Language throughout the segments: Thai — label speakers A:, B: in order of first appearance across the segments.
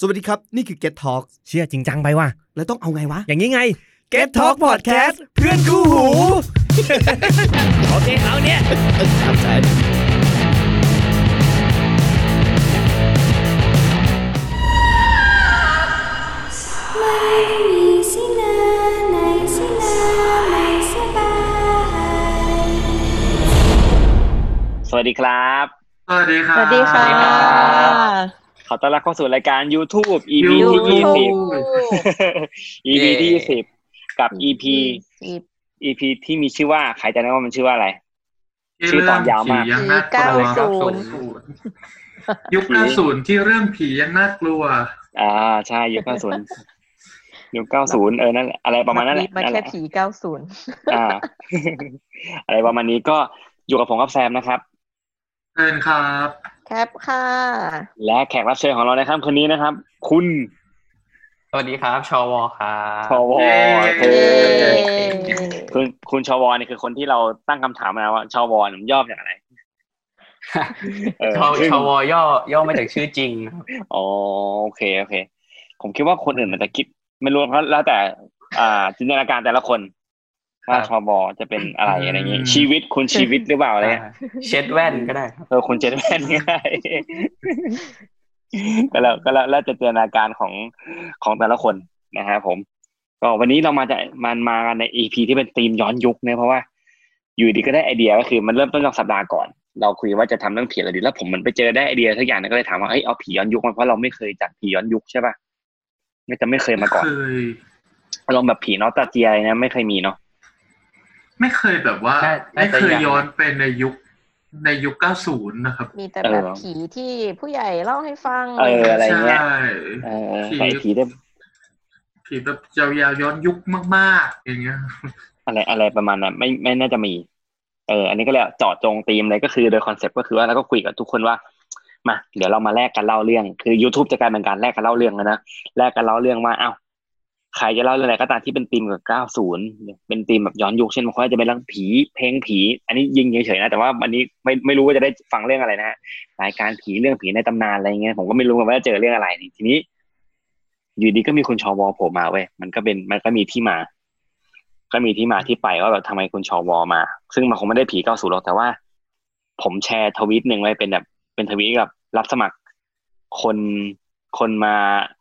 A: สวัสดีครับ นี่คือ Get Talk
B: เชื่อจริงจังไปว่ะ
A: แล้วต้องเอาไงวะ
B: อย่างนี้ไง
A: Get Talk Podcast เพื่อนคู่หู
B: โอเคเอาเนี่ย
C: Mai sila, nai sila, mai sabai.
D: สวัสดีครับ
E: สวัสดีค่ะ
F: สวัสดีค่ะ
D: ขอต้อนรับเข้าสู่รายการ YouTube EP ที่
E: YouTube
D: ยี่สิบ EP ที่
E: เย้
D: ยี่สิบกับ EP
F: สิบ
D: EP ที่มีชื่อว่าใครจะนะว่ามันชื่อว่าอะไร ชื่
E: ชื่
D: อ
E: อ
D: ต
E: ต
D: อ
E: อน
D: ยาย
E: นาว ว
D: มาม
E: าก ก
F: ผีเก้าศูนย์
E: ยุค 90 ที่เรื่องผียังน่ากลัว
D: อ่าใช่ยุคเก้าศูนย์ ยุคเก้าศูนย์เออนั่นแหละอะไรประมาณนั้นแหละ
F: มัน
D: นั่นแห
F: แค่
D: ละ
F: ผีเก้าศูนย์
D: อ่า อะไรประมาณนี้ก็อยู่กับผมกับแซมนะครับ
E: เกินครับ
F: แคปค่ะ
D: และแขกรับเชิญของเราในค่ำคืนนี้นะครับ คุณ
G: สวัสดีครับ ชวครับ
D: ชวเธ
F: เ
D: อ
F: ย้
D: คุณคุณชวเนี่ยคือคนที่เราตั้งคำถามมาว่าชวเนี่ยมันย่อมาจาก อะไรเออ
G: ชว
D: ซึ่ง
G: ชวย่อย่อมาจากชื่อจริงครับ
D: อ๋อโอเคโอเค ผมคิดว่าคนอื่นมันจะคิด ไม่รู้เพราะแล้วแต่ อ่าจินตนาการแต่ละคนว่าชอบอจะเป็นอะไรอะไรอย่างงี้ชีวิตคุณชีวิตหรือเปล่าอะไรเงี้ย
G: อ่าเช็ดแว่นก็ได้ครับ
D: เออคุณเจนแมนง่าย ก็แล้วก็แล้วแล้วแต่จินตนาการของของแต่ละคนนะฮะผมก็วันนี้เรามาจะมันมากันในอีพีที่เป็นธีมย้อนยุคเนี่ยเพราะว่า อยู่ดีก็ได้ไอเดียก็คือมันเริ่มต้นจากสัปดาห์ก่อน เราคุยว่าจะทำเรื่องผีอะไรดีแล้วผมมันไปเจอได้ไอเดียสักอย่างนะก็เลยถามว่าเอ้ยเอาผีย้อนยุคมาเพราะเราไม่เคยจัดผีย้อนยุคใช่ป่ะไม่จะไม่เคยมาก่อน
E: เคย
D: อารมณ์แบบผีนอสตาเจียอะไรนะไม่เคยมีเนาะ
E: ไม่เคยแบบว่า ไม่เคยย้อนไปในยุคในยุค 90 นะครับ
F: มีแต่แบบผีที่ผู้ใหญ่เล่าให้ฟัง
D: เอออะไรเงี้ย
E: ใช่
D: เออแต่ไอ้ผีได้
E: ผีแบบยาวๆย้อนยุคมากๆ อย่างเงี้ย
D: อะไรอะไรประมาณนั้นไม่ไม่น่าจะมี เออ อันนี้ก็เลยเจาะจงธีมเลยก็คือโดยคอนเซปต์ก็คือว่าเราก็คุยกับทุกคนว่ามาเดี๋ยวเรามาแลกกันเล่าเรื่อง คือ YouTube จะกลายเป็นการแลกกันเล่าเรื่องแล้วนะแลกกันเล่าเรื่องว่าเอ้าใครจะเล่าเรื่องอะไรก็ตามที่เป็นธีมกับ90เป็นธีมแบบย้อนยุคเช่นบางคนอาจจะเป็นเรื่องผีเพลงผี อันนี้ยิงเฉยๆนะแต่ว่าวันนี้ไม่ไม่รู้ว่าจะได้ฟังเรื่องอะไรนะฮะรายการผีเรื่องผีในตำนานอะไรเงี้ยผมก็ไม่รู้เหมือนกันว่าจะเจอเรื่องอะไรนี่ทีนี้ อยู่ดีก็มีคุณชอวอโผล่มาเว้ยมันก็เป็นมันก็มีที่มา ก็มีที่มาที่ไปว่าแบบทำไมคุณชอวอมา ซึ่งมันคงไม่ได้ผีเก้าสูหรอกแต่ว่า ผมแชร์ทวีตหนึ่งไว้เป็นแบบ เป็นทวีตกับรับสมัครคนคนมา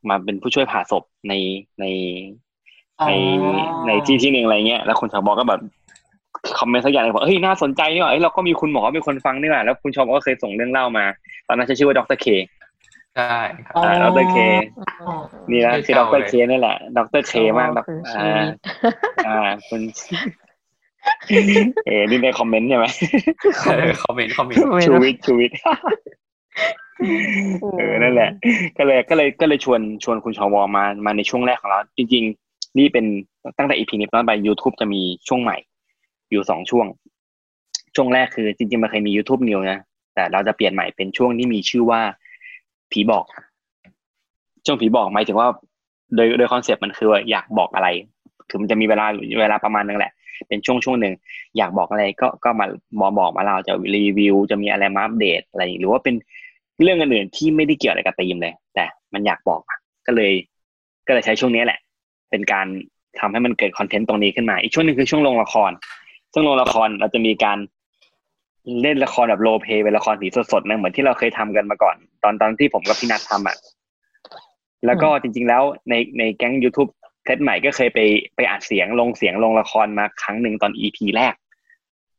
D: มาเป็นผู้ช่วยผ่าศพในใน
E: อ๋อ
D: ในในที่ที่หนึ่งอะไรเงี้ยแล้วคุณชอวอก็แบบคอมเมนต์สักอย่างหนึ่งบอกเฮ้ยน่าสนใจนี่หว่าเอ้ยเราก็มีคุณหมอเป็นคนฟังนี่หว่าแล้วคุณชอวอก็เคยส่งเรื่องเล่ามา ตอนนั้นชื่อว่าดรเค
G: ใช่ ครับ
D: อ่าดรเค
F: อ๋อ
D: นี่นะคื
G: ชื่อ
D: อด
G: เก่า
D: อกเตอร
G: เลย
D: เคนี่แหละดอกเตอรเคมากดอก
F: คือชี
D: อ่า
F: วิต
D: อ่าคุณ เออนี่ในคอมเมนต์ใช่ไหม
G: คอมเมนต์คอมเมนต์
D: ชูวิทย์ชูวิทย์
F: โอ้
D: เออนั่นแหละ ก็เลยก็เลยก็เลยชวนชวนคุณชวมามาในช่วงแรกของเรา จริง ๆ นี่เป็นตั้งแต่อีพีนี้เป็นต้นไป YouTube จะมีช่วงใหม่ อยู่สองช่วง ช่วงแรกคือ จริงๆมันเคยมี YouTube New นะ แต่เราจะเปลี่ยนใหม่เป็นช่วงที่มีชื่อว่าผีบอก ช่วงผีบอกหมายถึงว่า โดยโดยคอนเซปต์มันคือว่าอยากบอกอะไร คือมันจะมีเวลาเวลาประมาณนึงแหละ เป็นช่วงช่วงหนึ่งอยากบอกอะไรก็ก็มาบอกบอกมาเราจะรีวิว จะมีอะไรมาอัปเดตอะไร หรือว่าเป็นเรื่องอื่นๆที่ไม่ได้เกี่ยวอะไรกับธีมเลย แต่มันอยากบอกอะก็เลย ก็เลยใช้ช่วงนี้แหละ เป็นการทำให้มันเกิดคอนเทนต์ตรงนี้ขึ้นมา อีกช่วงหนึ่งคือช่วงลงละคร ซึ่งลงละครเราจะมีการเล่นละครแบบโรลเพลย์เป็นละครผีสดๆนะเหมือนที่เราเคยทำกันมาก่อน ตอนตอนที่ผมกับพี่นัททำอ่ะ แล้วก็จริง ๆ แล้วในในแก๊ง YouTube เซตใหม่ก็เคยไปไปอัดเสียงลงเสียงลงละครมาครั้งหนึ่งตอน EP แรก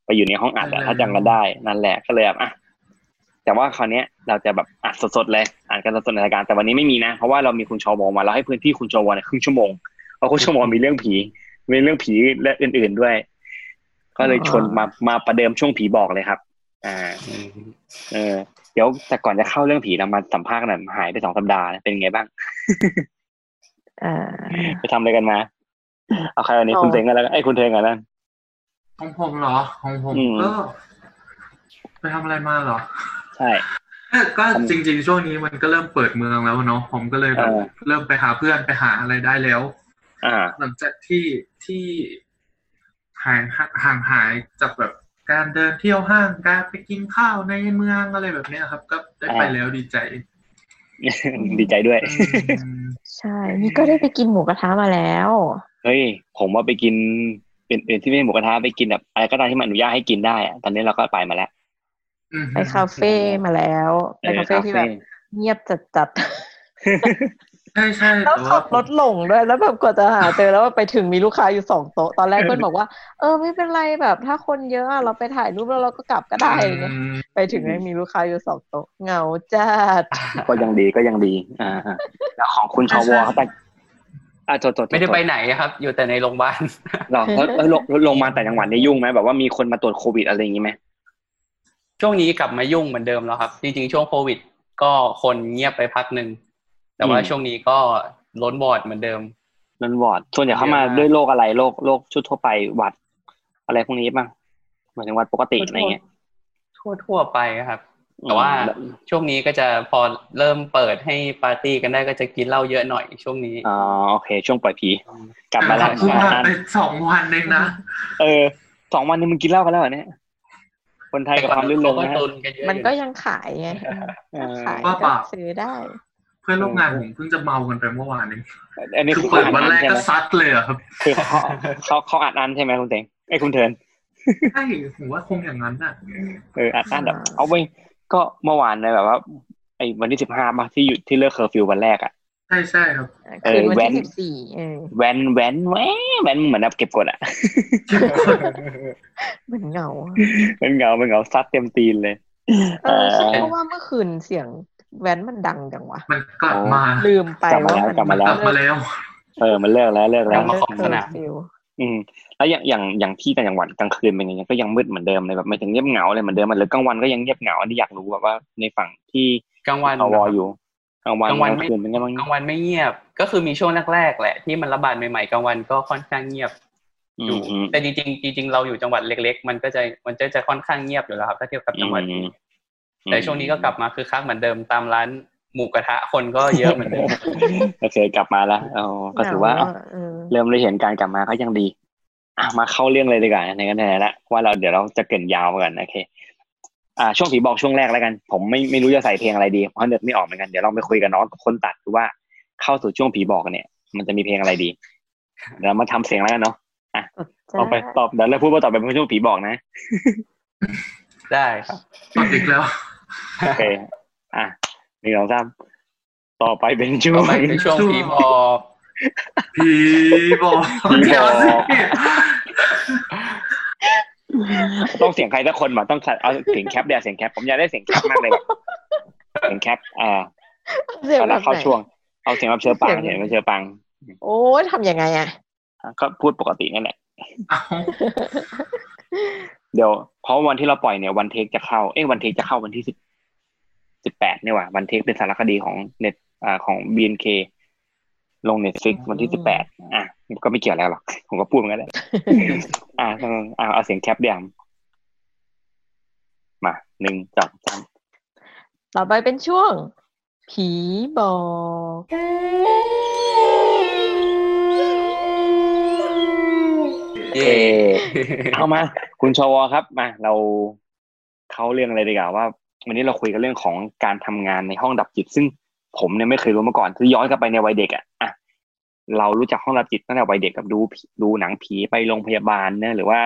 D: ไปอยู่ในห้องอัดอะ
E: อืม
D: ถ้าจำกันได้ นั่นแหละก็เลยแบบอ่ะแต่ว่าคราวเนี้ยเราจะแบบอัดสดๆเลยอัดกันสดๆในรายการแต่วันนี้ไม่มีนะ เพราะว่าเรามีคุณชอวอมาเราให้พื้นที่คุณชอวอเนี่ยครึ่งชั่วโมงเพราะคุณชอวอมีเรื่องผี มีเรื่องผีและอื่น ๆด้วย ก็เลยชวนมามาประเดิมช่วงผีบอกเลยครับ อ่า เออเดี๋ยวแต่ก่อนจะเข้าเรื่องผีเรามาสัมภาษณ์กันหน่อยหายไปสองสัปดาห์นะเป็นไงบ้าง
F: อ่า
D: ไปทำอะไรกันมา เอาใครวันนี้
F: เอา
D: คุณเทงกันแล้วไอ้ยคุณเทงกันนั่น
E: ของผมเหรอ ของผม
D: อืม
E: ก็ ไปทำอะไรมาเหรอ
D: ใช่
E: ก็จริงๆ ช่วงนี้มันก็เริ่มเปิดเมืองแล้วเนาะผมก็เลยแบบ
D: เออ
E: เริ่มไปหาเพื่อนไปหาอะไรได้แล้ว
D: อ่า
E: หลังจากที่ที่หายห่างหายจากแบบการเดินเที่ยวห้างการไปกินข้าวในเมืองอะไรแบบเนี้ยครับ ก็ได้ไป
D: เออ
E: แล้วดีใจ
D: ดีใจด้วย
F: ใช่ นี่ก็ได้ไปกินหมูกระทะมาแล้ว
D: เฮ้ย ผมว่าไปกินเป็นอื่นที่ไม่ใช่หมูกระทะไปกินแบบอะไรก็ตามที่มันอนุญาตให้กินได้อะตอนนี้เราก็ไปมาแล้ว
F: ไปคาเฟ่มาแล้วไป
D: เออ
F: คาเฟ่ที่แบบเงียบจัด
E: ใช่ใช่
F: ๆแล้ว
E: ต่
F: ขับ
E: ว่าร
F: ถหลงด้วยแล้วแบบกว่าจะหาเจอแล้วว่าไปถึงมีลูกค้าอยู่สองโต๊ะตอนแรกเพื่อนบอกว่า เออไม่เป็นไรแบบถ้าคนเยอะอะเราไปถ่ายรูปแล้วเราก็กลับก็ได้อะไรเงี้ย
E: อืม
F: ไปถึงไม่มีลูกค้าอยู่สองโต๊ะเหงาจัด
D: ก็ยังดีก็ยังดี อ่าแล้วของคุณชาววอเขาไปอ่าจดจด
G: ไม่ได้ไปไหนครับ อยู่แต่ในโรงพยาบาล
D: หรอแล้วแล้วลงลงมาแต่จังหวัดเนี่ยยุ่งไหมแบบว่ามีคนมาตรวจโควิดอะไรอย่างงี้ไหม
G: ช่วงนี้กลับมายุ่งเหมือนเดิมแล้วครับ จริงๆ ช่วงโควิด ก็คนเงียบไปพักหนึ่ง แต่ว่าช่วงนี้ก็ล้นวอร์ดเหมือนเดิม
D: นันวอร์ดส่วนใหญ่เข้ามา
G: เยอะมาก
D: ด้วยโรคอะไรโรคโรคทั่วๆไปหวัด อะไรพวกนี้ป่ะหมายถึงหวัดปกติอะไรเงี้ย
G: ทั่วทั่วๆไปครับ แต่ว่า
D: อืมแล้ว
G: ช่วงนี้ก็จะพอเริ่มเปิดให้ปาร์ตี้กันได้ก็จะกินเหล้าเยอะหน่อยช่วงนี้
D: อ๋อโอเค ช่วงปล่อยผี กลับมา แล้ว
E: เพิ่งผ่านไปสองวันเองนะ
D: เออสองวันนี้มึงกินเหล้ากันแล้วเหรอเนี่ยคนไทยกับความรื่นรม
G: ก็
D: นะฮะ
G: ตุนกันเยอะ
F: มันก็ยังขายไงถ้าขาย
E: ว่า
F: ก็
E: เปล่า
F: ซื้อได้
E: เพื่อนร่วมงานผมเพิ่งจะเมากันไปเมื่อวานเอง
D: อันนี้
E: คื
D: คืออ
E: เปิด
D: เขา
E: วัน
D: อั
E: แร
D: ด
E: ก
D: อั้นใช่ไห
E: ก็
D: ม
E: ซัดเลยอะครับ
D: คือเขาเขาเขาอัดอันใช่ไหมคุณเตงไอ้ยคุณเทิน
E: ใช่ผมว่าคงอย่างนั้นน่ะ
D: เอออัดอันแบบ
F: อ่า
D: เอาไว้ยก็เมื่อวานเนี่ยแบบว่า ไอ้วันที่สิบห้ามาที่หยุดที่เลิกเคอร์ฟิววันแรกอ่ะ
E: ใช่ใช่ครับ
D: เออ
F: คืนวัน
D: แว้น
F: ที่สิบสี่เออ
D: แว้นแว้นแว้นแว้นเหมือนแบบเก็บกดอ่ะ
F: มันเหงา
D: มันเหงามันเหงาซัดเต็มตีนเลย
F: เออใช่เพราะว่าเมื่อคืนเสียงแว้นมันดังจังวะ
E: มันกลับมา
F: ลืมไป
D: กลับมา
F: ว่า
D: แล้วก
F: มัน
D: ลับมาแล้ว
E: กลับมาแล้ว
D: เออมันเลิกแล้วเลิก
G: ก
D: แล้
G: ลั
D: ว
G: บมาของสนาม
F: เออฟิล
D: อืมแล้วอย่างอย่างอย่างที่ต่างจังหวัดกลางคืนเป็นยังไงก็ยังมืดเหมือนเดิมเลยแบบไม่ถึงเงียบเหงาเลยเหมือนเดิมมันหรือกลางวันก็ยังเงียบเหงาอันนี้อยากรู้แบบว่าในฝั่งที่
G: กลางวัน
D: สวอยู่กลางวัน
G: กลางวัน
D: กลาง
G: ไม่
D: คืนเป็นยังไงบ้าง
G: กลางวันไม่เงียบ ก็คือมีช่วงแรกๆแหละที่มันระบาดใหม่ๆกลางวันก็ค่อนข้างเงียบ
D: อื
G: อยู่
D: มอืม
G: แต่จริงๆจริงๆเราอยู่จังหวัดเล็ก ๆ มันก็จะมันจะจะค่อนข้างเงียบอยู่แล้วครับถ้าเทียบกับจังหวัด
D: อืม
G: อื่นแต่ช่วงนี้ก็กลับมาคือค้างเหมือนเดิมตามร้านหมูกระทะคนก็เยอะเหมือนเดิม
D: โอเคกลับมาแล้วเอาก็ถือว่า
F: เหงะเออ
D: เริ่มได้เห็นการกลับมาก็ยังดี อ่ะมาเข้าเรื่องเลยดีกว่าในกันไหนๆละว่าเราเดี๋ยวเราจะเกรินยาวไปกันโอเค อ่า ช่วงผีบอกช่วงแรกแล้วกัน ผมไม่ไม่รู้จะใส่เพลงอะไรดีเพราะเนื้อไม่ออกเหมือนกันเดี๋ยวเราไปคุยกับน้องคนตัดดูว่าเข้าสู่ช่วงผีบอกกันเนี่ย มันจะมีเพลงอะไรดีเดี๋ยวเรามาทำเสียงแล้วกันเนาะต่อไปตอบเดี๋ยวเราพูดว่าต่อไปเป็นช่วงผีบอกนะ
G: ได้ครับ
E: ตดอีกแล้ว
D: โอเค อ่ะหนึ่งสองสามต่อไปเป็นช่ว
G: ต่
D: ง
G: อไปเป็นช่วงผีบอก
E: ผีบอก
D: ผีบอก
E: เดี๋ยวสิ
D: ต้องเสียงใครสักคนมาต้องเอาเสียงแคปเดี๋ยวเสียงแคปผมอยากได้เสียงแคปมากเลยแบบเสียงแคปอ่า
F: เสียง
D: เอา
F: แบ
D: ละ
F: บ
D: เข้า
F: ไหน
D: ช่วง เอาเสียงรับเชิญปัง
F: เสี
D: เสีย
F: ย
D: ง
F: ง
D: รับเชิญปัง
F: โอ้ยทำยังไงอ่ะ
D: ก็พูดปกตินั่นแหละ
E: เอา
D: เดี๋ยวเพราะวันที่เราปล่อยเนี่ยวันเทคจะเข้าเอ้ยวันเทคจะเข้าวันที่สิบสิบแปดนี่ยว่ะวันเทคเป็นสารคดีของเน็ตอ่าของ BNK ลงเน็ตฟิกวันที่สิบแปดอ่ะก็ไม่เกี่ยวอะไรหรอกผมก็พูดเหมือนกันแหละอ่ะเอออ่ะเอาเสียงแคปเดียมมาหนึ่งสองสาม
F: ต่อไปเป็นช่วง ผีบอก
G: เย่
D: เอเข้ามา คุณชวครับมาเราเข้าเรื่องอะไรดีกว่าว่า วันนี้เราคุยกันเรื่องของการทำงานในห้องดับจิต ซึ่งผมเนี่ยไม่เคยรู้มาก่อนคือย้อนกลับไปในวัยเด็กอะอะเรารู้จักห้องดับจิตตั้งแต่วัยเด็กกับดูผีดูหนังผีไปโรงพยาบาลเนอะหรือว่า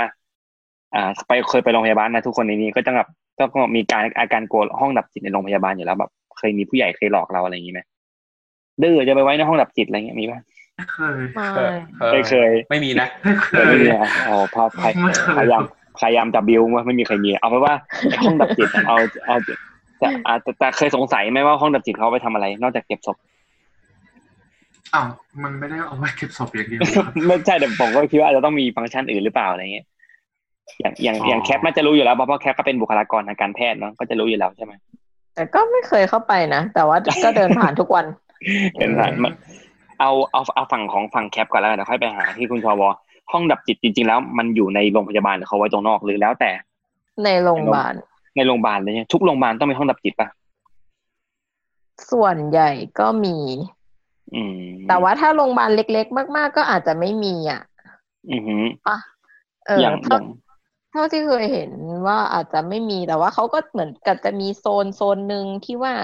D: อ่าไปเคยไปโรงพยาบาลนะทุกคนในนี้ก็ต้องแบบก็ก็มีการอาการกลัวห้องดับจิตในโรงพยาบาลอยู่แล้วแบบเคยมีผู้ใหญ่เคยหลอกเราอะไรอย่างนี้ไหมดื้อจะไปไว้ในห้องดับจิตอะไรเงี้ยมีปะ
E: ไม่เคย
F: ไม่
D: ไม่เคย
G: ไม่มีนะ
E: ไม่เค
D: ไม่
E: ย
D: มีอะอ๋อพอพย
E: ไม่เคย
D: พยายามพยายามจะบิวว่าไม่มีใครมี เอาไปนว่าไอ้ห้องดับจิตอะเอาเอาแต่อาจจะแต่เคยสงสัยไหมว่าห้องดับจิตเขาเอาไปทำอะไร นอกจากเก็บศพ
E: อ้าวมันไม่ได้เอาไว้เก็บศพอย่างเดียวครับ
D: ไม่ใช่แต่ผมก็คิดว่าอาจจะต้องมีฟังก์ชันอื่นหรือเปล่าอะไรเงี้ยอย่างอย่างอย่างแคปน่าจะรู้อยู่แล้วเพราะแคปก็เป็นบุคลากรทางการแพทย์เนาะก็จะรู้อยู่แล้วใช่ไหม
F: แต่ก็ไม่เคยเข้าไปนะ แต่ว่าก็เดินผ่านทุกวัน
D: เป็นสายมันเอาเอาเอาฝั่งของฝั่งแคปก่อนแล้วกันเดี๋ยวค่อยไปหาที่คุณชวห้องดับจิตจริง ๆ แล้ว มันอยู่ในโรงพยาบาลหรือเขาไว้ตรงนอกหรือแล้วแต่
F: ในโรงพยาบาล
D: ในโรงพยาบาลเลยเนี่ยทุกโรงพยาบาลต้องมีห้องดับจิตปะ
F: ส่วนใหญ่ก็มี
D: อืม
F: แต่ว่าถ้าโรงพยาบาลเล็ก ๆ มาก ๆ ก็อาจจะไม่มีอ่ะ
D: อือหือ
F: เออ
D: อย่างอ
F: เท่า
D: ย่าง
F: เท่าที่เคยเห็นว่าอาจจะไม่มีแต่ว่าเขาก็เหมือนกับจะมีโซนโซนหนึ่งที่ว่า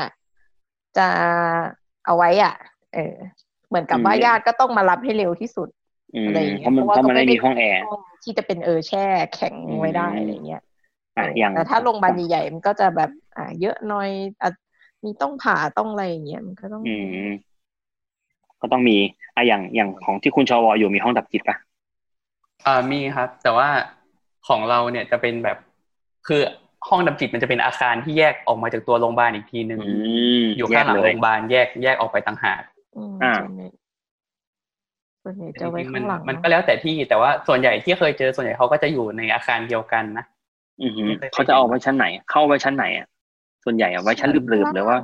F: จะเอาไว้อ่ะ เออ เหมือนกับว่า
D: อืม
F: ญาติก็ต้องมารับให้เร็วที่สุด
D: อืม
F: อะไรอย่างเงี้ย
D: เพราะมันเพ
F: เพ
D: ราะ
F: ราะว่า
D: มัน
F: ก็
D: ไม่
F: ไม่ได้
D: มีห้องแอร์
F: ห้องที่จะเป็นเออแช่แข็งไว้ได้อะไรเงี้ย
D: อ่ะอย่าง
F: แต่ถ้าโรงพยาบาลใหญ่ๆมันก็จะแบบ อ่า เยอะหน่อยอ่ะมีต้องผ่าต้องอะไรอย่างเงี้ยมันก็ต้อง
D: อืม ก็ต้องมีอ่ะอย่างอย่างของที่คุณชวอยู่มีห้องดับจิตปะ
G: อ่ามีครับ แต่ว่าของเราเนี่ยจะเป็นแบบคือห้องดับจิตมันจะเป็นอาคารที่แยกออกมาจากตัวโรงพยาบาลอีกทีหนึ่ง
D: อืม
G: อยู่ข้างหลัง
D: แก
G: โร
D: เล
G: งพยาบาลแยกแยกออกไปต่างหาก
F: อืม
D: อ่า
F: ส่วนใหญ่ส่วนใหญ่จะไว้
G: มั
F: ข้างหลัง
G: มัน
F: เนอะ
G: ก็แล้วแต่ที่แต่ว่าส่วนใหญ่ที่เคยเจอส่วนใหญ่เขาก็จะอยู่ในอาคารเดียวกันนะ
D: อือหือ
G: ไม่เคยไป
D: เขาจะเอาไว้ชั้นไหน เข้าไว้ชั้นไหนอ่ะส่วนใหญ่อะไว้ชั้นลืบๆหรือว่า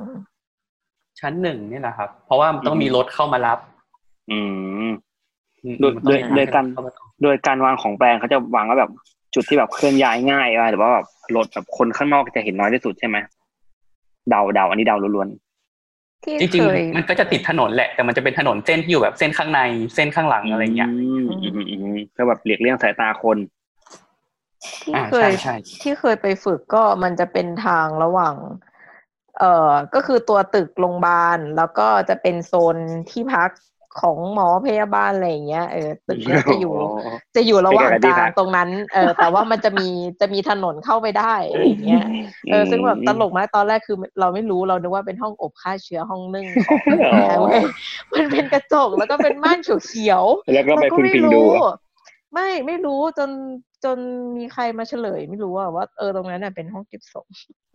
G: ชั้นหนึ่งนี่แหละครับ เพราะว่ามันต้อง
D: อืม
G: มีรถเข้ามารับ
D: อืม
G: อืม
D: โดย
G: มัน
D: โดย
G: ต้องมี
D: โดยการ
G: เข้ามารับ
D: โดยการวางของแปลงเขาจะวางไว้แบบจุดที่แบบเคลื่อนย้ายง่ายอะหรือว่าแบบรถแบบคนข้างนอกจะเห็นน้อยที่สุดใช่ไหมเดาเดาอันนี้เดาล้วน
F: ที่
G: จริง
F: เคย
G: ๆมันก็จะติดถนนแหละ แต่มันจะเป็นถนนเส้นที่อยู่แบบเส้นข้างในเส้นข้างหลัง
D: ๆ
G: อะไรเงี้ย
D: มอืมอืมอืมเพื่อแบบหลีกเลี่ยงสายตาคน
F: ที่
G: อ่า
F: เคย
G: ใช่ใช่
F: ที่เคยไปฝึกก็มันจะเป็นทางระหว่าง เอ่อก็คือตัวตึกโรงพยาบาล แล้วก็จะเป็นโซนที่พักของหมอพยาบาลอะไรอย่างเงี้ยเออตึกก็จะ อยู่ จะอยู่ระหว่าง
D: ไปกับ
F: ก
D: ที่
F: ลา
D: พั
F: ง
D: ก
F: ตรงนั้น เออ แต่ว่ามันจะมีจะมีถนนเข้าไปได้อะไรอย่างเงี้ย เออซึ่งแบบตลกมากตอนแรกคือเราไม่รู้เรานึกว่าเป็นห้องอบฆ่าเชื้อห้องนึ่งของ
D: อ๋อ
F: แอร์เว้ยมันเป็นกระจกแล้วก็เป็นม่านเขียวๆ
D: แล้วก็ไป
F: เราก็
D: คุณ
F: ไม่
D: พิง
F: รู้
D: ดูอะ
F: ไม่ไม่รู้จนจนมีใครมาเฉลย ไม่รู้อะว่าเออตรงนั้นน่ะเป็นห้องเก็บศพ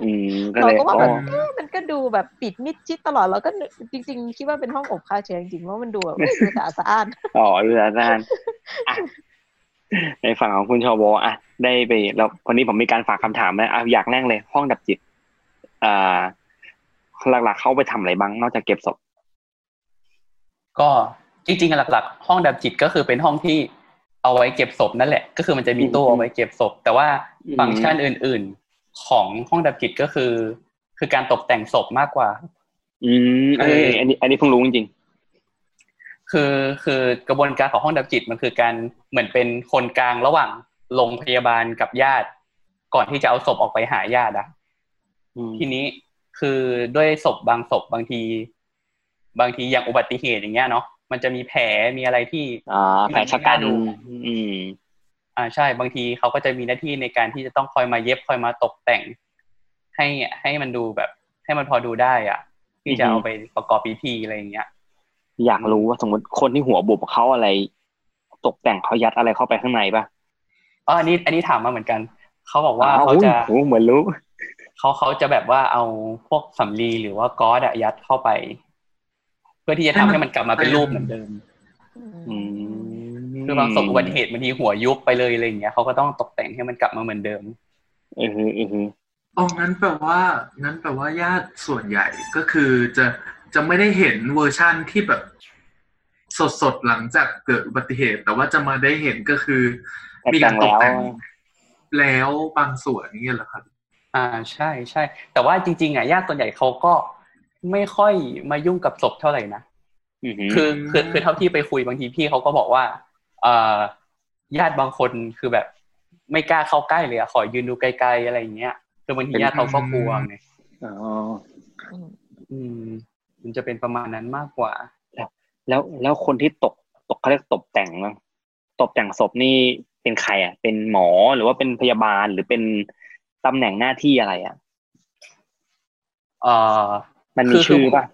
D: อืมก็
F: เรา
D: เลย
F: ก็ว่า
D: อ๋
F: แบบ
D: อ
F: เอ๊ะมันก็ดูแบบปิดมิดชิดตลอดเราก็นึกจริง ๆ คิดว่าเป็นห้องอบฆ่าเชื้อจริงๆเพราะมันดูแบบเอ้ยดูสะอาดสะอาด
D: อ๋อดูแลนาน อ่ะในฝั่งของคุณชวอ่ะ ได้ไปแล้ววันนี้ผมมีการฝากคำถามนะอ่ะอยากแรกเลย ห้องดับจิต อ่า หลักๆ เข้าไปทำอะไรบ้าง นอกจากเก็บศพ
G: ก็จริงๆอะหลักๆ ห้องดับจิตก็คือเป็นห้องที่เอาไว้เก็บศพนั่นแหละ ก็คือมันจะมีตู้
D: อืม
G: เอาไว้เก็บศพ แต่ว่า
D: อืม
G: ฟังก์ชันอื่น ๆ ของห้องดับจิตก็คือ คือการตกแต่งศพมากกว่า
D: อืมเอยอันนี้ อันนี้เพิ่งรู้จริง
G: คือคือกระบวนการของห้องดับจิตมันคือการเหมือนเป็นคนกลางระหว่างโรงพยาบาลกับญาติ ก่อนที่จะเอาศพออกไปหาญาติอะ
D: ๆอืม
G: ทีนี้คือด้วยศพบางศพบางที บางทีอย่างอุบัติเหตุอย่างเงี้ยเนาะมันจะมีแผลมีอะไรที่
D: อ่าแผลชะกัน
G: ดู
D: อืม
G: อ่าใช่บางทีเขาก็จะมีหน้าที่ในการที่จะต้องคอยมาเย็บคอยมาตกแต่ง ให้ให้มันดูแบบ ให้มันพอดูได้อ่ะ ที่จะ
D: อือฮึ
G: เอาไปประกอบพิธีอะไรอย่างเงี้ย
D: อยากรู้ว่าสมมติคนที่หัวบุบเขาอะไร ตกแต่งเขายัดอะไรเข้าไปข้างในป่ะ
G: อ๋ออันนี้อันนี้ถามมาเหมือนกัน เขาบอกว่า
D: อ้
G: เขาจะ
D: โอ้เหมือนรู้
G: เขาเขาจะแบบว่าเอาพวกสำลีหรือว่าก๊อซอะยัดเข้าไป เพื่อที่จะทำให้มันกลับมาเป็นรูปเหมือนเดิม
D: อืม
G: คือบางศพอุบัติเหตุบางทีหัวยุบไปเลยอะไรอย่างเงี้ยเขาก็ต้องตกแต่งให้มันกลับมาเหมือนเดิม
D: เออเออเออ
E: อ๋องั้นแปลว่า งั้นแปลว่าญาติส่วนใหญ่ก็คือจะจะไม่ได้เห็นเวอร์ชั่นที่แบบ สดสดๆหลังจากเกิดอุบัติเหตุ แต่ว่าจะมาได้เห็นก็คือ มีการตกแต่งแล้วบางส่วนนี่เหรอครับ
G: อ่าใช่ใช่ แต่ว่าจริงๆอะญาติส่วนใหญ่เขาก็ไม่ค่อยมายุ่งกับศพเท่าไหร่นะ คือคือคือเท่าที่ไปคุยบางทีพี่เขาก็บอกว่าเอ่อญาติบางคนคือแบบ ไม่กล้าเข้าใกล้เลยอะขอยืนดูไกลๆอะไรอย่างเงี้ย คือบางทีญาติเขาก็กลัวไง
D: อ๋อ
G: อืมมันจะเป็นประมาณนั้นมากกว่า
D: แล้วแล้วคนที่ตกตกเขาเรียกตบแต่งมั้งตบแต่งศพนี่เป็นใครอ่ะ เป็นหมอหรือว่าเป็นพยาบาลหรือเป็นตำแหน่งหน้าที่อะไรอ่ะ
G: เอ่อ
D: มันมีชื่อป่ะ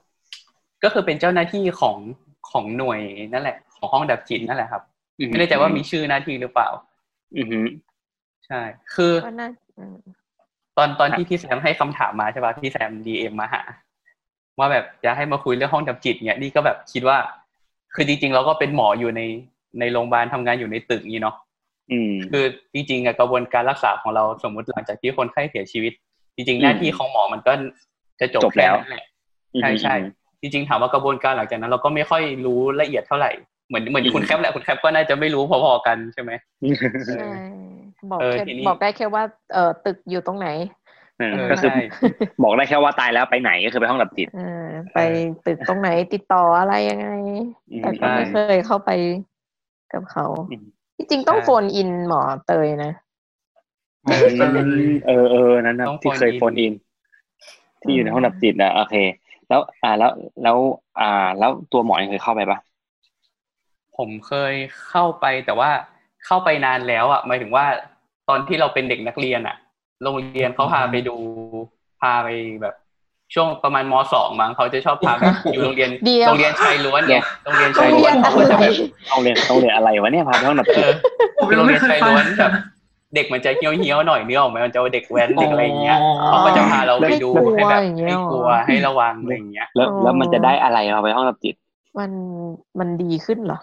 G: ก็คือเป็นเจ้าหน้าที่ของของหน่วยนั่นแหละ ของห้องดับจิตนั่นแหละครับ ไม่แน่ใจว่ามีชื่อหน้าที่หรือเปล่า
D: อือหือ
G: ใช่ คือ
F: ก็น่าอืม
G: ตอนตอนที่พี่แซมให้คำถามมาใช่ป่ะพี่แซมดีเอ็มมาหา ว่าแบบจะให้มาคุยเรื่องห้องดับจิตเนี่ยนี่ก็แบบคิดว่า คือจริงๆ เราก็เป็นหมออยู่ในในโรงพยาบาลทำงานอยู่ในตึกนี้เนาะ
D: อืม
G: คือจริงๆอะกระบวนการรักษาของเราสมมุติหลังจากที่คนไข้เสียชีวิต จริง ๆ หน้าที่ของหมอมันก็จะจบ
D: จบแล้ว
G: ค่นั้นหะ ใช่ใช่
D: อืม
G: จริงๆถามว่ากระบวนการหลังจากนั้นเราก็ไม่ค่อยรู้ละเอียดเท่าไหร่เหมือนเหมือน
D: อืม
G: คุณแคปแหละคุณแคปก็น่าจะไม่รู้พอๆกันใช่ไหม
D: อืม
F: ใช่บอก
G: เออ
F: แค่
G: ทีนี้
F: บอกได้แค่ว่าเออตึกอยู่ตรงไหน
D: เออ
G: เออ
D: ก็คือ
G: ใช่
D: บอกได้แค่ว่าตายแล้วไปไหนก็คือไปห้องดับจิต
F: เออไปตึกตรงไหนติดต่ออะไรยังไง
D: อืม
F: แต่ก็ไม่
D: ใช่
F: เคยเข้าไปกับเขา
D: อืม
F: ที่จริงต้อง
G: ใช่
F: โฟนอินหมอเตยนะ
D: เออเออเออนั่นนะ
G: ต้อง
D: ที่เคย
G: phone in
D: โฟนอิน ที่อยู่ในห้องดับจิตนะโอเค แล้วอ่าแล้วแล้วอ่า แล้วตัวหมอยังเคยเข้าไปปะ
G: ผมเคยเข้าไปแต่ว่าเข้าไปนานแล้วอ่ะหมายถึงว่าตอนที่เราเป็นเด็กนักเรียนอ่ะ โรงเรียนเขาพาไปดูพาไปแบบ ช่วงประมาณมสองมั้งเขาจะชอบพาไปอยู่โรงเรียน
F: เดี๋ยว
G: โรงเรียนชายล้วนเนี่ยโรงเรียน
F: โร
G: ชาย
F: งเรี
G: ล้วย น
F: นอะ
G: เขาก็จะ
F: ไร
G: แบบ
D: โรงเรียนโรงเรียนอะไรวะเนี่ยพาไปห้องดับ
G: เอ
D: จิต
E: ผ
G: อ
E: ม
G: เป็น
E: ยั
G: โรง งเรี
E: ไม่
G: ยน
E: เคย
G: ชาย
E: ไป
G: ล้วนแบบ เด็กมันจะเหี้ยวๆหน่อยเนื้อออกไหมมันจะเอาเด็กแว้นเด็กอะไรอย่างเงี้ย
F: อ๋อ
G: เขาก็จะพาเราไปดู
F: ให้กลัว
G: ให้แบบ
F: อย่างเงี้ย
G: ให้กลัว
F: หรอ
G: ให้ระวังอะไรอย่างเงี้ย
D: แล้วแล้วมันจะได้อะไรเราไปห้องดับจิต
F: มันมันดีขึ้นเหรอ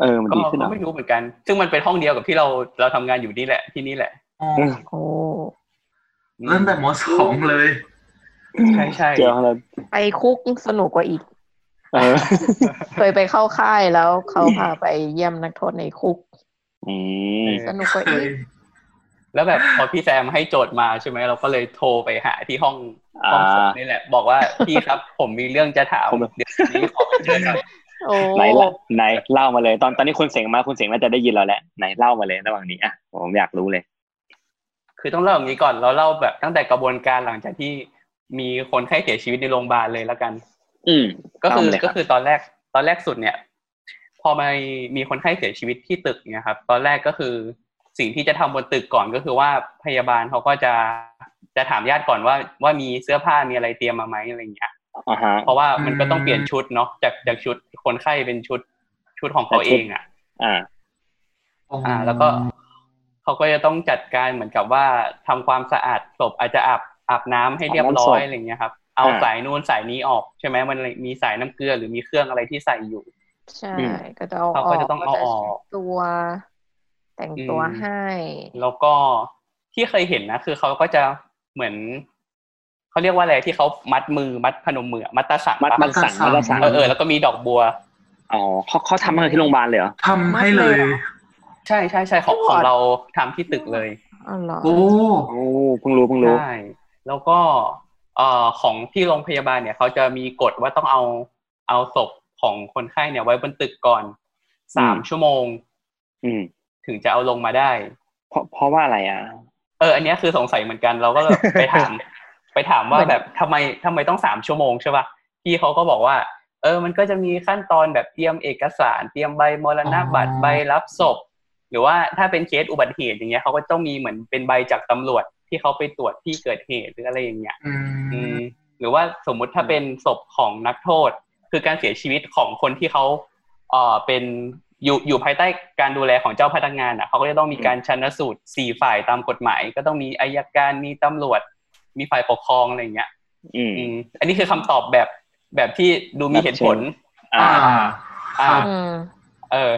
D: เออมัน
G: ก็
D: ดีขึ้นเหร
G: ก็
D: อ
G: ไม่รู้เหมือนกัน ซึ่งมันเป็นห้องเดียวกับที่เราเราทำงานอยู่นี่แหละที่นี่แหละ
E: อ๋อ
F: โอ้
E: เริ่มแต่มสองเลย
G: ใช่ใช่
D: เจอห้องดับ
F: ไปคุกยิ่งสนุกกว่าอีก
D: เอ อ
F: เคยไปเข้าค่ายแล้วเขาพาไปเยี่ยมนักโทษในคุก
D: อืม
F: สนุกกว่า
E: เค
F: อี
E: ย
F: ก
G: แล้วแบบ พอพี่แซมให้โจทย์มาใช่ไหมเราก็เลยโทรไปหาที่ห้องห้องสอบนี่แหละ บอกว่าพี่ครับ ผมมีเรื่องจะถามเดี๋ยวนี้ขอไปเจอหน่อย
F: โอ้
D: ไหนละไหนเล่ามาเลย ตอนตอนนี้คุณเสียงมาคุณเสียงน่าจะได้ยินเราแล้วไหนเล่ามาเลยระหว่างนี้อ่ะผมอยากรู้เลย
G: คือต้องเล่าอย่างนี้ก่อนเราเล่าแบบตั้งแต่กระบวนการหลังจากที่มีคนไข้เสียชีวิตในโรงพยาบาลเลยแล้วกัน
D: อืม
G: ก็คือ
D: ต้องเลยครับ
G: ก็คือตอนแรกตอนแรกสุดเนี่ย พอมามีคนไข้เสียชีวิตที่ตึกเนี่ยครับ ตอนแรกก็คือสิ่งที่จะทำบนตึกก่อนก็คือว่าพยาบาลเขาก็จะจะถามญาติก่อนว่าว่ามีเสื้อผ้ามีอะไรเตรียมมาไหมอะไรอย่างเงี้ย
D: อ่าฮะ
G: เพราะว่ามันก็ต้องเปลี่ยนชุดเนาะจากจากชุดคนไข้เป็นชุดชุดของเขาเองอ่ะ
D: อ่า
G: อ่า แล้วก็เขาก็จะต้องจัดการเหมือนกับว่าทำความสะอาดศพอาจจะอาบอาบน้ำให้เรียบร้อ
D: อาบน้ำศ
G: ย
D: พ
G: อะไรเงี้ยครับ เอา
D: อ่า
G: สายนู่นสายนี้ออกใช่ไหมมันมีสายน้ำเกลือหรือมีเครื่องอะไรที่ใส่อยู่
F: ใช่
D: อืม
F: ก็จะเอาอ
G: เขา
F: อก
G: ก็จะต้องเอาออก
F: ก็จะเช็ดตัว แต่งตัว
G: อืม
F: ให้
G: แล้วก็ที่เคยเห็นนะ คือเขาก็จะเหมือนเขาเรียกว่าอะไรที่เขามัดมือมัดพนมมือมัดตาสัง
D: มัด
G: ปะ
D: มันสั่งมันก็สั่ง
G: เออเออแล้วก็มีดอกบัว
D: อ๋อเขาเขาทำมาที่โรงพยาบาลเลยเหรอ
E: ทำให้เลย
G: ใช่ใช่ใช่ของ
F: จริงเหรอ
G: ของเราทำที่ตึกเลย
F: อ๋อเหรอ
E: โอ้
D: โอ้เพิ่งรู้เพิ่งรู้
G: ใช่แล้วก็เอ่อของที่โรงพยาบาลเนี่ยเขาจะมีกฎว่าต้องเอาเอาศพของคนไข้เนี่ยไว้บนตึกก่อนสาม
D: อืม
G: ชั่วโมง
D: อืม
G: ถึงจะเอาลงมาได้
D: เพราะเพราะว่าอะไรอ่ะ
G: เออ อันเนี้ยคือสงสัยเหมือนกัน เราก็แบบ ไปถาม ไปถามว่าแบบทำไมทำไมต้องสามชั่วโมงใช่ป่ะพี่เขาก็บอกว่า เออ มันก็จะมีขั้นตอนแบบเตรียมเอกสาร เตรียมใบมรณบัตร
E: อ๋อ
G: ใบรับศพ หรือว่าถ้าเป็นเคสอุบัติเหตุอย่างเงี้ยเขาก็ต้องมีเหมือนเป็นใบจากตำรวจที่เขาไปตรวจที่เกิดเหตุหรืออะไรอย่างเงี้ย
E: อื
G: อื
E: ม
G: มหรือว่าสมมุติถ้าเป็นศพของนักโทษ คือการเสียชีวิตของคนที่เขาเอ่อเป็นอยู่อยู่ภายใต้การดูแลของเจ้าพนักงานอ่ะเขาก็จะต้องมีการชันสูตรสี่ฝ่ายตามกฎหมาย ก็ต้องมีอายการมีตำรวจ มีฝ่ายปกครองอะไรอย่างเงี้ย
D: อืม
G: อืมอันนี้คือคำตอบแบบแบบที่ดูมีเหตุผล
D: อ่า
E: อ่า
G: อ่า
E: ครับ
F: อืม
G: เออ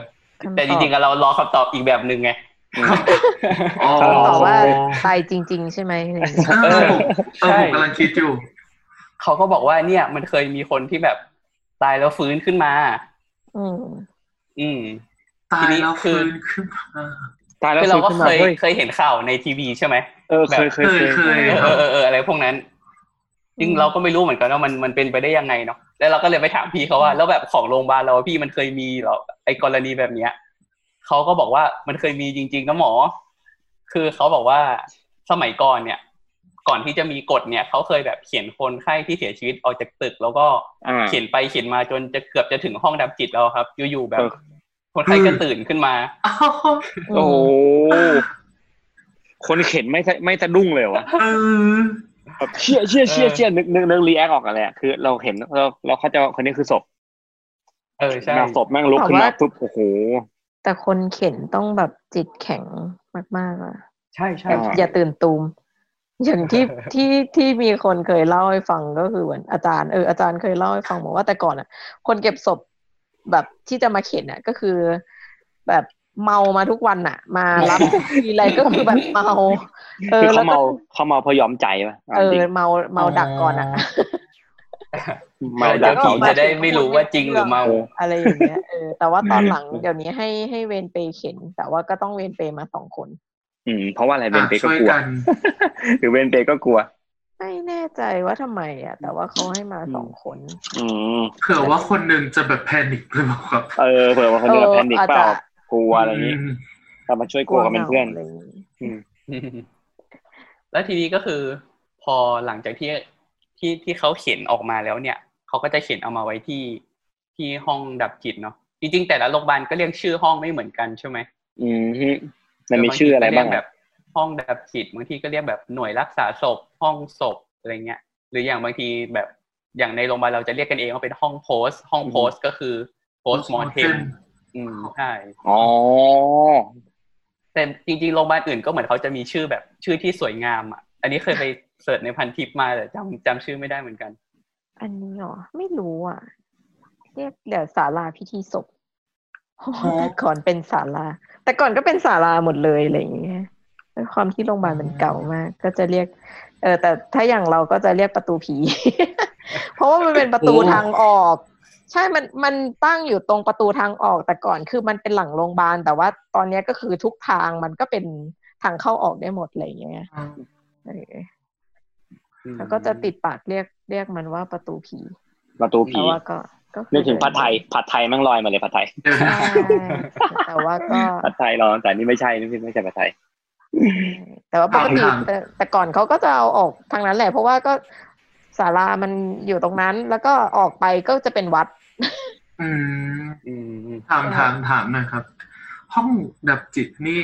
G: แต่จริงๆ
F: คำตอบ
G: อะเรารอคำตอบอีกแบบหนึ่งไง
E: อ๋อ
F: คำตอบว่าตายจริง ๆ ใช่ไหมอะไรอย่างเงี้ย
E: เออผมเออผ
G: ใช่
E: มกำลังคิดอยู่
G: เขาก็บอกว่าเนี่ยมันเคยมีคนที่แบบตายแล้วฟื้นขึ้นมา
F: อืม
G: อืม
E: ตาย
G: ทีนี้
E: แล้ว
G: คือ
E: ฟื้นขึ้นมา
D: ตายแล้ว
G: คือเราก็
D: ฟื้นขึ้นมาย เฮ้ย
G: เคเคยเห็นข่าวในทีวีใช่ไหม
D: เออเคยเคย
E: เคย
D: เค
E: เค
D: ย
E: ยค
G: เออ
E: รับ
G: เออเอออะไรพวกนั้นซึ่งเราก็ไม่รู้เหมือนกันว่ามันมันเป็นไปได้ยังไงเนาะ แล้วเราก็เลยไปถามพี่เขาว่า แล้วแบบของโรงพยาบาลเราอะพี่มันเคยมีเหรอไอ้กรณีแบบเนี้ยเขาก็บอกว่ามันเคยมีจริงๆนะหมอ คือเขาบอกว่าสมัยก่อนเนี่ย ก่อนที่จะมีกฎเนี่ยเขาเคยแบบเขียนคนไข้ที่เสียชีวิตออกจากตึก แล้วก็
D: อ่า
G: เขียนไปเขียนมาจนจะเกือบจะถึงห้องดับจิตแล้วครับ อยู่ๆแบบ
D: เออ
G: คนไข้ก็ตื่นขึ้นมา
E: อ้าว
D: โอ้โหคนเข็นไม่สะไม่สะดุ้งเลยเหรอวะ
E: เออ
D: แบบเชี่ยเชี่ยเชี่ยเชี่ยนึกนึกนึกรีแอคออกอะไรอะคือเราเห็นเราเราเข้าใจว่าคนนี้คือศพ
G: เออใช่
D: มาศพแม่งลุกขึ้นมาปุ๊บโอ้โห
F: แต่คนเข็นต้องแบบจิตแข็งมากๆอ่ะ
G: ใช่ใช่
F: แบบ
D: อ่า
F: อย่าตื่นตูม อย่าง ที่ ที่ที่มีคนเคยเล่าให้ฟังก็คือเหมือนอาจารย์เอออาจารย์เคยเล่าให้ฟังบอกว่าแต่ก่อนอ่ะ คนเก็บศพแบบที่จะมาเข็นอ่ะ ก็คือ แบบเมามาทุกวันอ่ะ มารับ ที ไรก็คือแบบเมา เอ
D: คือ
F: อ
D: เขา
F: แล้วก็
D: เมาเขาเมาเพอยอมใจป่ะ
F: เออ
D: จริง
F: เมาเมาดักก่อนอ่ะ
D: เมา
G: เมา
D: แบ
G: เดี๋ย
D: บ
G: ว
D: เขา
G: ผีจะได้ไม่รู้ว่าจริงหรือเมา
F: อะไรอย่างเงี้ยเออแต่ว่าตอนหลังเดี๋ยวนี้ให้ให้เวรเปเข็น แต่ว่าก็ต้องเวรเปมาสองคน
D: อืมเพราะว่าอะไรเบน
E: อ่ะ
D: เปก็
E: ช่วย
D: กลัว
E: กัน
D: หรือเบนเปก็กลัว
F: ไม่แน่ใจว่าทำไมอ่ะ แต่ว่าเขาให้มาสองคน
D: อืม
E: เผื่อว่าคนหนึ่งจะแบบแพนิคหรือเปล่าครับ
D: เออเผื่อว่าคนเดินแพนิคเปล่า
F: เอออาจจะ
D: กลัวอะไรอย่างนี้
E: ม
D: กลับมาช่วยกลัวกันเป็นเพื่อน
F: ลัวหงาะไรย่างงี้
G: แล้วทีนี้ก็คือ พอหลังจากที่ที่ที่เขาเขียนออกมาแล้วเนี่ย เขาก็จะเขียนเอามาไว้ที่ที่ห้องดับจิตเนาะจริงๆแต่ละโรงพยาบาลก็เรียกชื่อห้องไม่เหมือนกันใช่ไหม
D: อืมฮึมันมีชื่ออะไรบ้าง
G: เทีก็เยกแบ
D: อะ
G: บห้องดับจิตบางทีก็เรียกแบบหน่วยรักษาศพ ห้องศพอะไรเงี้ย หรืออย่างบางทีแบบอย่างในโรงพยาบาลเราจะเรียกกันเองว่าเป็นห้องโพสห้องโพสก็คือโพสมอเทม
E: Postmortem
G: อืมใช่
D: อ๋อ
G: แต่จริงๆ โรงพยาบาลอื่นก็เหมือนเขาจะมีชื่อแบบชื่อที่สวยงามอ่ะ อันนี้เคยไปเสิร์ชในพันทิปมาแต่จำจำชื่อไม่ได้เหมือนกัน
F: อันนี้เหรอ ไม่รู้อ่ะ เรียกเดี๋ยวศาลาพิธีศพแต่ ก่อนเป็นศาลา แต่ก่อนก็เป็นศาลาหมดเลยอะไรอย่างเงี้ยด้วยความที่โรงพยาบาลมันเก่ามาก ก็จะเรียก เออแต่ถ้าอย่างเราก็จะเรียกประตูผี เพราะว่ามันเป็นประตู
E: โอ้
F: ทางออก ใช่มันมันตั้งอยู่ตรงประตูทางออกแต่ก่อนคือมันเป็นหลังโรงพยาบาล แต่ว่าตอนเนี้ยก็คือทุกทางมันก็เป็นทางเข้าออกได้หมดอะไรอย่างเงี้ยเออแล้วก็จะติดปากเรียกเรียกมันว่าประตูผี
D: ประตูผี
F: แต่ว่าก็ก็คือ
D: นึกถึงผัดไทยผัดไทยแม่งลอยมาเลยผัดไทย
E: เดี๋ยว
F: ใช่
E: นะ
F: แต่ว่าก็
D: ผัดไทยรอแต่นี่ไม่ใช่นี่ไม่ใช่ผัดไทย
F: แต่ว่าปกติแต่แต่ก่อนเขาก็จะเอาออกทางนั้นแหละ เพราะว่าก็ศาลามันอยู่ตรงนั้น แล้วก็ออกไปก็จะเป็นวัด
E: อืม
G: อืม
E: ถามถามถามหน่อยครับ ห้องดับจิตนี่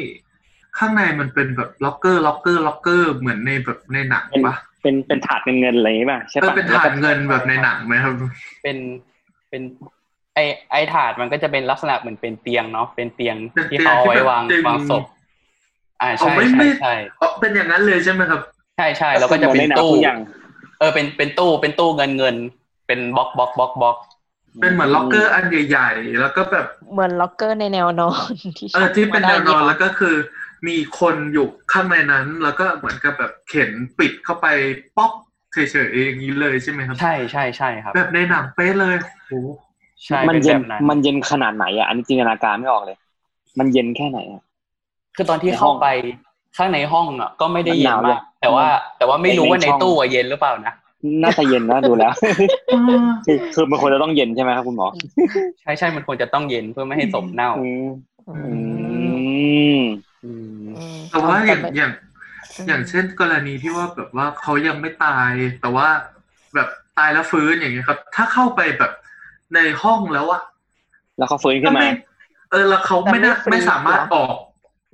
E: ข้างในมันเป็นแบบล็อกเกอร์ ล็อกเกอร์ ล็อกเกอร์ เหมือนในแบบในหนังปะ
D: เป็นเป็นถาดเงินเงินอะไรอย่างงี้ป่ะใช่
E: เออ
D: ป่ะ
E: เป็นฐานเงินแบบในหนังไหมครับ
G: เป็นเป็นไอไอถาดมันก็จะเป็นลักษณะเหมือนเป็นเตียงเนาะเป็นเตียง
E: เป็น
G: ที่
E: เตียง
G: เขาเอาไว้วาง
E: ที่แบบ
G: วางศพ อ่า
E: อ๋
G: ใช่
E: อไม่ไม่
G: ใช่ใช่
E: อ๋อเป็นอย่างนั้นเลยใช่ไหมครับ
G: ใช่ใช่แล้วก็จะเป็น
D: หมือใหง
G: ตู้
D: ทุกอย่าง
G: เออเป็นเป็นตู้เป็นตู้เงินเงิน เป็นบล็อกบล็อกบล็อกบล็อก
E: เป็นเหมือนล็อกเกอร์อันใหญ่ๆ แล้วก็แบบ
F: เหมือนล็อกเกอร์ในแนวนอนที่
E: เออที่เป็นแนวนอน
F: มาได้
E: แล้วก็คือมีคนอยู่ข้างในนั้น แล้วก็เหมือนกับแบบเข็นปิดเข้าไปป๊อกเฉยๆอย่างนี้เลยใช่ไหมครับ
G: ใช่ใช่ใช่ครับ
E: แบบในหนังเป๊ะเลยโอ้โห
G: ใช่
D: มัน
G: เป็น
D: เย็
G: แบ
D: น
G: บนั้น
D: มันเย็นขนาดไหนอ่ะอันนี้จินตนาการไม่ออกเลย มันเย็นแค่ไหนอ่ะ
G: คือตอนที่
D: ในห้
G: เข้า
D: อง
G: ไปข้างในห้องอ่ะก็ไม่ได้เย็น
D: มันหนาวเลย
G: มาก แต่ว่าแต่ว่าไม่รู้ว่า
D: ใน
G: ใน
D: ช่อง
G: ตู้อะเย็นหรือเปล่านะ
D: น่าจะเย็นนะดูแล้ว
E: เออ
D: คือคือมันควรจะต้องเย็นใช่ไหมครับคุณหมอ
G: ใช่ใช่มันควรจะต้องเย็นเพื่อไม่ให้ศพเน่า
D: อืม
F: อื
D: อื
F: ม
D: ม
G: อืม
F: อืม
E: แต่ว่าอย่า
F: แต่
E: ง
F: มัน
E: อย่าง อย่างเช่นกรณีที่ว่าแบบว่าเขายังไม่ตาย แต่ว่าแบบตายแล้วฟื้นอย่างเงี้ยครับ ถ้าเข้าไปแบบในห้องแล้วอะ
D: แล้วเขาฟื้นขึ้
E: ก็
D: นมา
E: ไม่เออแล้วเขาไม่น่าไม่สามารถออก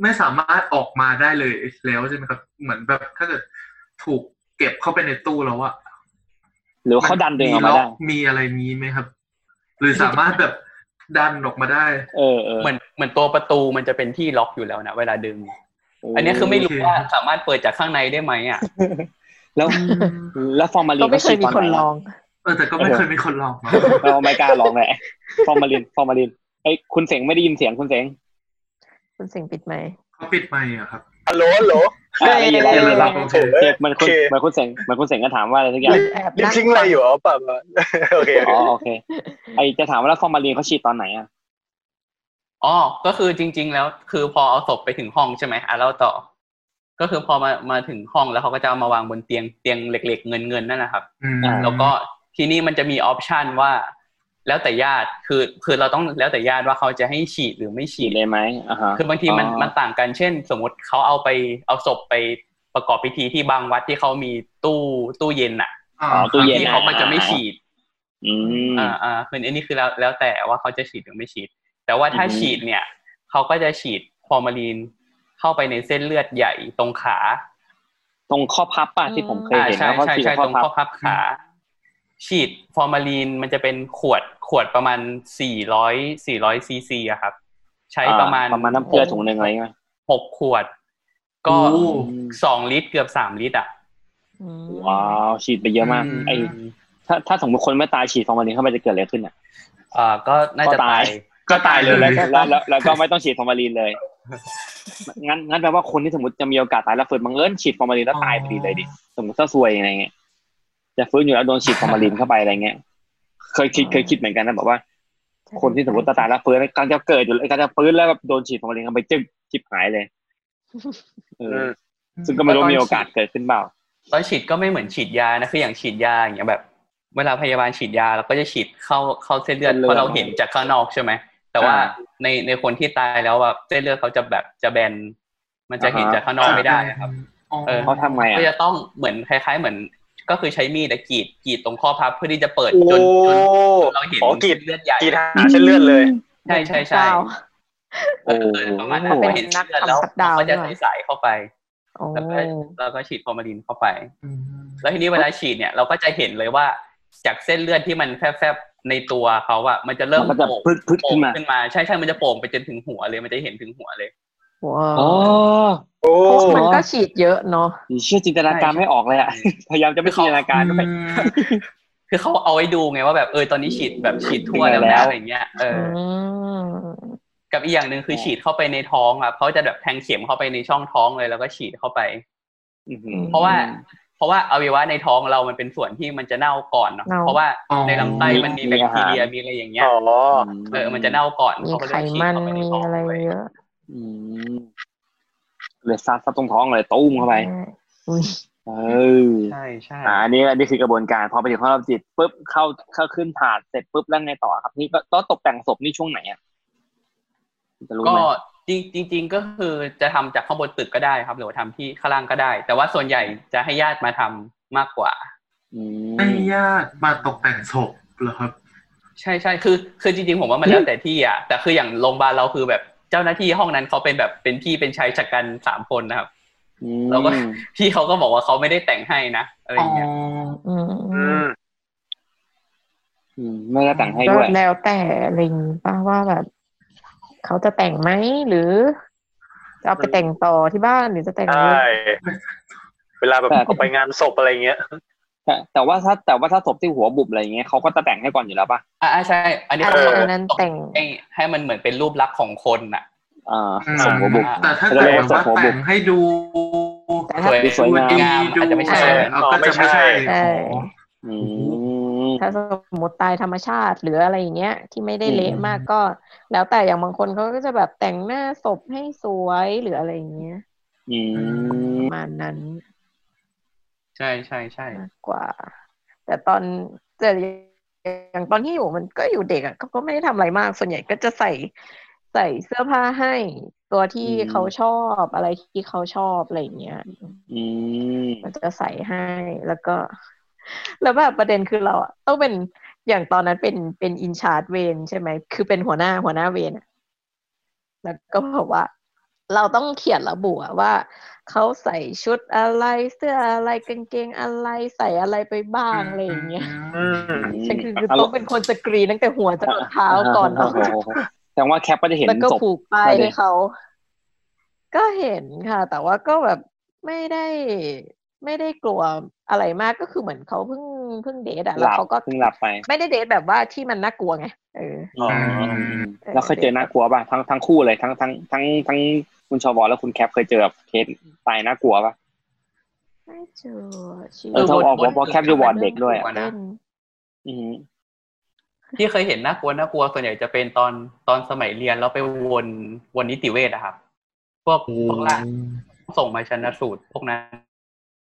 E: ไม่สามารถออกมาได้เลยแล้วใช่ไหมครับ เหมือนแบบถ้าเกิดถูกเก็บเข้าไปในตู้แล้วอะ
D: หรือว่าเขาดันตัวเองออกมาได้
E: ล็มีอะไรมีไหมครับ หรือสามารถแบบดันออกมาได้
D: เออเออ
G: เหมือนเหมือนตัวประตูมันจะเป็นที่ล็อกอยู่แล้วนะเวลาดึง อันนี้คือไม่รู้
E: โอเค
G: ว่าสามารถเปิดจากข้างในได้ไหมอ่ะ
D: แล้วแล้วฟอร์มาลีน
F: ก็ไม่เคยมีคน
D: ขาฉีดตหะ
F: ลอง
E: เออแต่ก็ไม่เคยมีคนลองมา
D: เราไม่กล้าลองแหละ ฟอร์มาลิน ฟอร์มาลินไอ้ยคุณเสงไม่ได้ยินเสียงคุณเสง
F: คุณสิงห์ปิดไหมค์
E: เขาปิดไมค์อะครับ
H: ฮัลโหลฮัลโหล
D: อ่ะได้ยินแล้วได้
E: เอ
D: ยิ
E: อน
D: แล้ว
E: โอเค
H: เอ้ย
D: เหมัน
H: โอ
D: คุณ
H: เค
D: เหมันคุณเสงเหมันคุณเสงก็ถามว่าอะไรทุกอย่าง
F: แอบ
H: นี่
F: นั่ง
H: ทิ้งอะไรอยู่อ๋อเปล่าเปล่าโอเคโอเค
D: อ๋อโอเค ไอจะถามว่าแล้วฟอร์มาลินเขาฉีดตอนไหนอ่ะ
G: อ๋อก็คือจริง ๆ แล้วคือพอเอาศพไปถึงห้องใช่ไหมอ่ะเราต่อ ก็คือพอมามาถึงห้องแล้วเขาก็จะเอามาวางบนเตียงเตียงเหล็ก ๆ เงินๆนั่นนะครับ
E: อืม
D: อ่า
G: แล้วก็ที่นี่มันจะมีออปชันว่า แล้วแต่ญาติคือคือเราต้องแล้วแต่ญาติว่าเขาจะให้ฉีดหรือไม่ฉี
D: ฉี
G: ด
D: ดเลยไหมอ่าฮะ
G: คือบางทีมัน
D: อ๋อ
G: มันต่างกันเช่น สมมติเขาเอาไปเอาศพไปประกอบพิธีที่บางวัดที่เขามีตู้ตู้เย็นอ่ะ
E: อ่า
D: อ๋อตู้เย็น
G: ที่เขาก็จะไม่ฉีด
D: อืม
G: อ่าอ่าคืออันนี้คือแล้วแล้วแต่ว่าเขาจะฉีดหรือไม่ฉีด แต่ว่าถ้า
D: อือฮึ
G: ฉีดเนี่ยเขาก็จะฉีดฟอร์มาลีนเข้าไปในเส้นเลือดใหญ่ตรงขา
D: ตรงข้อพับป่ะที่ผมเคย
G: อ่า
D: เห็น
G: ใช่
D: นะเขา
G: ใช่
D: ฉีด
G: ใช่
D: ข้
G: ต
D: อ
G: รง
D: พับ
G: ข้อพับขา ฉีดฟอร์มาลีนมันจะเป็นขวดขวดประมาณ 400 400ซีซีอะครับ ใช้ประมาณ
D: อ่ประมาณน้ำเกลือถุงหนึ่งอะไรเงี้ย
G: หกขวด ก็
E: โอ้
G: สองลิตรเกือบสามลิตรอ่ะ
F: อืม
D: ว้าวฉีดไปเยอะมาก
G: อืม
D: ไอถ้าถ้าสมมติคนไม่ตายฉีดฟอร์มาลินเข้าไปจะเกิดอะไรขึ้นอ่ะ
G: เอ่อก็น่าจะ
D: ก็ตา
G: ตาย ย
E: ก็ตายเลย
D: แล้วก็แล้วแล้วแล้วก็ไม่ต้องฉีดฟอร์มาลินเลย งั้นงั้นแปลว่าคนที่สมมติจะมีโอกาสตายแล้วฟื้นบังเอิญฉีดฟอร์มาลินแล้วตายพอดีเลยดิ สมมติถ้าซวยอะไรเงี้ยจะฟื้นอยู่แล้วโดนฉีดฟอร์มาลินเข้าไปอะไรเงี้ย เคยคิดเคยคิดเหมือนกันนะแบบว่า คนที่สมมติจะตายแล้วฟื้นกำลังจะเกิดอยู่แล้วกำลังจะฟื้นแล้วแบบโดนฉีดฟอร์มาลินเข้าไปจึ๊กชิบหายเลยเออซึ่งก็ไม่รู้
G: แล้วตอน
D: มีโอกาสเกิดขึ้นเปล่า
G: ตอนฉีดก็ไม่เหมือนฉีดยานะคืออย่างฉีดยาอย่างเงี้ยแบบ เวลาพยาบาลฉีดยาเราก็จะฉีดเข้าเข้าเส้นเลือด
D: เส้นเลือด
G: เพราะเราเห็นจากข้างนอกใช่ไหมแต่ว่า
D: อ่า
G: ในในคนที่ตายแล้วแบบเส้นเลือดเขาจะแบบจะแบน มันจะเห็น
D: อ่าฮะ
G: จากข้างนอกไม่ได้อะครับ
E: อ๋อ
G: เออ
D: เขาทำไงอ่ะ
G: ก็จะต้องเหมือนคล้าย ๆ เหมือน ก็คือใช้มีดอะกรีดกรีดตรงข้อพับเพื่อที่จะเปิด
H: โอ้
G: จนจนจนเราเห็น
H: อ๋อกรีด
G: เลือดใหญ่
H: กีฬาเส้นเลือดเลย
G: ใช่ใช่ใช่
F: เปล่า
G: เออประมาณนั้น
F: เป็น
G: พอเห็น
F: นัก
G: เลือดแล้ว
F: ทำสัปดาห์
G: ก็จะ
F: ด้วย
G: ใสๆเข้าไป
F: โอ้
G: แล้วก็แล้วก็ฉีดฟอร์มาลินเข้าไป
E: อืม
G: แล้วทีนี้เวลาฉีดเนี่ยเราก็จะเห็นเลยว่าจากเส้นเลือดที่มันแฟบๆในตัวเขาอะมันจะเริ่ม
D: มันก็จะ
G: โป่ง
D: พึดพึด
G: โป่
D: ขึ้
G: ง
D: นมา
G: ขึ้นมาใช่ใช่มันจะโป่งไปจนถึงหัวเลยมันจะเห็นถึงหัวเลย
F: โห
H: โอ้
F: มันก็ฉีดเยอะเนาะ
D: เชื่อจินตนาการไม่ออกเลยอ่ะ พยายามจะไม่จินตนาการด้วย
G: คือเขาเอาไว้ดูไงว่าแบบเออตอนนี้ฉีดแบบฉีดทั่วแล้ว
D: แล้
G: นะ
D: ว
G: อะไรเงี้ยเอออ
F: ม
G: กับอีกอย่างหนึ่งคือฉีดเข้าไปในท้องครับเขาจะแบบแทงเข็มเข้าไปในช่องท้องเลยแล้วก็ฉีดเข้าไป
D: อือหือ
G: เพราะว่า เพราะว่าอวัยวะในท้องเรามันเป็นส่วนที่มันจะเน่าก่อนเนาะเพราะว่าในลำไส้มันมีแบคทีเรียมีอะไรอย่างเงี้ย
H: อ๋อ
G: เออมันจะเน่าก่อน
F: มี
G: เขาก็
F: ไข
G: เลยฉีด
F: มัน
G: เข้าไปใน
F: มี
G: ท้อง
F: อะไร
G: เลย
F: เยอะ
D: อืมเลยซัดซัดตรงท้องเลยตุ้มเข้าไป
F: อุ๊ย
D: เออ
G: ใช่ใช่
D: อ่าอันนี้อันนี้คือกระบวนการ พอไปถึงห้องรับจิตปุ๊บเข้าเข้าขึ้นถาดเสร็จปุ๊บแล้วไงต่อครับ นี่ก็ต้องตกแต่งศพนี่ช่วงไหนอ่ะจะรู้
G: ก็
D: ไหม
G: จริงจริง ๆ ก็คือจะทำจากข้างบนตึกก็ได้ครับ หรือว่าทำที่ข้างล่างก็ได้ แต่ว่าส่วนใหญ่จะให้ญาติมาทำมากกว่า
D: อื
E: ให้
D: ม
E: ญาติมาตกแต่งศพเหรอครับ
G: ใช่ใช่คือ คือจริงๆผมว่ามันแล้วแต่ที่อ่ะแต่คืออย่างโรงพยาบาลเราคือแบบเจ้าหน้าที่ห้องนั้นเขาเป็นแบบเป็นพี่เป็นชายชะกันสามคนนะครับ
D: อื
G: เราก็
D: ม
G: พี่เขาก็บอกว่าเขาไม่ได้แต่งให้นะอะไรอ
E: อ๋อ
G: ย่างเงี้ย
F: อืม
H: อืม
D: อืมไม่ได้แต่งให้
F: ก็
D: ด้วย
F: แล้วแต่อะไรอย่างงี้ป้าว่าแบบเขาจะแต่งไหมหรือจะเอาไปแต่งต่อที่บ้านหรือจะแต่ง
H: ใช
F: เลย่
H: เวลาแบบออกไปงานศพอะไรเงี้ย
D: แต่แต่ว่าถ้าแต่ว่าถ้าศพที่หัวบุบอะไรเงี้ยเขาก็จะแต่งให้ก่อนอยู่แล้วป่ะ
G: อ่าใช่ อันนี้
F: อันนั้น
G: เขาบอก
F: อันนั้นแต่ง
G: ให้ให้มันเหมือนเป็นรูปลักษณ์ของคนน่ะ
D: อ่า
E: อืม
D: ศพหัวบุบ
E: แต่ถ้าเกิดแบบว่าแต่งให้ดู
G: สวย
D: สวยงาม
E: ดีดู
G: อาจจะไม่ใช่
E: เอาก็จะไม่ใช่
F: ใช่
E: อ๋อ
D: อืม
F: ถ้าสมมติตายธรรมชาติหรืออะไรอย่างเงี้ย ที่ไม่ได้เละ
E: อืม
F: มากก็ แล้วแต่อย่างบางคนเขาก็จะแบบแต่งหน้าศพให้สวยหรืออะไรอย่างเงี้ย
D: อื
F: ป
D: ม
F: ระมาณนั้น
G: ใช่ใช่ใช่
F: มากกว่า แต่ตอนแต่อย่างตอนที่อยู่มันก็อยู่เด็กอ่ะเขาก็ไม่ได้ทำอะไรมาก ส่วนใหญ่ก็จะใส่ใส่เสื้อผ้าให้ ตัวที่
D: อืม
F: เขาชอบอะไรที่เขาชอบอะไรอย่างเงี้ย
D: อืม
F: มันจะใส่ให้แล้วก็ แล้วแบบประเด็นคือเราอะต้องเป็นอย่างตอนนั้นเป็นเป็นอินชาร์ดเวนใช่ไหม คือเป็นหัวหน้าหัวหน้าเวนอะแล้วก็บอกว่า เราต้องเขียนระบุอะว่าเขาใส่ชุดอะไรเสื้ออะไรกางเกงอะไรใส่อะไรไปบ้างอะไรอย่างเงี้ย
H: อืม
F: ฉันคือคือต้องเป็นคนสกรีนตั้งแต่หัวจนรองเท้าก่อน
D: โอ้
F: เนาะ
D: โหแต่ว่าแคปก็จะเห็น
F: แล้วก็
D: ศพ
F: ผูกป้าย
D: ไปเลย
F: ให้เขา ก็เห็นค่ะ แต่ว่าก็แบบไม่ได้ ไม่ได้กลัวอะไรมากก็คือเหมือนเขาเพิ่งเพิ่งเดทอะ
D: ห
F: แล้ว
D: ลับ
F: เขาก็
D: เพิ่งหลับไป
F: ไม่ได้เดทแบบว่าที่มันน่ากลัวไงเออ
H: อ๋อ
D: แล้วเคยเจอน่ากลัวป่ะทั้งทั้งคู่เลยทั้งทั้งทั้งทั้งคุณชวและคุณแคปเคยเจอแบบเคสตายน่ากลัวป่ะ
F: ไม่เจอชื่
D: เออถ้าออกวอร์ดวอร์ดแคปดูวอร์ดเด็กด้วยอะ
F: เล่น
D: อืม
G: ที่เคยเห็นน่ากลัวน่ากลัวส่วนใหญ่จะเป็นตอนตอนสมัยเรียนแล้วไปวนวนนิติเวชอะครับ พวกพวกล่างส่งมาชันสูตรพวกนั้น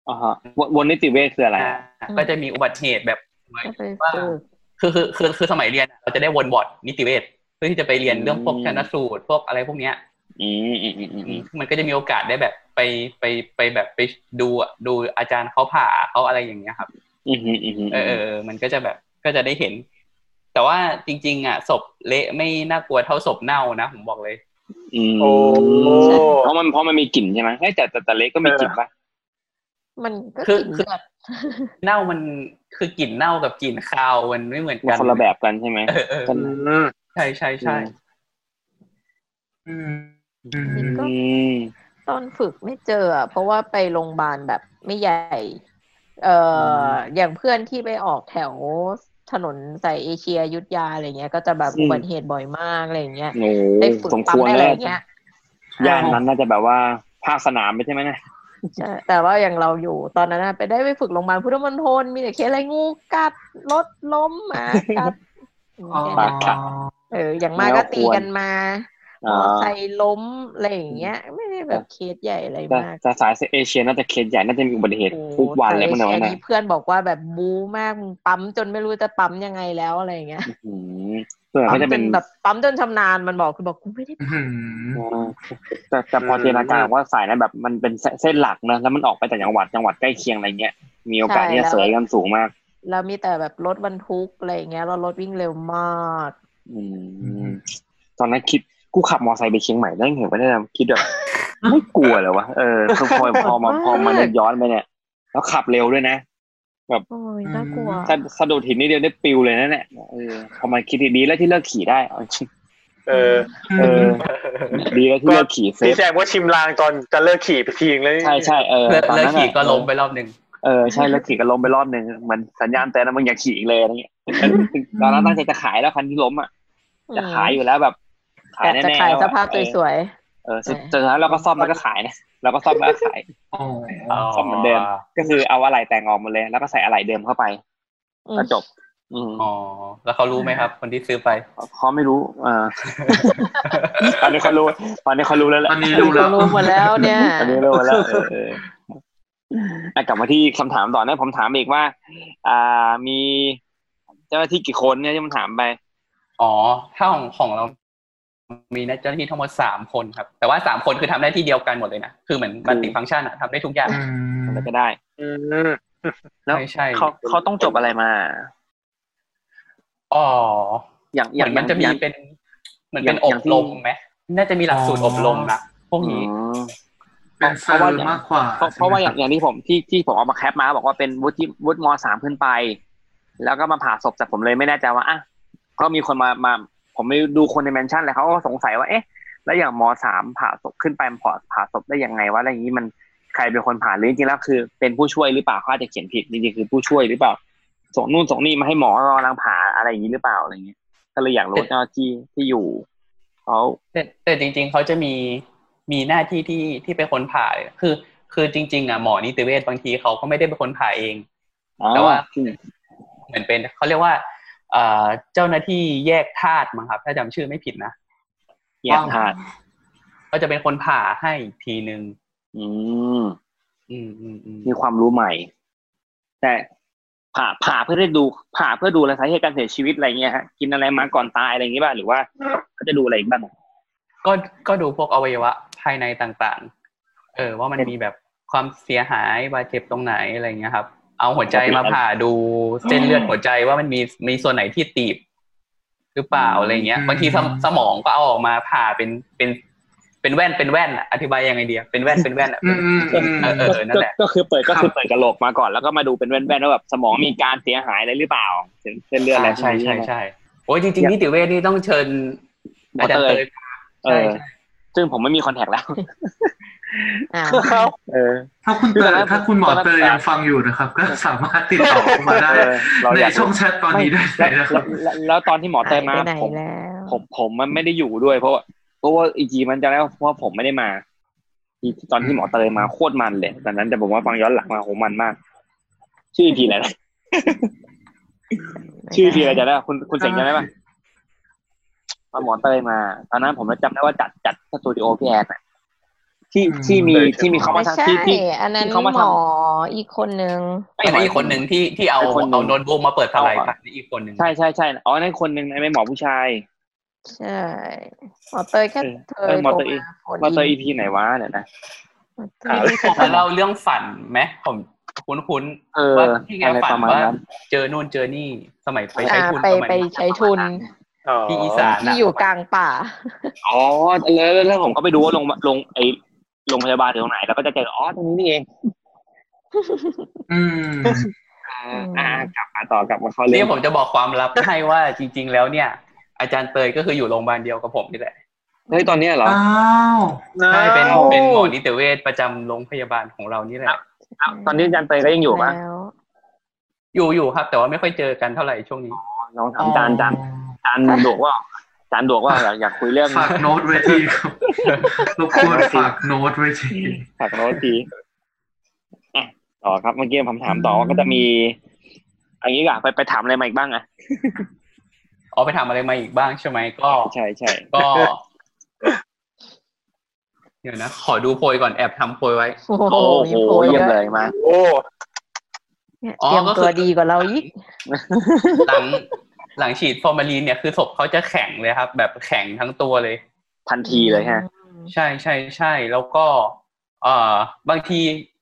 D: อ่าฮะวนวนนิติเวชคืออะไร
G: นะก็จะมีอุบัติเหตุแบบ
F: ก็ไป
G: ว่า
F: ฝึก
G: คือคือคือคือสมัยเรียนอะเราจะได้วนวอร์ดนิติเวชเพื่อที่จะไปเรียนเรื่องพวกชันสูตรพวกอะไรพวกเนี้ย
D: อืมอืมอืมอืมอืม
G: มันก็จะมีโอกาสได้แบบไปไปไปแบบไปดูอะดูอาจารย์เขาผ่าเขาอะไรอย่างเงี้ยครับ
D: อืมอืมอืม
G: เออเออเออมันก็จะแบบก็จะได้เห็น แต่ว่าจริง ๆ อ่ะศพเละไม่น่ากลัวเท่าศพเน่านะผมบอกเลย
D: ม
H: โอ้
D: เพราะมันเพราะมันมีกลิ่นใช่ไหมเฮ้ยแต่แต่แต่เล็กก็มีกลิ่นป่ะ
F: มันก็
G: คือ
F: กิน
G: คือ
F: แบบ
G: เน่ามันคือกลิ่นเน่ากับกลิ่นคาวมันไม่เหมือน
D: มั
G: กัน น
D: คนละแบบกันใช่ไหม
G: เออเออ
D: กัน
H: อืม
G: ใช่ใช่ใช่
E: อืมอืม
D: อืม
F: ตอนฝึกไม่เจออะเพราะว่าไปโรงพยาบาลแบบไม่ใหญ่ เอออย่างเพื่อนที่ไปออกแถวถนนสายเอเชียอยุทธยาอะไรเงี้ย ก็จะแบบอุบัติเหตุบ่อยมากอะไรอย่างเงี้ย
D: โอ้
F: ได้ฝึก
D: สม
F: ปั๊
D: ค
F: ม
D: วร
F: ได้อะ
D: แล้
F: ไร
D: ว
F: อย่างเงี้ย
D: ย่านนั้นน่าจะแบบว่าภาคสนามไปใช่ไหมเนี่ย
F: ใช่แต่ว่าอย่างเราอยู่ตอนนั้นน่ะไปได้ไปฝึกโรงพยาบาลพุทธมณฑลมีแต่เคสอะไรงูกัดรถล้มหมากัด
E: อ๋อ
F: แค่นั้นเออ อย่างมากก็ตีกันมา
D: อ่
F: มอไซ
D: า
F: ค์ล้มอะไรอย่างเงี้ย ไม่ได้แบบเคสใหญ่อะไร
D: แต่
F: มาก
D: แต่สายเอเชียน่าจะเคสใหญ่น่าจะมีอุบัติเหตุทุกวันเลย
F: โอ้
D: มัน
F: โห
D: น้อย
F: แต่
D: นะ
F: นี้เพื่อนบอกว่าแบบบู๊มากมึงปั๊มจนไม่รู้จะปั๊มยังไงแล้วอะไรอย่างเงี้ย
D: อืมส่วนใหญ่
F: ปั๊
D: ก็
F: ม
D: จะ
F: จ
D: เป็น น
F: แบบปั๊มจนชำนาญมันบอกคือบอกกูไม่ได้
E: อื้อหือ
D: อ่าแต่แต่พอจินตนาการว่าสายนั้นแบบมันเป็นเส้นหลักนะแล้วมันออกไปจากจังหวัดจังหวัดใกล้เคียงอะไรเงี้ย มีโอกาส
F: ใช่
D: ที่จะ
F: แล้ว
D: เสยกันสูงมาก
F: แล้วมีแต่แบบรถบรรทุกอะไรอย่างเงี้ยแล้วรถวิ่งเร็วมาก
D: อืมตอนนั้นคิดกูขับมอไซค์ไปเชียงใหม่ได้เห็นไปได้คิดแบบ ไม่กลัวเลยวะเออพอพอพอมาพอมา
F: ขับมาก
D: นึกย้อนไปเนี่ย แล้วขับเร็วด้วยนะ
F: โอ้ยน่ากลัว
D: ถ้าสะดุดหินนิดเดียวได้ปิวเลยนั่นแหละเออพอมาคิดดีๆแล้วที่เลิกขี่ได้เอาจริง
H: เออ
D: เออ ดีแล้วที่เลิกขี่เซ
H: พี่
D: ฟ
H: แซมก็ชิมลางตอนจะเลิกขี่ไปทีนึงเลย
D: ใช่ใช่เออ
G: เลิก
D: ตอน
G: เลิก
D: นั้น
G: ขี่
D: อะ
G: ก็ล้มไปรอบหนึ่ง
D: เออใช่เลิกขี่ก็ล้มไปรอบหนึ่งเหมันสัญญาณเตือนนะมึงอย่าขี่อีกเลยอะไรเงี้ยตอนนั้นตั้งใจจะขายแล้วคันที่ล้มอ่ะจะขายอยู่แล้วแบบขาย
F: แต่
D: แน่
F: จะ
D: ๆ
F: ขาย
D: แล้วอะ
F: สภาพสวย
D: เออสุดสุดท้ายเราก็ซ่อมแล้วก็ขายนะเราก็ซ่อมแล้วก็ขาย
E: อ๋อ
D: ซ่อมเหมือนเดิม ก็คือเอาอะไรแต่งออกหมดเลย แล้วก็ใส่อะไรเดิมเข้าไป
F: อืม
D: ก็จบ อืม
G: อ๋อแล้วเขารู้ไหมครับ คนที่ซื้อไป
D: เขาไม่รู้เอ อ ตอนนี้เขารู้ตอนนี้เขารู้แล้วแห
E: ต
D: ละ
E: อนนี้
F: ๆ
E: รู้แล้ว
F: รู้หมดแล้วเนี่ย
D: ตอนนี้รู้แล้วเออเอออ่ะกลับมาที่คำถามต่อนะผมถามอีกว่า อ่ามีเจ้าหน้าที่กี่คนเนี่ยที่ผมถามไป
G: อ๋อ ถ้าของของเรา มีเจ้าหน้าที่ทั้งหมดสามคนครับ แต่ว่าสามคนคือทำหน้าที่เดียวกันหมดเลยนะ คือเหมือนมัลติฟังก์ชันอะทำได้ทุกอย่าง
E: อืม
D: อะไรก็ได้
H: อืม
D: แล้ว
G: ไม่ใช่
D: เขาเขาต้องจบอะไรมา
G: อ๋อ
D: อย่าง
G: อ
D: อย่าง
G: ย่างมันจะ
D: อ
G: มี
D: ย่าง
G: เป็นเหมือน
D: อย่างอ
G: เป็นอบ
D: ย่างที่
G: รมไหมน่าจะมีหลักสูตรอบรมนะพวก
D: อื
G: นี้
D: ม
E: เป็นเซอร์มากกว่า
D: เพราะเพราะว่าอย่างอย่างที่ผมที่ที่ผมเอามาแคปมาบอกว่าเป็นวุฒิวุฒิมสามขึ้นไป แล้วก็มาผ่าศพแต่ผมเลยไม่แน่ใจว่าอ่ะก็มีคนมามา ผมไปดูคนในแมนชั่นแล้วเขาก็สงสัยว่าเอ๊ะ แล้วอย่างมสามผ่าศพขึ้นไปมันผ่าผ่าศพได้ยังไงวะอะไรอย่างนี้มันใครเป็นคนผ่าหรือจริงๆแล้วคือ เป็นผู้ช่วยหรือเปล่าเขาอาจจะเขียนผิดจริงๆคือผู้ช่วยหรือเปล่าส่งนู่นส่งนี่มาให้หมอกำลังผ่าอะไรอย่างนี้หรือเปล่าอะไรอย่างเงี้ยก็เลยอยากรู้ว่าเจ้าหน้าที่ที่อยู่เขา
G: แต่แต่จริง ๆ เขาจะมีมีหน้าที่ที่ที่เป็นคนผ่าเลยคือ คือจริง ๆอ่ะหมอนิติเวชบางทีเขาก็ไม่ได้เป็นคนผ่าเอง แต่ว่า เหมือนเป็นเขาเรียกว่าเอ่อเจ้าหน้าที่แยกธาตุมั้งครับ ถ้าจำชื่อไม่ผิดนะ
D: แยกธาตุ
G: เขาจะเป็นคนผ่าให้อีกทีนึง
D: อืม
G: อืมอืมอืม
D: มีความรู้ใหม่ แต่ผ่าผ่าเพื่อได้ดู ผ่าเพื่อดูอะไรสาเหตุการเสียชีวิตอะไรเงี้ยฮะกินอะไรมาก่อนตายอะไรอย่างงี้บ้างหรือว่าเขาจะดูอะไรอีกบ้างอะ
G: ก็ก็ดูพวกอวัยวะภายในต่างๆ เออ ว่ามันมีแบบความเสียหายบาดเจ็บตรงไหนอะไรเงี้ยครับ เอาหัวใจมาผ่าดูเส้นเลือดหัวใจว่ามันมีมีส่วนไหนที่ตีบ หรือเปล่าอะไรเงี้ย บางทีสมสมองก็เอาออกมาผ่าเป็นเป็นเป็นแว่นเป็นแว่นอะอธิบายยังไงดีอะเป็นแว่นเป็นแว่นอะ
E: อืมอืมอืม
G: เออเออนั่นแหละ
D: ก็ก็คือเปิดก็คือเปิดกระโหลกมาก่อนแล้วก็มาดูเป็นแว่นๆว่าแบบสมองมีการเสียหายอะไรหรือเปล่าเส้นเส้นเลือดอะไรพ
G: ใช่
D: วกนี้
G: ใช่
D: ไหม
G: ใช่โอ้ยจริ
D: อ
G: งๆ
D: ยาก
G: นิติเวชนี่ต้องเชิญ
D: หม
G: อา
D: อ
G: จารย์
D: เต
G: เต
D: ย
G: ย
D: เอ
G: ใช่
D: อ
G: ใช่
D: ซึ่งผมไม่มีคอนแทคแล้ว
F: อ่า
D: เออ
E: ถ้าคุณเต
D: ตอน
E: ย
D: นั้น
E: ถ้าคุณหมอเตยยังฟังอยู่นะครับ ก็สามารถติดต่อเข้ามาได้
D: เออเรา
E: ใน
D: อยาก
E: ช่องแชทตอนนี้ได้เล
D: แล้ว
E: ยนะค
D: แล้ว
E: รับ
D: แล้วแล้วตอนที่หมอเตยมา
F: หายไปไหน
D: ผม
F: แล้ว
D: ผมผมมันไม่ได้อยู่ด้วย เพราะว่าเพราะว่าอีกทีมันจะแล้วเพราะว่าผมไม่ได้มาอีตอนที่หมอเตยมาโคตรมันเลยตอนนั้นแต่ผมว่าฟังย้อนหลังมาโหมันมาก ชื่ออีพีอะไรนะชื่ออีพีอะไรจะได้คุณคุณเสงจำได้ปะตอนหมอเตยมา ตอนนั้นผมจำได้ว่าจัดจัดสตูดิโอพี่แอนอะที่
E: อืม
D: ที่มีที่มีเขามา
F: ไม่
D: ทำ
F: ใช่
D: ที่ที่
F: อันนั้น
D: ที่เขามา
F: ห
D: ทำ
F: มออีกคนนึง
D: ไม่
G: อัน
D: หมอ
G: นี้อีกคนหนึ่งที่ที่เอา
D: อีกคนหนึ่ง
G: เอาโน้ตบุ๊กมาเปิดสไลด์
D: เอาอะ
G: ผ่านอีกคนหนึ่ง
D: ใช่ใช่ใช่อ๋อนั่นคนหนึ่งนะไม่หมอผู้ชาย
F: ใช่หมอเตยแค่
D: เออ
F: เธ
D: เออหมอเตย
F: โทร
D: หมอเตย
F: อี
D: อีพีไหนวะเนี่ยนะ
G: ที่ที่ผมมาเล่าเรื่องฝันไหมผมคุ้นๆ
D: เออ
G: ว่าที่แก
D: อะไร
G: ฝั
D: ป
G: น
D: ระมาณ
G: ว่า
D: นั้น
G: เจอนู่นเจอนี่สมัยไปใช้
F: อ่า
G: ทุน
F: ไป
G: สมัย
F: ไปใช้ทุน
G: ที่อีสาน
F: ที่อยู่กลางป่า
D: อ๋อแล้วแล้วแล้วผมก็ไปดูว่าลงลงไอโรงพยาบาลอยู่ตรงไหน แล้วก็จะเจออ๋อตรงนี้นี่เอง
E: อืม
D: อ่า
F: อืม
D: อ่ากลับมาต่อกลับมาเข้าเรื่อ
G: นี่
D: ง
G: ผมจะบอกความลับให้ว่าจริง ๆ แล้วเนี่ย อาจารย์เตยก็คืออยู่โรงพยาบาลเดียวกับผมนี่แหละ
D: เฮ้ยตอนเนี้ยเหรอ
E: อ้าว
G: ใช่เป็น
D: อ้าว
G: เป็นหมอนิติเวชประจำโรงพยาบาลของเรานี่แหละ
D: ตอนนี้อาจารย์เตยก็ยังอยู่ปะ
F: แล้ว
G: อยู่อยู่ครับ แต่ว่าไม่ค่อยเจอกันเท่าไหร่ช่วงนี้
D: น้องถามอาจารย์อาจารย์อาจารย์ดวกว่าอาจารย์ดวกว่าอยากอยากคุยเรื่อง
E: ฝากโน้ตไว้ทีครับ รบกวนฝากโน้ตไว้ที
D: ฝากโน้ตทีอ่ะต่อครับเมื่อกี้ผมถามต่อว่าก็จะมีอันนี้อะไปไปถามอะไรมาอีกบ้างอ่ะ
G: อ๋อไปทำอะไรมาอีกบ้างใช่ไหมก็
D: ใช่ใช่
G: ก็ เดี๋ยวนะ ขอดูโพยก่อนแอบทำโพยไว้
F: โอ้
D: โอ้โห
F: มีโพย
D: เยี่ยม
F: ด้ว
D: เลยมา
H: โอ้
F: เนี่ย
G: อ๋อ
F: เตรียม
G: ก็
F: ตั
G: คือ
F: วดีกว่าเราอีก
G: หลังหลังฉีดฟอร์มาลีนเนี่ยคือศพเขาจะแข็งเลยครับ แบบแข็งทั้งตัวเลย
D: ทันทีเลยฮะ
G: ใช่ใช่ใช่แล้วก็ เอ่อบางที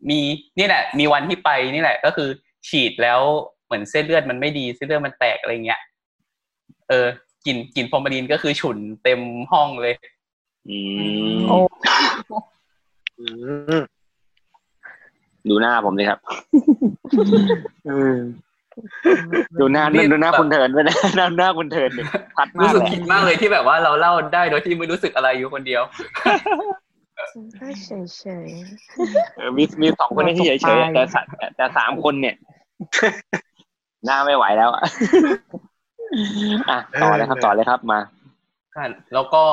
G: มีนี่แหละ มีวันที่ไปนี่แหละ ก็คือ ฉีดแล้วเหมือนเส้นเลือดมันไม่ดีเส้นเลือดมันแตกอะไรเงี้ยเออกลิ่นกลิ่นฟอร์มาลีนก็คือฉุนเต็มห้องเลย
D: อืม
F: โอ้
H: อืม
D: ดูหน้าผมเลยครับอืมดูหน้าดูหน้าคุณเทิร์นด้วยนะ หน้าหน้าคุณเทิร์นเนี่ยพัดมา
G: รู้
D: ก
G: สึก
D: เลย
G: ผิดมากเลยที่แบบว่าเราเล่าได้โดยที่ไม่รู้สึกอะไรอยู่คนเดียว
F: ก็เฉยเฉย
D: เออมีมีสองคนที่เฉยๆแต่สามแต่สามคนเนี่ย หน้าไม่ไหวแล้วอะ อ่ะต่อเลยครับต่อเลยครับมา
G: ใช่แล้วก็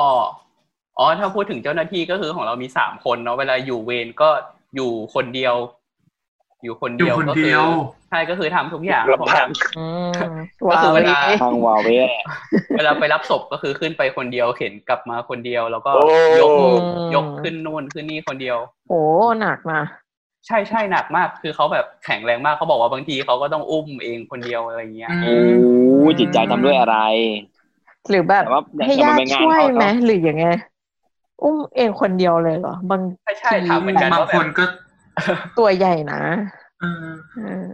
G: อ๋อถ้าพูดถึงเจ้าหน้าที่ก็คือของเรามีสามคนเนาะเวลาอยู่เวรก็อยู่คนเดียว อยู่คน
E: อยู่
G: เดียว
E: คน
G: ก็คื
E: เดียว
G: ใช่ก็คือทำทุกอย่าง
H: ลำพัง
F: ๆอืม
G: ก็
F: ว้า
G: คือ
F: ว
G: เวลา
D: ห้องวอลเว
G: เวลาไปรับศพก็คือขึ้นไปคนเดียว เข็นกลับมาคนเดียว แล้วก็
H: โอ้
G: ยก
H: โอ้
G: ยกขึ้นนู่นขึ้นนี่คนเดียว
F: โอ้หนักนะ
G: ใช่ใช่หนักมาก คือเขาแบบแข็งแรงมากเขาบอกว่าบางทีเขาก็ต้องอุ้มเองคนเดียวอะไรเงี้ย
D: โอ้จิตใจทำด้วยอะไร
F: หรือแบบ
D: แต่ว่า
F: ให้ญา
D: แต่มัน
F: ติ
D: เป็นงาน
F: ช่วย
D: เขาเนอะ
F: ไหมหรือยังไง อุ้มเองคนเดียวเลยเหรอ บาง
G: ใช่ใช่ถามเหมือนกัน
E: บาง
G: ว่าแบ
E: ค
G: บ
E: นก็
F: ตัวใหญ่นะ
E: เออ
F: เออ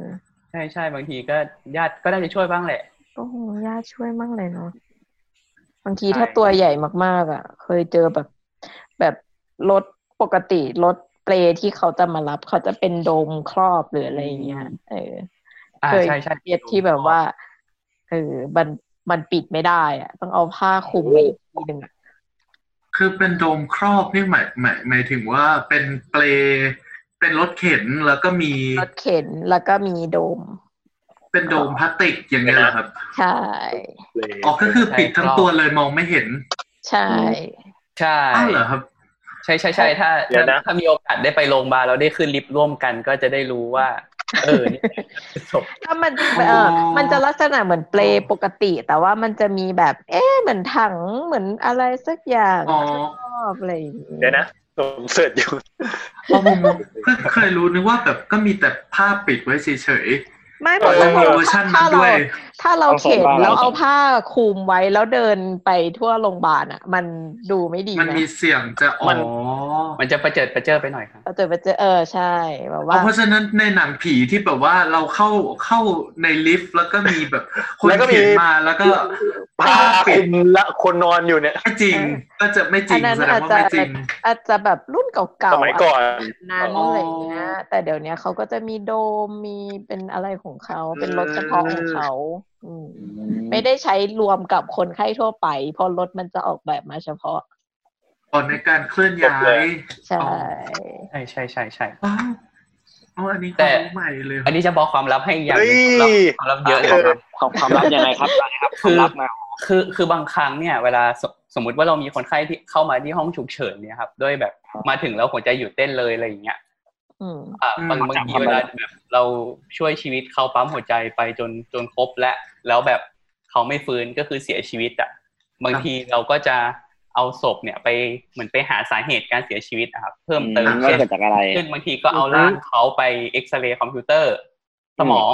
G: ใช่ใช่บางทีก็ญาติก็ได้จะช่วยบ้างแหละ
F: โอ้โหญาติช่วยมากเลยเนาะบางที
G: ใช่
F: ถ้าตัวใหญ่มากๆ อ่ะ เคยเจอแบบ แบบรถปกติรถเปลที่เขาจะมารับเขาจะเป็นโดมครอบหรืออะไรอย่างเงี้ยเออ
G: อ่า
F: เคย
G: ใช่ใช่
F: เครียดที่แบบว่าเออมันมันปิดไม่ได้อะต้องเอาผ้าคลุมมาอีกทีหนึ่งอะ
E: คือเป็นโดมครอบนี่หมายหมายหมายถึงว่าเป็นเปลเป็นรถเข็นแล้วก็มี
F: รถเข็นแล้วก็มีโดม
E: เป็นโดมพลาสติกอย่างเงี้ยเหรอครับ
F: ใช่
H: เลย
E: อ๋อก็คือปิดทั้งตัวเลยมองไม่เห็น
F: ใช่
G: ใช่
E: อ้าวเหรอครับ
G: ใช่ใช่ใช่ถ้า
H: เดี๋
G: ถ้า
H: ยวนะ
G: ถ้ามีโอกาสได้ไปโรงพยาบาลเราได้ขึ้นลิฟต์ร่วมกันก็จะได้รู้ว่า เออเนี่ยศพ
F: ถ้ามันเออมันจะลักษณะเหมือนเปลปกติ แต่ว่ามันจะมีแบบ เอ๊ะเหมือนถังเหมือนอะไรสักอย่าง
E: อ๋อ
F: ครอบอะไรอย่างงี้
H: เดี๋ยวนะผมเสิร์ชอยู่
E: พอผมเพิ่งเคยรู้นึกว่าแบบก็มีแต่ผ้าปิดไว้เฉย
F: ไม่
E: ๆแต่
F: ถ้า
E: มันมี
F: เรา
E: เวอร์ชันนั้
F: ถ้านเรา
E: ด้วย
F: ถ้าเราเข็น
D: ต้องส่งบ้าน
F: แล้วเอา
D: เรา
F: ผ้าคลุมไว้แล้วเดินไปทั่วโรงพยาบาลอ่ะ มันดูไม่ดี
E: มัน
F: นะ
E: มีเสียงจะอ๋อ
G: มันจะประเจิดประเจิดไปหน่อยครับ
F: เราเจอไปเจอเออใช่แบบ
E: อ๋อ
F: ว่า
E: เพราะฉะนั้นในหนังผีที่แบบว่าเราเข้าเข้าในลิฟต์แล้วก็มีแบบคน
H: แล้วก็มี
E: เขียนมาแล้วก็
H: พาคลุมละคนนอนอยู่เนี่ย
E: ไม่จริงก็จะไม่จริง
F: อันนั้น
E: แสดงว่าไม่
F: อาจจะ
E: จริง
F: อาจจะแบบรุ่นเก่าๆ
H: สมัยก่อน
F: นั้น
E: อ๋ออ
F: อะไรอย่างเงี้ย แต่เดี๋ยวเนี้ยเขาก็จะมีโดมมีเป็นอะไรของเขาเป็นรถเฉพาะของเขาอืมไม่ได้ใช้รวมกับคนไข้ทั่วไป เพราะรถมันจะออกแบบมาเฉพาะ
E: ตอนในการเคลื่อนย้า
H: จบเลย ย
F: ใช่
G: ใช่ใช่ใช่ใช่
E: ว้าวอ๋ออันนี้ค
G: แต่
E: วามรู้ใหม่เลย
G: อันนี้จะบอกความลับให้อีกอย่างหนึ่ง
H: เฮ้ย
G: ความลับความลับเยอะเลย
D: ความ
G: ค
D: ลั
G: รั
D: บบ ความความลับยังไงครับได้ครับค
G: คื
D: วาม
G: อ
D: ลับมา
G: คือคือบางครั้งเนี่ย เวลาสสมมติว่าเรามีคนไข้ที่เข้ามาที่ห้องฉุกเฉินเนี่ยครับด้วยแบบมาถึงแล้วหัวใจหยุดเต้นเลยอะไรอย่างเงี้ย
F: อืม
G: อ่ะบางบางทีเวลาแบบเราช่วยชีวิตเขาปั๊มหัวใจไปจนจนครบและแล้วแบบเขาไม่ฟื้นก็คือเสียชีวิตอ่ะบางทีเราก็จะเอาศพเนี่ยไปเหมือนไปหาสาเหตุการเสียชีวิตอะครับเพิ่มเติม
D: ว่า
G: เช่น
D: เกิดจากอะไร
G: ซึ่งบางทีก็เอาร่างเขาไปเอ็กซเรย์คอมพิวเตอร์ สมอง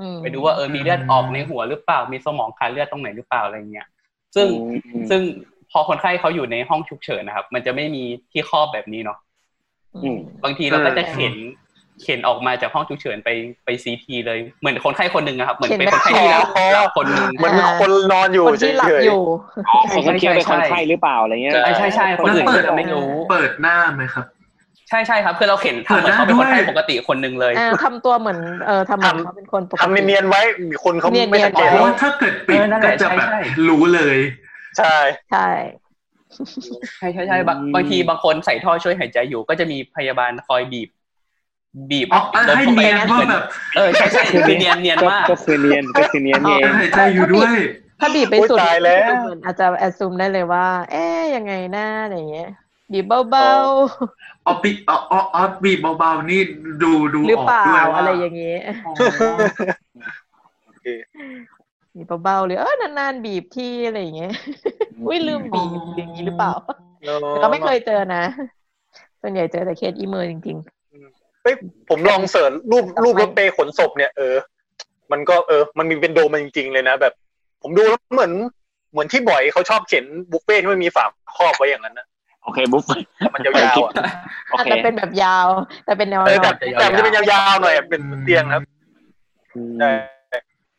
F: อืม
G: ไปดูว่าเออมีเลือดออกในหัวหรือเปล่ามีสมองขาดเลือดตรงไหนหรือเปล่าอะไรเงี้ยซึ่ง
D: อืม
G: ซึ่งพอคนไข้เขาอยู่ในห้องฉุกเฉินนะครับ มันจะไม่มีที่ครอบแบบนี้เนาะ
F: อืม
G: บางทีเราก็จะเข็นเข็นออกมาจากห้องฉุกเฉินไปไปซีทีเลยเหมือนคนไข้คนหนึ่งอะครับเหมือนเป็นคนไข้ที่รับรับคนหนึ่ง
H: มันคนนอนอยู่
F: คนที่หลั
H: เฉ
F: บ
H: ย
F: อยู่
D: อ๋อคน
G: ใช่
D: เคี้ยวเป็นค
G: ใช่
D: นไข้หรือเปล่าอะไรเงี้ย
G: ใช่ใช่ใช่คนอื่น
E: แล้วเปิ
G: ก็
E: ด
G: จะไม่รู้
E: เปิดหน้าไหมครับ
G: ใช่ใช่ครับคือเราเข็นทำเหมือนเขาเป็นคนไข้ปกติคนหนึ่งเลย
F: อ่าทำตัวเหมือนเออทำเหมือนเขาเป็นคนปก
H: ๆทำ
F: ติ
H: เนียนๆไว้มีคนเขา
F: เนียนๆ
H: ไม่สังเกต
E: เพ
F: ไว้
E: ราะ
H: หรอ
E: ว่าก ถ้าเกิดปิด
G: เออนั่นแห
E: ก็
G: ละ
E: จะแบบ
G: ใช่ใช่
E: รู้เลย
H: ใช่
F: ใช่
G: ใช่ใช่ใช่บางบางทีบางคนใส่ท่อช่วยหายใจอยู่ก็จะมีพยาบาลคอยบีบ บีบ
E: อ๋อเออให้เนียนว่าแบบ
G: เออใช่ใช่คือเนียนเนียนมาก
D: ก็คือเนียนก็คือเนียนเอง
E: หายใจอยู่ด้วย
F: ถ้าบีบไป
H: โอ้ย
F: สุด
H: ตายแล้ว
F: เหมือนอาจจะแอดซูมได้เลยว่า เอ๊ะยังไงหน้าอะไรอย่างเงี้ยบีบเบาๆ
E: ออบีออออบีเบาๆนี่ดูดู
F: หรือ
E: ออก
F: เปล่า
E: ด้วยว่า
F: อะไรอย่างเงี้ย
E: อ๋อ
F: บีบเบาๆหรือเออนานๆบีบที่อะไรอย่างเงี้ยอุ้ยลืมบีบอย่างนี้หรือเปล่าเราไม่เคยเจอนะส่วนใหญ่เจอแต่เคสอีเมอร์จริง
H: เฮ้ยผมลองเสิร์ชรูปรูปรถเปย์ขนศพเนี่ยเออ มันก็เออ มันมีเป็นโดมมันจริงๆเลยนะแบบ ผมดูแล้วเหมือนเหมือนที่บ่อยเขาชอบเขียนบุฟเฟ่ที่มันมีฝาครอบไว้อย่างนั้นนะ
D: โอเคบุ๊ฟ
H: มันยาวๆอะ
D: โอ
F: อาจ
D: เค
F: จะเป็นแบบยาว แต่เป็นแนว
H: เออ
F: ๆ
H: แบบแต่มันจะเป็นยาวๆหน่อยอะเป็นเตียงครับ
D: อืม
H: ใช่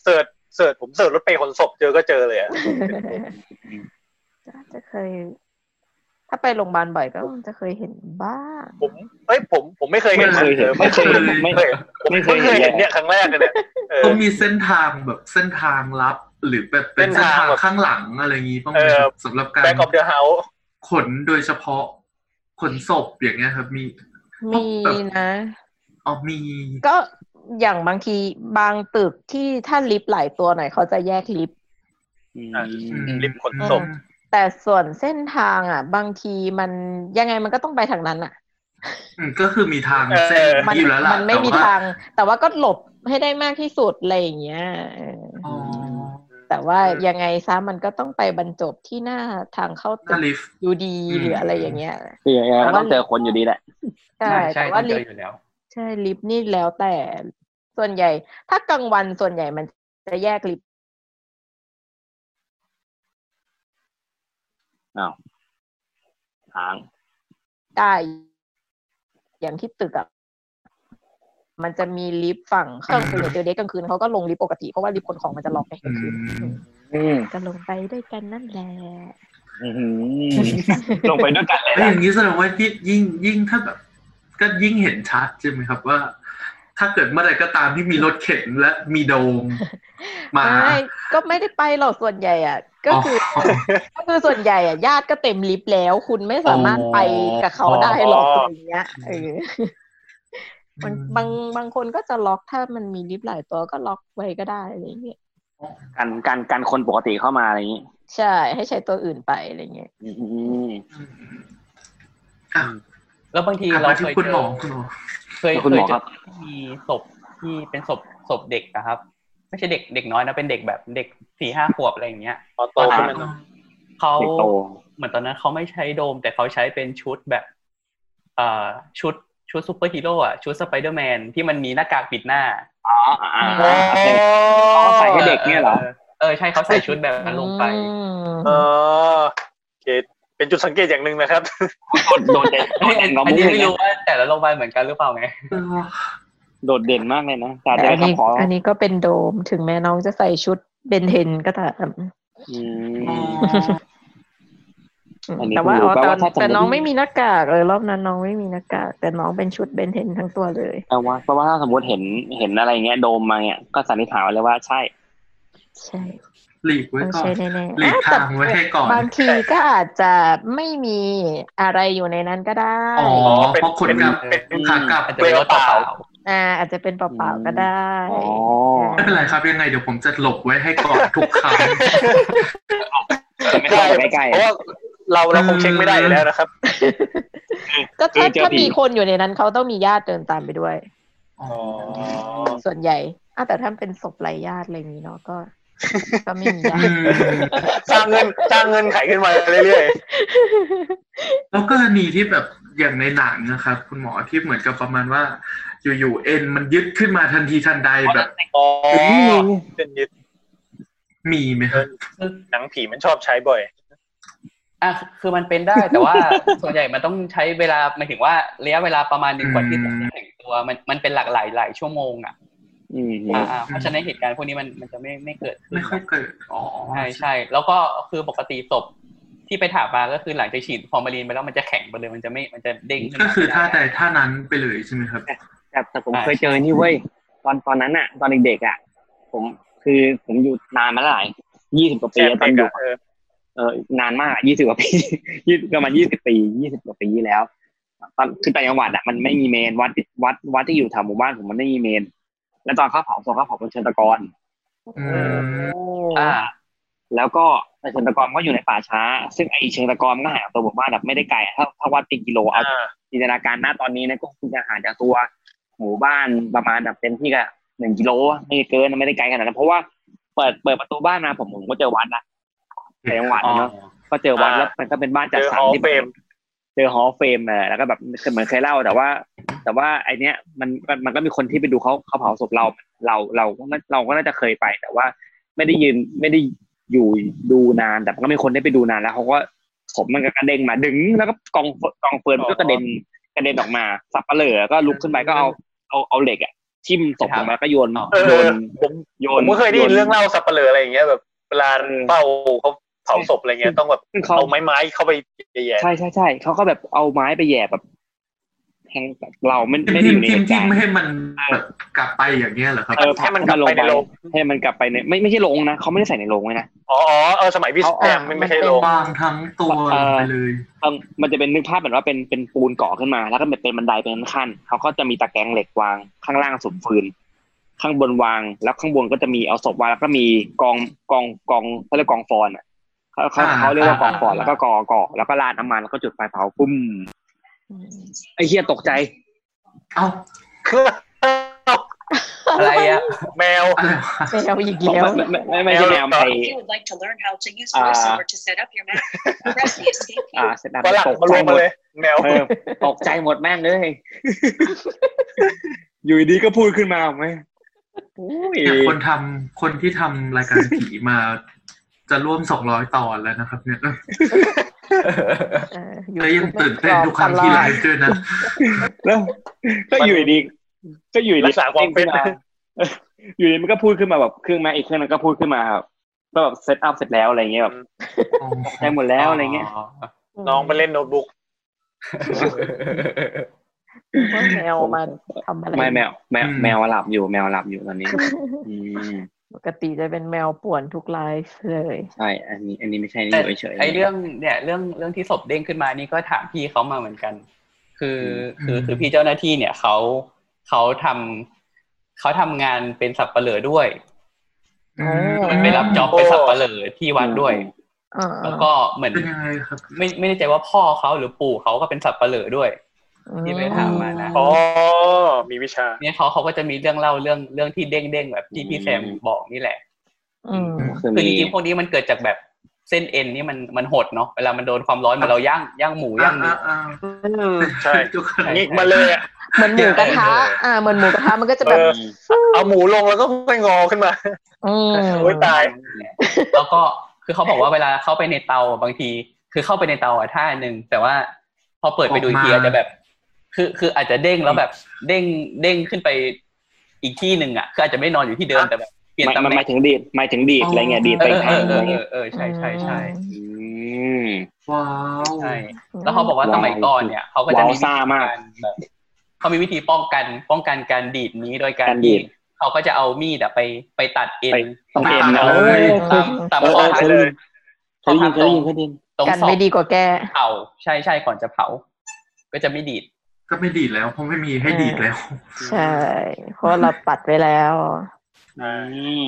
H: เสิร์ชเสิร์ชผมเสิร์ชรถเปขนศพเจอก็เจอเลยอะ
F: จะเคย ถ้าไปโรงพยาบาลบ่อยก็จะเคยเห็นบ้าง
H: ผมเอ้ยผมผมไม่เคยเห็น
D: ไม่เคยเห็นไม่เคยเห็นไม่
H: ไม่เคยผม
D: ไม่
H: ไม่
D: เค
H: เค
D: ย
H: ย
D: เห็น
H: เห็นเนี่ยครั้งแรกเลยเนี่ยเออ
E: ต้องมีเส้นทางแบบเส้นทางลับ หรือแบบเป็น
H: เส้
E: เส้
H: น
E: นทา
H: ทาง
E: ง
H: แบบ
E: ข้างหลังอะไรอย่างงี้บ้างไหม
H: เออ
E: ครับสำหรับการ
H: back of the house
E: ขนโดยเฉพาะ ขนศพอย่างเงี้ยครับ มี
F: มีนะ
E: อ๋อมี
F: ก็อย่างบางทีบางตึกที่ถ้าลิฟต์หลายตัวหน่อยเขาจะแยกลิฟต์
D: อืม
E: อืม
H: ลิฟต์ขนศพ
F: แต่ส่วนเส้นทางอ่ะ บางทีมันยังไงมันก็ต้องไปทางนั้นอ่ะ
E: อืมก็คือมีทาง
H: เออ
E: เส้น
F: มัน
E: อยู่แล้วล่ะ
F: มันไม่มี
E: แต่ว่
F: ทาง แต่ว่าก็หลบให้ได้มากที่สุดอะไรอย่างเงี้ยเออ
E: อ๋อ
F: แต่ว่ายังไงซะมันก็ต้องไปบรรจบที่หน้าทางเข้า
E: ห
F: ตึ
E: น้าก ลิฟต์
F: อยู่ดี
E: อืม
F: หรืออะไรอย่างเงี้ย
D: คือยังไงก็ต้องเจอคนอยู่ดีแหละ
F: ใช่
G: ใช่
F: แต่ว่า
G: เจ
F: ลิ
G: อ
F: ฟ
G: อ
F: ต์
G: ยู่แล้ว
F: ใช่ลิฟต์นี่แล้วแต่ส่วนใหญ่ ถ้ากลางวันส่วนใหญ่มันจะแยกลิฟต์
D: ทาง
F: ได้ อย่างที่ตึกอ่ะมันจะมีลิฟต์ฝั่งเครื่องตื่นเดี๋ยวเด็กกลางคืนเขาก็ลงลิฟต์ปกติเพราะว่าลิฟต์ขนของมันจะล็อกไงกลางคืน
E: อืม
D: อืม
F: ก็ลงไปด้วยกันนั่นแหละ
D: อื้อหือลงไปด้วยกันเลย
E: แล้ว
D: นะ
E: อย่างนี้แสดงว่ายิ่งยิ่งยิ่งถ้าแบบก็ยิ่งเห็นชัดใช่ไหมครับว่า ถ้าเกิดเมื่อไหรก็ตามที่มีรถเข็นและมีโดม มา
F: ไม่ก็ไม่ได้ไปหรอกส่วนใหญ่อ่ะ ก็คืออ
E: อ
F: ก็คือส่วนใหญ่อ่ะญาติก็เต็มลิฟต์แล้ว คุณไม่สามารถไปกับเขาได้หรอกอะไรเงี้ยเออบางบางบางคนก็จะล็อกถ้ามันมีลิฟต์หลายตัวก็ล็อกไว้ก็ได้อะไรเงี้ย
D: การการการคนปกติเข้ามาอะไรอย่างนี้
F: ใช่ให้ใช้ตัวอื่นไปอะไรเงี้ย
D: อื้อหือ
E: อ่ะ
G: แล้วบางที
E: กลับ
G: เรา
E: มา
G: เค
E: ที่
G: ย
E: คุณ
G: เจ
E: หม
G: อ
E: อคุณหมอ
G: เคย
D: คุณ
G: เค
D: ห
G: ย
D: มอ
G: เจ
D: ครั
G: อบ มีศพที่เป็นศพศพเด็กนะครับ ไม่ใช่เด็กเด็กน้อยนะเป็นเด็กแบบเด็กสี่ห้าขวบอะไรอย่างเงี้ย
H: อ๋อโตขึ้นมาหน่อย
G: เขา
D: เด็กโต
G: เหมือนตอนนั้นเขาไม่ใช้โดม แต่เขาใช้เป็นชุดแบบเอ่อชุดชุดซูเปอร์ฮีโร่อะชุดสไปเดอร์แมนที่มันมีหน้ากากปิดหน้า
D: อ๋ออ่าอ่า
H: อ๋อ
D: โอเค เขาใส่ให้เด็กเนี่ยเหรอ
G: เออใช่เขาใส่ชุดแบบนั้นลงไป
H: เออโอเคเป็นจุดสังเกตอย่างหนึ่งนะครับ
D: โดดโดดเด่นโด
G: อัน
D: ดเด่นเรา
G: นี้
D: ไม่
G: ไม่
D: รู้
G: รู้ว่าแต่ละโรงพยาบาลเหมือนกันหรือเปล่าไง
D: โดดเด่นมากเลยนะตา
F: แต่
D: จะ
F: อั
D: ได้
F: นนี้
D: คำขอ
F: อันนี้ก็เป็นโดมถึงแม้น้องจะใส่ชุดเบนเทนก็ตาม
D: อืม
F: อืม
D: อันนี้
F: แต่ว่า
D: คือ
F: อ๋อ
D: แปลว่า
F: แต่
D: ถ้าสมมุติ
F: แต่น้องไม่มีหน้ากากเลยรอบนั้นน้องไม่มีหน้ากาก แต่น้องเป็นชุดเบนเทนทั้งตัวเลย
D: แต่ว่าเพราะว่าถ้าสมมติเห็นเห็นอะไรเงี้ยโดมมาเงี้ยก็สันนิษฐานไว้เลยว่าใช่
F: ใช่
E: หลีกไว้
F: ต้อง
E: ก่อน
F: ใช่แน่ๆ
E: หลีก
F: อ่ะ
E: ทางไว้ให้ก่อน
F: บางทีก็อาจจะไม่มีอะไรอยู่ในนั้นก็ได้
E: อ๋อ
H: เป็น
E: เพราะคนกลับ
H: เป็น
E: ขากลับ
G: อาจจะ
E: ไม่
G: เป็นรถเปล่า
F: อ่าอาจจะเป็นเปล่าๆก็ได้
D: อ๋อ
E: เป็นไรครับยังไงเดี๋ยวผมจะหลบไว้ให้ก่อนทุกครั้ง
D: แต่ไม่เข้าไปใกล้
H: เพราะว่าเราเราคงเช็คไม่ได้อยู่แล้วนะครับ
F: ก็
D: คื
F: ถ้า
D: อเจอ
F: ถ้า
D: ผี
F: มีคนอยู่ในนั้นเขาต้องมีญาติเดินตามไปด้วย ส่วนใหญ่อ่ะแต่ถ้าเป็นศพไร้ญาติอะไรอย่างนี้เนาะก็ ก็ไม่มีญา
E: อื
F: ติ
E: ม
H: สร้างเงินสร้างเงินไขขึ้นมาเรื่อย
E: แล้วกรณีที่แบบอย่างในหนังนะครับ คุณหมอที่เหมือนกับประมาณว่า อยู่ๆเอ็นมันยึดขึ้นมาทันทีทันใดแบบ
H: ๆอ๋อเป็นยึด
E: มีไหมครับ
H: หนังผีมันชอบใช้บ่อย
G: อ่ะคือมัน เป็นได้แต่ว่าส่วนใหญ่มันต้องใช้เวลาหมายถึงว่าระยะเวลาประมาณหนึ่งกว่าที่จะแต่งตัวมันมันเป็นหลากหลายหลายชั่วโมงอ่ะ
D: ๆอืมอืม
G: อ่าเพราะฉะนั้นเหตุการณ์พวกนี้มันมันจะไม่ไม่เกิดขึ้น
E: ไม่ค่อยเกิดอ๋อ
G: ใช่ใช่แล้วก็คือปกติศพที่ไปถามมาก็คือหลังจากฉีดฟอร์มาลีนไปแล้วมันจะแข็งไปเลยมันจะไม่มันจะเด้งขึ้นม
E: ก็คือท่าใดท่านั้นไปเลยใช่ไหมครับ
D: แต่แต่ผมเคยเจอนี่เว้ยตอนตอนนั้นอะตอนเด็กๆอะผมคือผมอยู่นานมาแล้วหลายยี่สิบกว่าปี
H: แช่
D: อะ
H: ไป
D: ตอนอ
H: กั
D: ยู่
H: บเออ
D: เออนานมากยี่สิบกว่าปี ยี่ประมาณยี่สิบปียี่สิบกว่าปีแล้วตอนคือต่างจังหวัดอ่ะมันไม่มีเมนวัดวัดวัดที่อยู่แถวหมู่บ้านผมมันไม่มีเมน แล้วตอนเขาเผาศพเขาเผาเป็นเชิงตะกอน
E: อืม
G: อ่า
D: แล้วก็เชิงตะกอนก็อยู่ในป่าช้า ซึ่งไอเชิงตะกอนมันก็ห่างจากตัวหมู่บ้านแบบไม่ได้ไกลอะถ้าถ้าวัดเป็นกิโลเอา
H: อ่า
D: จินตนาการหน้าตอนนี้นะก็คือจะห่างจากตัวหมู่บ้านประมาณแบบเต็มที่ก็หนึ่งกิโลอะไม่เกินไม่ได้ไกลขนาดนั้นเพราะว่าเปิดเปิดประตูบ้านมาผมผมก็เจอวัดนะแต่จังหวัดอะเนาะ ก็เจอวัด
H: อ่า
D: แล้วมันก็เป็นบ้านจัดสรร
H: เจอ Hall
D: ที่แบบ
H: Fame
D: เจอฮอลเฟมแล้วก็แบบเหมือนเคยเล่าแต่ว่า แต่ว่าไอเนี้ยมันมันมันก็มีคนที่ไปดูเขาเขาเผาศพเราเราเราเราเราก็น่าจะเคยไป แต่ว่าไม่ได้ยืนไม่ได้อยู่ดูนาน แต่มันก็มีคนได้ไปดูนานแล้วเขาก็โพ พมันก็กระเด้งมาดึง แล้วก็กองกองเฟิร์นก็กระเด็นกระเด็นออกมาสับปะเหล่อก็ลุกขึ้นไปก็เอาเอาเอาเหล็กอ่ะทิ่มศพลงมาแล้วก็โยน
G: ครับ
H: เออ
D: โยน
H: ผม
D: โย
H: ผ
D: น
H: มก็เคยได้ยิน
D: โ
H: เรื่องเล่าสับเปลืออะไรอย่างเงี้ยแบบเวลา
D: เออ
H: เฝ้าเขาเผาศพอะไรเงี้ยต้องแบบ
D: ซึ่งเขา
H: เอาไม้ไม้เข้าไปแย่ๆ
D: ใช่ใช่ใช่เขาก็แบบเอาไม้ไปแหย่แบบแทงแบบเราไม่ไม่ได้
E: ทิ
D: อ
E: ม
D: ยู่ใน
E: ทิ
D: เห
E: ม
D: ตุ
E: ทิ
D: กาม รณ์
E: ให้มันแบบกลับไปอย่างเงี้ยเหรอครับ
H: เออให้มันกลับไปในโรง
D: ให้มันกลับไปในไม่ไม่ใช่โรงนะเขาไม่ได้ใส่ในโรงไว้นะ
H: อ๋อเออสมัยวิสแตมไม่ไม่ใช่โรง
E: วางทั้งตัวลงไปเลย
D: เอิ่มมันจะเป็นนึกภาพแบบว่าเป็นเป็นปูนก่อขึ้นมา แล้วก็เป็นเป็นบันไดเป็นขั้นเขาก็จะมีตะแกรงเหล็กวางข้างล่างสุมฟืน ข้างบนวางแล้วข้างบนก็จะมีเอาศพวางแล้วก็มีกองกองกองเขาเรียกกองฟอนอ่ะเขาเขา
E: อ่า
D: เขาเรียกว่ากองฟอนแล้วก็กอก่อแล้วก็ราดน้ำมันแล้วก็จุดไฟเผาปุ้มไอ้เฮียตกใจ
E: เอ้า
G: อะไรอ่ะ
H: แมว
E: อะไรวะ
F: แมวอีก
D: ไม่
F: แล้ว
D: ไม่ไม่ไม่ไม่ใช่แนวไป
I: If you would like to learn how to use
D: Ah.
I: VoiceOver to set up your Mac, press the escape key.
D: อ่าเสร็จแล้ว
H: ฝรั่ง
D: ตก
H: มา
D: ใจ
H: รวม
D: หม
H: มา
D: ด
H: เลยแมว
D: เออตกใจหมดแม่งเลย อยู่ดีก็พูดขึ้นมาไหมโอ้ย
E: เนี่ยคนทำคนที่ทำรายการผีมา จะร่วมสองร้อยตอนแล้วนะครับเนี่ย
F: เออ
E: ก็ยังตื่นเต้นทุกครั้งที่ไลฟ์ด้วยนะ
D: แล้วก็อยู่ดีก็อยู่ดี
H: รักษาความเฟซ
D: เอออยู่ดีมันก็พูดขึ้นมาแบบเครื่องไมาอีกเครื่องนั้นก็พูดขึ้นมาครับก็แบบเซตอัพเสร็จแล้วอะไรเงี้ยแบบตกใจหมดแล้วอะไรเงี้ย
H: น้องไปเล่นโน้ตบุ๊ก
F: ว่าแมวมาทำอะไร
D: ไม่แมวแมว
E: อืม
D: แมวหลับอยู่แมวหลับอยู่ตอนนี้อืม
F: ปกติจะเป็นแมวป่วนทุกไลฟ์เลย
D: ใช่อันนี้ อันนี้ไม่ใช่นี่
G: แต่
D: อยู่เฉยๆ
G: ไอเรื่องเนี่ยเรื่องเรื่องที่ศพเด้งขึ้นมานี่ก็ถามพี่เขามาเหมือนกัน คือ
E: อืม
G: คือคือพี่เจ้าหน้าที่เนี่ยเขาเขาทำเขาทำงานเป็นสับปะเหลอด้วย
E: อื
F: อ๋อ
G: ไปรับจ็อบเป็นสับปะเหลอที่วัดด้วย
F: อ่า
G: แล้วก็เหมือน
E: เป็นยังไงครับ
G: ไม่ไม่แน่ใจว่าพ่อเขาหรือปู่เขาก็เป็นสับปะเหลอด้วย ที่ไปถามมานะ
H: อ๋อ มีวิชา
G: เนี่ยเขาเขาก็จะมีเรื่องเล่าเรื่องเรื่องที่เด้งเด้งๆแบบที่พี่
D: อืม
G: แซมบอกนี่แหละ
F: อืม
D: คือ
G: คือจ
D: มี
G: ริงๆพวกนี้มันเกิดจากแบบเส้นเอ็นนี่มันมันหดเนาะเวลามันโดนความร้อนเหมือนเราย่างย่างหมู
E: อ่า
G: ย่างเนื้
E: อ่า
G: อ
E: อ่า
H: ใช่
E: ทุกคน
H: หงิกมาเลยอะ
F: เหมือนหมูกระทะ
G: เออ
F: อ่า เหมือนหมูกระทะมันก็จะแบบ
H: เออ เอาหมูลงแล้วก็ค่อยงอขึ้นมา
F: อืม
H: โอ้ยตาย
G: แล้วก็คือเขาบอกว่าเวลาเข้าไปในเตาบางที คือเข้าไปในเตาอะท่าหนึ่งแต่ว่าพอเปิดไปดูอีกทีอาจจะแบบ คือคืออาจจะเด้งแล้วแบบเด้งเด้งขึ้นไปอีกที่หนึ่งอ่ะคืออาจจะไม่นอนอยู่ที่เดิมแต่แบบเปลี่ยน
D: หมาย
G: ตำแห
D: ห
G: น่
D: มาย
G: ง
D: ถึงดีดหมายถึงดีดอะไรเงี้ยดีด
G: เอ
D: ไป
G: อ
D: ทาง
G: เอ
D: อะ
G: อ
D: ไร
G: เอ
D: เงี้ย
G: อเออใช่ใช่ใช่
D: อืม
E: ว้าว
G: ใช่ แล้วเขาบอกว่าสมัยก่อนเนี่ยเขาก็จะมีวิธี
D: ว้าวซ่ามาก
G: แบบเขามีวิธีป้องกัน ป้องกันการดีดนี้โดยการ
D: การดี
G: ที่
D: ด
G: เขาก็จะเอามีดอะไปไปตัดเอ็น
D: ไป ต้องเอ็น
E: ตัด
D: เอา
E: เล
D: เลย
E: ย
G: ตามตาม
D: เออเออ
G: ข้อ
D: เคย
G: เท้า
D: ได้ยินเคยได้ยินเคยได้ยินเคยได้ยิน
G: ตรง
F: กัน
G: ศอก
F: ไม่ดีกว่าแก
G: เผาใช่ใช่ก่อนจะเผา ก็จะไม่ดี ด
E: ก็ไม่ดีดแล้วเพราะไม่มีให้ดีดแล้ว
F: ใช่ เพราะเราตัดไว้แล้ว
D: อืม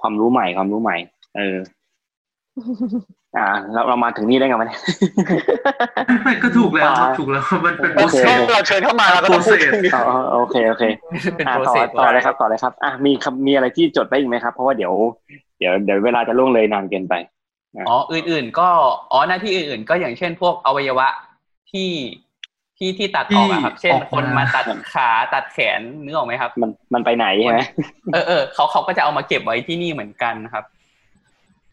D: ความรู้ใหม่ความรู้ใหม่ เออ อ่า เราเรามาถึงนี่ได้ไงวะเนี่ย
E: ไม่ก็ถูกแล้วครับ
D: ว้าว
E: ถูกแล้วมันเป็น
D: โอเค
H: แค่เราเชิญเข้ามาเราก็ต้องพูดถึงดิ
D: อ๋อโอเคโอเค
G: เป็น
D: อ่ะ
G: โปร
D: ต่อ
G: เซส
D: ต่อเลยครับต่อเลยครับ อ่ะมีคำมีอะไรที่จดไปอีกไหมครับ เพราะว่าเดี๋ยวเดี๋ยวเดี๋ยวเวลาจะล่วงเลยนานเกินไป
G: อ๋ออื่น ๆ ก็อ๋อหน้าที่อื่น ๆ ก็อย่างเช่น พวกอวัยวะที่ที่ที่ตัดออกอะครับ
E: ที่
G: เช่น
E: ออกมา
G: คนมาตัดขาตัดแขนนึกออกไหมครับ
D: มันมันไปไหนใช่ไหม
G: เออเออเขาเขาก็จะเอามาเก็บไว้ที่นี่เหมือนกันนะครับ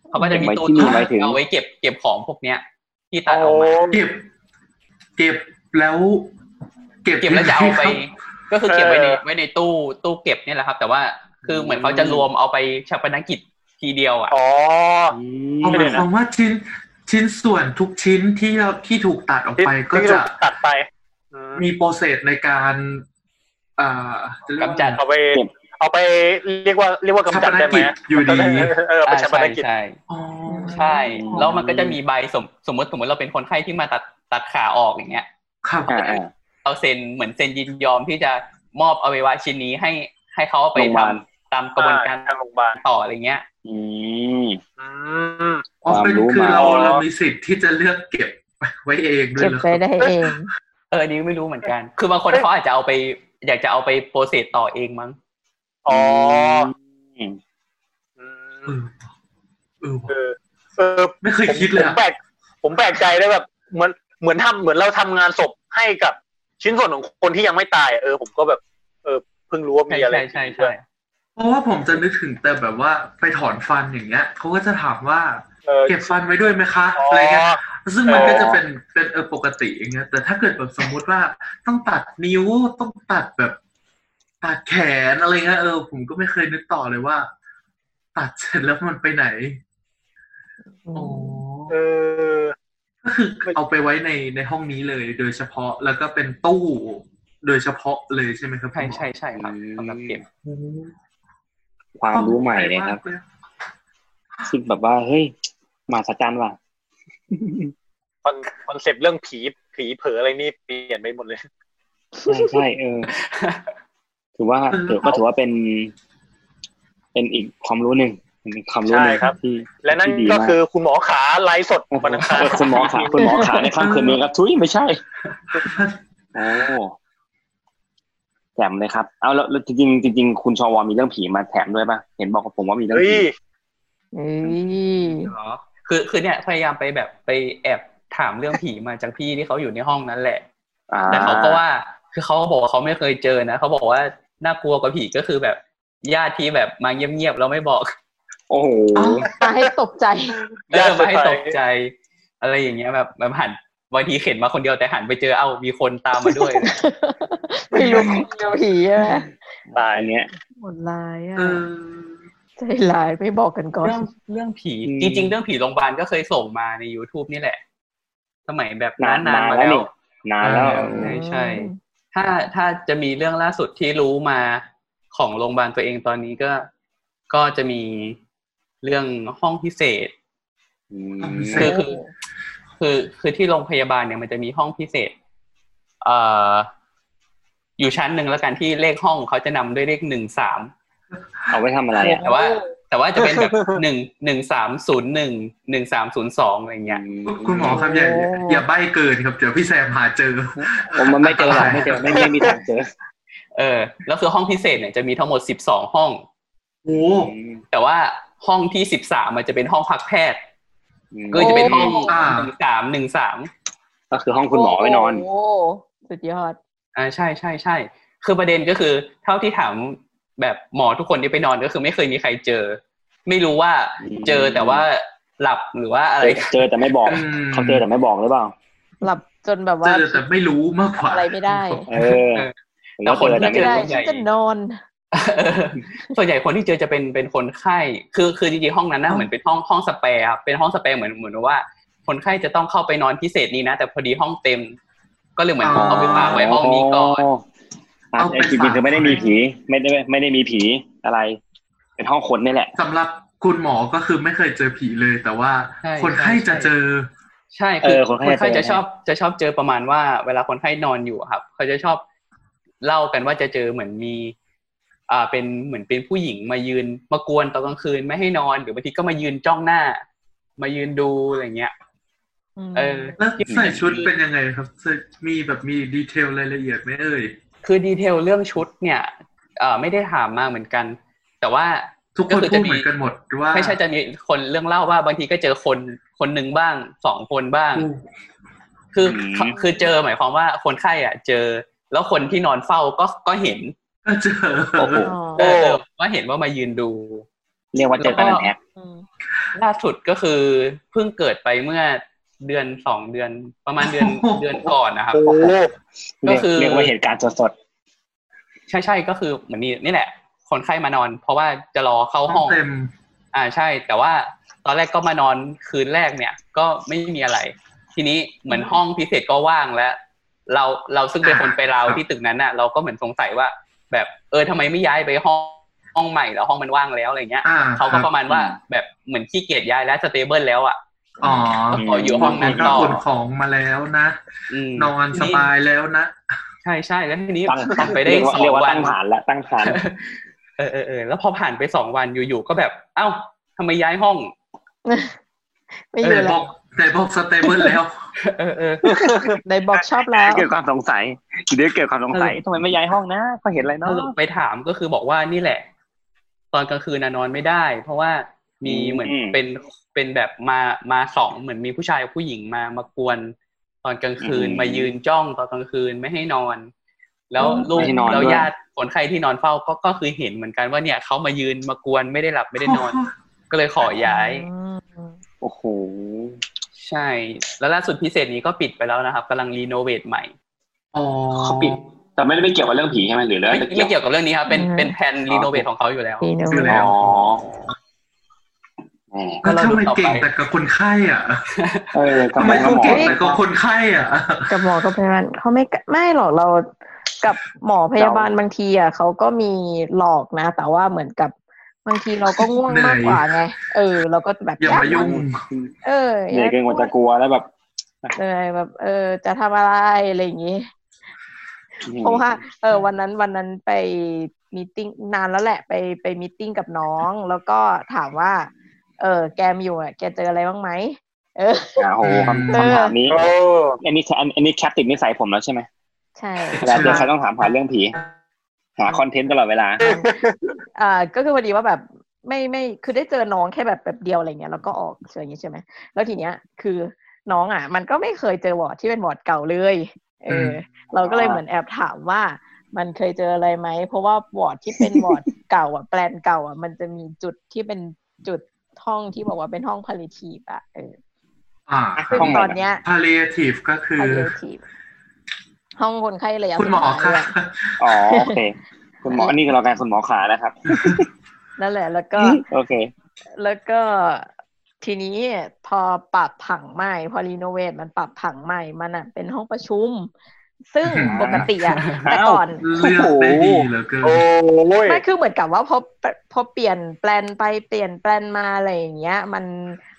G: เขาก็จะมี
D: เก็บไว้
G: ตู้
D: ที่นี่
G: ที่
D: หมายถึง
G: เอาไว้เก็บเก็บของพวกเนี้ย ที่ตัดอ
H: โอ้
G: อกมา
E: เก็บ เก็บแล้ว เก็บ
G: เก็บแล้วจะเอา ไป
E: ยังงครับ
G: ก็คือเก็บไว้ในไว้ในตู้ตู้เก็บเนี่ยแหละครับ แต่ว่าคือเหมือนเขาจะรวมเอาไปชาปนกิจทีเดียวอ่ะ
H: อ๋อ
D: อืม
E: เอาหมายความว่าชิ้นชิ้นส่วนทุกชิ้นที่เราที่ถูกตัดออก
H: ที่
E: ไปก็
H: ที่
E: จะ
H: เราตัดไปอืม
E: มีโปรเซสในการเอ่อจะเรียกว่า
G: กำจัด
H: เอาไป เอาไปเรียกว่าเรียกว่ากำจัดได้ไหม
E: ชัปนกิจอยู่ดี
H: เออเอาไป
G: อ่า
H: ชัป
G: ใช่
H: นกิจ
G: ใช่
E: อ๋อ
G: ใช่
E: อ๋อ
G: แล้วมันก็จะมีใบสมสมมติสมมติเราเป็นคนไข้ที่มาตัดตัดขาออกอย่างเงี้ย
E: ครับ
D: อ่าอ่า
G: เอาเซ็นเหมือนเซ็นยินยอมที่จะมอบอวัยวะชิ้นนี้ให้ให้เขาเอาไป
D: โรงพยาบาล
G: ทำตามกระบวนการ
H: ทางโรงพยาบาล
G: ต่ออะไรเงี้ย
D: อืม
H: อืม
E: อ๋อ
D: ความ
E: เป็น
D: รู้
E: คือ
D: มา
E: เราเรามีสิทธิ์ที่จะเลือกเก็บไว้เองด้วย
F: เก็บ
E: เหรอค
F: ไว้
E: รับ
F: ได้เอง
G: เอออันนี้ไม่รู้เหมือนกัน คือบางคน
H: เอ้ย
G: เขาอาจจะเอาไป อยากจะเอาไปโปรเซสต่อเองมั้ง
H: อ๋อ
D: อืม
H: อื
E: เอ
H: ม
E: อเออ
H: เอ
E: ว่ะ
H: อเออ
E: ไม่เคย
H: ผม
E: คิดเลยอะ
H: ผมแปลกผมแปลกใจได้แบบเหมือนเหมือนทำเหมือนเราทำงานศพให้กับชิ้นส่วนของคนที่ยังไม่ตายอะเออ ผมก็แบบ เออเพิ่งรู้ว่า
G: ใช่
H: มีอะไร
G: ใช่ใช่ใช่
E: เพราะว่าผมจะนึกถึงแต่แบบว่าไปถอนฟันอย่างเงี้ยเขาก็จะถามว่า
H: เ เออ
E: เก็บฟันไว้ด้วยไหมคะ
H: อ๋ออ
E: อะไรเงี้ยซึ่งมันก็จะเป็นเป็นเออปกติอย่างเงี้ยแต่ถ้าเกิดแบบสมมุติว่าต้องตัดนิ้วต้องตัดแบบตัดแขนอะไรเงี้ยเออผมก็ไม่เคยนึกต่อเลยว่า ตัดเสร็จแล้วมันไปไหน
F: อื
E: โอ้
F: ม
H: เออ
E: ก็คือเอาไปไว้ในในห้องนี้เลย โดยเฉพาะแล้วก็เป็นตู้โดยเฉพาะเลยใช่ไหมครับ
G: ใช่ใช่ใช่ครับสำหรับเก็บ
D: ความรู้ใหม่เลยครับ ซึ่งแบบว่า เฮ้ยมหัศจรรย์ว่ะ
H: คอนคอนเซปต์เรื่องผีผีเผลออะไรนี่เปลี่ยนไปหมดเลย
D: ใช่ใช่เอ อ ถือว่าถือก็ถือว่าเป็น เป็นอีกความรู้หนึ่งเป็นความรู้หนึ่ง
H: ใช่ครับ
D: ที่
H: และนั่น
D: ที่ดี
H: ก็
D: มา
H: คือคุณหมอขาไลฟ์สด วันอังคาร
D: คุณหมอขาคุณหมอขาในค่ำคืนนี้ค รับทุยไม่ใช่โอ้แถมเลยครับ เอาแล้วแล้วจริงๆจริงๆคุณชอวอมีเรื่องผีมาแถมด้วยป่ะเห็นบอกกับผมว่ามีเรื่อง
H: เฮ้ย
D: ผี
F: เอ้ย
E: เหรอ
G: คือคือเนี่ยพยายามไปแบบไปแอบถามเรื่องผีมาจากพี่ที่เขาอยู่ในห้องนั้นแหละ
D: อ่า
G: แต่เขาก็ว่าคือเขาบอกว่าเขาไม่เคยเจอนะเขาบอกว่าน่ากลัวกว่าผีก็คือแบบญาติที่แบบมาเงียบๆแล้วไม่บอก
D: โอ้โห
F: มาให้ตกใจ
G: เอ
H: ญา
G: อ
H: ติ
G: มาให้ตก
H: เซอร์ไพรส์
G: ใจ อะไรอย่างเงี้ยแบบแบบหันบางทีเข็นมาคนเดียวแต่หันไปเจอเอ้ามีคนตามมาด้วย
F: ไม่รู้คนเดียวผีใช่ไหม
H: ตาย
D: อันเนี้ย
F: หมดลายอ่ะ
E: เออ
F: ใจร้ายไม่บอกกันก่อน
G: เรื่องเรื่องผี
D: อืม
G: จริง ๆ เรื่องผีโรงพยาบาลก็เคยส่งมาใน YouTube นี่แหละ สมัยแบบนาน
D: าน นนา
G: นาน
D: น
G: มา
D: แล้ว
G: แล้
D: นี่
G: วน
D: านแล้ว
E: เออ
G: ใช่ใช่ ถ้าถ้าจะมีเรื่องล่าสุดที่รู้มาของโรงพยาบาลตัวเองตอนนี้ก็ก็จะมีเรื่องห้องพิเศษ
E: เ
G: คือคือคือคือที่โรงพยาบาลเนี่ยมันจะมีห้องพิเศษ เอ่อ อยู่ชั้นหนึ่งแล้วกันที่เลขห้องเขาจะนำด้วยเลขหนึ่งสาม
D: เอาไว้ทำอะไรอ่ะ
G: แต่ว่าแต่ว่าจะเป็นแบบ หนึ่งหนึ่งสามศูนย์หนึ่งหนึ่งสามศูนย์สองอะไรเงี้ย
E: คุณหมอครับอย่าอย่าอย่าใบ้เกินครับเดี๋ยวพี่แซมหาเจอ
D: ผมมันไม่เจอหรอกไม่เจอไม่ไม่มีทางเจอ
G: เออแล้วคือห้องพิเศษเนี่ยจะมีทั้งหมดสิบสองห้อง
E: โอ้
D: อืม
G: แต่ว่าห้องที่สิบสามมันจะเป็นห้องพักแพทย์
D: อืม
G: ก็จะเป็นห้อง
E: อ่า
G: หนึ่งสามหนึ่งสาม
D: ก็คือห้องคุณหมอไว้นอน
F: โอ้โหสุดยอด
G: อ่าใช่ใช่ใช่คือประเด็นก็คือ เท่าที่ถามแบบหมอทุกคนที่ไปนอนก็คือไม่เคยมีใครเจอ ไม่รู้ว่าเจอแต่ว่าหลับหรือว่าอะไร
D: เจอแต่ไม่บอก
E: อืม
D: เขาเจอแต่ไม่บอกหรือเปล่า
F: หลับจนแบบ
E: เจ
F: ว่า
E: อแต่ไม่รู้มากกว่า
F: อะไรไม่ได้
D: เออ
G: แต่คน
D: เจอแต่
F: ไม่
D: ไม่
F: ได้
D: รู้
F: ฉันจะนอน
G: เออส่วนใหญ่คนที่เจอจะเป็นเป็นคนไข้ คือคือจริงๆห้องนั้นนะเหมือนเป็นห้องห้องสเปร์ครับเป็นห้องสเปร์เหมือนเหมือนว่า คนไข้จะต้องเข้าไปนอนพิเศษนี้นะ แต่พอดีห้องเต็ม ก็เลยเหมือนเอาไปฝากไว้ห้องนี้ก่อน
D: อ่ะจริงๆคือไม่ได้มีผี ไม่ได้ไม่ได้มีผีอะไร เป็นห้องคนนี่แหละ
E: สำหรับคุณหมอก็คือไม่เคยเจอผีเลย แต่ว่า
G: ใช่
E: คนไข้จะเจอ
G: ใช่คือ
D: เออ
G: ค
D: คน นไข้
G: ไข้จะ
D: เจอ
G: ชอบจะชอบเจอประมาณว่า เวลาคนไข้นอนอยู่อะครับเขาจะชอบเล่ากันว่าจะเจอเหมือนมี อ่าเป็นเหมือนเป็นผู้หญิงมายืนมากวนตอนกลางคืนไม่ให้นอนหรือบางทีก็มายืนจ้องหน้า มายืนดูอะไรเงี้ย เออ
E: แล้วใส่ชุดเป็นยังไงครับใส่มีแบบมีดีเทลรายละเอียดไหมเอ่ย
G: คือดีเทลเรื่องชุดเนี่ยเอ่อไม่ได้ถามมาเหมือนกัน แต่ว่า
E: ทุกคนพูดเหมือนกันหมดว่า
G: ไม่ใช่จะมีคนเรื่องเล่าว่าบางทีก็เจอคนคนหนึ่งบ้างสองคนบ้าง
E: อืม
G: คือ
D: อืม
G: คือคือเจอหมายความว่าคนไข้อ่ะ เจอแล้วคนที่นอนเฝ้าก็ก็เห็น
E: ก็เจอ
D: โอ้โห
G: เออเออว่าเห็นว่ามายืนดู
D: เรียกว่าเจอกันแอค
G: ล่าสุดก็คือเพิ่งเกิดไปเมื่อเดือนสองเดือนประมาณเดือนเดือนก่อนนะครับ
H: โอ้โห
D: เรียกว่าเหตุการณ์สด
G: ใช่ใช่ก็คือเหมือนนี่นี่แหละ คนไข้มานอน เพราะว่าจะรอเข้าห้อง
E: เต็ม
G: อ่าใช่ แต่ว่าตอนแรกก็มานอนคืนแรกเนี่ย ก็ไม่มีอะไร ทีนี้เหมือนห้องพิเศษก็ว่างแล้ว เราเราซึ่งเป็นคนไปเราวที่ตึกนั้นน่ะ เราก็เหมือนสงสัยว่า แบบเออทำไมไม่ย้ายไปห้องห้องใหม่แล้วห้องมันว่างแล้วอะไรเงี้ย
E: อ่า
G: เขาก็ประมาณว่าแบบเหมือนขี้เกียจย้ายแล้วสเตเบิลแล้วอ่ะ
E: อ๋อ
G: ขออยู่ห้องนั้น
E: ก็
G: ต่อ
E: ขนของมาแล้วนะ
G: ม
E: นอนสบายแล้วนะ
G: ใช่ใช่แล้วทีนี้
D: ๆตั้ง
G: ผ่านไปได้
D: เรียกว่าเรียก
G: สอง
D: ว่า
G: วั
D: ตั้
G: น
D: งฐานละตั้งฐาน
G: เออเออเออแล้วพอผ่านไปสองวันอยู่ๆก็แบบ เอ้าทำไมย้ายห้อง
F: ไม่อ
E: แต่
F: ยู่
E: บ
F: แล้
E: อ
F: ว
E: กแต่บอกสเตเบิลแล้ว
G: เออเออ
F: ในบอกชอบแล้ว
D: เกิดความสงสัยเดี๋ยวเกิดความสงสัยทำไมไม่ย้ายห้องนะเขาเห็นอะไร
G: ส
D: เนาะ
G: รุปไปถามก็คือบอกว่านี่แหละ ตอนกลางคืนน่ะนอนไม่ได้ เพราะว่ามี
D: อืม
G: เหมือนเป็นเป็นแบบมามาสองเหมือนมีผู้ชายกับผู้หญิงมามากวน ตอนกลางคืนมายืนจ้องตอนกลางคืนไม่ให้นอน แล้วลูก
D: ไม่ให้นอน
G: แล้ว
D: ด้วย
G: ญาติคนไข้ที่นอนเฝ้าก็ก็คือเห็ นเหมือนกันว่าเนี่ยเขามายืนมากวนไม่ได้หลับไม่ได้นอน ก็เลยขอย้าย
F: อืม
D: โอ้โห
G: ใช่ แล้วล่าสุดพิเศษนี้ก็ปิดไปแล้วนะครับกำลังรีโนเวทใหม่
E: อ๋อ
D: เขาปิด แต่ไม่ได้ไม่เกี่ยวกับเรื่องผีใช่ไหมหรือเรื่อง
G: ไม่ไม่เกี่ยวกับเรื่องนี้ครับ เป็น
F: อืม
G: เป็นแผนรีโนเวทของเขาอยู่แล้ว
F: ดีเนอะ
E: คือแล้
D: อ๋
E: ว
D: อแหม
G: ก็เรา
E: ทำ
G: ดู
E: ไม
G: ต่อไป
E: เก่งแต่กับคนไข้อ่ะ
D: เออ
E: ทำ
D: ทำ
E: ไม
D: ไมส
E: เขา
D: มอ
E: เก่
D: ง
E: งแต่กับคนไข้อ่ะ
F: กับหมอกับพยาบาลเขาไม่กะไม่หรอกเรากับหมอพยาบาลบางทีอ่ะเขาก็มีหลอกนะ แต่ว่าเหมือนกับบางทีเราก็ง่วง
E: เหนื่อย
F: มากกว่าไงเออ เราก็แบบ
E: อย่ามายุ่ง
F: เออ
D: เหนื่อยเกินกว่าจะกลัวแล้วแบบ
F: เหนื่อยแบบ เออ จะทำอะไรอะไรอย่างงี้ เพราะว่าเออวันนั้นวันนั้นไปมีติ้งนานแล้วแหละไปไปมีติ้งกับน้อง แล้วก็ถามว่า เออแกมอยู่อ่ะแกเจออะไรบ้างไหมเออ
D: อ่าโหคำคำถามนี้
H: โอ้
D: อันนี้อันอันนี้แคปติดนิสัยผมแล้วใช่ไหม
F: ใช่
D: เวลาเจอใครต้องถามหาเรื่องผี หาคอนเทนต์ตลอดเวลา
F: อ่าก็คือพอดีว่าแบบไม่ไม่คือได้เจอน้องแค่แบบแบบเดียวอะไรเงี้ยแล้วก็ออกเฉยอย่างเงี้ยใช่ไหมแล้วทีเนี้ยคือน้องอ่ะ มันก็ไม่เคยเจอวอร์ดที่เป็นวอร์ดเก่าเลยเอออ
E: ม
F: เราก็เลยเหมือนแอบถามว่า มันเคยเจออะไรไหมเพราะว่าวอร์ดที่เป็นวอร์ด เก่าอ่ะแปลนเก่าอ่ะมันจะมีจุดที่เป็นจุดห้องที่บอกว่าเป็นห้องพาลิทีฟอ่ะเออ
E: อ่า
F: ซึ่ง
D: ห้องไหน
F: ตอนเนี้ย
E: พาเลทีฟก็คือ
F: palliative ห้องคนไข้ระยะ
E: คุณหมอ
F: สุด
E: ค่ะ
F: ท้ายะ
D: อ๋อโอเค คุณหมออันนี้คือเราการคุณหมอขานะครับ
F: นั่นแหละแล้วก็
D: โอเค
F: แล้วก็ทีนี้พอปรับผังใหม่ พอรีโนเวทมันปรับผังใหม่มันอ่ะเป็นห้องประชุม ซึ่ง
E: อืม
F: ปกติ อ่ะแต่
D: อ้าว
F: ก่อน
E: เลือกได้ดีเหลือเกิน
H: โอ้ย
F: ไม่คือเหมือนกับว่าพอพอเปลี่ยนแปลนไปเปลี่ยนแปลนมาอะไรอย่างเงี้ย มัน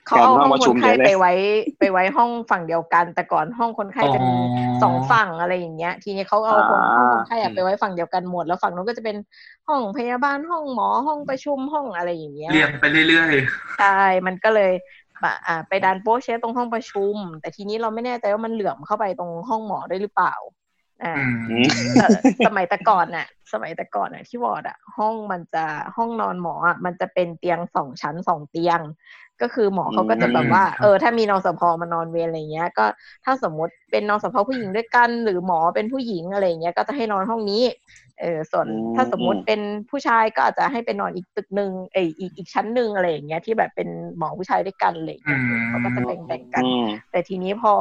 F: เขาเอาห้องคนไข้ไปไว้ไปไว้ห้องฝั่งเดียวกัน แต่ก่อนห้องคนไข้จะมี สองฝั่งอะไรอย่างเงี้ย ทีนี้เขาเอาคน
D: อ่า
F: ห้องคนไข้อะไปไว้ฝั่งเดียวกันหมด แล้วฝั่งนู้นก็จะเป็นห้องพยาบาลห้องหมอห้องประชุมห้องอะไรอย่างเงี้ย
E: เรียงไปเรื่อย
F: ใช่ มันก็เลยแบบอ่าไปดันโป๊ะเชฟตรงห้องประชุม แต่ทีนี้เราไม่แน่ใจว่ามันเหลื่อมเข้าไปตรงห้องหมอด้วยหรือเปล่าอ่า
E: ๆอืม
F: แต่สมัยแต่ก่อนน่ะ สมัยแต่ก่อนน่ะที่วอร์ดอะห้องมันจะห้องนอนหมออะมันจะเป็นเตียงสองชั้นสองเตียง ก็คือหมอเขาก็จะแบบว่า เออ ถ้ามีนอนสพมานอนเวรอะไรเงี้ย ก็ถ้าสมมติเป็นนอนสพผู้หญิงด้วยกัน หรือหมอเป็นผู้หญิงอะไรเงี้ย ก็จะให้นอนห้องนี้ เออ ส่วน
D: อืม
F: ถ้าสมมติเป็นผู้ชายก็อาจจะให้ไปนอนอีกตึกหนึ่งเอยอีกอีกชั้นหนึ่งอะไรอย่างเงี้ยที่แบบเป็นหมอผู้ชายด้วยกันอะไร
E: อื
F: เงี้ย
E: ม
F: เขาก็จะแบ่งๆกัน
D: อืม
F: แต่ทีนี้พอ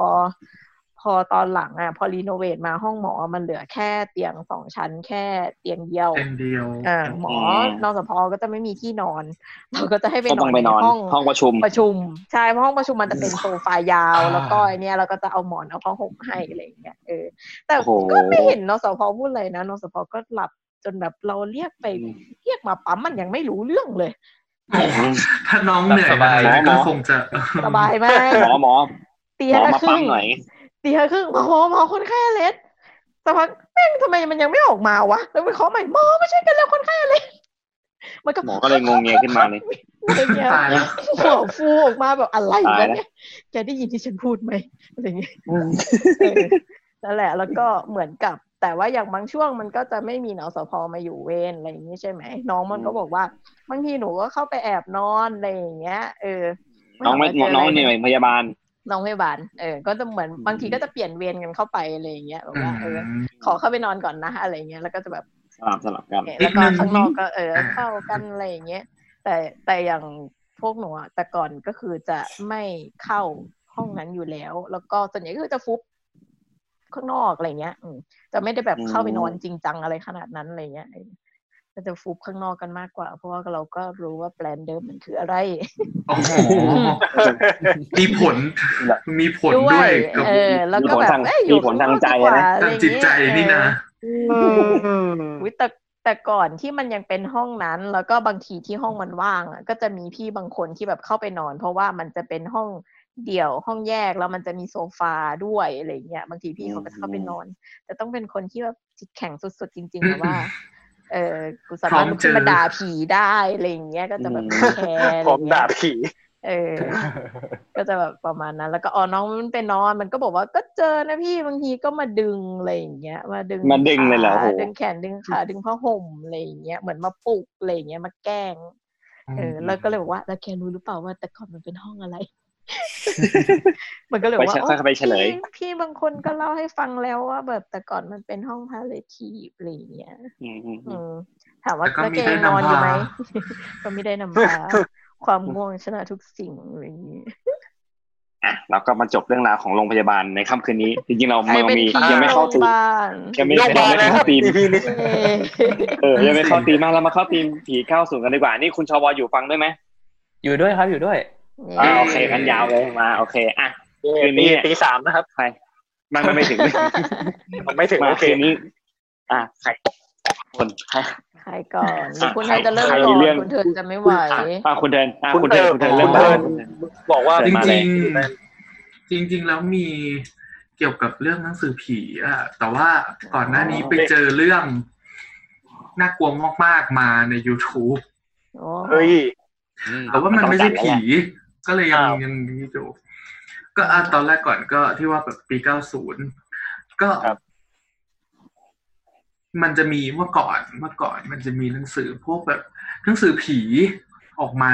F: พอตอนหลังอ่ะ พอรีโนเวทมาห้องหมอมันเหลือแค่เตียงสองชั้น แค่เตียงเดียว
E: เป็นเดียว
F: อ่าหมอ
D: อืม
F: นอสพก็จะไม่มีที่นอน เราก็จะให้ไป
D: ก็
F: น
D: ต้
F: อ
D: อง
F: น
D: ไป
F: ใน
D: นอน
F: ห้อง
D: ห้องประชุม
F: ประชุม ใช่เพราะห้องประชุมมันจะเป็นโซฟายาว
E: อ่า
F: แล้วก็ไอ้เนี่ยเราก็จะเอาหมอนเอาผ้าห่มให้อะไรอย่างเงี้ยเออแต่
D: โอ้โห
F: ก็ไม่เห็นนสพพูดเลยนะนสพก็หลับจนแบบเราเรียกไปเรียกมาปั๊มมันยังไม่รู้เรื่องเลย
E: ถ้าน้องเหนื่อยอะไรก็คงจะ
F: สบายมาก
D: หมอหมอ
F: เตี
D: ห
F: ย
D: มอ
F: ละ
D: มา
F: ครึ่
D: ปั๊
F: ง
D: มหน่อย
F: เตียละครึ่งหมอหมอคนไข้อเล็กสักพักแม่งทำไมมันยังไม่ออกมาวะแล้วไปขอใหม่หมอไม่ใช่กันแล้วคนไข้อเล็กมันก็
D: หมอก็เลยงงเงียขึ้นมาเลย
F: อะไรเงี้ย
E: ตายแล้ว
F: หัวฟูออกมาแบบอะไร
D: ตายแล้ว
F: วะเนี่ยแกได้ยินที่ฉันพูดไหมอะไรเงี้ยเออนั่นแหละ แล้วก็เหมือนกับ แต่ว่าอย่างบางช่วงมันก็จะไม่มีหนอสพมาอยู่เวรอะไรอย่างนี้ใช่ไหมน้องมันก็
D: อืม
F: บอกว่าบางทีหนูก็เข้าไปแอบนอนอะไรอย่างเงี้ยเออ
D: น้องไม่
F: ถาว่าจะร
D: น้องเหนื่อยพยาบาล
F: น้องไม่บานเออ ก็จะเหมือนบางทีก็จะเปลี่ยนเวรกันเข้าไปอะไรอย่างเงี้ยแบบว่าเออขอเข้าไปนอนก่อนนะอะไรเงี้ยแล้วก็จะแบบ
D: สลับสลับกัน
F: เนี่ยแล้วก็
E: นิดนึง
F: ข้างนอกก็เออ
E: อ่า
F: เข้ากันอะไรอย่างเงี้ยแต่แต่อย่างพวกหนูอะแต่ก่อนก็คือจะไม่เข้าห้องนั้นอยู่แล้ว แล้วก็ส่วนใหญ่ก็คือจะฟุบข้างนอกอะไรเงี้ย อืมจะไม่ได้แบบ
D: อืม
F: เข้าไปนอนจริงจังอะไรขนาดนั้นอะไรเงี้ยเออก็จะฟุบข้างนอกกันมากกว่า เพราะว่าเราก็รู้ว่าแปลนเดิมมันคืออะไร
E: โอ้โหมีผล มีผลด้วยกับ
F: เออ แล้วก็แบ
D: มีผล
F: บ
D: ทาง
F: เอ้ยอยู่
D: มีผลทางใจ
F: ข้นอกดีกว่
D: นะ
F: อะไร
E: ทาง
F: เย
E: จิตใจนี่นะ
F: อุ๊ยแต่แต่ก่อนที่มันยังเป็นห้องนั้น แล้วก็บางทีที่ห้องมันว่างอะก็จะมีพี่บางคนที่แบบเข้าไปนอน เพราะว่ามันจะเป็นห้องเดี่ยวห้องแยกแล้วมันจะมีโซฟาด้วยอะไรเงี้ยบางทีพี่เขาก็จะเข้าไปนอน แต่ต้องเป็นคนที่แบบจิตแข็งสุดๆจริงๆแบบว่า เออกูสามารถลุกขึ้นมาด่าผีได้อะไรอย่างเงี้ยก็จะแบบไม่แคร์อะไร
H: พร้อม
F: เงี้ย
H: ด่าผี
F: เอ อ ก็จะแบบประมาณนั้น แล้วก็อ๋อน้องมันไปนอน มันก็บอกว่าก็เจอนะพี่บางทีก็มาดึงอะไรอย่างเงี้ย มาดึง
D: มาดึงเลยเหรอ
F: ขา
D: โห
F: ดึงแขนดึงขาดึงผ้าห่มอะไรอย่างเงี้ย เหมือนมาปลุกอะไรอย่างเงี้ยมาแกล้ง เออ แล้วก็เลยบอกว่าแล้วแกรู้หรือเปล่าว่าแต่ก่อนมันเป็นห้อง อะไร มันก็เลยบอกว่า
D: ไปเฉลย
F: โอ้
D: ไปเฉลย
F: พี่พี่บางคนก็เล่าให้ฟังแล้วว่าแบบแต่ก่อนมันเป็นห้องพาเลทีฟอะไรอย่างเงี้ย
D: อืมอืม
F: อืมถามว่าแล้
E: แต่ก็
F: ว
E: มี
F: แก
E: ได้
F: ยังนอน
E: นำ
F: อยู่ไหม
E: มา
F: ก็ไม่ได้นำมาความง่วงชนะทุกสิ่งอะไรอย่างนี้
D: อ่ะเราก็มาจบเรื่องราวของโรงพยาบาลในค่ำคืนนี้ จริงๆเรา
F: ใคร
D: ยัง
F: เป็น
D: มี
F: ผี
D: ยังไม่
F: โร
D: เข้าง
F: พ
D: ตีม
F: ยาบาล
D: ยังไม่ยังไม่
H: โรงพยาบาลนะครั
D: เข้า
H: บ
D: ตีม
H: EP นี้
F: เย้
D: เออยังไม่เข้าตีมมากเรามาเข้าตีมผีเข้าสูงกันดีกว่า นี่คุณชาววอยู่ฟังด้วยไหม
G: อยู่ด้วยครับอยู่ด้วย
D: อ่าโอเคกันยาวเลยมาโอเคอ่ะ คืนนี้
H: ตี
D: เนี่ย
H: ตีสามนะครับ
D: ใครมันมันไม่ถึง
H: ผมไม่ถึง
D: มา
H: โอเค
D: คืนนี้ อ่ะใครคนใคร
F: ใครก่อน
D: อ่ะ
F: คุณเธอจะเริ่ม
D: ใคร
F: ก่อ
D: เรื่อง
F: นคุณเธอจะไม่ไหว
D: อ่ะอ่ะคุณเดินอ่ะ
H: คุณ
D: คุณเดินคุณ
H: เดิ
D: เดิ
H: น
D: นเริ่ม
H: คุณเดิ
D: เดิ
H: น
D: น
H: บอกว่า
D: เดิ
E: จ
D: นมาเลย
E: ริงๆจริง ๆ แล้วมีเกี่ยวกับเรื่องหนังสือผีอะแต่ว่าก่อนหน้านี้ไปเจอเรื่องน่ากลัวมากๆมาใน YouTube
F: โอ้
H: เฮ้ย
E: แต่ว่ามันไม่ใช่ผี ก็เลยยัง
H: อ้าว
E: ยังยังอยู่ก็อ่ะตอนแรกก่อนก็ที่ว่าแบบปี 90 ก็
D: ครับ
E: มันจะมีเมื่อก่อนเมื่อก่อน มันจะมีหนังสือพวกแบบหนังสือผีออกมา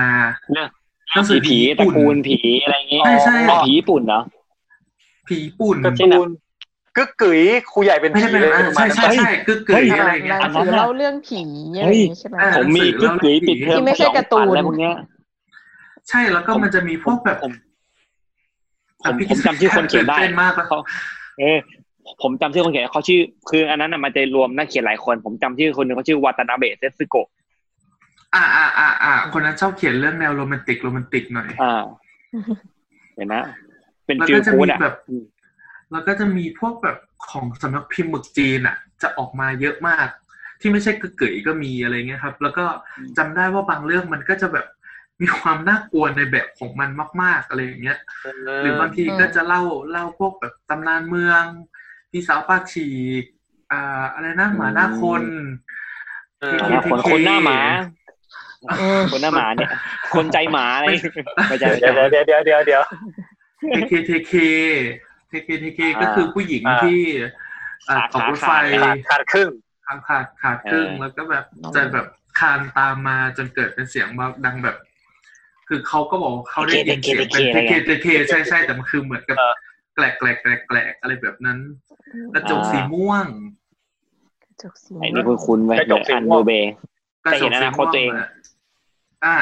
E: หนังสื
D: ผีผี
E: อญี่
D: ตระ
E: ปุ่น
D: กูลผีอะไรอย่างงี้
E: ใช่ใช่
D: อ๋อผีญี่ปุ่นเหรอ
E: ผีญี่ปุ่น
H: การ์ตูนกึกกึ๋ยครูใหญ่เป็น
E: ไม่
H: ผี
E: ใช่เป็น
H: เลย
E: แบบ
H: ประมา
E: ใช่
H: ณนั้น
E: ใช่ใช่กึกกึ๋ยอะไรอย่างเงี้ย
F: หนังสือเล่าเรื่องผีอะไรอย่างงี้ใช่ไหม
E: เฮ้ย
D: ผมมีกึ๊กกุ๋ยปิดเทอม
F: ที่ไม่ใช่การ์ตูน
D: สองพัอะไรพวกเนี้ย
E: ใช่แล้วก็มันจะมีพวกแบบ
D: ผมผมผมจำชื่อคนเขียนได้
E: ตื่ต้นมากแล้ว
D: เขาเออ ผมจำชื่อคนเขียนเขาชื่อ คืออันนั้นน่ะมันจะรวมนักเขียนหลายคน ผมจำชื่อคนหนึ่งเขาชื่อวาตานาเบะเซตสึโกะ
E: อ่าอ่าอ่าอ่าคนนั้นชอบเขียนเรื่องแนวโรแมนติกโรแมนติกหน่อย
D: อ่า เห็นนะ เป็น
E: แล้ว
D: ฟิล
E: ก็จะ
D: กูด
E: มี
D: อ่ะ
E: แบบ แล้วก็จะมีพวกแบบของสำนักพิมพ์หมึกจีนอ่ะ จะออกมาเยอะมาก ที่ไม่ใช่กึกกึ๋ยก็มีอะไรเงี้ยครับ แล้วก็จำได้ว่าบางเรื่องมันก็จะแบบมีความน่ากลัวในแบบของมันมาก ๆอะไรอย่างเงี้ย หรือบางที
F: อืม
E: ก็จะเล่าเล่าพวกแบบตำนานเมืองพี่สาวป้าฉีกอ่าอะไรนะหมาหน้าคน
H: เออ
D: อ่าคนคนหน้าหมา
F: เออ
D: คนหน้าหมาเนี่ย คนใจหมาอะไรไม่ใช่ไม่
H: เดี๋ยว
D: ใช่
H: เดี๋ยวเดี๋ยวเดี๋ยวเดี๋ยว
E: เทเคเทเคเทเคเทเคก็คือผู้หญิงที่อ่าต
D: ขาด
E: กรถไฟ
D: ขา
H: ขาดขาดครึ่ง
E: ขาดขาดขาดครึ่ง
D: เออ
E: แล้วก็แบบจะแบบคานตามมาจนเกิดเป็นเสียงแบบดังแบบ คือเขาก็บอกว่าเขาได้ยินเสียงเป็นเทเคเทเคใช่ใช่แต่มันคือเหมือนกับ
H: เออ
E: แกลกแกลกแกลกแกลกอะไรแบบนั้นกระจกสีม่วง
F: จกสี
D: ไอ้นี่คุณคุณไว้
H: กระจกสีม่วง
D: อันโนเบ
E: กระจก
D: จะเห็นอ
E: สี
D: นาค
E: ม่ว
D: ต
E: ง
D: ตัวเอง
E: อะอ่า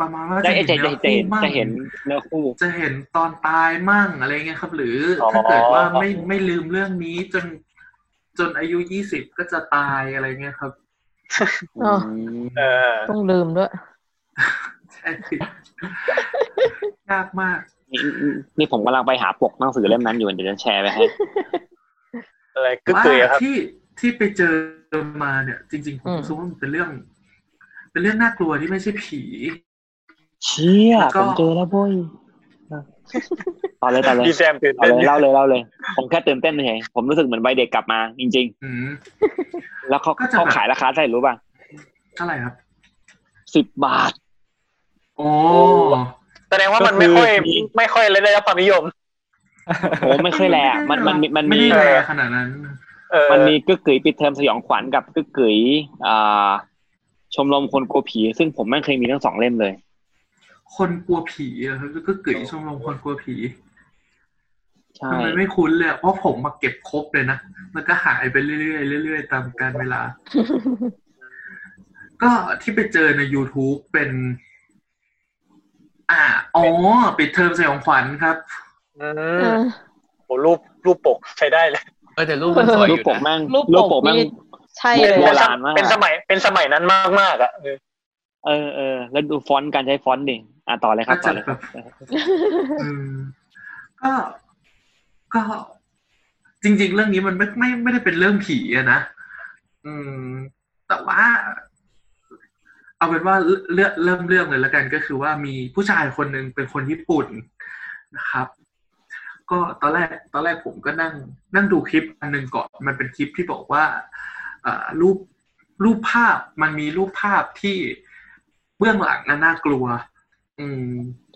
E: ประมาณว่า
D: ได้
E: จะ
D: ไอ้
E: เห็น
D: ใจ
E: เนื้
D: จะ
E: อคู่
D: เห็น
E: มั่ง
D: จะเห็นเนื้อคู่
E: จะเห็นตอนตายมั่งอะไรเงี้ยครับ หรืออ
H: อ
E: ถ้าเกิดว่าไม่ไม่ลืมเรื่องนี้จนจนอายุยี่สิบก็จะตายอะไรเงี้ยครับ
F: อ๋อ
H: เออ
F: ต้องลืมด้วย
E: ใช่ยากมาก
D: นี่นี่นี่ผมกำลังไปหาปกหนังสือเล่มนั้นอยู่เดี๋ยวจะแชร์ไปให้
H: อะไรกึกกึ๋ยอะครับ
E: ที่ที่ไปเจอมาเนี่ย จริง ๆ ผม
F: อืม
E: รู้สึกว่ามันเป็นเรื่อง เป็นเรื่องน่ากลัวที่ไม่ใช่ผี
D: เชี่ย
E: แล้วก็
D: ผมเจอแล้วเว้ยต่อเลยต่ อเลย
H: ดีแซมตื่น
D: ต่อ
H: เต้น
D: เลยเล่าเลยเล่าเลย ผมแค่ตื่นเต้นเฉยผมรู้สึกเหมือนใบเด็กกลับมา จริง
E: อืม
D: ๆ แล้วเขา
E: ก็จะ
D: เขา
E: แบบ
D: ขายราคาเท่าไหร่รู้ป่ะ
E: เท่าไหร่ครับ
D: สิบบาท
E: โอ้
H: แสดงว่ามันไม่ค่อย
D: ก็คือมี
H: ไม่ค่อยได้รับความนิยม
D: โอ้ไม่เคยแลอะมันมันมีมัน
E: ไม่
D: มี
E: ได้แรงขนาดนั้น
H: เออ
D: มันมีกึกกึ๋ยปิดเทอมสยองขวัญกับกึกกึ๋ยอ่า ชมรมคนกลัวผี ซึ่งผมไม่เคยมีทั้งสองเล่มเลย
E: คนกลัวผีเหรอครับแล้วก็เกยชมรมคนกลัวผี
D: ใช่
E: ทำไมไม่คุ้นเลยอะเพราะผมมาเก็บครบเลยนะ แล้วก็หายไปเรื่อยๆเรื่อยๆ ตามกาลเวลา ก็ที่ไปเจอใน YouTube เป็น อ่าอ๋อ ปิดเทอมสยองขวัญครับ
H: อื
F: เอ
H: ม
F: อ
H: โหรูปรูปปกใช้ได้เลย
G: เออแต่รูปมันสวยอ
D: รูป
G: ยู่
D: ปก
G: นะ
D: แม่ง
F: รูปปก
D: รูปปกแม่ง
F: นี่ ใช่
D: เป็น
F: เลย
D: โบ
F: อะ
D: ราณมาก
H: เป็นสมัยเป็นสมัยนั้นมากมากๆอ่ะเออ
D: เออเออแล้วดูฟอนต์การใช้ฟอนต์ดิอ่ะต่อเลยครับ
E: ก็
D: ต่
E: จะ
D: อเลย
E: แบ
D: ครับ
E: บอืมก็ก็จริง ๆ เรื่องนี้มันไม่ไม่ไม่ได้เป็นเรื่องผีอะนะอืม แต่ว่า เอาเป็นว่าเรื่องเริ่มเรื่องเลยละกันก็คือว่ามีผู้ชายคนหนึ่งเป็นคนญี่ปุ่นนะครับ ก็ตอนแรก ตอนแรกผมก็นั่ง นั่งดูคลิปอันหนึ่งก่อนมันเป็นคลิปที่บอกว่าเอ่อรูปรูปภาพมันมีรูปภาพที่เบื้องหลังน่ะน่ากลัว อืม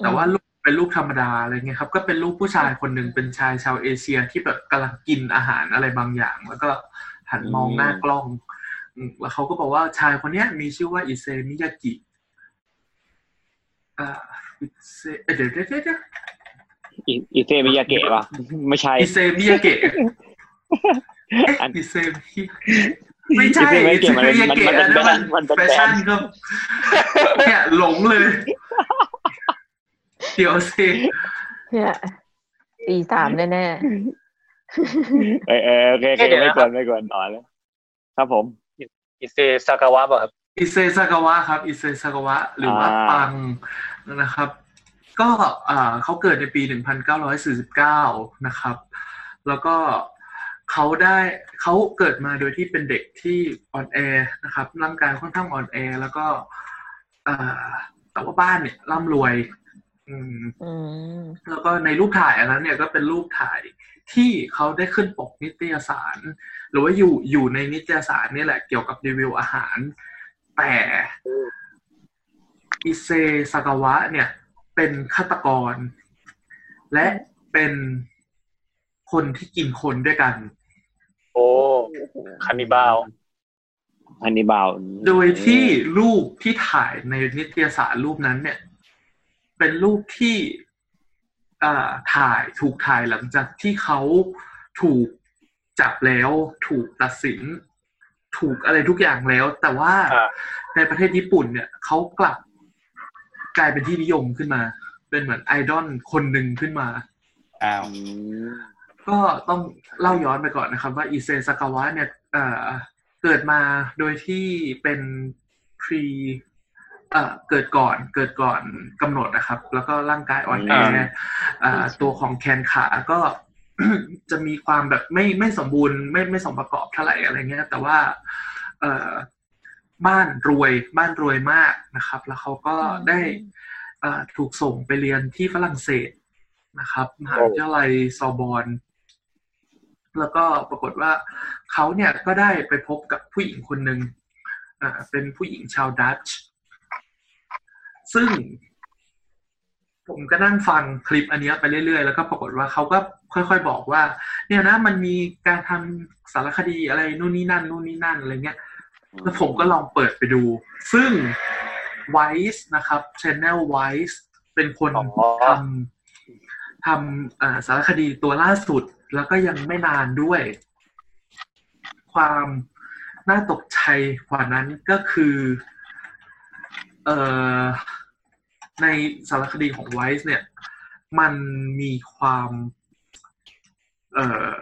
E: แต่ว่ารูปเป็นรูปธรรมดาอะไรเงี้ยครับ ก็เป็นรูปผู้ชายคนหนึ่งเป็นชายชาวเอเชียที่แบบกำลังกินอาหารอะไรบางอย่าง แล้วก็หันมองหน้ากล้องอืมแล้วเขาก็บอกว่าชายคนเนี้ย มีชื่อว่าอิเซมิยากิอ่าอิเซเอ้ยเดี๋ยวเดี๋ยวเดี๋ยวเดี๋ยว
D: อิอิเซมิยาเกะป่ะ ไม่ใช่
E: อิเซมิยาเกะ
D: อัน
E: อิเซมิไม่ใช่
D: อิเซมิยาเกะมั
E: อิเซ
D: น
E: มิยาเกะอันนั้น
D: มั
E: มัน
D: นมันเป็น
E: แฟ
D: แบรนด์
E: ชั่นก็ เนี่ยหลงเลย เดี๋ยวสิ
F: เนี่ยตีสามแน่
D: เออเออโอเคโอเค
H: เดี๋ยวนะ
D: ไม่กวนไม่กวนต่อเลยครับผม
H: อิเซซากาวะป่ะครับ
E: อิเซซากาวะครับ อิเซซากาวะ หรือว่า
D: อ่า
E: ปังนะครับ ก็อ่าเขาเกิดในปี 1949 นะครับ แล้วก็เขาได้เขาเกิดมาโดยที่เป็นเด็กที่อ่อนแอนะครับ ร่างกายค่อนข้างอ่อนแอ แล้วก็อ่าแต่ว่าบ้านเนี่ยร่ำรวย อืม
F: ๆอืม
E: แล้วก็ในรูปถ่ายอันนั้นเนี่ยก็เป็นรูปถ่ายที่เขาได้ขึ้นปกนิตยสาร หรือว่าอยู่อยู่ในนิตยสารนี่แหละเกี่ยวกับรีวิวอาหาร แต่อิเซซากาวะเนี่ย เป็นฆาตกร และเป็นคนที่กินคนด้วยกัน
H: โอ้คานิบาล
D: ฮันนิบาล
E: โดยที่รูปที่ถ่ายในนิตยสารรูปนั้นเนี่ย เป็นรูปที่อ่าถ่ายถูกถ่ายหลังจากที่เขาถูกจับแล้ว ถูกตัดสิน ถูกอะไรทุกอย่างแล้ว แต่ว่า
H: อ่า
E: ในประเทศญี่ปุ่นเนี่ยเขากลับกลายเป็นที่นิยมขึ้นมา เป็นเหมือนไอดอลคนหนึ่งขึ้นมา
G: อ้าว
D: อืม
E: ก็ต้องเล่าย้อนไปก่อนนะครับ ว่าอิเซซากาวะเนี่ยเอ่อเกิดมาโดยที่เป็นพรีเอ่อเกิดก่อนเกิดก่อนกำหนดนะครับ แล้วก็ร่างกายอ่อนแอ
H: อ่า
E: เอ่อตัวของแขนขาก็ จะมีความแบบไม่ไม่สมบูรณ์ไม่ไม่สมประกอบเท่าไหร่อะไรเงี้ย แต่ว่าเอ่อบ้านรวยบ้านรวยมากนะครับ แล้วเขาก็ได้เอ่อถูกส่งไปเรียนที่ฝรั่งเศสนะครับมหาวิทยาลัยซอร์บอน แล้วก็ปรากฏว่าเขาเนี่ยก็ได้ไปพบกับผู้หญิงคนหนึ่งอ่าเป็นผู้หญิงชาวดัตช์ซึ่ง ผมก็นั่งฟังคลิปอันเนี้ยไปเรื่อยๆ แล้วก็ปรากฏว่าเขาก็ค่อยๆบอกว่า เนี่ยนะมันมีการทำสารคดีอะไรนู่นนี่นั่นนู่นนี่นั่นอะไรเงี้ย แล้วผมก็ลองเปิดไปดู ซึ่ง Wise นะครับ Channel Wise เป็นคน
H: อ๋อ
E: ทำทำเอ่อสารคดีตัวล่าสุด แล้วก็ยังไม่นานด้วย ความน่าตกใจกว่านั้นก็คือเอ่อในสารคดีของ Wise เนี่ย มันมีความ เอ่อ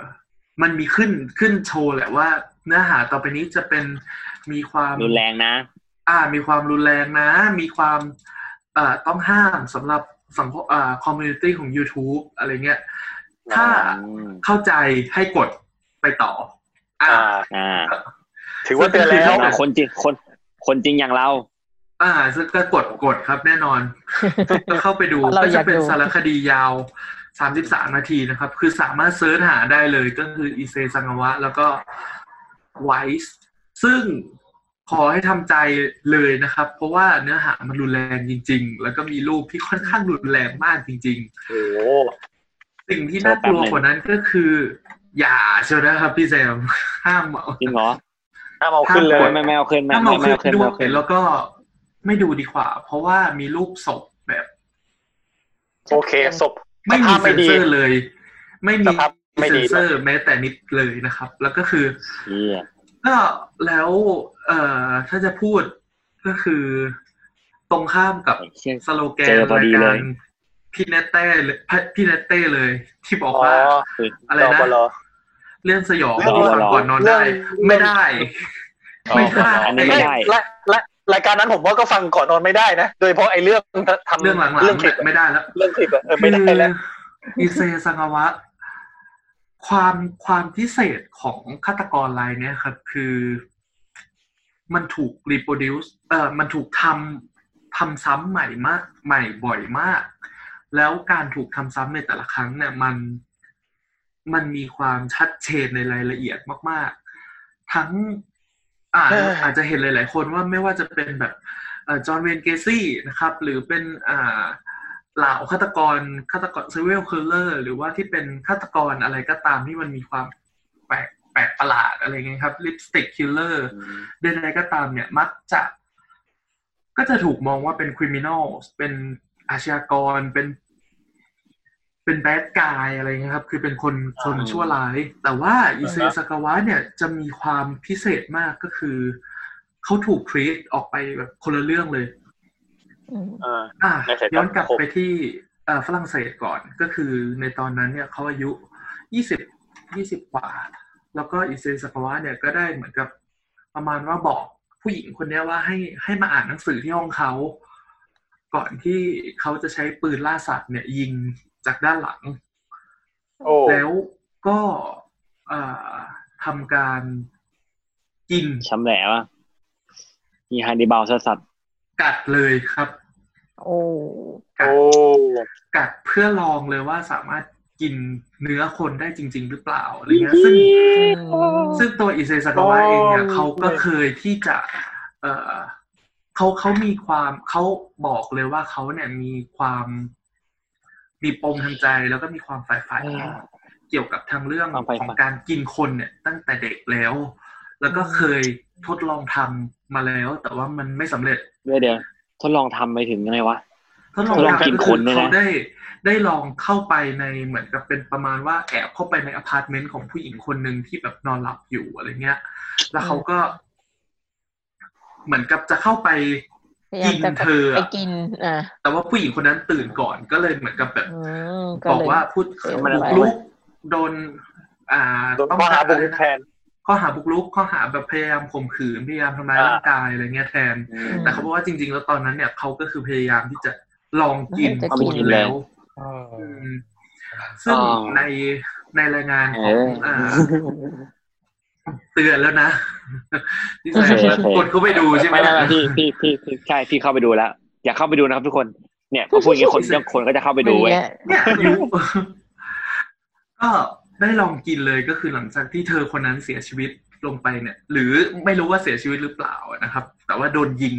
E: มันมีขึ้นขึ้นโชว์แหละว่า เนื้อหาต่อไปนี้จะเป็นมีความ
D: รุนแรงนะ
E: อ่ามีความรุนแรงนะ มีความเอ่อต้องห้ามสำหรับสังคมอ่าคอมมูนิตี้ของ YouTube อะไรเงี้ย ถ้า
D: อืม
E: เข้าใจให้กดไปต่อ อ่า
H: อ่า
D: อ่า
H: ถือว่าเตือนแล้ว
E: อ่ะ
D: คนจริงคนคนจริงอย่างเรา
E: อ่าซึ่งก็กดกดครับแน่นอน ก็เข้าไปดู
F: เรา
E: ก็
F: อ
E: จะ
F: ยาก
E: เป็น
F: ดู
E: สารคดียาว 33 นาทีนะครับ คือสามารถเซิร์ชหาได้เลยก็คืออิเซซังวะ แล้วก็ไวส์ซึ่งขอให้ทำใจเลยนะครับ เพราะว่าเนื้อหามันรุนแรงจริง ๆ แล้วก็มีรูปที่ค่อนข้างรุนแรงมากจริง
H: โอ้โห
E: ๆ สิ่งที่น่ากลัวกว่านั้นก็คือ อย่าเชียวนะครับพี่แซมห้ามเอา
D: จริงเหรอ
H: ห้ามเอาขึ้นเลย
D: ไม่ไม่ไม่เอาขึ้นไม่
E: ถ้า
D: ไม่
E: เมา
D: ไม่
E: คืน
D: เอาขึ้นไม่
E: ด้วย
D: เอาขึ้น
E: แล้วก็ไม่ดูดีกว่า เพราะว่ามีรูปศพแบบ
H: โอเคศพ
E: ไม่มี
H: ภาพ
E: เซ็น
H: ไม่ดี
E: เซอร์เลย ไม่มี
H: สภาพไม่ดี
E: เซ็นเซอร์แม้แต่นิดเลยนะครับ แล้วก็คือ
D: เหี้ย
E: ก็แล้วเอ่อถ้าจะพูดก็คือตรงข้ามกับ
D: ไอ้เชี่ย
E: สโลแก
D: เจ
E: น
D: อพอ
E: ราย
D: ดีเล
E: การ
D: ย
E: พี่เนตเต้เลยพี่เนตเต้เลย ที่บอ
H: อ๋
E: ก
H: อ
E: ว่า
H: อะ
E: อะไรนะ
H: รอ
E: เรื่องสยอง
H: เรื่อง
E: ที่ฟังก่อนนอน
H: เรื่อง
E: ได้ ไม่ได้ ไม่ได้
D: อันนี้ไม่ได้
H: เอ้ยรายรายการนั้นผมว่าก็ฟังก่อนนอนไม่ได้นะ โดยเฉพาะไอ้เรื่องทำ
E: เรื่องหลัง
H: เรื่อง
E: ๆ
H: คลิป
E: เนี่ย
H: อะ
E: ไม่ได้แล้ว
H: เรื่องคลิปอะเออไม่ได้แล้ว
E: คืออิเซซังาวะ ความความพิเศษของฆาตกรรายเนี้ยครับ คือมันถูกรีโปรดิวส์เอ่อมันถูกทำทำซ้ำใหม่มาก ใหม่บ่อยมาก แล้วการถูกทำซ้ำในแต่ละครั้งเนี่ย มันมันมีความชัดเจนในรายละเอียดมาก ๆ ทั้งอ่า
H: เอออ
E: อาจจะเห็นหลาย ๆ คนว่าไม่ว่าจะเป็นแบบ จอห์นเวนเกซี่อ John Wayne Gacy นะครับ หรือเป็นอ่าเหล่าฆาตกรฆาตกรซีเรียลคิลเลอร์หรือว่าที่เป็นฆาตกรอะไรก็ตามที่มันมีความแปลกแปลกประหลาดอะไรเงี้ยครับลิปสติกคิลเลอร์ใดๆก็ตามเนี่ยมักจะ ก็จะถูกมองว่าเป็นคริมินอลเป็นอาชญากรเป็น เป็นแบดกายอะไรเงี้ยครับ คือเป็นคนคนชั่วร้าย แต่ว่าอิเซซากาวะเนี่ยจะมีความพิเศษมากก็คือ เขาถูกทรีตออกไปแบบคนละเรื่องเลย
F: อืม
H: เออ
E: อ่ะ
H: ในสายตา
E: ย้อนกลับ
H: ผม
E: ไปที่ เอ่อฝรั่งเศสก่อนก็คือในตอนนั้นเนี่ยเขาอายุยี่สิบยี่สิบกว่า แล้วก็อิเซสกาวะเนี่ยก็ได้เหมือนกับประมาณว่าบอกผู้หญิงคนเนี้ยว่าให้ให้มาอ่านหนังสือที่ห้องเขา ก่อนที่เขาจะใช้ปืนล่าสัตว์เนี่ยยิงจากด้านหลัง
H: โอ้
E: แล้วก็เอ่อทำการกิน
D: ช้ำแหละวะมีฮันดิบาลสัสสัส
E: กัดเลยครับ
F: โอ้
E: กัด
H: โอ้
E: กัดเพื่อลองเลยว่าสามารถกินเนื้อคนได้จริง ๆ หรือเปล่าอะไรเงี้ยซึ่งซึ่งตัวอิเซซากาวะเองเนี่ย
H: โอ้
E: เขาก็เคยที่จะ เออเขาเขามีความเขาบอกเลยว่าเขาเนี่ยมีความมีปมทางใจแล้วก็มีความฝ่ายฝันเกี่ยวกับทางเรื่อง
D: ความฝ่าย
E: ข
D: ฝัน
E: องการกินคนเนี่ย ตั้งแต่เด็กแล้ว แล้วก็เคยทดลองทำมาแล้ว แต่ว่ามันไม่สำเร็จ
D: เดี๋ยวเดี๋ยวทดลองทำไปถึงยังไงวะ
E: ทดลอง
D: ทดลองกินคนเนี่ยนะ
E: เขาได้ได้ลองเข้าไปในเหมือนกับเป็นประมาณว่าแอบเข้าไปในอพาร์ตเมนต์ของผู้หญิงคนหนึ่งที่แบบนอนหลับอยู่อะไรเงี้ย แล้วเขาก็ เหมือนกับจะเข้าไป
F: พยายามจะ
E: กินเธออะ
F: ไปกินอ่ะ
E: แต่ว่าผู้หญิงคนนั้นตื่นก่อนก็เลยเหมือนกับแบบ
F: อืมก็
E: บอก
F: เลย
E: ว่าพูด
F: เสีย
E: มั
F: มัน น
E: ลุกโดน อ่า
H: โดน
E: ต้อง
H: ข้อหาบุก
E: อะไร
H: รุก
E: นะ
H: แทน
E: ข้อหาบุกรุกข้อหาแบบพยายามข่มขืนพยายามทำร้ายร่างกายอะไรเงี้ยแทน
F: อืม
E: แต่เขาบอกว่าจริง ๆ แล้วตอนนั้นเนี่ยเขาก็คือพยายามที่จะลองกิน
F: จะกิน
E: เอาไปกินแล้ว อืมซึ่ง
D: อ๋อ
E: ในในรายงานของ
D: เอออ่
E: าเตือนแล้วนะที่
D: โอ
E: ใส่
D: เคโอเค
E: กดเข้าไปดูใช่ไหม
D: ไม่ไม่ไม่พี่พี่พี่พี่ใช่พี่เข้าไปดูแล้ว อย่าเข้าไปดูนะครับทุกคนเนี่ยพอพูดอย่างนี้คนเจ้าคนก็จะเข้าไปดูเว้ย
F: เงี้ย
E: เนี่ยอยู่ก็ได้ลองกินเลยก็คือหลังจากที่เธอคนนั้นเสียชีวิตลงไปเนี่ย หรือไม่รู้ว่าเสียชีวิตหรือเปล่านะครับ แต่ว่าโดนยิง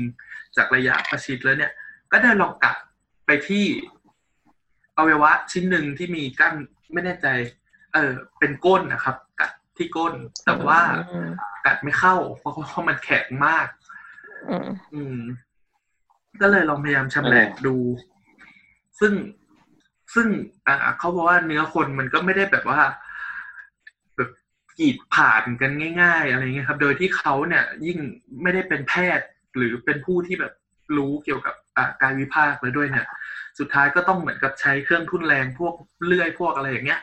E: จากระยะประชิดแล้วเนี่ย ก็ได้ลองกัดไปที่อวัยวะชิ้นหนึ่งที่มีกั้นไม่แน่ใจ เออ เป็นก้นนะครับ กัดที่ก้น แต่ว่า
F: อืม
E: กัดไม่เข้า เพราะเพราะมันแข็งมาก
F: อืม
E: อืม ก็เลยลองพยายามชำแหละ
D: เออ
E: ดู ซึ่งซึ่ง อ่าเขาบอกว่าเนื้อคนมันก็ไม่ได้แบบว่า แบบกรีดผ่านกันง่าย ๆ อะไรเงี้ยครับ โดยที่เขาเนี่ย ยิ่งไม่ได้เป็นแพทย์ หรือเป็นผู้ที่แบบรู้เกี่ยวกับอ่ากายวิภาคเลยด้วยเนี่ย สุดท้ายก็ต้องเหมือนกับใช้เครื่องทุ่นแรงพวกเลื่อยพวกอะไรอย่างเงี้ย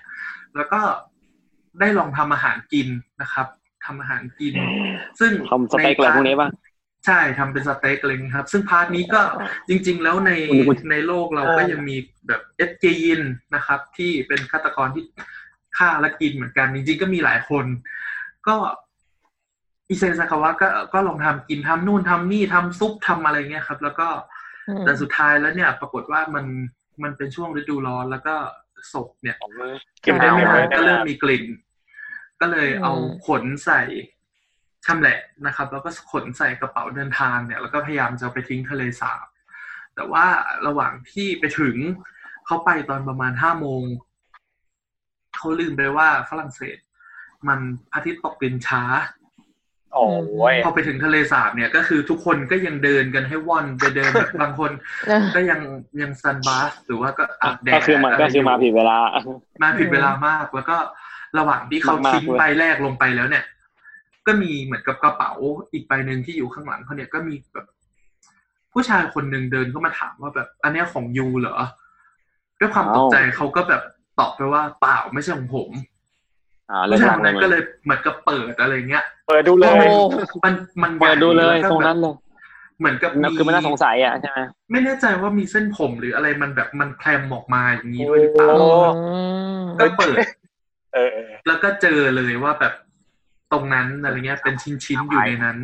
E: แล้วก็ได้ลองทำอาหารกินนะครับทำอาหารกิน ซึ่ง
D: ทำสเต็กอะไรพวกนี้ป่ะ
E: ใช่ทำเป็นสเต็กอะไรอย่างเงี้ยครับ ซึ่งพาร์ทนี้ก็จริง ๆ แล้วใน
D: คุณคุณ
E: ในโลกเราก็ยังมีแบบเอสเกยินนะครับ ที่เป็นฆาตกรที่ฆ่าและกินเหมือนกัน จริง ๆ ก็มีหลายคน ก็อิเซซากาวะก็ก็ลองทำกินทำนู่นทำนี่ทำซุปทำอะไรเงี้ยครับ แล้วก็
F: อืม
E: แต่สุดท้ายแล้วเนี่ย ปรากฏว่ามันมันเป็นช่วงฤดูร้อน แล้วก็ศพเนี่ย
H: เก็บ
E: ได้
H: ได้
E: ไม่นาน
H: ไม่าน น
E: ก็
H: ก็
E: เริ่
H: เริ่
E: ม
H: ม
E: มีกลิ่น ก็เลยเอาขนใส่ชำแหละนะครับ แล้วก็ขนใส่กระเป๋าเดินทางเนี่ย แล้วก็พยายามจะเอาไปทิ้งทะเลสาบ แต่ว่าระหว่างที่ไปถึงเขาไปตอนประมาณห้าโมง เขาลืมไปว่าฝรั่งเศส มันอาทิตย์ตกดินช้า
H: โอ้ย
E: พอไปถึงทะเลสาบเนี่ยก็คือทุกคนก็ยังเดินกันให้ว่อนไปเดินแบบบางคน
F: เออ
E: ก็ยังยังซันบาสหรือว่าก็อาบแดด
D: ก็คือมันก็คือมาผิดเวลา
E: มาผิดเวลามาก แล้วก็ระหว่างที่เขา
D: มากๆ
E: ทิ้ง
D: ด้วย
E: ใบแรกลงไปแล้วเนี่ย ก็มีเหมือนกับกระเป๋าอีกใบหนึ่งที่อยู่ข้างหลังเขาเนี่ยก็มีแบบผู้ชายคนหนึ่งเดินเข้ามาถามว่าแบบ อันเนี้ยของยูเหรอด้วยความตกใจเขาก็แบบตอบไปว่าเปล่าไม่ใช่ของผม
D: อ่าเลย
E: ผู้ชาย
D: ทาง
E: คน
D: นั้
E: นั้น น
D: ก็
E: ก็
D: เลย
E: เลยเหมือนกับเปิดอะไรเงี้ย
H: เปิดดูเลย
E: มันมัน
D: เปิดดูเลย
E: แล้วก็แบบ
D: ตรงนั้นเลย
E: เหมือนกับ
D: นั่นคือมันน่าสงสัยอ่ะใช่ไหม
E: ไม่แน่ใจว่ามีเส้นผมหรืออะไรมันแบบมันแคลมออกมาอย่างนี้ด้วยหรือเปล่า
H: โอ้
E: ก็เปิด
H: เออเออ
E: แล้วก็เจอเลยว่าแบบตรงนั้นอะไรเงี้ย เป็นชิ้นชิ้นๆอยู่ในนั้น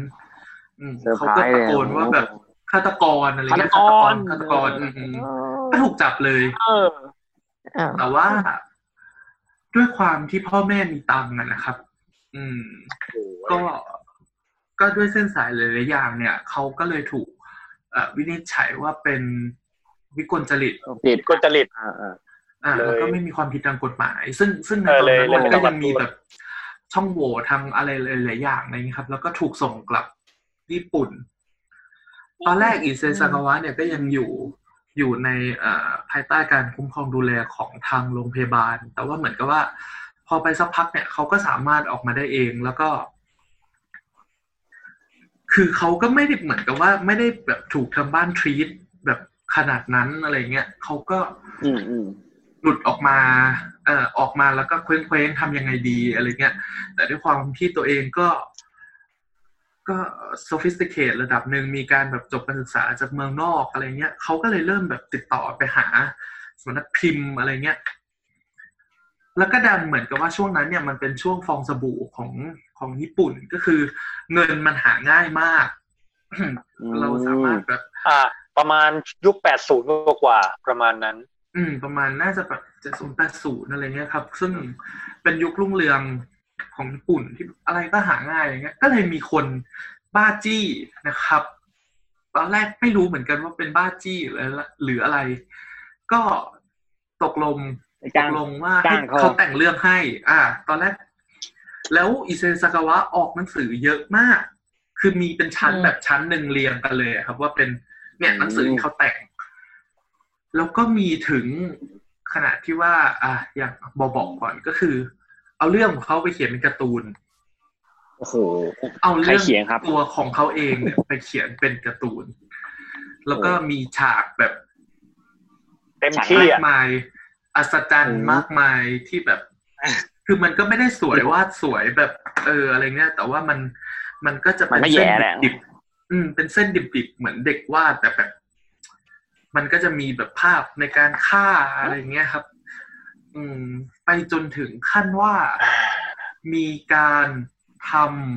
E: อืม
D: เซอร์ไพ
E: เขา
D: ร
E: ก็
D: ส์
E: ตะ
D: เลย
E: โกนว่าแบบฆาตกรอะไรเงี้ยฆา
D: ฆา
E: ต
D: ต
E: ก
D: ก
E: ร
D: ร
E: ฆาตกรอืมอืมก็ถูกจับเลย
D: เออ
F: อ้าว
E: แต่ว่าด้วยความที่พ่อแม่มีตังค์อะนะครับ อืม ก็ก็ด้วยเส้นสายหลายๆอย่างเนี่ยเขาก็เลยถูกเอ่อวินิจฉัยว่าเป็นวิกลจริต
D: ผิด
H: กลจริต
D: อ่าอ่า
E: อ่า
H: เลย
E: แล้วก็ไม่มีความผิดทางกฎหมาย ซึ่งซึ่งใน
H: เอ
E: ต
H: อ
E: อน
H: เลย
E: นั้นมัน
H: เลยไม่
E: ก็
H: ต้อง
E: ยังมี
H: รับรู้
E: แบบช่องโหว่ทางอะไรหลายๆอย่างอะไรอย่างนี้ครับ แล้วก็ถูกส่งกลับญี่ปุ่น ตอนแรกอิเซซากาวะเนี่ยก็ยังอยู่อยู่ในเอ่อภายใต้การคุ้มครองดูแลของทางโรงพยาบาล แต่ว่าเหมือนกับว่า พอไปสักพักเนี่ยเขาก็สามารถออกมาได้เองแล้วก็ คือเขาก็ไม่ได้เหมือนกับว่า ไม่ได้แบบถูกทางบ้านทรีตแบบ ขนาดนั้นอะไรเงี้ยเขาก็
D: อืมอืม
E: หลุดออกมาเอ่อออกมาแล้วก็เคว้งเคว้งๆทำยังไงดีอะไรเงี้ยแต่ด้วยความที่ตัวเองก็ ก็ sophisticate ระดับหนึ่งมีการแบบจบการศึกษาจากเมืองนอกอะไรเงี้ยเขาก็เลยเริ่มแบบติดต่อไปหาสำนักพิมพ์อะไรเงี้ย แล้วก็ดันเหมือนกับว่าช่วงนั้นเนี่ยมันเป็นช่วงฟองสบู่ของของญี่ปุ่นก็คือเงินมันหาง่ายมาก เราสามารถแบบ
H: อ่า ประมาณยุคแปดศูนย์กว่าๆประมาณนั้น
E: อืม ประมาณน่าจะแบบเจ็ดศูนย์แปดศูนย์อะไรเงี้ยครับ ซึ่งเป็นยุครุ่งเรืองของญี่ปุ่นที่อะไรก็หาง่ายอะไรเงี้ย ก็เลยมีคนบ้าจี้นะครับ ตอนแรกไม่รู้เหมือนกันว่าเป็นบ้าจี้หรือหรืออะไร ก็ตกลง ต
D: จ้าง
E: กลงว่า
D: จ้าง
E: ให้
D: เขา
E: เขาแต่งเรื่องให้ อ่า ตอนแรก แล้วอิเซซากาวะออกหนังสือเยอะมาก คือมีเป็นชั้น
F: อืม
E: แบบชั้นหนึ่งเรียงกันเลยอะครับ ว่าเป็นเนี่ยหนังสือที่เขาแต่ง แล้วก็มีถึงขนาดที่ว่า อ่าอย่างบอกบอกก่อนก็คือ เอาเรื่องของเขาไปเขียนเป็นการ์ตูน
D: โอ้โห
E: เอาเรื่อ
D: ใครเขียนครับ
E: งตัวของเขาเองเนี่ยไปเขียนเป็นการ์ตูน แล้วก็มีฉากแบบ
H: เต็ม
D: ฉาก
H: ที่
E: มาก
H: อ่ะ
E: มายอัศจรรย์
D: อืม
E: มากมายที่แบบ คือมันก็ไม่ได้สวยวาดสวยแบบ เอออะไรเงี้ยแต่ว่ามันมันก็จะ
D: มั
E: เป็น น
D: ไม่
E: เส้
D: แย่
E: น
D: แหละ
E: ดิบๆอืม เป็นเส้นดิบๆเหมือนเด็กวาดแต่แบบ มันก็จะมีแบบภาพในการฆ่าอะไรเงี้ยครับ อืม ไปจนถึงขั้นว่ามีการท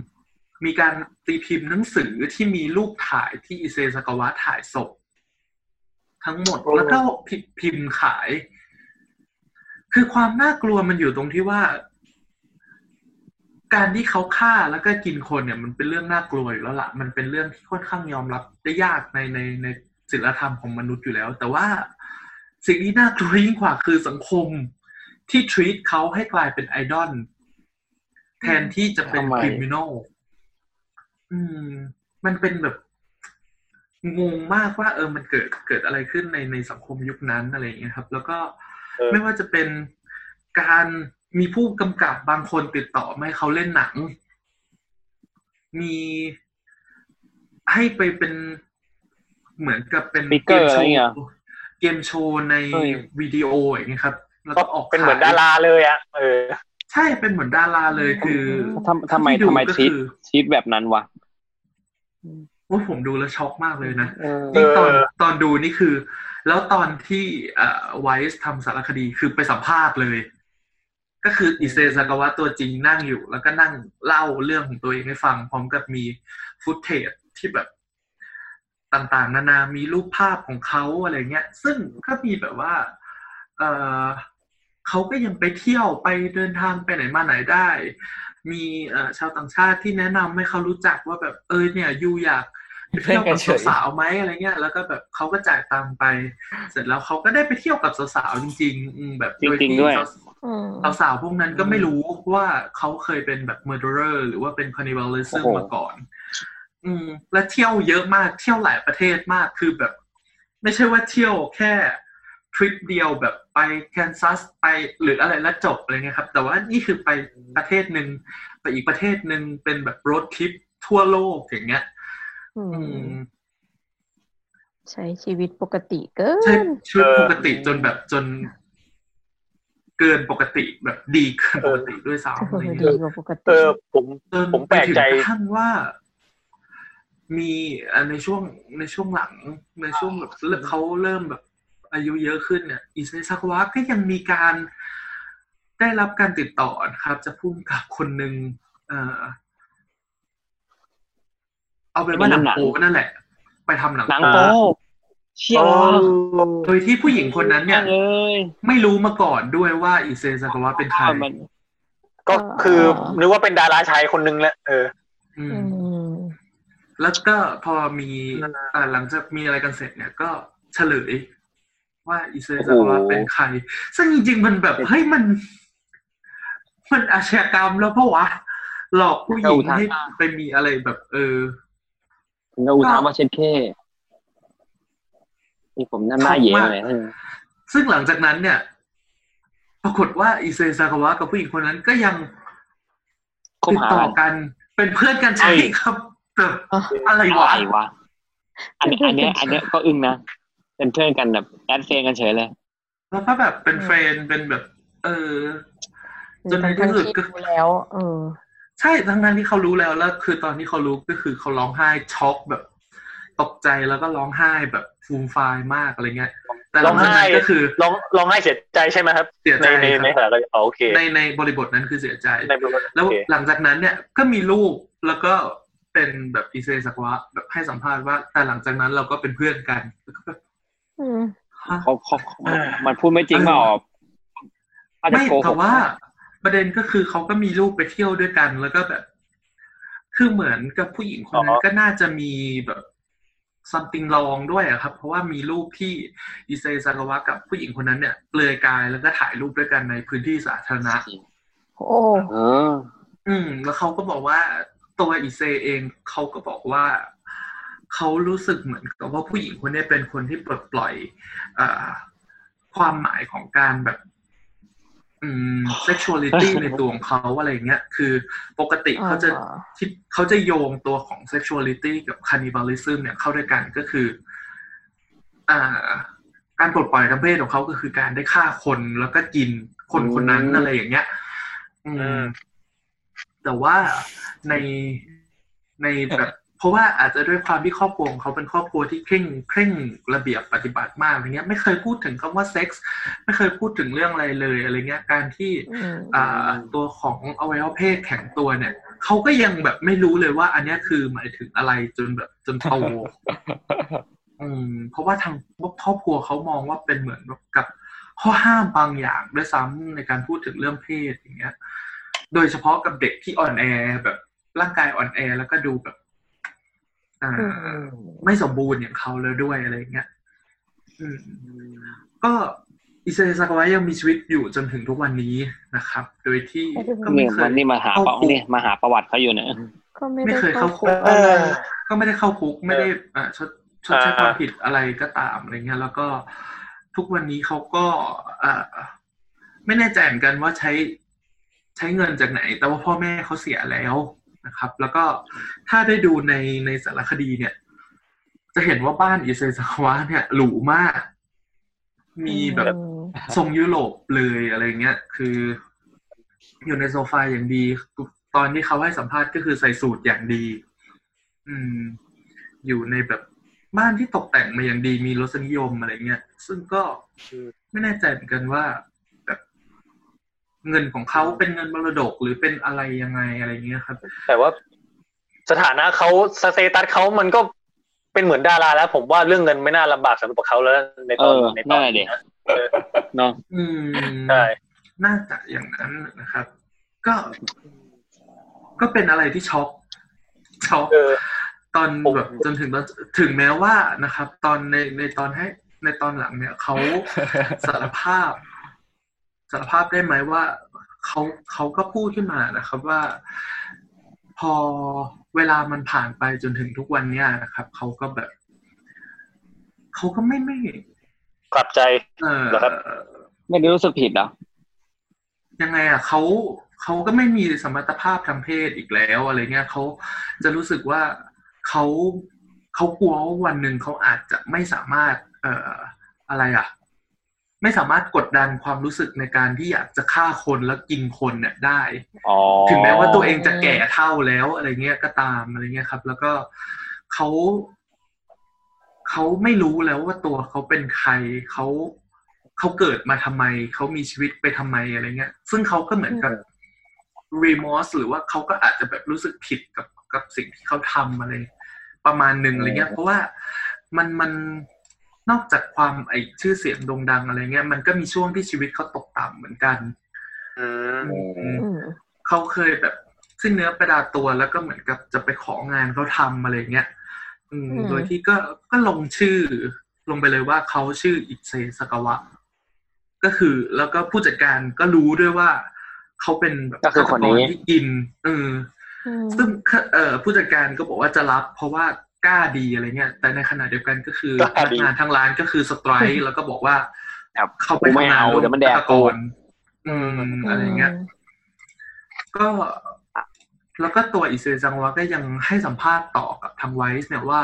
E: ำมีการตีพิมพ์หนังสือที่มีรูปถ่ายที่อิเซสกาวะถ่ายศพทั้งหมด
H: โอ้
E: แล้วก็พิพิมพ์ขาย คือความน่ากลัวมันอยู่ตรงที่ว่า การที่เขาฆ่าแล้วก็กินคนเนี่ย มันเป็นเรื่องน่ากลัวอยู่แล้วละมันเป็นเรื่องที่ค่อนข้างยอมรับได้ยากในในในศิลธรรมของมนุษย์อยู่แล้ว แต่ว่าสิ่งที่น่ากลัวยิ่งกว่าคือสังคมที่ treat เขาให้กลายเป็นไอดอลแทนที่จะเป็น
H: ทำไม
E: criminal อืม มันเป็นแบบ งงมากว่า เออมันเกิดเกิดอะไรขึ้นในในสังคมยุคนั้นอะไรอย่างเงี้ยครับ แล้วก็
H: เออ
E: ไม่ว่าจะเป็นการมีผู้กำกับบางคนติดต่อมาให้เขาเล่นหนัง มีให้ไปเป็นเหมือนกับเป็น
D: Speaker
E: โช
D: อะไรเงี้ย
E: ว์เกมโชว์ใน
D: เฮ้ย
E: วิดีโออย่างเงี้ยครับ แล้ว
H: ก็
E: ก็ออก
H: เป็นเหมือน
E: ข
H: ดาย ราเลยอ่ะ เออ
E: ใช่เป็นเหมือนดาราเลยคือ
D: ทำทำไม
E: ที่ดู
D: ทำไม
E: ก็
D: ทีท
E: คือ
D: ทีทแบบนั้นวะ
E: ว่าผมดูแล้วช็อกมากเลยนะ
H: เอ
E: นี่
H: อ
E: ตอนตอนดูนี่คือ แล้วตอนที่เอ่อไวส์ทำสารคดีคือไปสัมภาษณ์เลย ก็คืออิเซซากาวะตัวจริงนั่งอยู่ แล้วก็นั่งเล่าเรื่องของตัวเองให้ฟัง พร้อมกับมีฟุตเทจที่แบบต่างๆ นานามีรูปภาพของเขาอะไรเงี้ย ซึ่งก็มีแบบว่า เออเขาก็ยังไปเที่ยวไปเดินทางไปไหนมาไหนได้ มีเอ่อชาวต่างชาติที่แนะนำให้เขารู้จักว่าแบบเออเนี่ยยูอยาก ไปเที่ยวกับสาวๆไหมอะไรเงี้ย แล้วก็แบบเขาก็จ่ายตังค์ไป เสร็จแล้วเขาก็ได้ไปเที่ยวกับสาวๆจริงๆอืมแบบโ
D: จริงๆด้วย
F: อืม
E: สาวสาวๆพวกนั้นก็ไม่รู้ว่าเขาเคยเป็นแบบ murderer หรือว่าเป็น cannibalism
D: โอ้โห
E: มาก่อน อืม และเที่ยวเยอะมากเที่ยวหลายประเทศมากคือแบบ ไม่ใช่ว่าเที่ยวแค่ทริปเดียวแบบไปแคนซัสไปหรืออะไรแล้วจบอะไรเงี้ยครับ แต่ว่านี่คือไปประเทศหนึ่งไปอีกประเทศหนึ่งเป็นแบบ road trip ทั่วโลกอย่างเงี้ย
F: อื
E: อื
F: ม
E: ม
F: ใช้ชีวิตปกติเกิ
E: ใช่
F: น
E: ชีวิตปกติจนแบบจน เกินปกติแบบดีเกินปกติด้วยซ้ำอะไร
F: ดี
E: เงี้ย
F: กว่าปกติ
H: เออ ผม
E: จน
H: ผมแปลกใจ
E: ไปถึงขั้นว่า มีอ่ะในช่วงในช่วงหลัง ในช่วงแบบเขาเริ่มแบบ อายุเยอะขึ้นเนี่ยอิเซซากวะก็ยังมีการได้รับการติดต่อนะครับ จะพุ่มกับคนหนึ่งเอ่อ เอาเป็นว่าหนังโป๊นั่นแหละ ไปทำหนัง
D: หนัง
E: โป๊
D: โป๊เชี่ย
H: อ๋อ
E: โดยที่ผู้หญิงคนนั้นเนี่ย
D: เอ้ย
E: ไม่รู้มาก่อนด้วยว่าอิเซซากาวะเป็นใคร
D: มัน
H: ก็คือ
F: เออ
H: นึกว่าเป็นดาราชายคนนึงแหละเออ
E: อื
F: อื
E: ม
F: ม
E: แล้วก็พอมีอ่าหลังจากมีอะไรกันเสร็จเนี่ยก็เฉลย ว่าอิเซซากาวะ
D: โอ้โห
E: เป็นใคร ซึ่งจริงๆมันแบบเฮ้ยมัน มันอาชญากรรมแล้วเพราะวะ หลอกผู้หญิงให้ไปมีอะไรแบบ เออ
D: ถึงกับอุทานว่าเช็ดแค่นี่ผมหน้าหน้าเหย่เลยนะ
E: ซึ่งหลังจากนั้นเนี่ย ปรากฏว่าอิเซซากาวะกับผู้หญิงคนนั้นก็ยัง
D: คบ
E: ติด
D: หา
E: ต่อ
D: กัน
E: กันเป็นเพื่อนกันใช่
F: เฮ้ย
E: ครับแบบอะไรวะ
D: อะไรวะอันเนี้ยอันเนี้ยอันเนี้ยก็อึ้งนะ เป็นเพื่อนกันแบบแอดเฟนกันเฉยเลย
E: แล้วก็แบบเป็นเฟรนด์เป็นแบบ เออ จนในที่
F: ทั้ง
E: สุด
F: ที่
E: ก็
F: รู้แล้วเออ
E: ใช่ทั้งนั้นที่เขารู้แล้วแล้ว คือตอนที่เขารู้ก็คือเขาร้องไห้ช็อกแบบ ตกใจแล้วก็ร้องไห้แบบฟูมฟายมากอะไรเงี้ย แต่หลังจากนั้นก็คือ
H: ร้องร้องไห้เสียใจใช่ไหมครับ
E: เสียใจ
H: ใน
E: ครับ
H: ในขณะเราอ๋อโอเค
E: ในในบริบทนั้นคือเสียใจ
H: ในบริบท
E: แล้ว
H: โอเค
E: หลังจากนั้นเนี่ยก็มีลูกแล้วก็เป็นแบบอิเซสักวะแบบให้สัมภาษณ์ว่า แต่หลังจากนั้นเราก็เป็นเพื่อนกันแล้วก็แบบ
F: อืม
E: ฮะ
D: เขาเขาเขามันพูดไม่จริงเปล่าอาจจะ
E: ไม่
D: โกห
E: แต่
D: ก
E: ว่าประเด็นก็คือเขาก็มีลูกไปเที่ยวด้วยกัน แล้วก็แบบ คือเหมือนกับผู้หญิงคนนั้นก็น่าจะมีแบบ something wrong ด้วยอะครับ เพราะว่ามีรูปที่อิเซซากาวะกับผู้หญิงคนนั้นเนี่ยเปลือยกายแล้วก็ถ่ายรูปด้วยกันในพื้นที่สาธารณะ
F: โอ้
D: เออ
E: อืม แล้วเขาก็บอกว่าตัวอิเซเองเขาก็บอกว่าเขารู้สึกเหมือนกับว่าผู้หญิงคนเนี้ยเป็นคนที่ปลดปล่อยเอ่อความหมายของการแบบ อืม sexuality ในตัวของเขาอะไรอย่างเงี้ยคือปกติเขาจะ
F: อ่า
E: ที่เขาจะโยงตัวของ sexuality กับ cannibalism เนี่ยเข้าด้วยกันก็คือ อ่า การปลดปล่อยทางเพศของเขาก็คือการได้ฆ่าคนแล้วก็กินคน
D: อืม
E: คนนั้นอะไรอย่างเงี้ย อืม แต่ว่าในในแบบ เพราะว่าอาจจะด้วยความที่ครอบครัวของเขาเป็นครอบครัวที่เคร่งเคร่งระเบียบปฏิบัติมากอะไรเงี้ย ไม่เคยพูดถึงคำว่าเซ็กส์ไม่เคยพูดถึงเรื่องอะไรเลยอะไรเงี้ย การที่
F: อืม
E: อ่าตัวของอวัยวะเพศแข็งตัวเนี่ยเขาก็ยังแบบไม่รู้เลยว่า อันเนี้ยคือหมายถึงอะไรจนแบบจนโตอืม เพราะว่าทางครอบครัวเขามองว่าเป็นเหมือนแบบกับข้อห้ามบางอย่างด้วยซ้ำในการพูดถึงเรื่องเพศอย่างเงี้ย โดยเฉพาะกับเด็กที่อ่อนแอแบบร่างกายอ่อนแอแล้วก็ดูแบบอ่า
F: อืม
E: ไม่สมบูรณ์อย่างเขาแล้วด้วยอะไรอย่างเงี้ย อืม ก็อิเซซากาวะยังมีชีวิตอยู่จนถึงทุกวันนี้นะครับ โดยที่ก็
D: เนี่
E: ไม่
D: ย
E: เค
D: มั
E: ย
D: นนี่มาหาประ
E: เข้าคุก
D: นี่มาหาประวัติเขาอยู่เนี่ย
F: ก็ไม่
E: ไม่
F: ได้
E: เคยเข้าคุก
F: เออ
E: ก็ไม่ได้เข้าคุก ไม่ได้อ่าชดชดใช้ความผิดอะไรก็ตามอะไรเงี้ย แล้วก็ทุกวันนี้เขาก็อ่าไม่แน่ใจเหมือนกันว่าใช้ใช้เงินจากไหน แต่ว่าพ่อแม่เขาเสียแล้วนะครับ แล้วก็ถ้าได้ดูในในสารคดีเนี่ย จะเห็นว่าบ้านอิเซซาวะเนี่ยหรูมาก มีแบบ
F: อืม
E: ทรงยุโรปเลยอะไรเงี้ย คือ อยู่ในโซฟาอย่างดี ตอนที่เขาให้สัมภาษณ์ก็คือใส่สูทอย่างดี อืม อยู่ในแบบบ้านที่ตกแต่งมาอย่างดี มีรสนิยมอะไรเงี้ย ซึ่งก็ไม่แน่ใจเหมือนกันว่าแบบเงินของเขาเป็นเงินมรดกหรือเป็นอะไรยังไงอะไรเงี้ยครับ
H: แต่ว่าสถานะเขาสเตตัสเขามันก็เป็นเหมือนดาราแล้ว ผมว่าเรื่องเงินไม่น่าลำบากสำหรับเขาแล้วใน
D: เอ
H: ตอน
D: อ
H: ในตอ
D: นั่
H: น
D: นแหละเด็
H: นี้
D: ก
H: นะ
D: เนาะ
E: อืม
H: ใช่
E: น่าจะอย่างนั้นนะครับ ก็ ก็เป็นอะไรที่ช็อกช็อก
H: เออ
E: ตอน
H: ผม
E: แบบจนถึงตอนถึงแม้ว่านะครับ ตอนในในตอนให้ในตอนหลังเนี่ย เขาสารภาพ สารภาพได้ไหมว่าเขาเขาก็พูดขึ้นมานะครับว่า พอเวลามันผ่านไปจนถึงทุกวันเนี้ยนะครับเขาก็แบบเขาก็ไม่ไม่
H: กลับใจ
E: เออ
H: เหรอครับ
D: ไม่ได้รู้สึกผิดเหรอ
E: ยังไงอ่ะเขาเขาก็ไม่มีสมรรถภาพทางเพศอีกแล้วอะไรเงี้ยเขาจะรู้สึกว่าเขาเขากลัวว่าวันหนึ่งเขาอาจจะไม่สามารถ เอ่ออะไรอ่ะ ไม่สามารถกดดันความรู้สึกในการที่อยากจะฆ่าคนแล้วกินคนเนี่ยได้
D: อ๋อ
E: ถึงแม้ว่าตัวเองจะแก่เท่าแล้วอะไรเงี้ยก็ตามอะไรเงี้ยครับ แล้วก็เขาเขาไม่รู้แล้วว่าตัวเขาเป็นใครเขาเขาเกิดมาทำไมเขามีชีวิตไปทำไมอะไรเงี้ย ซึ่งเขาก็เหมือนกับ remorse หรือว่าเขาก็อาจจะแบบรู้สึกผิดกับกับสิ่งที่เขาทำอะไร ประมาณหนึ่งอะไรเงี้ย เพราะว่ามันมันนอกจากความไอชื่อเสียงโด่งดังอะไรเงี้ย มันก็มีช่วงที่ชีวิตเขาตกต่ำเหมือนกัน
H: อืม
F: อืม
E: เขาเคยแบบสิ้นเนื้อประดาตัวแล้วก็เหมือนกับจะไปของานเขาทำอะไรเงี้ยอืมโดยที่ก็ก็ลงชื่อ ลงไปเลยว่าเขาชื่ออิเซสกาวะ ก็คือ แล้วก็ผู้จัดการก็รู้ด้วยว่า เขาเป็นแบบ
D: ก็คือคนนี้
E: ฆาตกรที่กินเออ
F: อืม
E: ซึ่งเอ่อผู้จัดการก็บอกว่าจะรับ เพราะว่ากล้าดีอะไรเงี้ย แต่ในขณะเดียวกันก็คือก พ
H: ล้า
E: นั
H: ดี
E: กงานทั้งร้านก็คือสไตรค์แล้วก็บอกว่า
D: ครับ
E: เขาไป
D: กูไม่
E: ทำงาน
D: เอาเดี๋ยวมันแดก
E: ฆาต
D: กู
E: กรอืมอะไรเงี้ย ก็แล้วก็ตัวอิเซซังวะก็ยังให้สัมภาษณ์ต่อกับทางไวส์เนี่ยว่า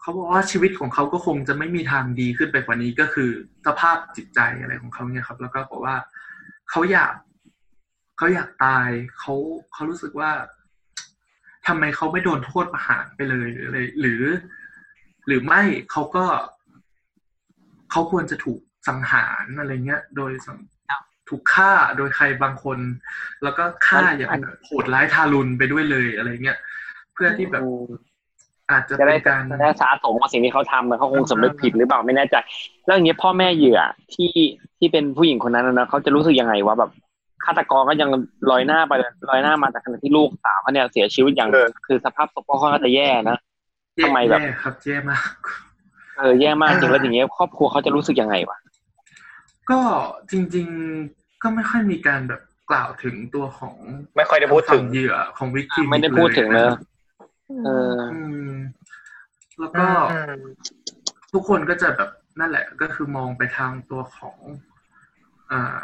E: เขาบอกว่าชีวิตของเขาก็คงจะไม่มีทางดีขึ้นไปกว่านี้ก็คือสภาพจิตใจอะไรของเขาเนี่ยครับ แล้วก็บอกว่าเขาอยากเขาอยากตายเขาเขารู้สึกว่าทำไมเขาไม่โดนโทษประหารไปเลยหรืออะไรหรือ หรือไม่เขาก็เขาควรจะถูกสังหารอะไรเงี้ย โดยสังถูกฆ่าโดยใครบางคน แล้วก็ฆ่าอย่างโหดร้ายทารุณไปด้วยเลยอะไรเงี้ยเพื่อที่แบบ อาจจะ
D: จะ
E: เป็
D: ได้
E: นการ
D: จะได้สะสมกับสิ่งที่เขาทำมันเขาคงสำนึกผิดหรือเปล่าไม่แน่ใจแล้วอย่างเงี้ยพ่อแม่เหยื่อที่ที่เป็นผู้หญิงคนนั้นนะนะเขาจะรู้สึกยังไงว่าแบบฆาตกรก็ยังลอยหน้าไปลอยหน้ามาแต่ขณะที่ลูกสาวเขาเนี่ยเสียชีวิตอย่าง
H: เออ
D: คือสภาพศพก็ค่อนข้างจะแย่นะ ทำไมแบบ
E: แย่ครับแย่มาก
D: เออแย่มากจริงแล้วอย่างเงี้ยครอบครัวเขาจะรู้สึกยังไงวะ
E: ก็จริง ๆก็ไม่ค่อยมีการแบบกล่าวถึงตัวของ
H: ไม่ค่อยได้พูดถึ
E: ฝั่
H: ง
E: งเหยื่อของวิก
D: อ่ะ
E: กี้
D: ไม่ได้พูดถึงเลยเออ
E: อืม แล้วก็ทุกคนก็จะแบบนั่นแหละ ก็คือมองไปทางตัวของ อ่า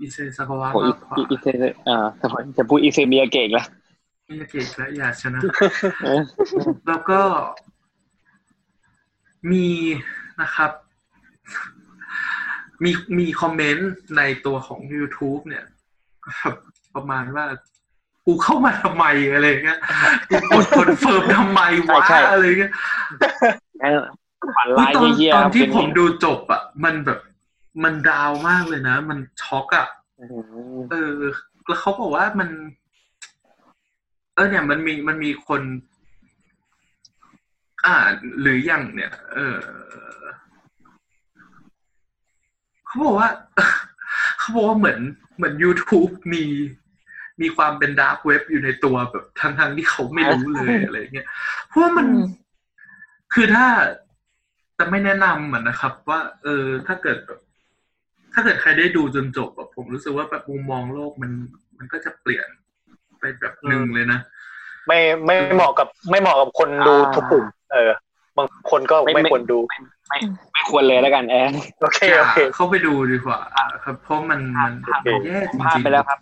E: อิเซซากาวะ
D: โอ้ย
E: มากกว่า
D: อีอีเซอ่าจะจะพูดอีเซเบียเก่งละ
E: มิยาเกะและยาช นะ
D: เออ
E: แล้วก็มีนะครับ มีมีคอมเมนต์ในตัวของ YouTube เนี่ยแบบประมาณว่า กูเข้ามาทำไมอะไรเงี้ยกูกดคอนเฟิร์มทำไมวะอะไรเงี้ย
D: งั้นฝัน
E: อุ๊ย
D: ร้าย
E: ตอน
D: เยี่ย
E: ต
D: ๆ
E: อน
D: ครับ
E: ที่
D: เป็น
E: ผมดูจบอ่ะ มันแบบมันดาวมากเลยนะ มันช็อกอ่ะ
D: อืม
E: เออแล้วเขาบอกว่ามัน เออเนี่ยมันมีมันมีคน อ่า หรืออย่างเนี่ย เออเขาบอกว่า เขาบอกว่าเหมือนเหมือน YouTube มีมีความเป็นดาร์กเว็บอยู่ในตัวแบบทั้งทั้งๆที่เขาไม่รู้ เลยอะไรเงี้ยเพราะว่ามัน
F: อืม
E: คือถ้าจะไม่แนะนำเหมือนนะครับ ว่า เออ ถ้าเกิดแบบถ้าเกิดใครได้ดูจนจบอะผมรู้สึกว่าแบบมุมมองโลกมัน มันก็จะเปลี่ยนไปแบบหนึ่งเลยนะ
H: ไม่ไม่เหมาะกับไม่เหมาะกับคนดูทุกกลุ่มเออ บางคนก็ไม่ควรดู
D: ไม่ควรเลยแล้วกันแอน
H: โอเค
E: อย่า
H: โอเค
E: เข้าไปดูดีกว่าครับ เพราะมันมัน
H: ครับ
E: แย่จ
D: พลาด
E: ริง
D: ไปแล้วครับ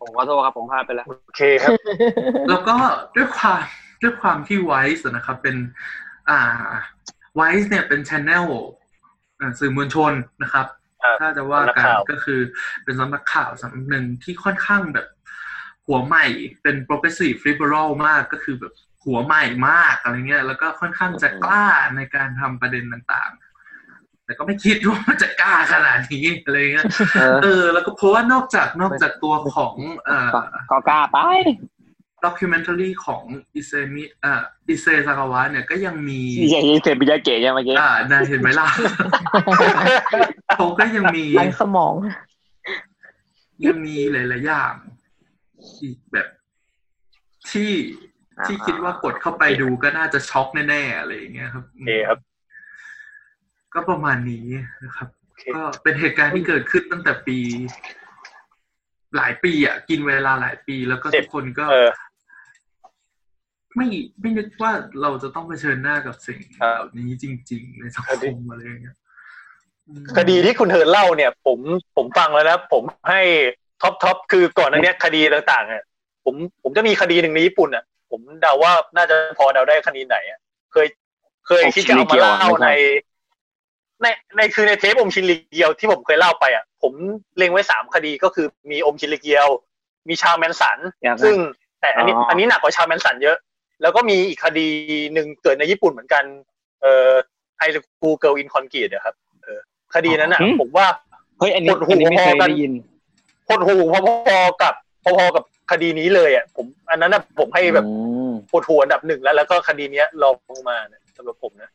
D: ผมขอโทษครับผมพลาดไปแล้ว
H: โอเคครับ
E: ๆแล้วก็ด้วยความด้วยความที่ไวส์นะครับ เป็น อ่าไวส์เนี่ยเป็นชแนลสื่อมวลชนนะครับ
H: ครับ
E: ถ้าจะว่า
H: สำนัก
E: กัน
H: ข่าว
E: ก็คือเป็นสำนักข่าวสำนักหนึ่งที่ค่อนข้างแบบ หัวใหม่เป็น progressive liberal มากก็คือแบบหัวใหม่มากอะไรเงี้ย แล้วก็ค่อนข้างจะกล้าในการทำประเด็นต่างๆ แต่ก็ไม่คิดว่ามันจะกล้าขนาดนี้อะไรเงี้ย
D: เออ
E: เออ แล้วก็เพราะว่านอกจากนอกจากตัวของเอ่อ
D: ก็กล้าไป
E: documentary ของอิเซมิเอ่ออิเซซากาวะเนี่ยก็ยังมี
D: อีเซอีเซเบียเก่งยังเมื่อกี้
E: อ่านายเห็นไหมล่ะ เขาก็ยังมี
F: หลังสมอง
E: ยังมีหลาย ๆ อย่างอีกแบบที่ที่คิดว่ากดเข้าไปดูก็น่าจะช็อกแน่ ๆ อะไรอย่างเงี้ยครับ
H: โอเคครับ
E: ก็ประมาณนี้นะครับ
H: โอเค
E: ก็เป็นเหตุการณ์ที่เกิดขึ้นตั้งแต่ปี หลายปีอ่ะ กินเวลาหลายปีแล้วก็ทุกคนก็
H: เออ
E: ไม่ไม่นึกว่าเราจะต้องเผชิญหน้ากับสิ่ง
H: ครับ
E: เหล่านี้จริง ๆ ในสังคมอะไรอย่างเงี้ยอืม
H: คดีที่คุณเฮิร์นเล่าเนี่ย ผมผมฟังแล้วนะผมให้ท็อปท็อปคือก่อนหน้าเนี้ยคดีต่างๆอ่ะผมผมจะมีคดีหนึ่งในญี่ปุ่นอ่ะ ผมเดาว่าน่าจะพอเดาได้คดีไหนอ่ะเคย เคยคิดจะเอามาเล่าใน ในในคือในเทปอมชินลิเกียวที่ผมเคยเล่าไปอ่ะ ผมเล็งไว้สามคดีก็คือมีอมชินลิเกียว มีชาวแมนสัน
D: อยาก
H: ซึ่
D: ซึ่
H: ง
D: ง
H: แต่อันนี้
D: อ๋ออั
H: อันนี้หนักกว่าชาวแมนสันเยอะ แล้วก็มีอีกคดีหนึ่งเกิดในญี่ปุ่นเหมือนกัน เอ่อไอคูเกิลอินคอนกรีตนะครับเออคดีนั้นอ่ะ ผมว่า
D: เฮ้ยอันนี้
H: กดหู
D: อันนี้ไม่เคย
H: พอกัน
D: ได้ยิน
H: พดหูพอๆกับพอๆกับคดีนี้เลยอ่ะผม อันนั้นอ่ะผมให้แบบ
D: อืม
H: ปวดหัวอันดับหนึ่งแล้วแล้วก็คดีเนี้ยรองลงมาเนี่ยสำหรับผมนะ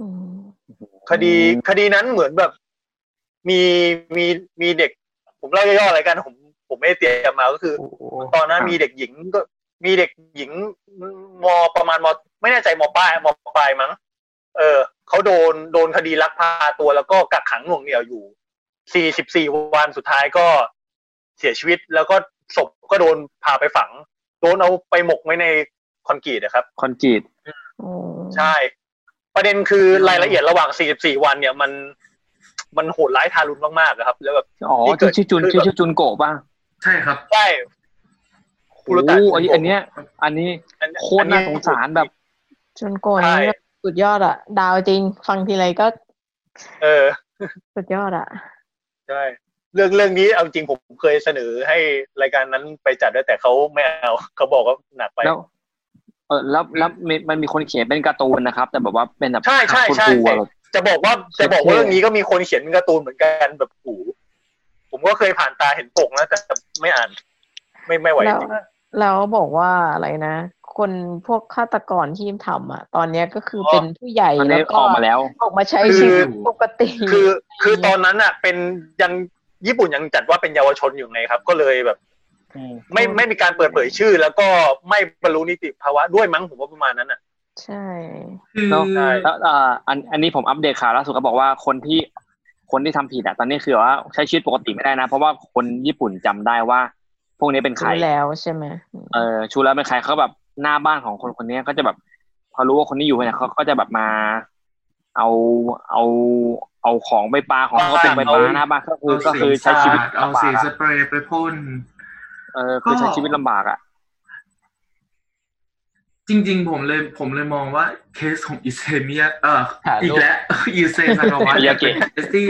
F: อืม
H: คดี
D: อืม
H: คดีนั้นเหมือนแบบมีมีมีเด็ก ผมเล่าย่อๆอะไรกันผมผมไม่ได้เตรียมมาก็คือ ตอนนั้นมีเด็กหญิงก็มีเด็กหญิงมประมาณมไม่แน่ใจมปลายมปลายมั้งเออเขาโดนโดนคดีลักพาตัวแล้วก็กักขังหน่วงเหนี่ยวอยู่ 44 วันสุดท้ายก็เสียชีวิตแล้วก็ศพก็โดนพาไปฝัง โดนเอาไปหมกไว้ในคอนกรีตนะครับ
D: คอนกรีต
F: อืม
H: ใช่ ประเด็นคือรายละเอียดระหว่าง 44 วันเนี่ยมันมันโหดร้ายทารุณมากๆอะครับ แล้วแบบ
D: อ๋อ
H: ที่เกิด
D: ชื่อจุน
H: ขึ้น
D: ชื่อชื่อจุนโกะป่ะ
E: ใช่ครับ
H: ใช่คุ
D: โอ้
H: รุตะ
D: โหอันนี้อันเนี้ย อันนี้
H: อันนี้
D: โคตรน่าสงสารแบบ
F: จนโกน
H: ใช่
F: นี่ สุดยอดอะดาวจริง ฟังทีไรก็
H: เออ
F: สุดยอดอะ
H: ใช่เรื่องเรื่องนี้เอาจริงผมเคยเสนอให้รายการนั้นไปจัดด้วยแต่เขาไม่เอา เขาบอกว่าหนักไป
J: แล้วเออแล้วแล้วมีมันมีคนเขียนเป็นการ์ตูนนะครับ แต่แบบว่าเป็นแบบ
H: ใช่ใช่
J: คุณ
H: ใช่
J: ครูอะ
H: จะบอกว่า
J: เจ็
H: จะ
J: บ
H: บอก
J: เท่
H: ว่าเรื่องนี้ก็มีคนเขียนเป็นการ์ตูนเหมือนกันแบบโอ้โหผมก็เคยผ่านตาเห็นปกนะแต่ไม่อ่าน ไม่ไม่ไหว
F: แล้ว
H: จริง
F: แล้วบอกว่าอะไรนะ คนพวกฆาตกรที่ทำอะตอนเนี้ยก็คือเป็นผู้ใหญ่
J: ตอน
F: แล้ว
J: นี้
F: ก็
J: ออกมาแล้ว
F: ออกมาใช้ชีวิตปกติ
H: คือคือตอนนั้นอ่ะ เป็นยังญี่ปุ่นยังจัดว่าเป็นเยาวชนอยู่ไงครับ ก็เลยแบบ ไม่
F: อืม
H: ไม่มีการเปิดเผยชื่อ แล้วก็ไม่บรรลุนิติภาวะด้วยมั้งผมว่าประมาณนั้นอ่ะ
F: ใช่
E: คือ
J: เนอะ แล้วเอ่ออันอันนี้ผมอัปเดตข่าวล่าสุดก็บอกว่าคนที่คนที่ทำผิดอะตอนนี้คือว่าใช้ชีวิตปกติไม่ได้นะ เพราะว่าคนญี่ปุ่นจำได้ว่า พวกนี้เป็นใคร
F: รู้แล้วใช่ไหม
J: เออชูแล้วเป็นใครเขาแบบหน้าบ้านของคนคนนี้ก็จะแบบพอรู้ว่าคนนี้อยู่เนี่ยเขาก็จะแบบมา เอาเอาเอาของไปปาของเขาเป็นไปปาหน้าบ้านก็คือ
E: เอา
J: ก็
E: สี
J: คือใช้
E: สา
J: ชีวิต
E: ดเอา
J: ลำบา
E: สี
J: ก
E: ส
J: อะ
E: เปรย์ไปพ่น
J: เออคือใช้ชีวิตลำบากอะ
E: จริง ๆ ผมเลยผมเลยมองว่าเคสของอิเซเมิยะเอ่อ
G: หาลู
E: อีก
G: ก
E: แล้ว อิเซซากาวะเนี่ย
J: อิาย เกะ
E: เป็นเคสที่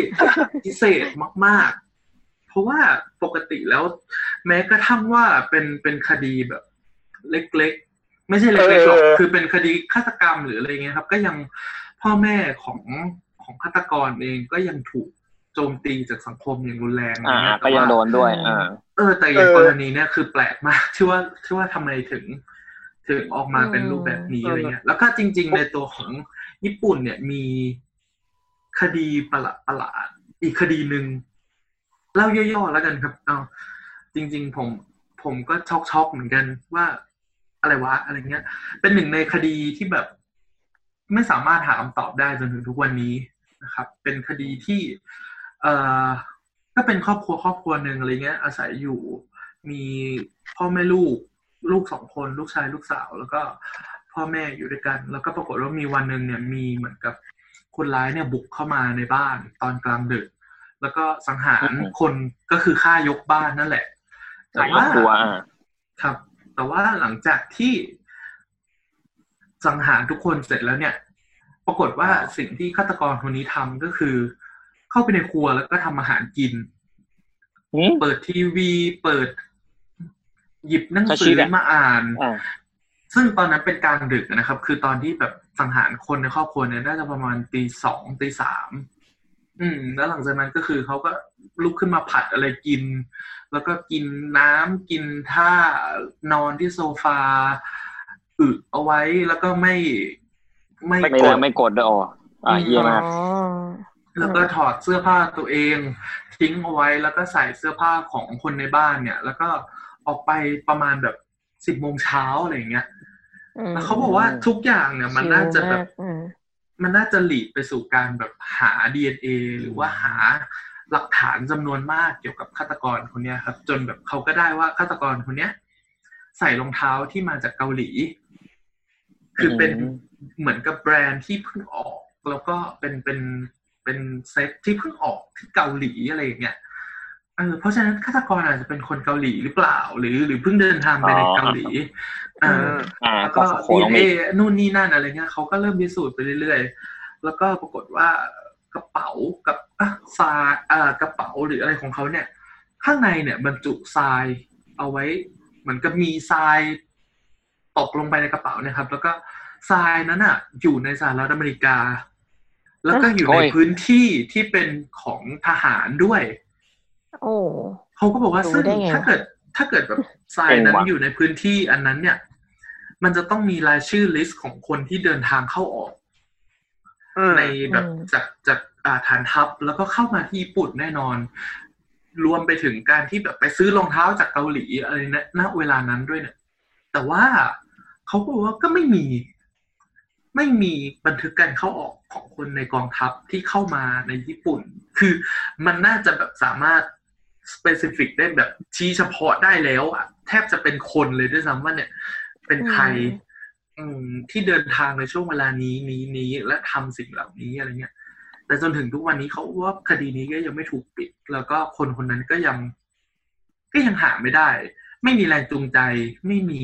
E: พิเศษมาก ๆ เพราะว่าปกติแล้ว แม้กระทั่งว่าเป็นเป็นคดีแบบ เล็กๆ ไม่ใช่เล็กๆหรอก
H: เออ
E: คือเป็นคดีฆาตกรรมหรืออะไรเงี้ยครับ ก็ยังพ่อแม่ของของฆาตกรเองก็ยังถูกโจมตีจากสังคมอย่างรุนแรงอะไร
J: อ่า
E: เงี้ย
J: ก็
E: แต่
J: ยัง
E: ว่า
J: โดนด้วยอ่า
E: เออแต่อย่าง
H: เออ
E: กรณีเนี่ยคือแปลกมาก ที่ว่าที่ว่าทำไมถึง ถึงออกมาเป็นรูปแบบนี้อะไรเงี้ย แล้วก็จริง ๆ ในตัวของญี่ปุ่นเนี่ยมีคดีประหลาดประหลาดอีกคดีหนึ่งเล่าย่อๆแล้วกันครับเอาจริง ๆ ผมผมก็ช็อกช็อกๆเหมือนกันว่าอะไรวะอะไรเงี้ย เป็นหนึ่งในคดีที่แบบ ไม่สามารถหาคำตอบได้จนถึงทุกวันนี้นะครับ เป็นคดีที่ เอ่อ ก็เป็นครอบครัวครอบครัวหนึ่งอะไรเงี้ย อาศัยอยู่มีพ่อแม่ลูก ลูกสองคนลูกชายลูกสาว แล้วก็พ่อแม่อยู่ด้วยกัน แล้วก็ปรากฏว่ามีวันหนึ่งเนี่ยมีเหมือนกับคนร้ายเนี่ยบุกเข้ามาในบ้านตอนกลางดึก แล้วก็สังหาร
J: อืม
E: คนก็คือฆ่ายกบ้านนั่นแหละ
J: ครอบครัวอ่า
E: ครับ แต่ว่าหลังจากที่สังหารทุกคนเสร็จแล้วเนี่ย ปรากฏว่าสิ่งที่ฆาตกรคนนี้ทำก็คือ เข้าไปในครัวแล้วก็ทำอาหารกิน
J: หืม
E: เปิดทีวีเปิด หยิบหนัง
J: ซาชิ
E: สือ
J: อะ
E: มาอ่าน
J: อ่า
E: ซึ่งตอนนั้นเป็นกลางดึกนะครับ คือตอนที่แบบสังหารคนในครอบครัวเนี่ยน่าจะประมาณตีสองตีสามอืม แล้วหลังจากนั้นก็คือเขาก็ลุกขึ้นมาผัดอะไรกิน แล้วก็กินน้ำกินท่านอนที่โซฟาอึเอาไว้แล้วก็ไม่ไม่
J: ไม่
E: ก
J: ก
E: ด
J: ดไม่กดด้วยอ๋ออ่าเยี่ยมมาก
F: อ๋อ
E: แล้วก็ถอดเสื้อผ้าตัวเองทิ้งเอาไว้แล้วก็ใส่เสื้อผ้าของคนในบ้านเนี่ย แล้วก็ออกไปประมาณแบบสิบโมงเช้าอะไรอย่างเงี้ย แล้วเขาบอกว่าทุกอย่างเนี่ยมันน่าจะแบบ
F: อืม
E: มันน่าจะหลีดไปสู่การแบบหา DNA หรือว่าหาหลักฐานจำนวนมากเกี่ยวกับฆาตกรคนเนี้ยครับ จนแบบเขาก็ได้ว่าฆาตกรคนเนี้ย ใส่รองเท้าที่มาจากเกาหลี คือเป็น
J: อืม
E: เหมือนกับแบรนด์ที่เพิ่งออก แล้วก็เป็นเป็นเป็นเซ็ตที่เพิ่งออกที่เกาหลีอะไรอย่างเงี้ยเออเพราะฉะนั้นฆาตกรอาจจะเป็นคนเกาหลีหรือเปล่า หรือหรือเพิ่งเดินทางไปในเกาหลี
F: อ๋อ
E: อ่า
J: อ่า
E: แล้ว
J: ก็
E: ก็
J: โข
E: ดี
J: ลง
E: เอ
J: อีก
E: นู่นนี่นั่นอะไรเงี้ยเขาก็เริ่มพิสูจน์ไปเรื่อยๆ แล้วก็ปรากฏว่ากระเป๋ากับอ่ะทรายอ่ากระเป๋าหรืออะไรของเขาเนี่ย ข้างในเนี่ยบรรจุทรายเอาไว้ เหมือนกับมีทรายตกลงไปในกระเป๋าเนะครับ แล้วก็ทรายนั้นอ่ะ อยู่ในสหรัฐอเมริกา แล้วก็อยู่ในพื้นที่ที่เป็นของทหารด้วย
F: โอ้
E: เขาก็บอกว่า
F: รู้
E: ซึ่ง
F: ได้ไง
E: ถ้าเกิด ถ้าเกิดแบบทรายนั้นอยู่ในพื้นที่อันนั้นเนี่ย มันจะต้องมีรายชื่อลิสต์ของคนที่เดินทางเข้าออก
H: อืม
E: ในแบบ
F: อืม
E: จากจากอ่าฐานทัพแล้วก็เข้ามาที่ญี่ปุ่นแน่นอน รวมไปถึงการที่แบบไปซื้อรองเท้าจากเกาหลีอะไรนะณเวลานั้นด้วยเนี่ยแต่ว่าเขาบอกว่าก็ไม่มี ไม่มีบันทึกการเข้าออกของคนในกองทัพที่เข้ามาในญี่ปุ่น คือมันน่าจะแบบสามารถ specific ได้แบบชี้เฉพาะได้แล้วอะแทบจะเป็นคนเลยด้วยซ้ำว่าเนี่ย เป็นใคร
F: อืม
E: อืมที่เดินทางในช่วงเวลานี้นี้นี้และทำสิ่งเหล่านี้อะไรเงี้ย แต่จนถึงทุกวันนี้เขาว่าคดีนี้ก็ยังไม่ถูกปิด แล้วก็คนคนนั้นก็ยัง ก็ยังหาไม่ได้ ไม่มีแรงจูงใจ ไม่มี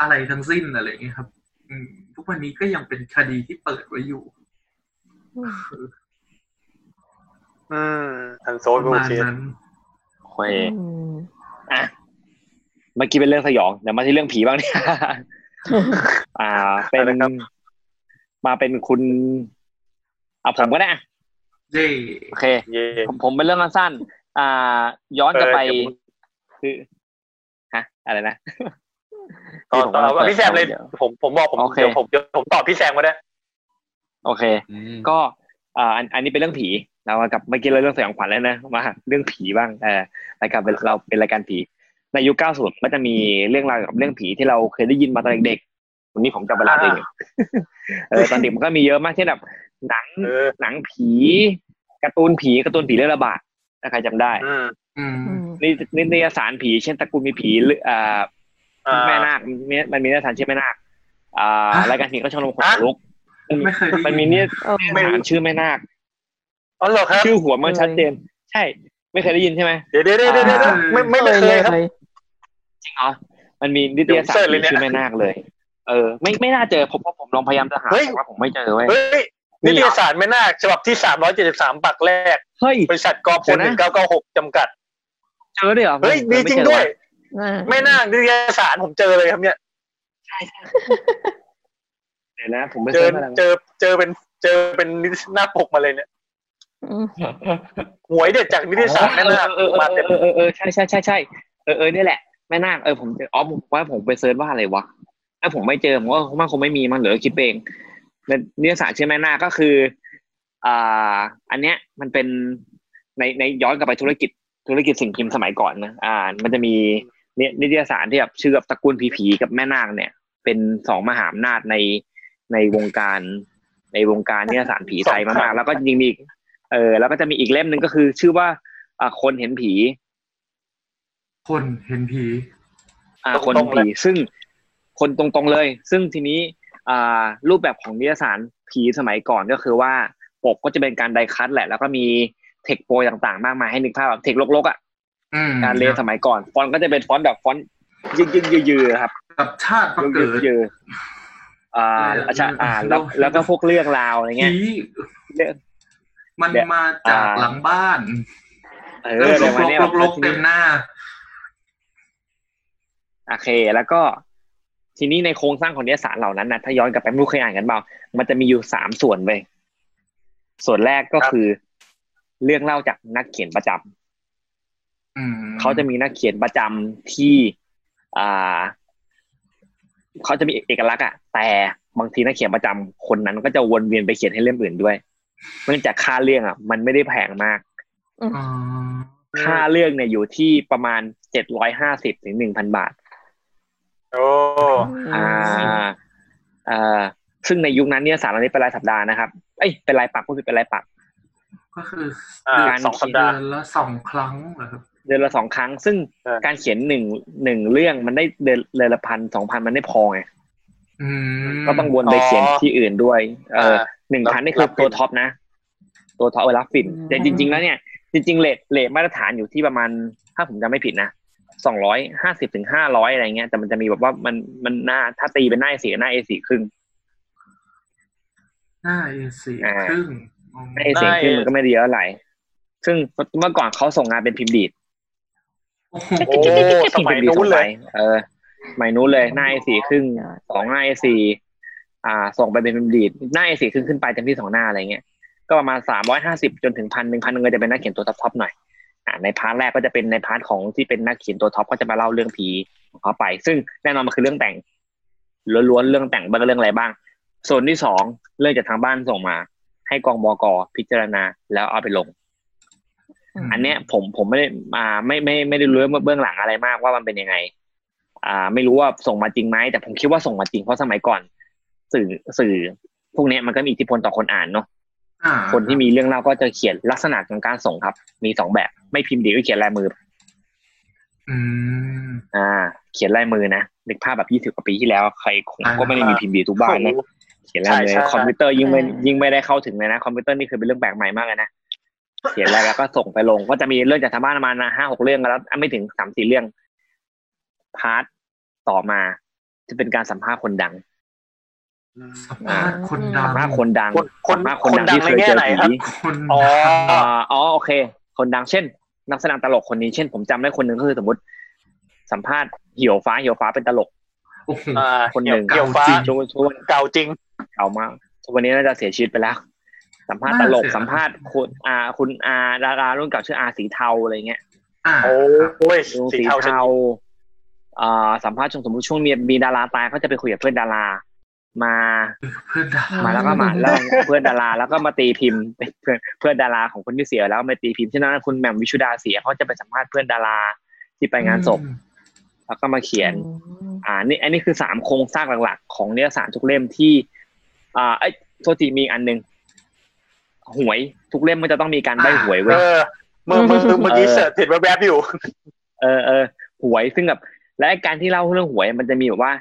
E: อะไรทั้งสิ้นอะไรเงี้ยครับ อืม ทุกวันนี้ก็ยังเป็นคดีที่เปิดไว้อยู่
H: อืมทันโซ
E: ป
H: น
E: ระ
H: ก็โอ
E: มาณ
H: เค
E: นั้น
D: โอเคอ่ะเมื่อกี้เป็นเรื่องสยองเดี๋ยวมาที่เรื่องผีบ้าง เนี่ย อ่า เป็นมาเป็นคุณอ่ะผมก็ได้อ่ะ
E: เย่
D: โอเค
H: เย่
D: ผมผมเป็นเรื่องสั้นๆอ่า ย้อนกลับไป คือฮะ อะไรนะ
H: ต อนตอนเอาพี่แซมเลย ผมผมบอกผม
D: โอเค
H: เดี๋ยวผมเดี๋ยวผมตอบพี่แซมก็ได้
D: โอเค ก็อ่าอันอันนี้เป็นเรื่องผีเรามากลับเมื่อกี้เราเรื่องสยองขวัญแล้วนะมาเรื่องผีบ้างเออรายการเป็นเราเป็นรายการผี ในยุค 90 ก็จะมีเรื่องราวเกี่ยวกับเรื่องผีที่เราเคยได้ยินมาตอนเด็กๆวันนี้ผมจำเวลาได้เลยเออตอนเด็กมันก็มีเยอะมากเช่นแบบหนัง
H: เออ
D: หนังผีการ์ตูนผีการ์ตูนผีเรื่องระบาดถ้าใครจำได้
H: อืม
E: อืม
D: นินิตยสารผี เช่นตระกูลมีผีหรืออ่า
H: อ่า
D: แม่นาคมีมันมีนิทานชื่อแม่นาคอ่ารายการผีก็ชมรมขน
H: ฮะ
D: ลุกมันมี
E: ไม่เคยได้
D: มันมี
E: ยิน
D: นิ
F: เออ
D: ทานชื่อแม่นาค
H: อ๋อเหรอครับ
D: ชื่อหัวมันชัดเจน ใช่ ไม่เคยได้ยินใช่ไหม
H: เดี๋ยวเดี๋ยวเดี๋ยวเดี๋ยวเดี๋ยวไม่ไม่ไม่เคยครับ
D: จริงเหรอมันมีนิตยสาร
H: เดี๋ยวเสิร์ชเล
D: ผี
H: ยเนี่ย
D: ชื่อแม่นาคเลย เออ ไม่ไม่น่าเจอผมเพราะผมลองพยายามจะหา
H: เฮ้ย
D: แต่ว่าผมไม่เจอเว้ย
H: เฮ้ย
D: นี่
H: นิ
D: เหรอ
H: ตยสารไม่น่าคฉบับที่ 373ปักแรก
D: เฮ้ย
H: บริษัทกอพ
D: เดี๋
H: ล
D: ยวนะ
H: 1996จำกัด
D: เจอด้วยเหรอ
H: เฮ้ยมีจริง
D: ไม่เอ
H: ด้วย
F: ไม่
H: ไม่น่าคนิตยสารผมเจอเลยครับเนี่ย
D: เดี๋ยวนะ ผมไม่
H: เจ
D: เจ
H: อ
D: อ
H: เจอเจอเป็นเจอเป็นหน้าปกมาเลยเนี่ยหวยเด็ดจากนิตยสารแม่นาค
D: เออเอ
H: มา
D: อ
H: เต็ม
D: เออเออเออเออใช่ใช่ใช่ใช่เออเออเนี่ยแหละแม่นาคเออผมเจออ๋อผมว่าผมไปเซิร์ชว่าอะไรวะถ้าผมไม่เจอผมว่ามันคงไม่มีมั้งเหลือคิดไปเองในนิตยสารชื่อแม่นาคก็คืออ่าอันเนี้ยมันเป็นในในย้อนกลับไปธุรกิจธุรกิจสิ่งพิมพ์สมัยก่อนนะอ่า มันจะมีเนี่ยนิตยสารที่แบบชื่อกับตระกูลผีๆกับแม่นาคเนี่ย เป็นสองมหาอำนาจในในวงการ ในวงการนิตยสารผีไทยมากๆแล้วก็จริงๆมีอีก เออแล้วก็จะมีอีกเล่มหนึ่งก็คือ ชื่อว่าอ่าคนเห็นผี
E: คนเห็นผี
D: อ่าคนเห็นผีซึ่งคนตรงๆเลย ซึ่งทีนี้อ่ารูปแบบของนิตยสารผีสมัยก่อนก็คือว่าปกก็จะเป็นการไดคัตแหละ แล้วก็มีเทคโปรต่างๆ มากมายให้นึกภาพแบบเทคลกๆอ่ะ
E: อืม
D: การเลสมัยก่อน ฟอนต์ก็จะเป็นฟอนต์แบบฟอนต์ยืดๆยืดๆครับ
E: กับชาติประ
D: ยื
E: เกิ
D: ด
E: ด
D: ๆยืดๆอ่าอาจารย์อ่านแล้วแล้วก็พวกเรื่องราวอะไรเงี้ย
E: ผีมัน
D: เดี๋ยว
E: มาจาก
D: อ่า
E: หลังบ้าน
D: เอ
E: แล้
D: อ
E: ว
D: เดี๋ยวมาเนี่ย
E: ลกๆลกๆเต็มหน้า
D: โอเคแล้วก็ทีนี้ในโครงสร้างของนิตยสารเหล่านั้นนะถ้าย้อนกลับไปไม่รู้เคยอ่านกันเปล่ามันจะมีอยู่สามส่วนเลยส่วนแรกก็คือเรื่องเล่าจากนักเขียนประจำ
E: อืม
D: เขาจะมีนักเขียนประจำที่อ่าเขาจะมีเอกลักษณ์อะแต่บางทีนักเขียนประจำคนนั้นก็จะวนเวียนไปเขียนให้เล่มอื่นด้วยเนื่องจากค่าเรื่องอะมันไม่ได้แพงมาก
E: อ๋อ
D: ค่าเรื่องเนี่ยอยู่ที่ประมาณเจ็ดร้อยห้าสิบถึงหนึ่งพันบาท
H: โอ้
D: อ่าอ่าซึ่งในยุคนั้นเนี่ยสารเหล่านี้เป็นรายสัปดาห์นะครับ เอ้ย เป็นรายปักก็คือเป็นรายปัก
E: ก็คือ
H: อ่า
D: การ
H: สองสัป
E: เดื
H: ดา
E: อ
H: ห์
E: นละสองครั้งเหรอครับ
D: เดือนละสองครั้ง ซึ่ง
H: เออ
D: การเขียนหนึ่งหนึ่งเรื่องมันได้เดือนเดือนละพันสองพันมันไม่พอไง
E: อืม
D: ก็ต้องวนไปเขียนที่อื่นด้วย เออ
H: อ่า
D: หนึ่งพัน
H: รับ
D: นี่คือ
H: รับ
D: ตัว
H: ฟิน
D: ท็อปนะ ตัวท็อปเออรับฟิน แต่จริง ๆ แล้วเนี่ย จริง ๆ เลทเลทมาตรฐานอยู่ที่ประมาณ ถ้าผมจำไม่ผิดนะสองร้อยห้าสิบถึงห้าร้อยอะไรเงี้ย แต่มันจะมีแบบว่ามันมันหน้าถ้าตีเป็นหน้า A4 หน้า A4 ครึ่ง
E: หน้าเอสี่
D: อ่า
E: ครึ่ง
D: ได้เสียง
H: ได้
D: ขึ้นมันก็ไม่ได้เยอะอะไร ซึ่งเมื่อก่อนเขาส่งงานเป็นพิมพ์ดีด
E: โอ้โห
H: โอ้สมัย
D: พิพ์ดีด
H: นู้
D: ส่
H: น
D: ง
H: เล
D: ไป
H: ย
D: เออสมัยนู้นเลยหน้าไอสี่ครึ่งสองหน้าไอสี่อ่า ส่งไปเป็นพิมพ์ดีดหน้าไอสี่ครึ่งขึ้นไปเต็มที่สองหน้าอะไรเงี้ย ก็ประมาณสามร้อยห้าสิบจนถึงพันหนึ่งพันหนึ่งก็จะเป็นนักเขียนตัวท็อปๆหน่อย อ่า ในพาร์ทแรกก็จะเป็นในพาร์ทของที่เป็นนักเขียนตัวท็อปก็จะมาเล่าเรื่องผีของเขาไป ซึ่งแน่นอนมันคือเรื่องแต่งล้วนๆเรื่องแต่งบ้างเรื่องอะไรบ้าง ส่วนที่สองเรื่องจากทางบ้านส่งมา ให้กองบกพิจารณาแล้วเอาไปลง อันเนี้ยผมผมไม่ได้มาไม่ไม่ไม่ได้รู้เบื้องหลังอะไรมากว่ามันเป็นยังไง อ่า ไม่รู้ว่าส่งมาจริงไหมแต่ผมคิดว่าส่งมาจริงเพราะสมัยก่อน สื่อสื่อ พวกเนี้ยมันก็มีอิทธิพลต่อคนอ่านเนาะ
E: อ่า
D: คนที่มีเรื่องเล่าก็จะเขียนลักษณะของการส่งครับ มีสองแบบไม่พิมพ์ดีก็เขียนลายมือ
E: อืม
D: อ่า เขียนลายมือนะนึกภาพแบบยี่สิบกว่าปีที่แล้วใครคง
E: อ่า
D: ก็ไม่ได้มีพิมพ์ดีทุกบ้านเนาะ เขียนแล้วเลย
H: ใช่ใช่
D: คอมพิวเตอร์ยิ่งไม่ยิ่งไม่ได้เข้าถึงเลยนะ คอมพิวเตอร์นี่คือเป็นเรื่องแปลกใหม่มากเลยนะ เขียนแล้วแล้วก็ส่งไปลง ก็จะมีเรื่องจากทางบ้านประมาณห้าหกเรื่องแล้วอ่ะไม่ถึงสามสี่เรื่อง พาร์ทต่อมาจะเป็นการสัมภาษณ์คนดัง
E: สัมภาษณ์คนดัง
D: มากคนดัง
H: คนคน
D: มากคนดังที่
H: คนดัง
D: เคย
H: ในแง่
D: เจอ
H: ไหนครับ
D: ผี
E: คน
H: อ๋อ
D: อ่าอ๋อโอเค คนดังเช่น นักแสดงตลกคนนี้เช่น ผมจำได้คนหนึ่งก็คือสมมติ สัมภาษณ์เหี่ยวฟ้าเหี่ยวฟ้าเป็นตลก
E: โอ้โห
H: อ่า
D: คนหนึ่ง
H: เกี่ยวฟ้า
E: จริง
D: ช่วงช่วง
H: เก่าจริง
D: เก่ามากทุกวันนี้น่าจะเสียชีวิตไปแล้ว สัมภาษณ์ตลก
E: น่าเสีย
D: สัมภาษณ์คุณอาคุณอาดารารุ่นเก่าชื่ออาสีเทาอะไรเงี้ย
E: อ่า
H: โอ้โอ้ย
D: ลุง
H: สี
D: สี
H: เทาจริง
D: เทาอ่าสัมภาษณ์ช่วงสมมติช่วงมีมีดาราตายเขาจะไปคุยกับเพื่อนดารา มา
E: เพื่อนดัง
D: มาแล้วก็ มาเล่าเพื่อนดาราแล้วก็มาตีพิมพ์เพื่อนเพื่อนดาราของคนที่เสียแล้วมาตีพิมพ์เช่นนั้นคุณแหม่มวิชุดาเสียเขาจะไปสัมภาษณ์เพื่อนดาราที่ไปงานศพ แล้วก็มาเขียน อ่านี่อันนี้คือสามโครงสร้างหลักๆ ของนิยสารทุกเล่มที่ อ่าไอ้ยโทษทีมีอีกอันหนึ่งหวยทุกเล่มมันจะต้องมีการใบหวยเว้
H: เอย อเมื่อเมื่อเมื่อกี้เสิร์ชเห็นแวบๆอยู่
D: เออเออหวยซึ่งแบบและไอ้การที่เล่าเรื่องหวย มันจะมีแบบว่า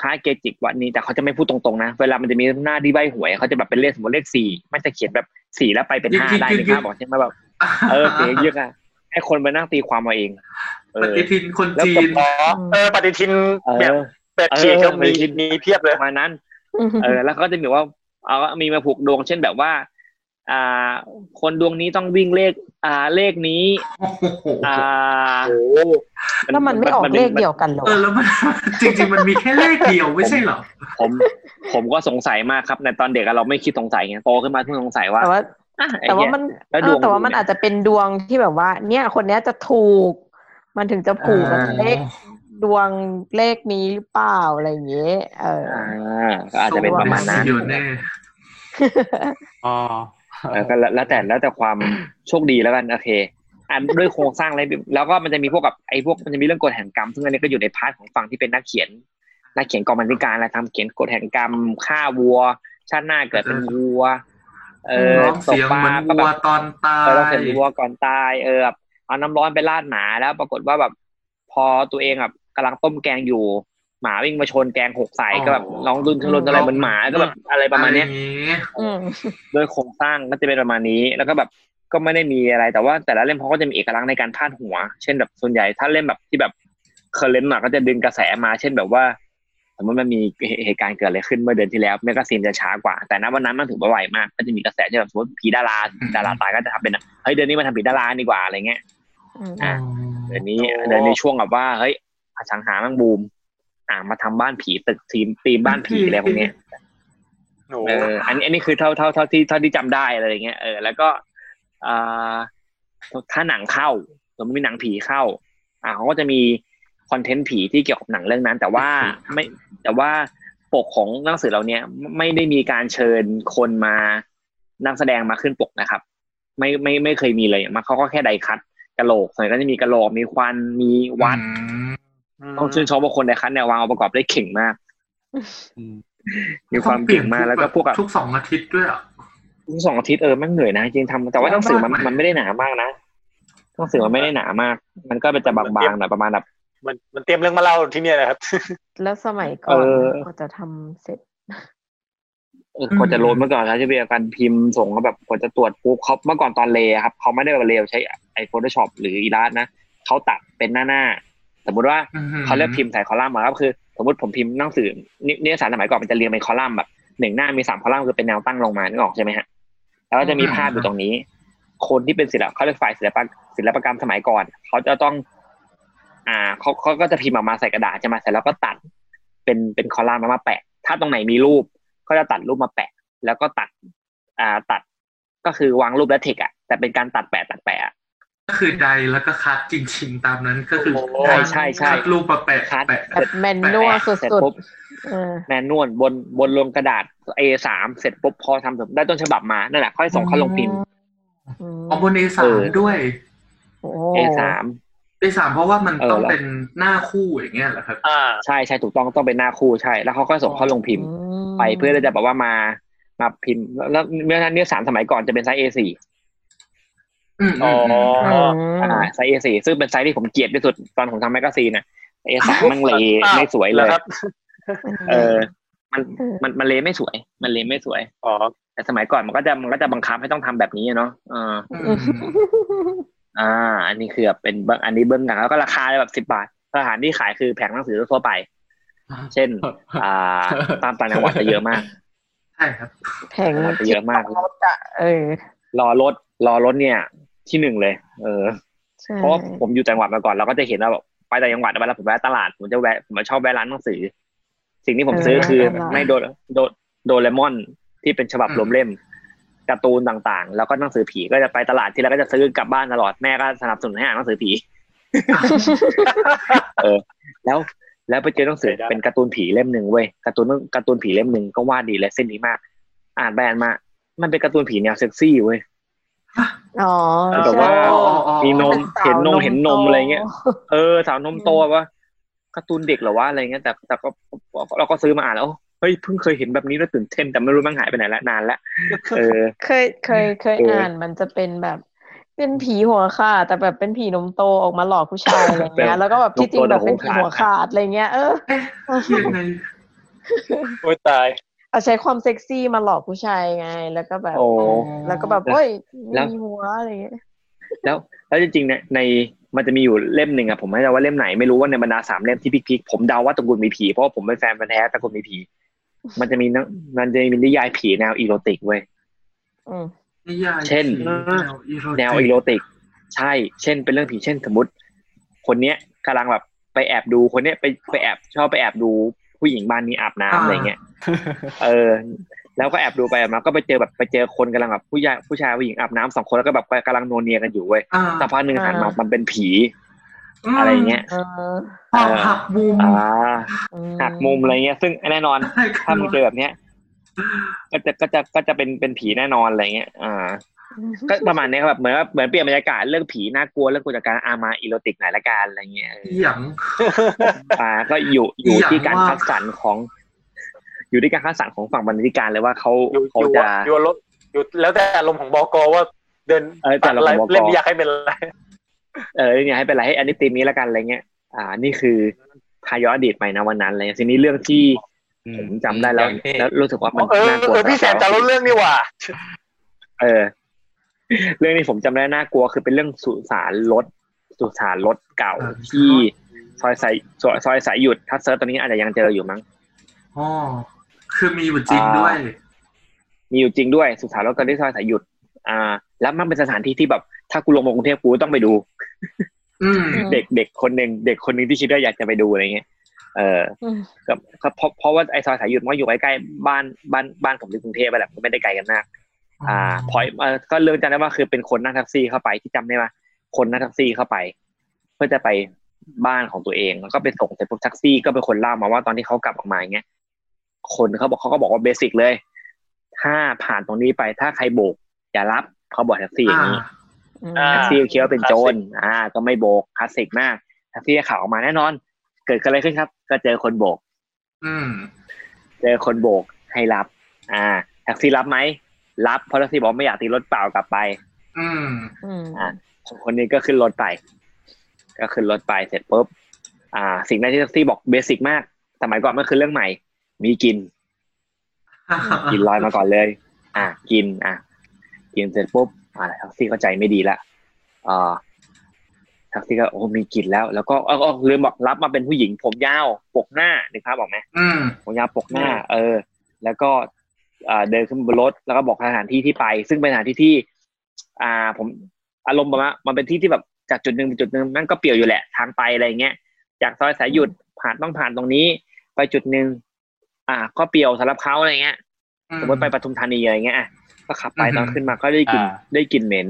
D: พระเกจิวันนี้แต่เขาจะไม่พูดตรงๆนะเวลามันจะมีหน้าที่ใบหวยเขาจะแบบเป็นเลขสมมติเลขสี่มันจะเขียนแบบสี่แล้วไปเป็นห้าได้หนึ่งห้าบอกใช่ไหมแบบเออเสียเยอะอะให้คนมานั่งตีความเอาเองเอ
E: ป
D: อ
E: ฏิทินคนจีน
H: อ๋อเออปฏิทินแบบแบบฉีกก็มีมีเพียบเลย
D: ประมาณนั้น เออ แล้วก็จะมีว่าเอามีมาผูกดวงเช่นแบบว่า อ่า คนดวงนี้ต้องวิ่งเลข อ่าเลขนี้
E: โอ้โห
D: อ่า
H: โอ้
F: แล้วมันไม่ออกเลขเดียวกันเหรอ
E: เออแล้วมัน จริง ๆ มันมีแค่เลขเดียวไม่ใช่เหรอ
D: ผม ผมก็สงสัยมากครับ ในตอนเด็กอะเราไม่คิดสงสัยไงโตขึ้นมาเพิ่งสงสัยว่า
F: แต่ว่า
D: อ่ะไอ้
F: แต่ว่า
D: เหี้ย
F: มัน
D: แล้ว
F: เอ
D: ดว
F: อง แต่ว่ามัน
D: เนี่ย
F: อาจจะเป็นดวงที่แบบว่า เนี่ยคนเนี้ยจะถูก มันถึงจะผูกกับ
E: อ่า
F: เลขดวงเลขนี้หรือเปล่าอะไรอย่างเงี้ยเออ
D: อ่าก็อาจจะเป็นประมาณนั้น
E: เดี๋ยวแน่
K: อ๋อ
D: เออก็แล้วแล้วแต่แล้วแต่ความโชคดีแล้วกันโอเค อันด้วยโครงสร้างอะไรแล้วก็มันจะมีพวกกับไอ้พวกมันจะมีเรื่องกฎแห่งกรรมซึ่งอันนี้ก็อยู่ในพาร์ทของฝั่งที่เป็นนักเขียน นักเขียนกองบรรณาธิการอะไรทำเขียนกฎแห่งกรรมฆ่าวัว ชาติหน้าเกิดเป็นวัว เออ
E: ร้องเสียงเหมือน
D: ก็
E: วั
D: แบ
E: ว
D: บ
E: ตอนตา
D: เออเรา
E: ย
D: เห็นวัวก่อนตายเออแบบเอาน้ำร้อนไปราดหมาแล้ว ปรากฏว่าแบบ พอตัวเองแบบกำลังต้มแกงอยู่ หมาวิ่งมาชนแกงหกใส่ก็แบบร้องรุนทุรนอะไรเหมือนหมาก็แบบอะไรประมาณเนี้ย
E: อไอย่งงี้
F: อืม
D: ด้วยโครงสร้างก็จะเป็นประมาณนี้ แล้วก็แบบก็ไม่ได้มีอะไร แต่ว่าแต่ละเล่มเขาก็จะมีเอกลักษณ์ในการพาดหัว เช่นแบบส่วนใหญ่ถ้าเล่มแบบที่แบบเคอร์เรนต์ก็จะดึงกระแสมา เช่นแบบว่าสมมติมันมีเหตุการณ์เกิดอะไรขึ้นเมื่อเดือนที่แล้วแมกกาซีนจะช้ากว่า แต่ณวันนั้นมันถือว่าไวมาก ก็จะมีกระแสที่แบบสมมติผีดาราดาราตายก็จะทำเป็นเฮ้ยเดือนนี้มาทำผีดาราดีกว่าอะไรเงี้ย
F: อืม
D: อ่ะ เดือนนี้เดือนนี้ช่วงแบบว่าเฮ้ยอสังหามังบูม อ่ามาทำบ้านผีตึกทีมทีมบ้านผีอะไรพวกเนี้ย
H: โอ้
D: เอออันนี้อันนี้คือเท่าเท่าเท่าที่เท่าที่จำได้อะไรอย่างเงี้ยเออแล้วก็อ่าถ้าหนังเข้าสมมติมีหนังผีเข้า อ่าเขาก็จะมีคอนเทนต์ผีที่เกี่ยวกับหนังเรื่องนั้น แต่ว่าไม่แต่ว่าปกของหนังสือเราเนี้ยไม่ได้มีการเชิญคนมานักแสดงมาขึ้นปกนะครับ ไม่ไม่ไม่เคยมีเลยมาเขาก็แค่ไดคัดกะโหลกส่วนใหญ่ก็จะมีกะโหลกมีควันมีวัดต้องชื่นชมว่าคนไดคัดเนี่ยวางองค์ประกอบได้เก่งมาก มีความเก่งมากแล้วก็พวกกับ
E: ทุกสองอาทิตย์ด้วยอ่ะ
D: ทุกสองอาทิตย์เออแมันเหนื่อยนะจริงๆทำแต่ว่าหนังสือมัน
E: มากมาก
D: มันไม่ได้หนามากนะหนังสือมันไม่ได้หนามาก มันก็เป็นจะบางๆหน่อยประมาณแบบ
H: มันมันเตรียมเรื่องมาเล่าที่เนี่ยนะครับ
F: แล้วสมัยก่อน
D: เออ
F: ก็จะทำเสร็จ
D: เออกว่าจะโหลดเมื่อก่อนนะจะเป็นการพิมพ์ส่งเขาแบบกว่าจะตรวจปุ๊บเขาเมื่อก่อนตอนเลครับเขาไม่ได้แบบเลวใช้ไอโฟโต้ช็อปหรืออีลาสนะเขาตัดเป็นหน้าๆสมมุติว่า เขาเรียกพิมพ์ใส่คอลัมน์มาครับคือ สมมติผมพิมพ์หนังสือนินิตยสารสมัยก่อนมันจะเรียงเป็นคอลัมน์แบบหนึ่งหน้ามีสามคอลัมน์คือเป็นแนวตั้งลงมานึกออกใช่ไหมฮะแล้วก็จะมีภาพอยู่ตรงนี้ คนที่เป็นศิลปเขาเรียกฝ่ายศิลปะศิลปกรรมสมัยก่อน เขาจะต้อง อ่าเขาเขาก็จะพิมพ์ออกมาใส่กระดาษจะมาเสร็จแล้วก็ตัด เป็นเป็นคอลัมน์แล้วมาแปะ ถ้าตรงไหนมีรูป ก็จะตัดรูปมาแปะ แล้วก็ตัด อ่าตัดก็คือวางรูปและเทคอะแต่เป็นการตัดแปะตัดแปะอะ
E: ก็คือใดแล้วก็คัดจริง ๆ ตามนั้นก็คือ
H: โอ้
D: ใช่ใช่
E: คัดรูปมาแปะ
D: คัด
E: แปะ
F: แบบแมนนวล
D: เส
F: ส
D: ร็จุ
F: ด
D: ปุ๊บ
F: ๆเออ
D: แมนนวลบนบนลงกระดาษ A3 เสร็จปุ๊บพอทำเสร็จได้ต้นฉบับมานั่นแหละค่อยส่งเข้าลงพิมพ์
F: อืม
E: อ๋อบน A3
D: เออ
E: ด้วย
F: โอ้
D: A3
E: A3 เพราะว่ามัน
D: เออ
E: ต้อง
D: แล้ว
E: เป็นหน้าคู่อย่างเงี้ยเหรอครับ
H: อ่า
D: ใช่ใช่ถูกต้องต้องเป็นหน้าคู่ใช่ แล้วเขาค่อยส่งเข้าลงพิมพ์ ไปเพื่อที่จะแบบว่ามามาพิมพ์ แล้วเมื่อนั้นเนี่ยสารสมัยก่อนจะเป็นไซส์ A4
E: อืม
H: อ๋อ
E: มม
F: อืม
D: อ่าไซส์ A4 ซึ่งเป็นไซส์ที่ผมเกลียดที่สุดตอนผมทำแมกกาซีนน่ะ A3 มันเลไม่สวยเลย
H: ครับ
D: เออ มันมันมันเลไม่สวย มันเลไม่สวย
H: อ๋อ
D: แต่สมัยก่อนมันก็จะมันก็จะบังคับให้ต้องทำแบบนี้อะเนาะเออ
E: อืม
D: อ่า อันนี้คือแบบเป็นเบื้องอันนี้เบื้องหลังแล้วก็ราคาแบบสิบ10 บาทสถานที่ขายคือแผงหนังสือทั่วไป เช่น อ่า ตามต่างจังหวัดจะเยอะมาก
E: ใช่ครับ
F: แข่ง
D: มันจะเยอะมาก
F: ที่รถอะเออ
D: รอรถรอรถเนี่ย ที่หนึ่งเลย เออ
F: ใช่
D: เพราะว่าผมอยู่ต่างจังหวัดมาก่อนเราก็จะเห็นว่าแบบไปต่างจังหวัดเวลาผมแวะตลาดผมจะแวะผมชอบแวะร้านหนังสือ สิ่งที่ผมซื้อคือไม่โดโดโดเรมอนที่เป็นฉบับรวมเล่มการ์ตูนต่างๆ แล้วก็หนังสือผีก็จะไปตลาดที่แล้วก็จะซื้อกลับบ้านตลอดแม่ก็สนับสนุนให้อ่านหนังสือผี เออ แล้วแล้วไปเจอหนังสือเป็นการ์ตูนผีเล่มหนึ่งเว้ยการ์ตูนการ์ตูนผีเล่มหนึ่งก็วาดดีเลยเส้นดีมาก อ่านไปอ่านมา มันเป็นการ์ตูนผีแนวเซ็กซี่เว้ย
F: อ๋อ
D: แต่ว่า
F: ใช่
D: มีนม
F: ป็
D: เห็
F: สาว
D: นนมเห็นนม
F: โต
D: อะไรเงี้ย เออสาวนมโตว่าการ์ตูนเด็กเหรอวะอะไรเงี้ยแต่แต่ก็เราก็ซื้อมาอ่านแล้วโอ้เฮ้ยเพิ่งเคยเห็นแบบนี้แล้วตื่นเต้นแต่ไม่รู้มันหายไปไหนละนานละเออ
F: เคยเคยเคย
D: เอออ่
F: อ่านมันจะเป็นแบบ เป็นผีหัวขาดแต่แบบเป็นผีนมโตออกมาหลอกผู้ชายอะไรเงี้ยแล้วก็แบบที่จริงแบบเป็นผีหัวขาดอะไรเงี้ยเออ
E: เขียนใน
H: โอ้ยตาย
F: เอาใช้ความเซ็กซี่มาหลอกผู้ชายไง แล้วก็แบบ
D: โอ้
F: แล้วก็แบบเฮ้ย
D: แล้ว
F: มีหัวอะไรเงี้ย
D: แล้วแล้วจริงๆเนี่ยในมันจะมีอยู่เล่มหนึ่งอะผมไม่แน่ใจว่าเล่มไหนไม่รู้ว่าในบรรดาสามเล่มที่พิกๆผมเดาว่าตระกูลมีผีเพราะว่าผมเป็นแฟนพันธุ์แท้ตระกูลมีผี มันจะมีหนังมันจะมีนิยายผีแนวอีโรติกเว้ย
F: อืม
E: นิยาย
D: เช่น
E: ผีแนวอีโรติก
D: แนวอีโรติก ใช่ เช่น เป็นเรื่องผีเช่นสมมติ คนเนี้ยกำลังแบบไปแอบดูคนเนี้ยไปไปแอบชอบไปแอบดูผู้หญิงบ้านนี้อาบน้ำอะไรเงี้ยเออ แล้วก็แอบดูไปแอบมาก็ไปเจอแบบไปเจอคนกำลังแบบผู้ชายผู้ชายผู้หญิงอาบน้ำสองคนแล้วก็แบบกำลังโนวเนียกันอยู่เว้ย
E: อ่า
D: สักพักหนึ่งหันมามันเป็นผีอะไรเงี้ย
F: เออ
E: ความหักมุม
D: อ่า
F: อื
D: หักมุมอะไรเงี้ย ซึ่งแน่นอน
E: ใช่ครั
D: ถ้า
E: บ
D: มึงเจอแบบเนี้ยก็จะก็จะก็จะเป็นเป็นผีแน่นอนอะไรเงี้ยอ่า ก็ประมาณเนี้ยครับแบบเหมือนว่าเหมือนเปลี่ยนบรรยากาศเรื่องผีน่ากลัวเรื่องกุจาการอามาอีโรติกไหนอยละกันอะไรเงี้ยเอ
E: อี
D: อ
E: หยัง
D: อ่า ก็ อยู่อยู่
E: อย่าง
D: ที่การ
E: ว่า
D: คัดสรรของ อยู่ที่การคัดสรรของฝั่งบรรณาธิการเลยว่าเขา
H: อยู่
D: เขา
H: อยู่
D: จะ
H: อยู่รถอยู่แล้วแต่อารมณ์ของบกว่าเดิน
D: เออแต่อารมณ์ของบก
H: เล่นอยากให้เป็นอะไร
D: เออเนี่ยให้เป็นไรให้อันนี้ตีมนี้ละกันอะไรเงี้ยอ่า นี่คือพาย้อนอดีตไปนะวันนั้นอะไรเงี้ยทีนี้เรื่องที่ผมจำได้แล้ว
G: อย่างที่
D: แล้วรู้สึกว่ามัน
H: เออ
D: น่ากลัว
H: เออพี่แซมจะเล่าเรื่องนี่หว่า
D: เออ เรื่องนี้ผมจำได้น่ากลัวคือเป็นเรื่องสุสานรถสุสานรถเก่าที่ซอยสายซอยซอยสายหยุดถ้าเซิร์ชตอนนี้อาจจะยังเจออยู่มั้ง
E: อ๋อคือมีอยู่จริงด้วย
D: มีอยู่จริงด้วยสุสานรถกระดิ่งซอยสายหยุด อ่า แล้วมันเป็นสถานที่ที่แบบถ้ากูลงมากรุงเทพกูต้องไปดู
E: อืม
D: เด็กเด็กคนหนึ่งเด็กคนหนึ่งที่คิดว่าอยากจะไปดูอะไรเงี้ยเออ
F: อืม
D: ก็ก็เพราะเพราะว่าไอ้ซอยสายหยุดมันก็อยู่ใกล้ๆบ้านบ้านบ้านผมที่กรุงเทพไปแหละก็ไม่ได้ไกลกันมากอ่าพอยเออก็เรื่องจำได้ว่าคือเป็นคนนั่งแท็กซี่เข้าไปที่จำได้ว่าคนนั่งแท็กซี่เข้าไป เพื่อจะไปบ้านของตัวเองแล้วก็ไปส่งเสร็จปุ๊บแท็กซี่ก็เป็นคนเล่ามาว่าตอนที่เขากลับออกมาอย่างเงี้ยคนเขาบอกเขาก็บอกว่าเบสิกเลย ถ้าผ่านตรงนี้ไปถ้าใครโบกอย่ารับเขาบอกแท็กซี่อย่างนี้
F: อืม
H: อ่า
D: แท็กซี่เคี้ยวาเป็นโจร อ่า ก็ไม่โบก คลาสสิกมากแท็กซี่ก็ขับออกมาแน่นอน เกิดอะไรขึ้นครับ ก็เจอคนโบก
E: อืม
D: เจอคนโบกให้รับ อ่า แท็กซี่รับไหม รับ เพราะแท็กซี่บอกไม่อยากตีรถเปล่ากลับไป
E: อืม
F: อืม
D: อ่า คนนี้ก็ขึ้นรถไป ก็ขึ้นรถไปเสร็จปุ๊บ อ่า สิ่งแรกที่แท็กซี่บอกเบสิกมาก สมัยก่อนมันคือเรื่องใหม่ มีกิน กินลอยมาก่อนเลย อ่ะกิน อ่ะ กินเสร็จปุ๊บ อ่ะแท็กซี่เข้าใจไม่ดีละอ่าแท็กซี่ก็โอ้มีกลิ่นแล้ว แล้วก็เออเออลืมบอกรับมาเป็นผู้หญิง ผมยาวปกหน้านึกภาพออกไหม
E: อืม
D: ผมยาวปกหน้า เออ แล้วก็อ่าเดินขึ้นบนรถแล้วก็บอกสถานที่ที่ไป ซึ่งเป็นสถานที่ที่ อ่า ผมอารมณ์ประมาณมันเป็นที่ที่แบบจากจุดหนึ่งไปจุดหนึ่งมันก็เปลี่ยวอยู่แหละ ทางไปอะไรเงี้ย จากซอยสายหยุดผ่านต้องผ่านตรงนี้ ไปจุดหนึ่งอ่า ก็เปลี่ยวสำหรับเขาอะไรเงี้ย สมมติไปปทุมธานีอะไรเงี้ยอ่ะก็ขับไปต
E: อือฮึ
D: อนขึ้นมาก็ได้กลิ่น
G: อ่า
D: ได้กลิ่นเหม็น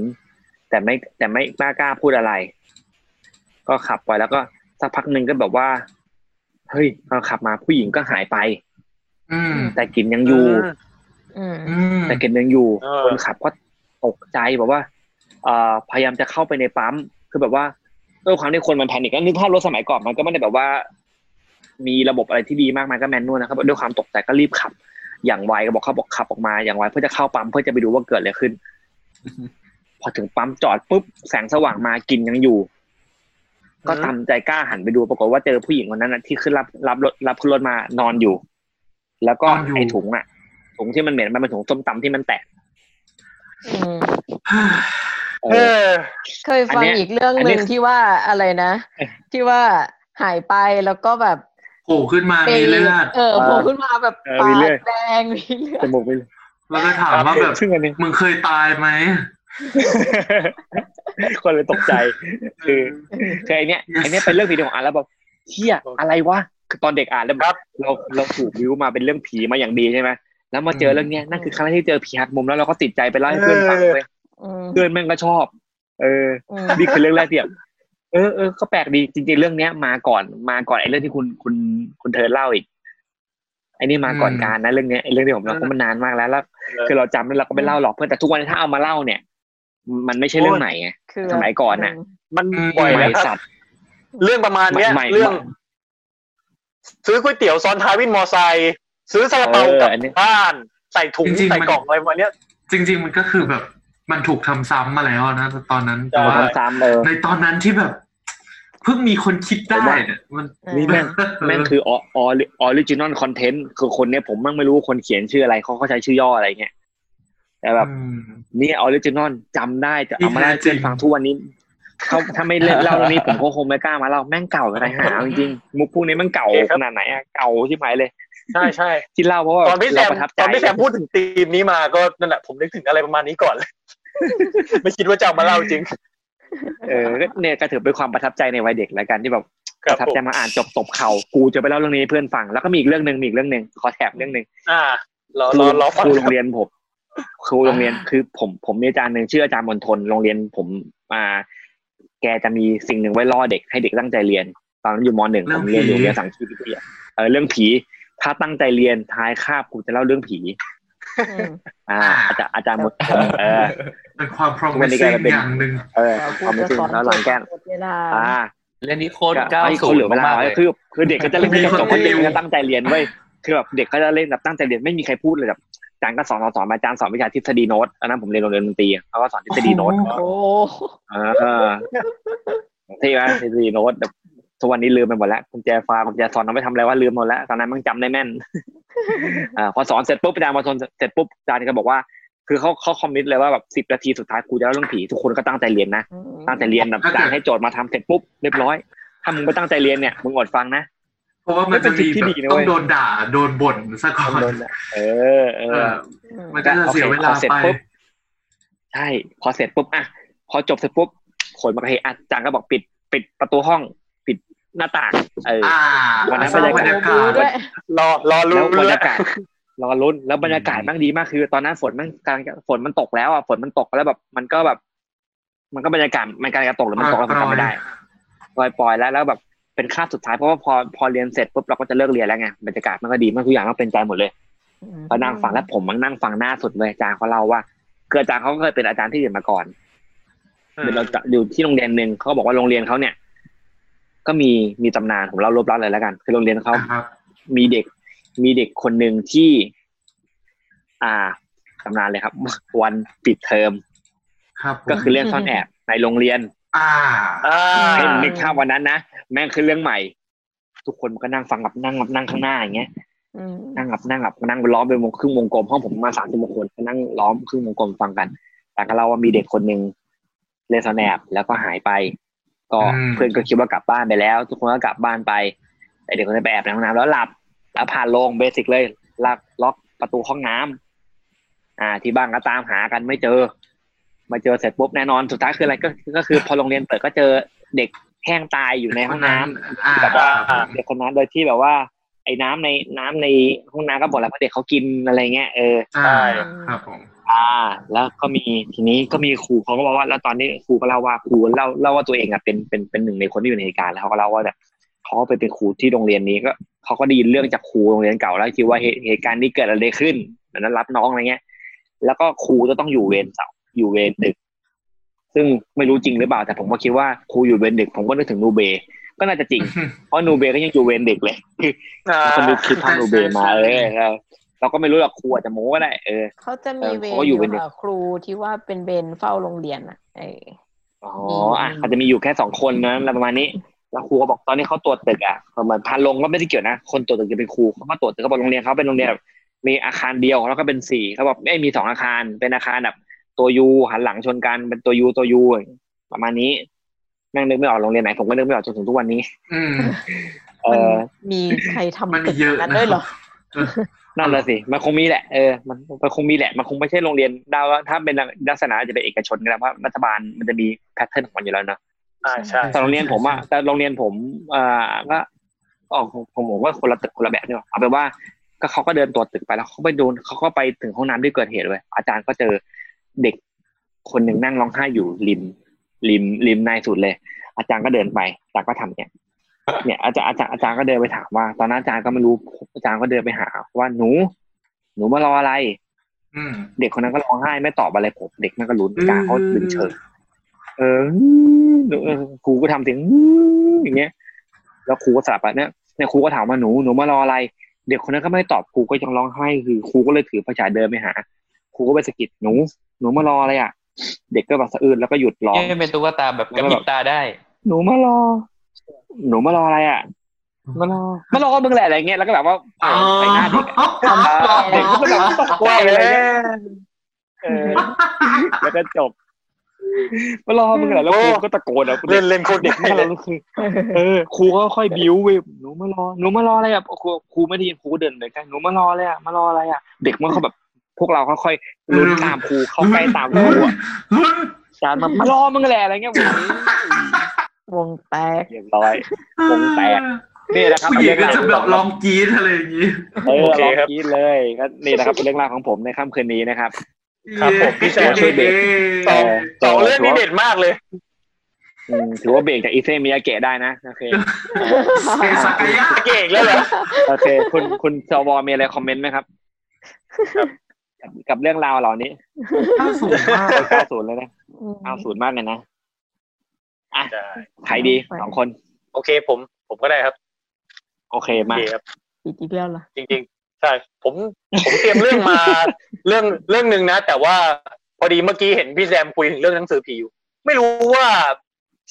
D: แต่ไม่แต่ไม่กล้ากล้าพูดอะไร ก็ขับไปแล้วก็สักพักหนึ่งก็แบบว่า เฮ้ยพอขับมาผู้หญิงก็หายไป
E: อืม
D: แต่กลิ่นยังอยู่
F: อืม
E: อืม
D: แต่กลิ่นยังอยู่
H: เออ
D: คนขับก็ตกใจแบบว่าเอ่อพยายามจะเข้าไปในปั๊มคือแบบว่าด้วยความที่คนมันแพนิคก็นึกภาพรถสมัยก่อนมันก็ไม่ได้แบบว่า มีระบบอะไรที่ดีมากมายก็แมนนวลนะครับด้วยความตกใจก็รีบขับ อย่างไวก็บอกเขาบอกขับออกมา อย่างไวเพื่อจะเข้าปั๊มเพื่อจะไปดูว่าเกิดอะไร ขึ้น พอถึงปั๊มจอดปุ๊บแสงสว่างมากินยังอยู่ ก็ตามใจกล้าหันไปดูปรากฏว่าเจอผู้หญิงคนนั้นนะที่ขึ้นรับรับรถรับขึ้นรถมานอนอยู่ แล้วก็ไอถุงอะถุงที่มันเหม็นมันเป็นถุงส้มตำที่มันแตก
F: อืม
H: เออ
F: เคยฟัง
D: อันเนี้ย
F: อีกเรื่อง
D: อัน
F: ห
D: เนี้ย
F: นึ่งที่ว่าอะไรนะ ที่ว่าหายไปแล้วก็แบบ
E: โผล่ขึ้นมามีเลือด
F: เออโผล่ขึ้นมาแบบ
D: เออ
F: ปา
D: มีเลือด
F: กแดงมีเลือ
D: จ
F: ด
D: มูกไปเลย
E: แล้วก็ถามว่าแบบ
D: ชื่ออันนี้
E: มึงเคยตายไหม
D: คนเลยตกใจ คือคือไอเนี้ ยไอเนี้ยเป็นเรื่องผีที่ผมอ่านแล้วแบบเฮียอะไรวะคือตอนเด็กอ่านแล้วแบ
H: ครับ บ
D: เราเราถูกวิวมาเป็นเรื่องผีมาอย่างดีใช่ไหมแล้วมาเจอเรื่องเนี้ยนั่นคือครั้งแรกที่เจอผีหักมุมแล้วเราก็ติดใจไปเล่าให้เพื่อนฟังเลย
F: อืม
D: เพื่อนแม่งก็ชอบ เออ
F: อืม
D: นี่คือเรื่องแรกที่แบบเออเออก็แปลกดีจริงๆเรื่องเนี้ย มาก่อนมาก่อนไอ้เรื่องที่คุณคุณคุณเธอเล่าอีกไอ้นี่มาก่อน
E: อืม
D: การนะเรื่องเนี้ยไอ้เรื่องที่ผมเล่าเพราะมันนานมากแล้วแล้วคือเราจำแล้วเราก็ไม่เล่าหรอกเพื่อนแต่ทุกวันนถ้าเอามาเล่าเนี่ย มันไม่ใช่เรื่องใหม่ไง
F: คือ
D: สมัยก่อนน่ะ
H: มัน
E: อืม
H: บ่อย
D: ใหม่
H: นะค
D: สั
H: รับ
D: ตว์
H: เรื่องประมาณเนี้ย
D: ใหม่ๆ
H: เรื่อง ซื้อก๋วยเตี๋ยวซ้อนท้ายวินมอไซค์ซื้อซาลาเปา
D: เออก
H: ลับ
D: อันนี้
H: บ้าน ใส่ถุง
E: จริงๆ
H: ใส่
E: มัน
H: กล่องอะไรประมาณเนี้ย
E: จริง ๆ มันก็คือแบบมันถูกทำซ้ำมาแล้วนะตอนนั้นแต่ว่า
D: ทำซ้ำเออ
E: ในตอนนั้นที่แบบเพิ่งมีคนคิดได้เนี่ยมัน
F: อื
D: นี่แม่ง แม่งคือออออริจินอลคอนเทนต์คือคนเนี้ยผมแม่งไม่รู้ว่าคนเขียนชื่ออะไรเขาเขาใช้ชื่อย่ออะไรเงี้ยแต่แบบ
E: อืม
D: นี่ออริจินอลจำได้จะเอามาเล่าให้เพื่อนฟังทุกวันนี้ถ้าถ้าไม่เล่นเล่าเรื่องนี้ผมก็คงไม่กล้ามาเล่าแม่งเก่ากันนะหาจริงๆมุกพวกนี้แมันเก่า
H: โอเคครั
D: ข
H: บ
D: นาดไหนอะเก่าที่หมายเลย
H: ใช่ใช่
D: ที่เล่าเพราะว่า
H: ตอนพี่แซ
D: เรา
H: ม
D: ประทับใจ
H: ตอนพี่แซมพูดถึงธีมนี้มาก็นั่นแหละผมนึกถึงอะไรประมาณนี้ก่อนเลย ไม่คิดว่าจะเอามาเล่าจริง
D: เออเนี่ยก็ถือเป็นความประทับใจในวัยเด็กแล้วกันที่แบบ
H: ครั
D: ป
H: บ
D: ระทับใจมาอ่านจบตบเข่ากูจะไปเล่าเรื่องนี้ให้เพื่อนฟังแล้วก็มีอีกเรื่องหนึ่งมีอีกเรื่องหนึ่งขอแถบเรื่องหนึ่ง
H: อ่ารอรอรอฟัง
D: ครูโรงเรียนผมครูโรงเรียนคือผมผมมีอาจารย์หนึ่งชื่ออาจารย์มนทนโรงเรียนผมอ่า แกจะมีสิ่งหนึ่งไว้ล่อเด็กให้เด็กตั้งใจเรียน ตอนนั้นอยู่มหนึ่ง
E: เรื่
D: ผ
E: อง
D: ม
E: ผี
D: เรียนอยู่โรงเรียนสังคีวิทยาเออเรื่องผี ถ้าตั้งใจเรียนท้ายคาบกูจะเล่าเรื่องผี
F: อืม
D: อ่า อาจารย์อาจารย์มนทนเออ
E: เป็นความ
D: วันนี้กลาย
E: promising
D: เป็น
E: อย่างหนึ่ง
D: เออ
F: เราพู
D: ควา
F: ด
D: มไม่
F: จะ
D: จริง
F: สอน
D: แล้วหลังแก้ม
F: หมดเวลา
D: อ่า
G: เรื่องนี้โคตร
D: ก็
G: ก้าว
D: ให้เขา
G: สู่
D: เหลือเวลาม
G: าก
D: ไว้
G: เลย
D: คือคือเด็กก็จะเล่นไม่จบเพราะเด็กมันจะตั้งใจเรียนเว้ยคือแบบเด็กก็จะเล่นแบบตั้งใจเรียนไม่มีใครพูดเลยแบบอาจารย์ก็สอนสอนสอนมาอาจารย์สอนวิชาทฤษฎีโน้ตอันนั้นผมเรียนโรงเรียนดนตรีอะเขาก็สอนทฤษฎีโน้ต
F: โอ้
D: เออเท่ไหมทฤษฎีโน้ตแบบทุกวันนี้ลืมไปหมดแล้วกุญแจฟ้ากุญแจสอนเอาไปทำอะไรว่าลืมหมดแล้วตอนนั้นมันจำได้แม่นอ่าพอสอนเสร็จปุ๊บอาจารย์มาสอนเสร็จปุ๊บอาจารย์ก็บอกว่า คือเขาเขาคอมมิตเลยว่าแบบสิบ10นาทีสุดท้ายครูจะเล่าเรื่องผีทุกคนก็ตั้งใจเรียนนะ ตั้งใจเรียนแบบการให้โจทย์มาทำเสร็จปุ๊บเรียบร้อย ถ้ามึงไม่ตั้งใจเรียนเนี่ยมึงอดฟังนะ
E: เพราะว่ามันจะมี
D: เป็นสิ่งที่ดี
E: แบบ
D: นะ
E: ต้
D: เว้
E: อง
D: ย
E: โดนด่าโดนบ่นซะก่อน
D: โดนละเออเอ
E: เอ
D: อ
E: อมันก็จะเสียเว
D: พ
E: ลา
D: อเสร็จ
E: ไป
D: ปุ๊บ ใช่พอเสร็จปุ๊บอ่ะพอจบเสร็จปุ๊บขนมาให้อาจารย์ก็บอกปิด ปิดประตูห้อง ปิดหน้าต่างเออ
E: อ่า
D: วันนั้น
E: สร้าง
D: บบ ร
E: ร
D: รยา
E: ราก
D: ยา
E: กาศ
F: ด้วย
H: รอรอ
D: แล้
H: รู้
D: วบร
H: เรื่อย
D: รากาศรอลุ้นแล้วบรรยากาศแมั่งดีมากคือ ตอนนั้นฝนแมันกำลังจะฝนมันตกแล้วอ่ะฝนมันตกแล้วแบบ มันก็แบบ มันก็บรรยากาศมันกำลังจะตกหรือมันตกแล้วผมจำไม่ได้ปล่อยๆแล้วแล้วแบบเป็นคาบสุดท้ายเพราะว่าพอพอเรียนเสร็จปุ๊บเราก็จะเลิกเรียนแล้วไงบรรยากาศมันก็ดีมากทุกอย่างก็เป็นใจหมดเลย พอนั่งฟังแล้วผมมันนั่งฟังหน้าสุดเลยอาจารย์เขาเล่าว่าคืออาจารย์เขาก็เคยเป็นอาจารย์ที่อื่นมาก่อนเป็นเราจะอยู่ที่โรงเรียนหนึ่งเขาบอกว่าโรงเรียนเขาเนี่ย ก็มีมีตำนานผมเล่ารวบลัดเลยแล้วกัน คือโรงเรียนเขา
E: ครับ
D: มีเด็ก มีเด็กคนหนึ่งที่ อ่าตำนานเลยครับ วันปิดเทอม
E: ครับผม
D: ก็คือเรื่องซ่อนแอบในโรงเรียน
E: อ่า
H: อ่า
D: ให้นึกภาพวันนั้นนะแม่งคือเรื่องใหม่ ทุกคนมันก็นั่งฟังกับนั่งกับนั่งข้างหน้าอย่างเงี้ย
F: อืม
D: นั่งหลับนั่งหลับนั่งล้อมเป็นวงครึ่งวงกลมห้องผมมาสามสิบคนก็นั่งล้อมครึ่งวงกลมฟังกันแต่ก็เล่าว่ามีเด็กคนหนึ่งเลนสแนปแล้วก็หายไป ก็
E: อืม
D: เพื่อนก็คิดว่ากลับบ้านไปแล้ว ทุกคนก็กลับบ้านไปแต่เด็กคนนี้นไปแอบในห้องน้ำแล้วหลับแล้วผ่านโรงเบสิกเลยลากล็อกประตูห้องน้ำอ่า ที่บ้านก็ตามหากันไม่เจอ มาเจอเสร็จปุ๊บแน่นอนสุดท้ายคืออะไรก็ก็คือพอโรงเรียนเปิดก็เจอเด็กแห้งตายอยู่ในห้องน้ำ
E: อ่า
D: แบบว่าเด็กคนนั้นโดยที่แบบว่า ไอ้น้ำในน้ำในห้องน้ำก็บอกแล้วว่าเด็กเขากินอะไรเงี้ยเออ
E: ใช่ครับผม
D: อ่า แล้วก็มีทีนี้ก็มีครูเขาก็บอกว่าแล้วตอนนี้ครูก็เล่าว่าครูเล่าเล่าว่าตัวเองอ่ะเป็นเป็นเป็นหนึ่งในคนที่อยู่ในเหตุการณ์แล้วเขาก็เล่าว่าแบบเขาก็ไปเป็นครูที่โรงเรียนนี้ก็เขาก็ได้ยินเรื่องจากครูโรงเรียนเก่าแล้วคิดว่าเหตุเหตุการณ์นี้เกิดอะไรขึ้นเหมือนนั้นรับน้องอะไรเงี้ย แล้วก็ครูจะต้องอยู่เวรเสาร์อยู่เวรดึก ซึ่งไม่รู้จริงหรือเปล่าแต่ผมก็คิดว่าครูอยู่เวรดึก ผมก็นึกถึงนูเบย์ก็น่าจะจริง เพราะนูเบย์ก็ยังอยู่เวรเด็กเลยคือ
H: อ่า
D: คนนึกคิดภาพนูเบย์มาเออเราเราก็ไม่รู้หรอกครูอาจจะโม้ก็ได้เออ
F: เขาจะมีเว
D: เออ
F: ร
D: เขาก็อ
F: อยู่ ยู่
D: เป็นเด็ก
F: ค่ะครูที่ว่าเป็นเวรเฝ้าโรงเรียนอ่ะเออ
D: อ๋ออ่ะเขาจะมีอยู่แค่สองคนนะอะไรประมาณนี้ แล้วครูก็บอกตอนนี้เขาตรวจตึกอ่ะเหมือนพันลงก็ไม่ได้เกี่ยวนะ คนตรวจตึกจะเป็นครูเขาก็ตรวจตึกเขาบอกโรงเรียนเขาเป็นโรงเรียนแบบมีอาคารเดียวแล้วก็เป็นสี่เขาบอกไม่มีสองอาคารเป็นอาคารแบบตัวยูหันหลังชนกันเป็นตัวยูตัวยูประมาณนี้แม่งนึกไม่ออกโรงเรียนไหนผมก็นึกไม่ออกจนถึงทุกวันนี้
E: อืม
D: เอ ออ
F: มันมีใครทำ
E: มันมีเยอะ
F: ตึกแบบนั้น
E: นะ
F: ด้วยเหรอ
D: นั่นแหละสิ มันคงมีแหละ เออ มันมันคงมีแหละ มันคงไม่ใช่โรงเรียนดาวว่าถ้าเป็นลักษณะอาจจะเป็นเอกชนก็ได้เพราะรัฐบาลมันจะมีแพทเทิร์นของมันอยู่แล้วเนอะ
H: อ่าใช่
D: แต่โรงเรียนผมอะแต่โรงเรียนผมอ่าก็ออกผมบอกว่าคนละตึกคนละแบบนี่หว่าเอาไปนว่าก็เขาก็เดินตัวตึกไปแล้วเขาไปโดนเขาก็ไปถึงห้องน้ำที่เกิดเหตุเลยอาจารย์ก็เจอเด็กคนหนึ่งนั่งร้องไห้อยู่ริม ริมริมในสุดเลย อาจารย์ก็เดินไปอาจารย์ก็ทำเนี่ย เนี่ยอาจารย์อาจารย์อาจารย์ก็เดินไปถามว่า ตอนนั้นอาจารย์ก็ไม่รู้ อาจารย์ก็เดินไปหา ว่าหนู หนูมารออะไร
E: อืม
D: เด็กคนนั้นก็ร้องไห้ไม่ตอบอะไรผมเด็กนั่นก็ลุ้น
E: อืม
D: อาจารย์เขาดึงเชิงเออหนูเออครูก็ทำเสียงอย่างเงี้ย แล้วครูก็สลับไปเนี่ยเนี่ยครูก็ถามว่าหนูหนูมารออะไร เด็กคนนั้นก็ไม่ตอบครูก็ยังร้องไห้คือครูก็เลยถือไฟฉายเดินไปหาครูก็ไปสะกิดหนู หนูมารออะไรอ่ะ เด็กก็แบบสะอื้นแล้วก็หยุดร้อง
G: เอ๊ะเป็นตุ๊กตาแบบกระพริบตาได้
D: หนูมารอ หนูมารออะไรอ่ะ มารอ มารอมึงแหละอะไรเงี้ย แล้วก็แบบว่าเออใส่หน้าเด็กอะเด็กก็แบบว่าตกใจ
H: ว่า
D: อะไร
H: เลย
D: เงี้ยเออแล้วก็จบ มารอมึงแหละ แล้วครูก็ตะโกนอ่ะ
H: เล่นเล่นโคตร
D: เด็
H: เด็
D: ก
H: ก
D: ไม่เราคือ เออ ครูก็ค่อยบิ้วเว้ยหนูมารอ หนูมารออะไรอ่ะ ครูครูไม่ได้ยินครูก็เดินเลยกันหนูมารออะไรอ่ะ มารออะไรอ่ะ เด็กมันก็แบบ พวกเราค่อยๆลุ้นตามครู เข้าใกล้ตามครูอ่ะ
E: ลุ้น
D: จานมามารอมึงแหละอะไรเงี้ยผม
F: วงแตก
D: เรียบร้อย วงแตก นี่แหละครับ
E: ผู้หญิง
D: เรื่อ
E: ก็
D: ง
E: จะแบ
D: ราว
E: บลองกรีดอะไรอย่างนี้
D: เออลองกรีดเลยก็นี่นะครับเป็นเรื่องราวของผมในค่ำคืนนี้นะครับ
H: ครับผมพี่แซม
D: ช่วยเบรก
H: สองสองเรื่องนี้เด็ดมากเลย
D: อืมถือว่าเบรกจากอีเซมิยาเกะได้นะโอเค
E: เซสักายะ
H: เก่งแล้วเหรอ
D: โอเค คุณคุณจวอมีอะไรคอมเมนต์ไหมครับกับกับเรื่องราวเหล่านี้
E: ถ้าสูงมาก
D: เก้าศูนย์เลยนะเก้าศูนย์มากเลยนะ
H: ได้
D: ใครดีสองคน
H: โอเคผมผมก็ได้ครับ
D: โอเค
H: โอ
D: มา
H: เคครับ
F: อีกอีกแล้วเหรอ
H: จริงๆ ใช่ ผมผมเตรียมเรื่องมา เรื่องเรื่องหนึ่งนะ แต่ว่าพอดีเมื่อกี้เห็นพี่แซมคุยถึงเรื่องหนังสือผีอยู่ไม่รู้ว่า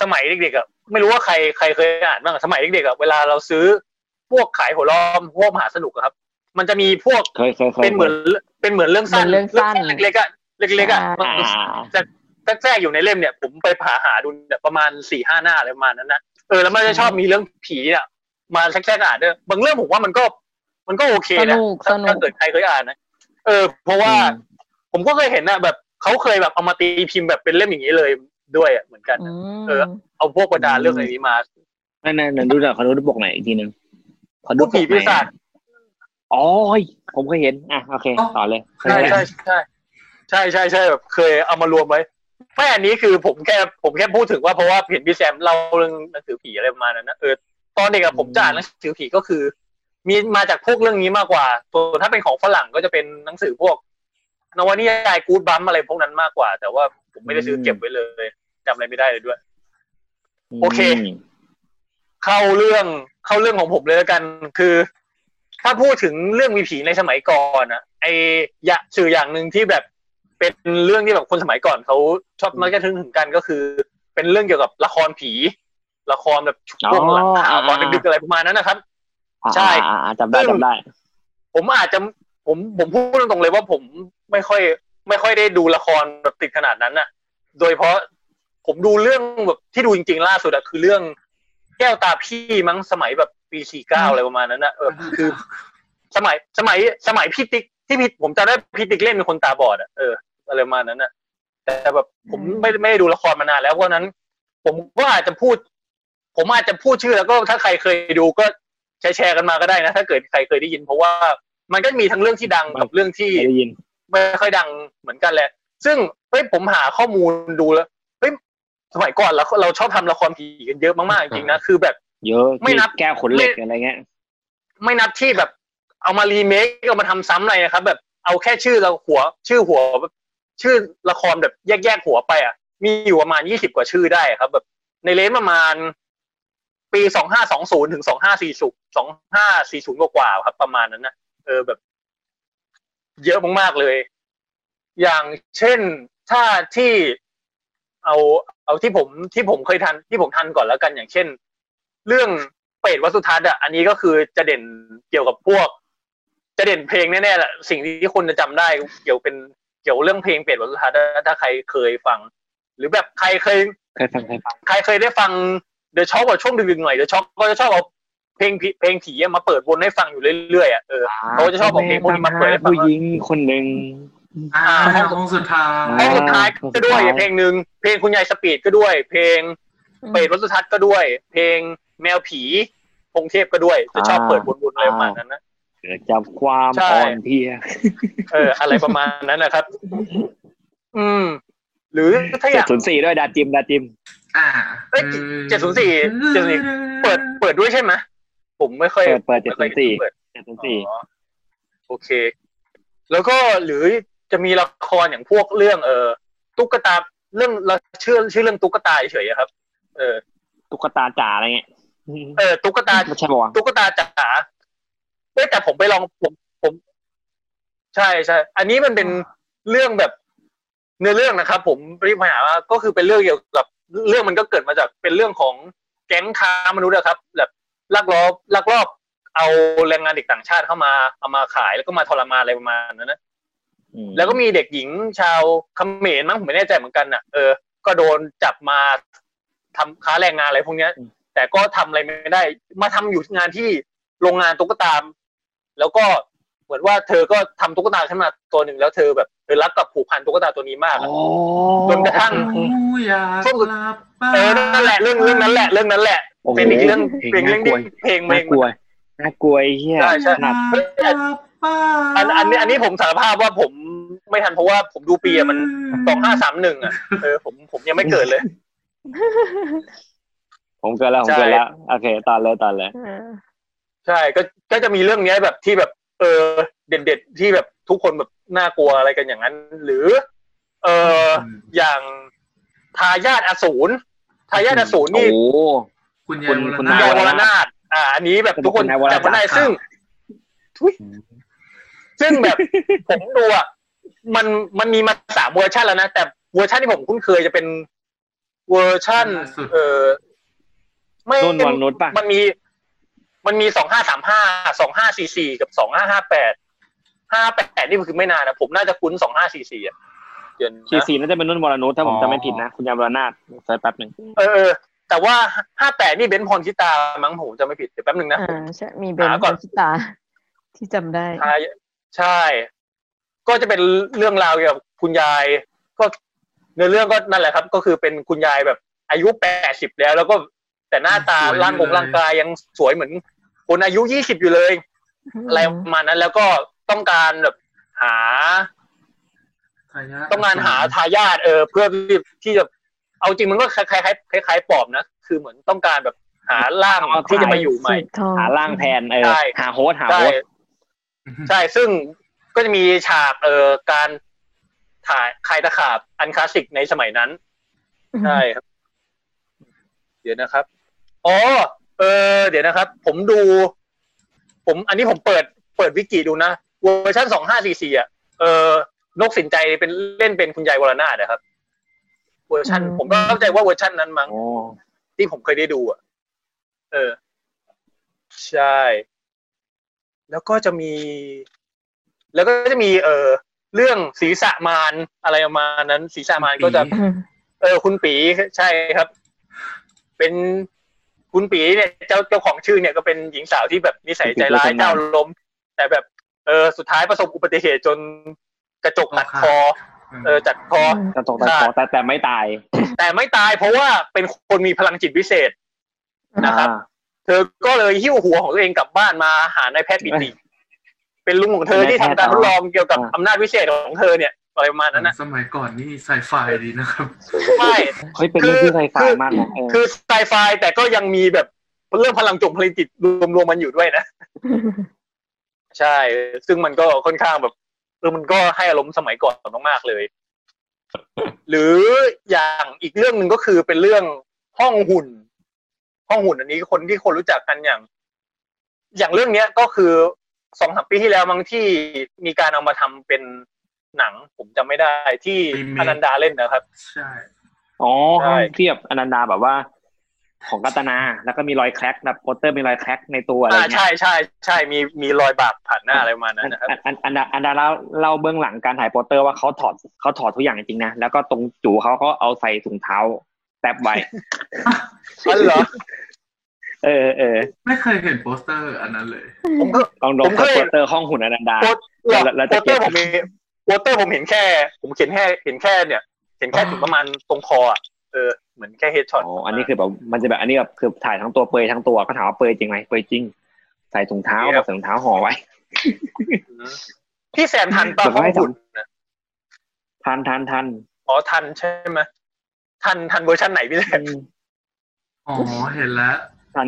H: สมัยเด็กๆอ่ะไม่รู้ว่าใครใครเคยอ่านบ้างอะสมัยเด็กๆอ่ะเวลาเราซื้อพวกขายหัวล้อมพวกมหาสนุกอะครับ มันจะมีพวก
D: เคยเคยเคย
H: เป็นเหมือนเป็นเหมือนเรื่องสั้น
F: เหมือนเรื่องสั้น
H: เล็กๆอ่ะเล็กๆอ่ะมัน
D: อ่า
H: แทรกๆอยู่ในเล่มเนี่ยผมไปผ่าหาดูเนี่ยประมาณสี่ห้าหน้าอะไรประมาณนั้นนะเออแล้วมันจะชอบมีเรื่องผีเนี่ยมาแทรกๆอ่านด้วยบางเรื่องผมว่ามันก็ มันก็โอเคนะ
F: สนุกสนุก
H: ถ้าถ้าเกิดใครเคยอ่านนะเออ เพราะว่าผมก็เคยเห็นนะแบบเขาเคยแบบเอามาตีพิมพ์แบบเป็นเล่มอย่างนี้เลยด้วยอะเหมือนกัน
F: อื
H: นะ
F: ม
H: เออ เอาพวกกระดาษเรื่องอะไรนี้มา
D: นั่นนั่นนั่นดูหน่อยขอดูปกหน่อยอีกทีหนึ่งขอ
H: พ
D: ดู
H: วก
D: ป
H: ผี
D: กห
H: ปี
D: น่อย
H: ศาจ
D: อ๋อผมเคยเห็นอ่ะโอเคต่อเลย
H: ใช่ใช่ใช่ใช่ใช่ใช่แบบเคยเอามารวมไว้ไม่อันนี้คือผมแค่ผมแค่พูดถึงว่าเพราะว่าเห็นพี่แซมเล่าเรื่องหนังสือผีอะไรประมาณนั้นนะเออ ตอนเด็กอะผมจะอ่านหนังสือผีก็คือ มีมาจากพวกเรื่องนี้มากกว่าส่วนถ้าเป็นของฝรั่งก็จะเป็นหนังสือพวก นวนิยายกู๊ดบัมอะไรพวกนั้นมากกว่า แต่ว่าผมไม่ได้ซื้อเก็บไว้เลยจำอะไรไม่ได้เลยด้วย โอเค
D: ม
H: เข้าเรื่องเข้าเรื่องของผมเลยแล้วกัน คือ ถ้าพูดถึงเรื่องมีผีในสมัยก่อนอะไอยะสื่ออย่างหนึ่งที่แบบเป็นเรื่องที่แบบคนสมัยก่อนเขาชอบมักจะทึงถึงกันก็คือ เป็นเรื่องเกี่ยวกับละครผี ละครแบบช่วงหลังข่าวตอนดึกๆอะไรประมาณนั้นนะครับ ใช่
D: อ่าอ่าอ่าจำได้จำได้
H: ผมอาจจะผมผมพูดตรงๆเลยว่าผมไม่ค่อย ไม่ค่อยได้ดูละครแบบติดขนาดนั้นน่ะ โดยเพราะผมดูเรื่องแบบที่ดูจริงๆล่าสุดอะคือเรื่องแก้วตาพี่มั้งสมัยแบบปีสี่เก้าอะไรประมาณนั้นนะเออคือ สมัยสมัยสมัยพี่ติ๊กที่พี่ผมจำได้พี่ติ๊กเล่นเป็นคนตาบอดอะเอออะไรประมาณนั้นน่ะ แต่แบบผมไม่ไม่ได้ดูละครมานานแล้วเพราะฉะนั้น ผมก็อาจจะพูด ผมอาจจะพูดชื่อแล้วก็ถ้าใครเคยดูก็แชร์แชร์กันมาก็ได้นะ ถ้าเกิดใครเคยได้ยิน เพราะว่ามันก็มีทั้งเรื่องที่ดังกับเรื่องที่
D: ได้ยิน
H: ไม่ค่อยดังเหมือนกันแหละ ซึ่งเฮ้ยผมหาข้อมูลดูแล้วเฮ้ยสมัยก่อนเราเราชอบทำละครผีกันเยอะมากๆจริงๆนะ คือแบบ
D: เยอะ
H: ไม่นับ
D: แก้วขนเหล็กอะไรเงี้ย
H: ไม่นับที่แบบ เอามารีเมคเอามาทำซ้ำอะไรนะครับ แบบเอาแค่ชื่อเราหัว ชื่อหัวแบบชื่อละครแบบแยกๆหัวไปอ่ะ มีอยู่ประมาณยี่สิบกว่าชื่อได้ครับ แบบ ในเลนส์ประมาณ ปีสองห้าสองศูนย์ถึงสองห้าสี่ศูนย์สองห้าสี่ศูนย์กว่าๆครับ ประมาณนั้นนะเออแบบ เยอะมากๆเลย อย่างเช่นถ้าที่เอาเอาที่ผมที่ผมเคยทันที่ผมทันก่อนแล้วกันอย่างเช่น เรื่องเปรตวัดสุทัศน์อ่ะอันนี้ก็คือจะเด่นเกี่ยวกับพวก จะเด่นเพลงแน่ๆแหละสิ่งที่คนจะจำได้เกี่ยวเป็นเกี่ยวเรื่องเพลงเปรตวัดสุทัศน์อะถ้าใครเคยฟัง หรือแบบใครเคย
D: เคยฟังเคยฟัง
H: ใครเคยได้ฟังเดอะช็อกว่าช่วงดึกๆหน่อยเดอะช็อกก็จะชอบเอา เพลงผีเพลงผีอะมาเปิดวนให้ฟังอยู่เรื่อยๆอ่ะเออเขาจะชอบบอกเพลงพวกนี้มาเปิดให้ฟัง
J: ผู้หญิงคนหนึ่ง
E: อ่าห้องสุดท้าย
H: เพลงสุดท้ายก็ด้วยเพลงหนึ่งเพลงคุณยายสปีดก็ด้วย เพลงเปรตรถสุทัศน์ก็ด้วย เพลงแมวผีพงเทพก็ด้วย จะชอบเปิดวนๆอะไรประมาณนั้นนะ
J: เกิดจากความ
H: ใช่
J: อ่อนเพลีย
H: เออ อะไรประมาณนั้นนะครับ อืม หรือถ้าอ
J: เจ็ด
H: ยาก
J: ศูนย์สี่ด้วยดาจิมดาจิม
E: อ่า
H: เอ้ย704 704 เปิดเปิดด้วยใช่ไหมผมไม่ค่อย
J: เปิดเปิด704
H: ไม่ค่อยเปิด
J: เจ็ดศูนย์สี่
H: อ๋อโอเค แล้วก็หรือจะมีละครอย่างพวกเรื่อง เออตุ๊กตาเรื่องเราชื่อชื่อเรื่องตุ๊กตาเฉยๆอะครับ เออ
J: ตุ๊กตาจ๋าอะไรเงี้ย
H: เออตุ๊กตา
J: ไม่ใช่ปะวะ
H: ตุ๊กตาจ๋าเอ้ยแต่ผมไปลองผมผม ใช่ใช่ อันนี้มันเป็นเรื่องแบบเนื้อเรื่องนะครับ ผมรีบมาหาว่าก็คือเป็นเรื่องเกี่ยวกับเรื่องมันก็เกิดมาจากเป็นเรื่องของแก๊งค้ามนุษย์นะครับ แบบลักลอบลักลอบเอาแรงงานเด็กต่างชาติเข้ามาเอามาขายแล้วก็มาทรมานอะไรประมาณนั้นนะ
J: อืม
H: แล้วก็มีเด็กหญิงชาวเขมรมั้งผมไม่แน่ใจเหมือนกันน่ะเออ ก็โดนจับมาทำค้าแรงงานอะไรพวกเนี้ย แต่ก็ทำอะไรไม่ได้ มาทำอยู่งานที่โรงงานตุ๊กตา แล้วก็เหมือนว่าเธอก็ทำตุ๊กตาขึ้นมาตัวหนึ่งแล้วเธอแบบเธอรักกับผูกพันตุ๊กตาตัวนี้มากอะ จนกระทั่ง
E: อยากกลับบ้าน
H: เออนั่นแหละเรื่องเรื่องนั้นแหละเรื่องนั้นแหละ
J: โโห
H: เป็นอีกเรื่อง
J: พ
H: เป็นเรื่อง
J: น่ากลั
H: ที่
J: ว
H: เพลงเพล
J: น่าง กลัวน่ากลัวไอ้เฮีย
H: ใช่ใช่
J: ขนาด
E: อยากกลับบ้า
H: อันอันนี้อันนี้ผมสารภาพว่าผมไม่ทันเพราะว่าผมดูปีอะมัน สองห้าสามหนึ่งอ่ะเออผมผมยังไม่เกิดเลย
J: ผมเกินแล้วผมเกินแล้วโอเคตอนเลยตอนเลย
F: เออ
H: ใช่ก็ก็จะมีเรื่องเนี้ยแบบที่แบบ เออ เด็ดๆที่แบบทุกคนแบบน่ากลัวอะไรกันอย่างนั้น หรือ เอออย่างทายาทอสูรทายาทอสูร
J: โอ้
H: นี่
J: โห
E: คุณยาย
J: คุณ
E: ว
J: คุณ
E: รนา
J: นา
H: ยาว
E: ถ
H: รนาถอ่า อันนี้แบบทุกค
J: คุ
H: น
J: ณนายวรนาถ
H: จำไม่ได้ซึ่งอุ๊ยซึ่งแบบ ผมดูอ่ะมันมันมีมาสามเวอร์ชันแล้วนะแต่เวอร์ชันที่ผมคุ้นเคยจะเป็นเวอร์ชัน
E: ล่าสุด
H: เออไม่
J: โดนวันนุชป่ะ
H: มันมีมันมีสองห้าสามห้าสองห้าสี่สี่กับสองห้าห้าแปดห้าแปดนี่คือไม่นานนะผมน่าจะคุ้นสองห้าสี่สี่อ่ะเดี๋ยว
J: ชี
H: นะ
J: ซีน่าจะเป็นนุ่นวรนุชถ้าผมจำไม่ผิดนะคุณยามวรนาถใส่แป๊บหนึ่ง
H: เออเออ แต่ว่าห้าแปดนี่เบนซ์พรทิตามั้งผมจะไม่ผิดเดี๋ยวแป๊บหนึ่งนะ
F: อ่าใช่มีเบน
H: หา
F: ซ์
H: ก่อน
F: ชิตา ที่จำได้
H: ใช่ใช่ ก็จะเป็นเรื่องราวเกี่ยวกับคุณยาย ก็เนื้อเรื่องก็นั่นแหละครับ ก็คือเป็นคุณยายแบบอายุแปดสิบแล้ว แล้วก็แต่หน้าตา
E: สวย
H: ร่างกง
E: เลย
H: ร่างกายยังสวยเหมือนคนอายุยี่สิบอยู่เลย อะไรประมาณนั้นแล้วก็ต้องการแบบหา
E: ทายาท
H: ต้องการหาทายาทเออเพื่อที่ที่จะเอาจริงมันก็คล้ายคล้ายคล้ายคล้ายๆปอบนะคือเหมือนต้องการแบบหาร่างที่จะมาอยู่ใหม่
F: สืบทอด
J: หาร่างแทนเออ
H: ใช่
J: หาโฮสต์หาโฮ
H: ใช่
J: สต์
H: ใช่ซึ่งก็จะมีฉากเออการถ่ายคายตะขาบอันคลาสสิกในสมัยนั้น ใช่ครับ เดี๋ยวนะครับ อ๋อ เออ เดี๋ยวนะครับ ผมดู ผม อันนี้ผมเปิด เปิดวิกิดูนะ เวอร์ชันสองห้าสี่สี่อ่ะ เออนกสินใจเป็นเล่นเป็นคุณยายวรนาถนะครับ เวอร์ชัน
F: อืม
H: ผมก็เข้าใจว่าเวอร์ชันนั้นมั้ง
J: โอ้
H: ที่ผมเคยได้ดูอ่ะ เออ ใช่ แล้วก็จะมี แล้วก็จะมี เออ เรื่องศีรษะมารอะไรประมาณนั้น ศีรษะมารก็จะ
F: อืม
H: เออคุณปีใช่ครับ เป็นคุณปีเนี่ยเจ้าเจ้าของชื่อเนี่ยก็เป็นหญิงสาวที่แบบนิสัยใจร้ายเจ้าล้ม แต่แบบ เออสุดท้ายประสบอุบัติเหตุจนกระจกตัดคอ เออจัดคอ
J: ตะตกตะขอแต่แต่ไม่ตาย
H: แต่ไม่ตายเพราะว่าเป็นคนมีพลังจิตวิเศษ นะครับ
J: อ่า
H: เธอก็เลยหิ้วหัวของตัวเองกลับบ้านมาหานายแพทย์ปิติ เป็นลุงของเธอที่ทำการทดลองเกี่ยวกับอำนาจวิเศษของเธอเนี่ยอะไรประมาณนั้นนะ
E: สมัยก่อนนี่ไซไฟดีนะครับ
H: ไม่
J: เฮ้ยเป็นเรื่องที่ไฟฟ้ามากนะเออ
H: คือสไตล์ไฟแต่ก็ยังมีแบบเรื่องพลังจงพลังจิตรวมๆมันอยู่ด้วยนะ ใช่ ซึ่งมันก็ค่อนข้างแบบเออมันก็ให้อารมณ์สมัยก่อนมากๆเลย หรืออย่างอีกเรื่องหนึ่งก็คือเป็นเรื่องห้องหุ่น ห้องหุ่นอันนี้คนที่คนรู้จักกันอย่าง อย่างเรื่องเนี้ยก็คือสองสามปีที่แล้วมั้งที่มีการเอามาทำเป็นหนัง ผมจำไม่ได้ที่อนันดาเล่นนะครับ
E: ใช่
J: อ๋อ
H: ใช่
J: ห้องเทียบอนันดาแบบว่า ของกัตนาแล้วก็มีรอยแคร็กนะโปสเตอร์มีรอยแคร็กในตัวอะไร
H: อ่า
J: เงี้ย
H: ใช่ใช่ใช่มีมีรอยบาดผ่านหน้าอะไรประมาณนั้น นะครับ
J: อันอันอันอันอันดาเล่าเล่าเบื้องหลังการถ่ายโปสเตอร์ว่าเขาถอดเขาถอดทุกอย่างจริงๆนะแล้วก็ตรง จู่เขาเขาเอาใส่ถุงเท้าแตบไว้
H: อันเหรอ
D: เออเออ
E: ไม่เคยเห็นโปสเตอร์อันนั้นเลย
H: ผมก็
D: ลองดอง
H: ผม
D: โป
H: เคย
D: สเตอร์ห้องหุ่นอนันดา
H: โปสเตอร์
D: แล้ว
H: โป
D: จะ
H: ส
D: เก็
H: เตอบ ร์ผมมีโปสเตอร์ผมเห็นแค่ ผมเขียนแค่เห็นแค่เนี่ย เห็นแค่ถึงประมาณตรงคออ่ะเออเหมือนแค่เฮดช็อต
J: อ๋ออันนี้คือแบบมันจะแบบอันนี้แบบคือถ่ายทั้งตัวเปลือยทั้งตัวก็ถามว่าเปลือยจริงไหมเปลือยจริง ใส่ถุงเท้า
H: เปลือย
J: แบบใส่ถุงเท้าห่อไว้
H: พี่แซมทันปะ
J: แบบ
H: ข้อ
J: ว่าให้
H: มูล
J: ทำ ทันทันทัน
H: อ๋อทันใช่ไหมทันทันเวอร์ชันไหนพี่แซม
E: อ๋อเห็นแล้ว
J: ทัน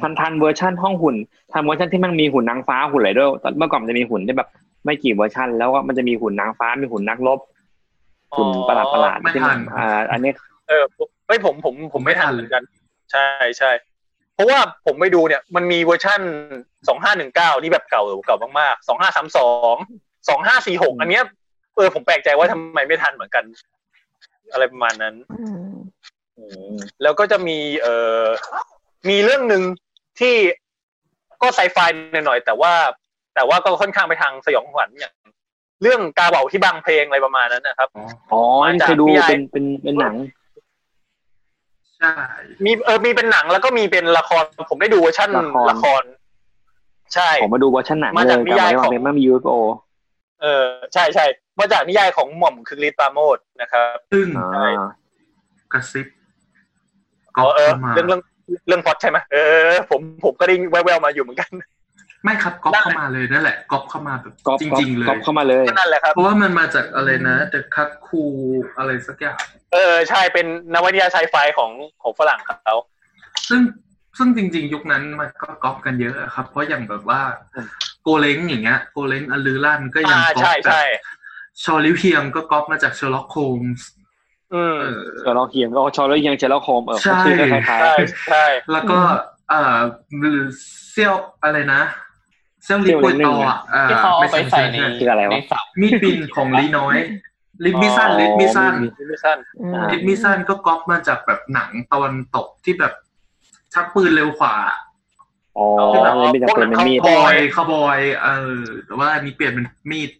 J: ทันทันเวอร์ชั่นห้องหุ่นทันเวอร์ชันที่มันมีหุ่นนางฟ้าหุ่นอะไรด้วยตอนเมื่อก่อนมันจะมีหุ่นที่แบบไม่กี่เวอร์ชันแล้วก็มันจะมีหุ่นนางฟ้ามีหุ่นนักรบหุ่นประหลาดประหลาดที่มันอ่าอันนี้
H: เออผมไม่ผมผมผมไม่ทันเหมือนกัน ใช่ใช่เพราะว่าผมไปดูเนี่ย มันมีเวอร์ชันสองห้าหนึ่งเก้านี่แบบเก่าเก่ามากๆสองห้าสามสองสองห้าสี่หกอันเนี้ยเออผมแปลกใจว่าทำไมไม่ทันเหมือนกัน อะไรประมาณนั้น
F: อืม
H: แล้วก็จะมีเอ่อมีเรื่องหนึ่งที่ก็ไซไฟหน่อยๆแต่ว่า แต่ว่าก็ค่อนข้างไปทางสยองขวัญอย่าง เรื่องกาเบาที่บางเพลงอะไรประมาณนั้นนะครับ
J: อ๋อนี่เคยดู
H: มาจาก
J: เป็นเป็นเป็นหนัง
E: ใช่
H: มีเออมีเป็นหนังแล้วก็มีเป็นละครผมได้ดูเวอร์ชัน
J: ละคร
H: ละคร ใช่
J: ผมมาดูเวอร์ชันหนัง
H: มา
J: เลย
H: จากนิยาย
J: จำไว้ว่า
H: ของ
J: เป็นมันมียูโอ
H: เออใช่ใช่มาจากนิยายของหม่อมคึกฤทธิ์ปราโมชนะครับ
E: ซึ่ง
J: อ่
H: ใช่
J: าก
E: ระซิบ
H: อ๋
E: ก็
H: อเออ
E: เข้ามา
H: เรื่องเรื่องเรื่องพล็อดใช่ไหมเออผมผมก็ได้แววๆมาอยู่เหมือนกัน
E: ไม่ครับก๊อป
H: ได้
E: เข้ามาเลยนั่นแหละก๊อปเข้ามาแบบ
J: ก๊อป
E: จ
J: ก๊อป
E: ริง ๆ เลย
J: ก๊อปเข้ามาเลย
H: ก็นั่นแหละครับ
E: เพราะว่ามันมาจากอะไรนะเดอะคัตคูอะไรสักอย่าง
H: เออใช่เป็นนวนิยายไซไฟของของฝรั่งเขา
E: ซึ่งซึ่งจริง ๆ ยุคนั้นมันก็ก๊อปกันเยอะอะครับ เพราะอย่างแบบว่าโกเล้งอย่างเงี้ยโกเล้งอลือลั่นก็ยัง
H: อ่า
E: ก๊อ
H: ใช่
E: ปแบบ
H: ใช่
E: ชอลิวเฮียมก็ก๊อปมาจากเชอร์ล็อกโฮมส์
H: อืม
E: เออ
J: เชอร์ล็อกเฮียมก็ชอร์ล็อกเฮียมเชอร์ล็อกโฮมเออ
E: ใช่
J: ชื่อก็คล้าย
H: ใช่ใช่
E: แล้วก็เออเซี่ยวอะไรนะเซี่ยวลิปโปยตออ่ะเออ
G: ที่เขาเอาไป
E: ไม่
G: ใส่
E: ใช่
G: ใน
E: ไม่ใช่
J: คืออะไรวะ
G: ในเสา
E: มีดบินของลีน้อย ลิปมิสันลิปมิสัน
H: ไม่สั้น
F: อืม
J: อ่า
E: ดิฟมิสันก็ก๊อปมาจากแบบหนังตะวันตกที่แบบชักปืนเร็วขวา
J: อ๋อไม่เป็นจำเป็นเป็นมีด
E: บอยคาวบอยเออแต่ว่าอันนี้เปลี่ยนเป็นมีด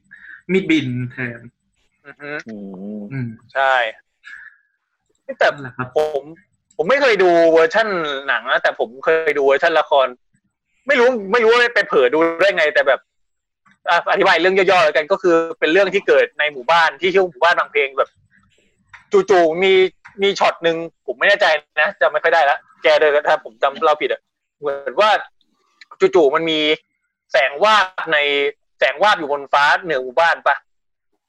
E: มีดบินแทน
H: อือฮึ
J: อืม
E: อืม
H: ใช่แต่
E: นั่นแหละครับ
H: ผมผมไม่เคยดูเวอร์ชั่นหนังนะแต่ผมเคยดูเวอร์ชั่นละคร ไม่รู้ไม่รู้ว่าไปเผลอดูได้ไง แต่แบบอ่ะอธิบายเรื่องย่อๆแล้วกันก็คือเป็นเรื่องที่เกิดในหมู่บ้านที่ชื่อหมู่บ้านบางเพลงแบบ จู่ๆมีมีช็อตหนึ่งผมไม่แน่ใจนะจำไม่ค่อยได้ละแกเดินถ้าผมจำเราผิดอะเหมือนว่าจู่ๆมันมีแสงวาบในแสงวาบอยู่บนฟ้าเหนือหมู่บ้านปะ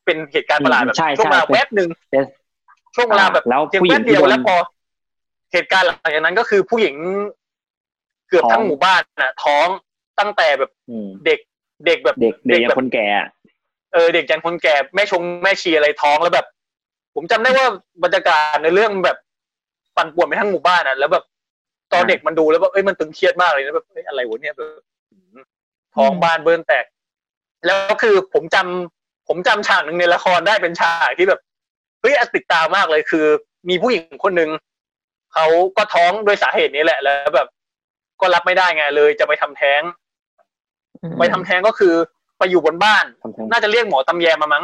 H: เป็นเหตุการณ์ประหลาดแบบ
J: ใช่ใช่
H: ช่วงเวลาแวบหนึ่ง
J: เป็น
H: ช่วงเวลาแบบ
J: แล้ว
H: เพียง
J: ผู้หญิ
H: แป๊
J: ง
H: บ
J: ที่
H: เดียว
J: โดน
H: แล้วพอเหตุการณ์หลังจากนั้นก็คือผู้หญิงเกือบ
J: ท้อง
H: ทั้งหมู่บ้านน่ะ ท้องตั้งแต่แบบ
J: อืม
H: เด็ก เด็กแบบ
J: เด็กเด็กยั
H: เด็กแบ
J: ง
H: บ
J: คนแก่อะ
H: เออเด็กยันคนแก่แม่ชงแม่ชีอะไรท้องแล้วแบบ ผมจำได้ว่าบรรยากาศในเรื่องแบบปั่นป่วนไปทั้งหมู่บ้านน่ะแล้วแบบ ตอนเด็กมันดูแล้วแบบเอ้ยมันตึงเครียดมากเลยนะแบบเอ้ยอะไรวะเนี่ยแบบท้องบ้านเบิ้ลแตก แล้วก็คือผมจำผมจำฉากหนึ่งในละครได้เป็นฉากที่แบบเฮ้ยอันติดตามากเลยคือ มีผู้หญิงคนหนึ่งเขาก็ท้องโดวยสาเหตุนี้แหละ แล้วแบบ ก็รับไม่ได้ไงเลย จะไปทำแท้ง ไปทำแท้งก็คือไปอยู่บนบ้าน
J: ทำทั้ง
H: น่าจะเรียกหมอตำแยมามั้ง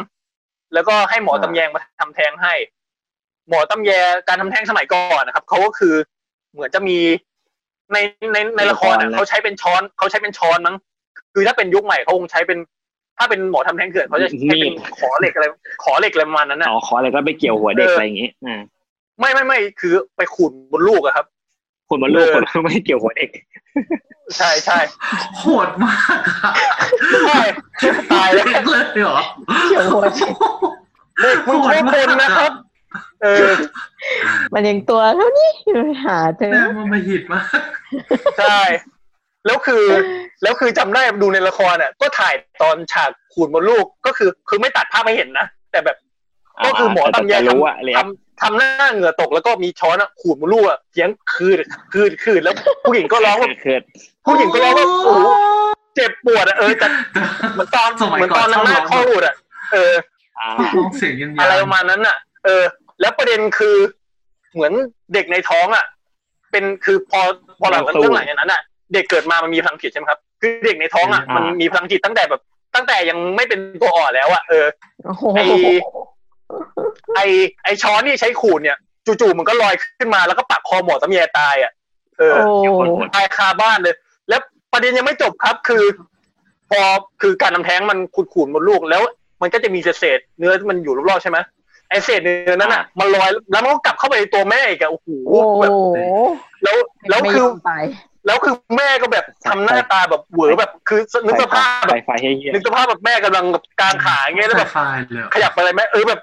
H: แล้วก็ให้หมอตำแยมาทำแท้งให้ หมอตำแยการทำแท้งสมัยก่อนนะครับเขาก็คือเหมือนจะมีในในในละครอะเขาใช้เป็นช้อนเขาใช้เป็นช้อนมั้ง คือถ้าเป็นยุคใหม่เขาคงใช้เป็น ถ้าเป็นหมอทำแท้งเถื่อนเขาจะใช้เป็นขอเหล็กอะไร ขอเหล็กอะไรประมาณนั้นนะ
J: อ๋อขออะไรก็ไปเกี่ยวหัวเด็ก
H: เอออ
J: อะไรอย่างงี้อ่า
H: ไม่ไม่ไม่คือไปขูดบนลูกอะครับ
J: คนมาลูก
H: เออ
J: คนมาไม่เกี่ยวหัวเด็ก
H: ใช่ใช่
E: โหดมากอะ
H: ใช่ตายแล้ว
E: เด็กเลยเหรอ
F: เขียวหัว
H: เด็กมันโคตรคนนะครับ เออ
F: มันยังตัวเท่านี้อยู่หาเธอ
E: แม่มันมาหิดมาก
H: ใช่ แล้วคือ แล้วคือจำได้ดูในละครอ่ะ ก็ถ่ายตอนฉากขูดมดลูกก็คือ คือไม่ตัดภาพไม่เห็นนะ แต่แบบ ก็คือหมอตำแย
J: แต่
H: ท
J: รู้อะเลย
H: ำทำทำหน้าเหงื่อตกแล้วก็มีช้อนอะขูดมดลูกอะเสียงคืดคืดคืดแล้วผู้หญิงก็ร้องแบบ
J: เกิด
H: ผู้หญิงก็ร้องแบบโอ้โหเจ็บปวดอะเออแต่เหมือนตอน
E: ส
H: เห
E: มัย
H: มือน
E: ก่
H: ต
E: อ
H: อน นนางหน้าคลอดอะเออ
J: อ่า
E: ร้องเสียงยันยั
H: อะไร
E: น
H: ประมาณนั้นน่ะ เออ แล้วประเด็นคือ เหมือนเด็กในท้องอ่ะ เป็นคือพอพอหลังจากเรื่องหลังจากนั้นอ่ะ เด็กเกิดมามันมีพลังจิตใช่ไหมครับ คือเด็กในท้องอ่ะ มันมีพลังจิตตั้งแต่แบบ ตั้งแต่ยังไม่เป็นตัวอ่อนแล้วอ่ะ เออ
F: โอ้โห
H: ไอ้ ไอไอช้อนที่ใช้ขูดเนี่ย จู่ๆมันก็ลอยขึ้นมาแล้วก็ปักคอหมอตำแยตายอ่ะ เออ
F: โอ้
H: ตายคาบ้านเลย แล้วประเด็นยังไม่จบครับคือ พอคือการทำแท้งมันขูดขูดๆหมดลูกแล้ว มันก็จะมีเศษๆเนื้อที่มันอยู่รอบๆใช่ไหมไอเศษเนื้อนั้นอ่ะ มันลอยแล้วมันก็กลับเข้าไปในตัวแม่อีกอะโอ้โห
F: โอ้โห
H: แบบแล้วแล้ว
F: ไม่
H: คื
F: ย
H: อ
F: มไป
H: แล้วคือแม่ก็แบบทำหน้าตาแบบเหวอแบบคือนึกสภาพแบ
J: ไฟ
H: บ
J: ไฟให้เฮีย
H: นึกสภาพแบบแม่กำลังแบบกางขาอย่างเงี้ยแล้วแบบ
E: ไฟเลย
H: ขยับอะไรแม่เออแบบ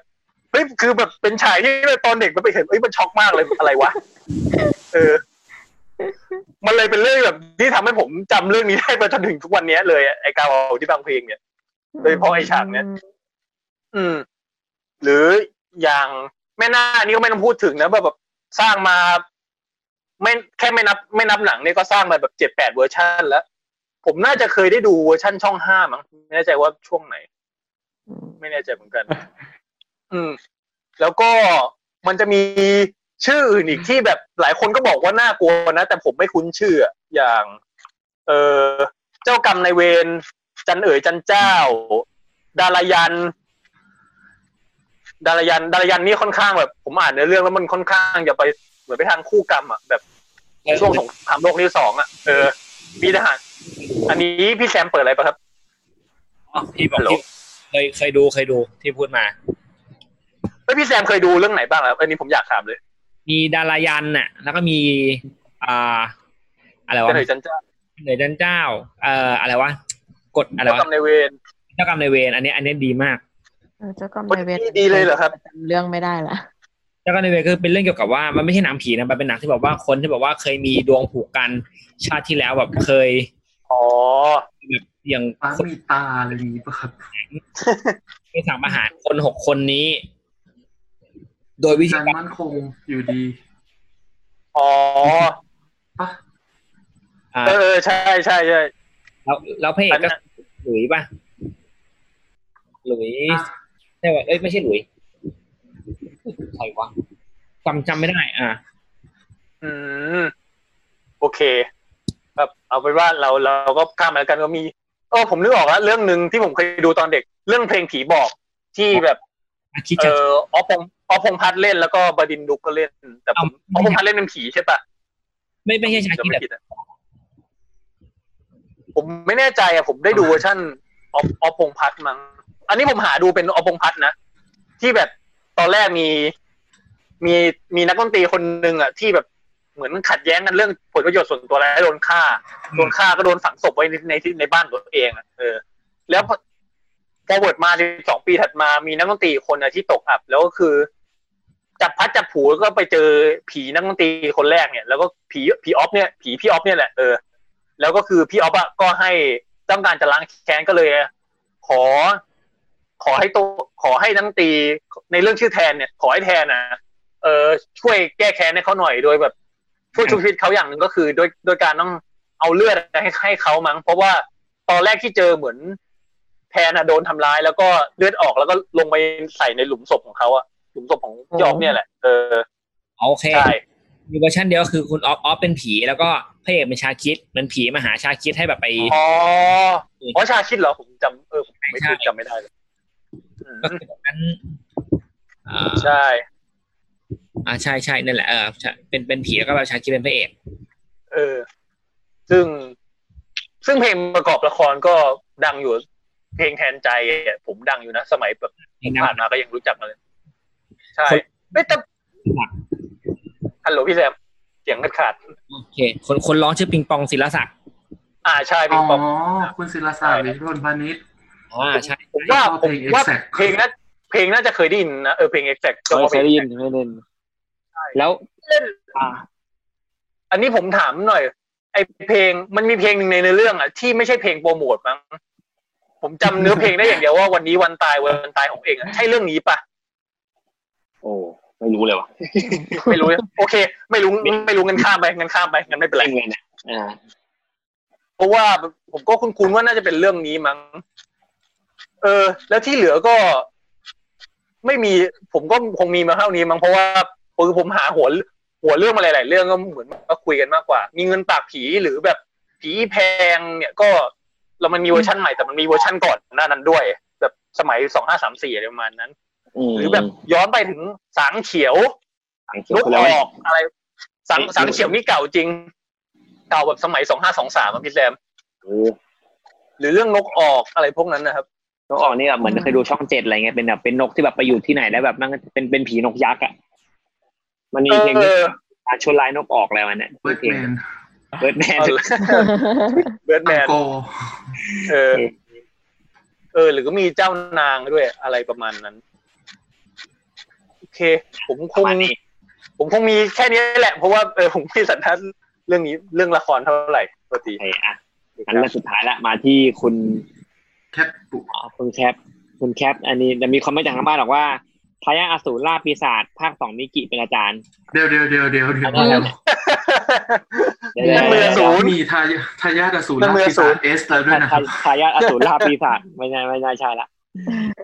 H: เฮ้ยคือแบบเป็นฉายที่แบบตอนเด็กมันไปเห็นเอ้ยมันช็อกมากเลยอะไรวะเออ มันเลยเป็นเรื่องแบบที่ทำให้ผมจำเรื่องนี้ได้มาจนถึงทุกวันเนี้ยเลยอะไอ้กาวเอาที่บางเพลงเนี่ย โดยเฉพาะไอ้ฉากเนี้ย อืม หรืออย่างแม่นาคนี่ก็ไม่ต้องพูดถึงนะแบบแบบสร้างมา ไม่แค่ไม่นับ ไม่นับหนังเนี่ยก็สร้างมาแบบเจ็ดแปดเวอร์ชันแล้ว ผมน่าจะเคยได้ดูเวอร์ชันช่องห้ามั้งไม่แน่ใจว่าช่วงไหน ไม่แน่ใจเหมือนกัน อืม แล้วก็มันจะมีชื่ออื่นอีกที่แบบหลายคนก็บอกว่าน่ากลัวนะ แต่ผมไม่คุ้นชื่ออะอย่าง เออเจ้ากรรมนายเวรจันเอ๋ยจันเจ้า ดารยัน ดารยัน ดารยันนี่ค่อนข้างแบบ ผมอ่านในอเรื่องแล้วมันค่อนข้างจะไปเหมือนไปทางคู่กรรมอ่ะแบบช่วงสงครามโลกที่สองอ่ะเออมีทหารอันนี้พี่แซมเปิดอะไรปะครับ
B: อ๋อพี่บอก
H: ฮัลโหล
B: พี่เคยเคยดูเคยดูที่พูดมา
H: เฮ้ยพี่แซมเคยดูเรื่องไหนบ้างครับอันนี้ผมอยากถามเลย
B: มีดารายันน่ะ แล้วก็มีอ่าอะไรวะ
H: จันเอ๋ยจันเจ้า
B: เหนือจันเจ้า เอ่ออะไรวะกดอะ
H: เจ้าว
B: ไระ
H: กรรมนายเวร
B: เจ้ากรรมนายเวรอันนี้ อันนี้ดีมาก
F: เออเจ้ากรรมนายเวร
H: คนที่ดีเลยเหรอครับ
F: จำเรื่องไม่ได้ ละ
B: เจ้ากรรมนายเวรคือเป็นเรื่องเกี่ยวกับว่ามันไม่ใช่หนังผีนะมันเป็นหนังที่แบบว่าคนที่แบบว่าเคยมีดวงผูกกันชาติที่แล้วแบบเคย
H: อ๋อ
B: อย่าง
E: ฟ้า
B: คน
E: มีตาอะไรอย่างงี้ป่ะครับ
B: ไปสั่งอาหารคนหกคนนี้ โดยวิธี
E: จัน
B: การ
E: มั่นคงอยู่ดี
H: อ๋อ
E: ป่ะ
B: อ่า
H: เออใช่ใช่ใช่
B: แล้วแล้วพระเอกก็
H: อันนั้น
B: หลุยส์ป่ะหลุย
E: อ่ะ
B: ส์ใช่ป่ะเอ้ยไม่ใช่หลุยส์ใครวะจำจำไม่ได้ อ่า
H: อืม โอเคแบบเอาไปนว่าเราเราก็ข้ามมาแล้วกันก็มีเออผมนึกออกแล้วเรื่องหนึ่งที่ผมเคยดูตอนเด็ก เรื่องเพลงผีบอกที่แบบ
B: อาคิด
H: เอ
B: จะ
H: อออฟพงออฟพงษ์พัฒน์เล่นแล้วก็บดินทร์ดุกก็เล่น แต่ผมอ
B: เอา
H: อฟพงษ์พัฒน์เล่นเป็นผีใช่ปะ
B: ไม่ไม่ใช่ชาคิ
H: จำ
B: ดแต่
H: ไม่ผิดอะผมไม่แน่ใจอะผมได้ดูเวอร์ชันออฟออฟพงษ์พัฒน์มั้งอันนี้ผมหาดูเป็นออฟพงษ์พัฒน์นะที่แบบตอนแรกมีมีมีนักดนตรีคนหนึ่งอะที่แบบเหมือนขัดแย้งกันเรื่องผลประโยชน์ส่วนตัวแล้วโดนฆ่าโดนฆ่าก็โดนฝังศพไว้ในในที่ในบ้านตัวเองอะเออ แล้วพอพอเวิร์ดมาสองปีถัดมามีนักดนตรีอีกคนนะที่ตกอับ แล้วก็คือ จับพัดจับผูแล้วก็ไปเจอผีนักดนตรีคนแรกเนี่ย แล้วก็ผีผีออฟเนี่ย ผีพี่ออฟเนี่ยแหละเออแล้วก็คือพี่ออฟอะก็ให้ต้องการจะล้างแค้นก็เลย ขอ ขอให้โตขอให้นักดนตรีในเรื่องชื่อแทนเนี่ย ขอให้แทนนะเออช่วยแก้แค้นให้เขาหน่อยโดยแบบช่วยชูชีวิตเขาอย่างหนึ่งก็คือโดยโดยการต้องเอาเลือดให้ให้เขามั้งเพราะว่าตอนแรกที่เจอเหมือน แทนอะโดนทำร้ายแล้วก็เลือดออกแล้วก็ลงไปใส่ในหลุมศพของเขาอะหลุมศพของพี่ออฟเนี่ยแหละเออ
B: โอเค
H: ใช่
B: มีเวอร์ชันเดียวคือคุณออฟออฟเป็นผี แล้วก็พระเอกเป็นชาคิดมันผีมาหาชาคิดให้แบบไป
H: อ๋อเพราะชาชิดเหรอผมจำเออผมไม่
B: ใช่
H: ถูกจำไม่ได้เลยอื
B: ก็
H: ม
B: คือแบบนั้นอ่า
H: ใช่
B: อ่าใช่ใช่นั่นแหละเออใช่เป็นเป็นผีแล้วก็แบบชาคิดเป็นพระเอก
H: เออ ซึ่ง ซึ่งเพลงประกอบละครก็ดังอยู่ เพลงแทนใจอะผมดังอยู่นะสมัยแบบ
B: ในห
H: ผ่าน
B: น้ำ
H: มาก็ยังรู้จักมาเลย ใช่
B: คน
H: ไม่แต่ฮัลโหลพี่แซมเสียงขาด
B: โอเค คนคนร้องชื่อปิงปองศิลศักดิ์
H: ๆอ่าใช่
E: อ๋
H: ปิงป
E: อ
H: อง
E: คุณศิลาศักดิ์หรือพลพาณิชย์
B: อ่าใช่
H: ผม
E: ช
H: ว่า
E: อบ
H: ผม
E: เพลง
H: ว่า
E: Exact
H: เพลงน่าเพลงน่าจะเคยได้ยินนะเออเพลง exact ก็
J: เออ
H: เพราะ
J: เค
H: เพ
J: ย
H: ลง
J: ได้ยินไม่เล่น แล้ว อ่า
H: อันนี้ผมถามหน่อย ไอเพลงมันมีเพลงหนึ่งในเนื้อเรื่องอ่ะที่ไม่ใช่เพลงโปรโมทมั้งผมจำเนื้อเพลงได้อย่างเดียวว่าวันนี้วันตายวันตายของเองอ่ะใช่เรื่องนี้ปะ
J: โอ้ไม่รู้เลยว่ะ
H: ไม่รู้ โอเค ไม่รู้ไม่รู้งั้นข้ามไปงั้นข้ามไปงั้นไม่เป็นไร
J: เล่นเลยเนี่ยอ่า
H: เพราะว่าผมก็คุ้นๆว่าน่าจะเป็นเรื่องนี้มั้งเออ แล้วที่เหลือก็ ไม่มี ผมก็คงมีมาเท่านี้มั้งเพราะว่าคือผมหาหัว หัวเรื่องมาหลายๆเรื่องก็เหมือนมาคุยกันมากกว่า มีเงินปากผีหรือแบบผีแพงเนี่ยก็แล้วมันมีเวอร์ชันใหม่แต่มันมีเวอร์ชันก่อนหน้านั้นด้วย แบบสมัยสองห้าสามสี่อะไรประมาณนั้น
J: อืม
H: หรือแบบย้อนไปถึงสังเขียว
J: สังเกต
H: ลูก
J: แล้
H: อ
J: ว
H: อกอะไร สัง
J: เอ้ย
H: สังเขียวนี่เก่าจริง ก่าๆแบบสมัยสองห้าสองสามพี่แซม
D: โอ้
H: หรือเรื่องนกออกอะไรพวกนั้นนะครับ
D: นกออกนี่แบบเหมือนเคยดูช่องเจ็ดอะไรเงี้ยเป็นแบบเป็นนกที่แบบไปอยู่ที่ไหนแล้วแบบนั่งเป็นเป็นผีนกยักษ์อ่ะมันมีเพลง
H: เออ
D: อาชวนลายนกออกแล้วอันเนี่ย
E: เบิร์ด
D: เพล
E: แม
D: ง
E: น
D: เบิร์ดแมน
H: เบิร์ดแม
E: อัง
H: น
E: โก
H: เออ เออ หรือก็มีเจ้านางด้วยอะไรประมาณนั้น โอเค ผมค
D: ประ
H: ง
D: มาณนี้
H: ผมคงมีแค่นี้แหละ เพราะว่าเออผมไม่สันทัดเรื่องนี้เรื่องละครเท่าไหร่ปกติ
D: ไอ้อ่ะอันเรื่องสุดท้ายละมาที่คุณ
E: แคปปุ
D: อ๋อคุณแคปคุณแคป อันนี้จะมีคอมเมนต์จากทางบ้านบอกว่าพายาอสูรล่าปีศาจภาคสองนิกิเป็นอาจารย์
E: เดี๋ยวเดี๋ยวเดี๋ยวเดี๋ยวเดี๋ยว
D: เอาได้แล้ว เดี๋ยวๆๆ
H: นั่นมือศูนย์
E: มีทายาทายาทอสูร
H: นั่นมืออสูร
E: เอสแล้วด้วยนะครับ
D: ทายาทอสูรล่าปีศาจไม่ใช่ไม่ใช่ใช่ละ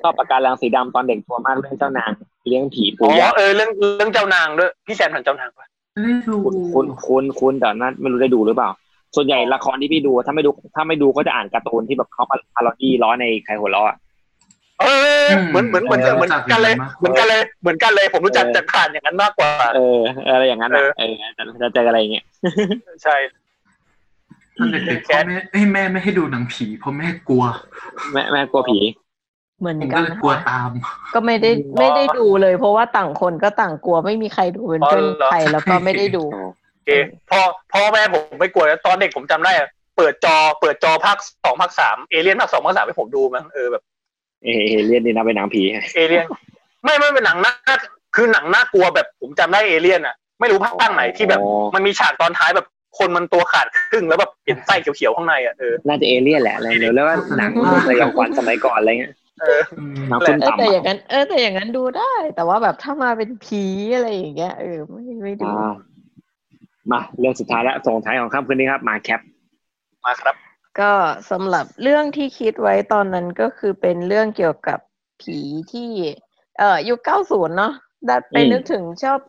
D: ชอบปากการังสีดำตอนเด็กทัวมากเรื่องเจ้านางเลี้ยงผี
H: อ๋
D: ปู่
H: อย่
D: า
H: เออเรื่องเรื่องเจ้านางด้วย พี่แซมทันเจ้านางปะ
E: ไม่ดู
D: คุณคุณคุณคุณแต่นั้นไม่รู้ได้ดูหรือเปล่า ส่วนใหญ่ละครที่พี่ดูถ้าไม่ดูถ้าไม่ดูก็จะอ่านการ์ตูนที่แบบเขาพารอดี้ล้อในใครหัวล้ออะ
H: เออเหมือนเหมือนเหมือนเหมือนกันเลยเหมือนกันเลยเหมือนกันเลย ผมรู้จักจากผ่านอย่างนั้นมากกว่า
D: เอออะไรอย่างนั้นอะเออจะจะเจออะไรอย่างเงี้ย
H: ใช่
E: ตอนเด็กๆพ่อแม่เอ้ยแม่ไม่ให้ดูหนังผีเพราะแม่กลัว
D: แม่แม่กลัวผี
F: เหมือน
E: ผม
F: กั
E: ก็
F: น
E: เลย
F: นะ
E: กลัว
F: คะ
E: ตาม
F: ก็ไม่ได้ไม่ได้ดูเลย เพราะว่าต่างคนก็ต่างกลัวไม่มีใครดูเป็นเพื่อน
H: อ๋อเหรอ
F: ใครแล้วก็ไม่ได้ดู
H: โอเคพ่อพ่อแม่ผมไม่กลัวนะตอนเด็กผมจำได้อะเปิดจอเปิดจอภาคสองภาคสามเอเลี่ยนภาคสองภาคสามให้ผมดูมั้งเออแบบ
D: เอเอเอเลี่ยนนี่นะเป็นหนังผี
H: เอเลี่ยน ไม่ไม่เป็นหนังน่าคือหนังน่ากลัวแบบผมจำได้เอเลี่ยนอะไม่รู้ภาคไหนที่แบบ
D: อ๋อ
H: มันมีฉากตอนท้ายแบบคนมันตัวขาดครึ่งแล้วแบบเห็นไส้เขียวๆข้างในอะเออ
D: น่าจะเอเลี่ยนแหละแล้วเดี๋ยวแล้วว่าหนังสยองขวัญสมัยก่อนอะไรเงี้ย
H: เออ
D: หนังคุณ
F: เออ
D: ต่ำ
F: แต่อย่าง
D: อะ
F: นั้นเออแต่อย่างนั้นดูได้ แต่ว่าแบบถ้ามาเป็นผีอะไรอย่างเงี้ยเออไม่ไม่ดู
D: อ่ามาเรื่องสุดท้ายแล้วส่งท้ายของค่ำคืนนี้ครับ มาแคป
H: มาครับ
F: ก็สำหรับเรื่องที่คิดไว้ตอนนั้นก็คือเป็นเรื่องเกี่ยวกับผีที่ เอ่อยุคเก้าศูนย์เนาะได้ไปนึกถึงชอบ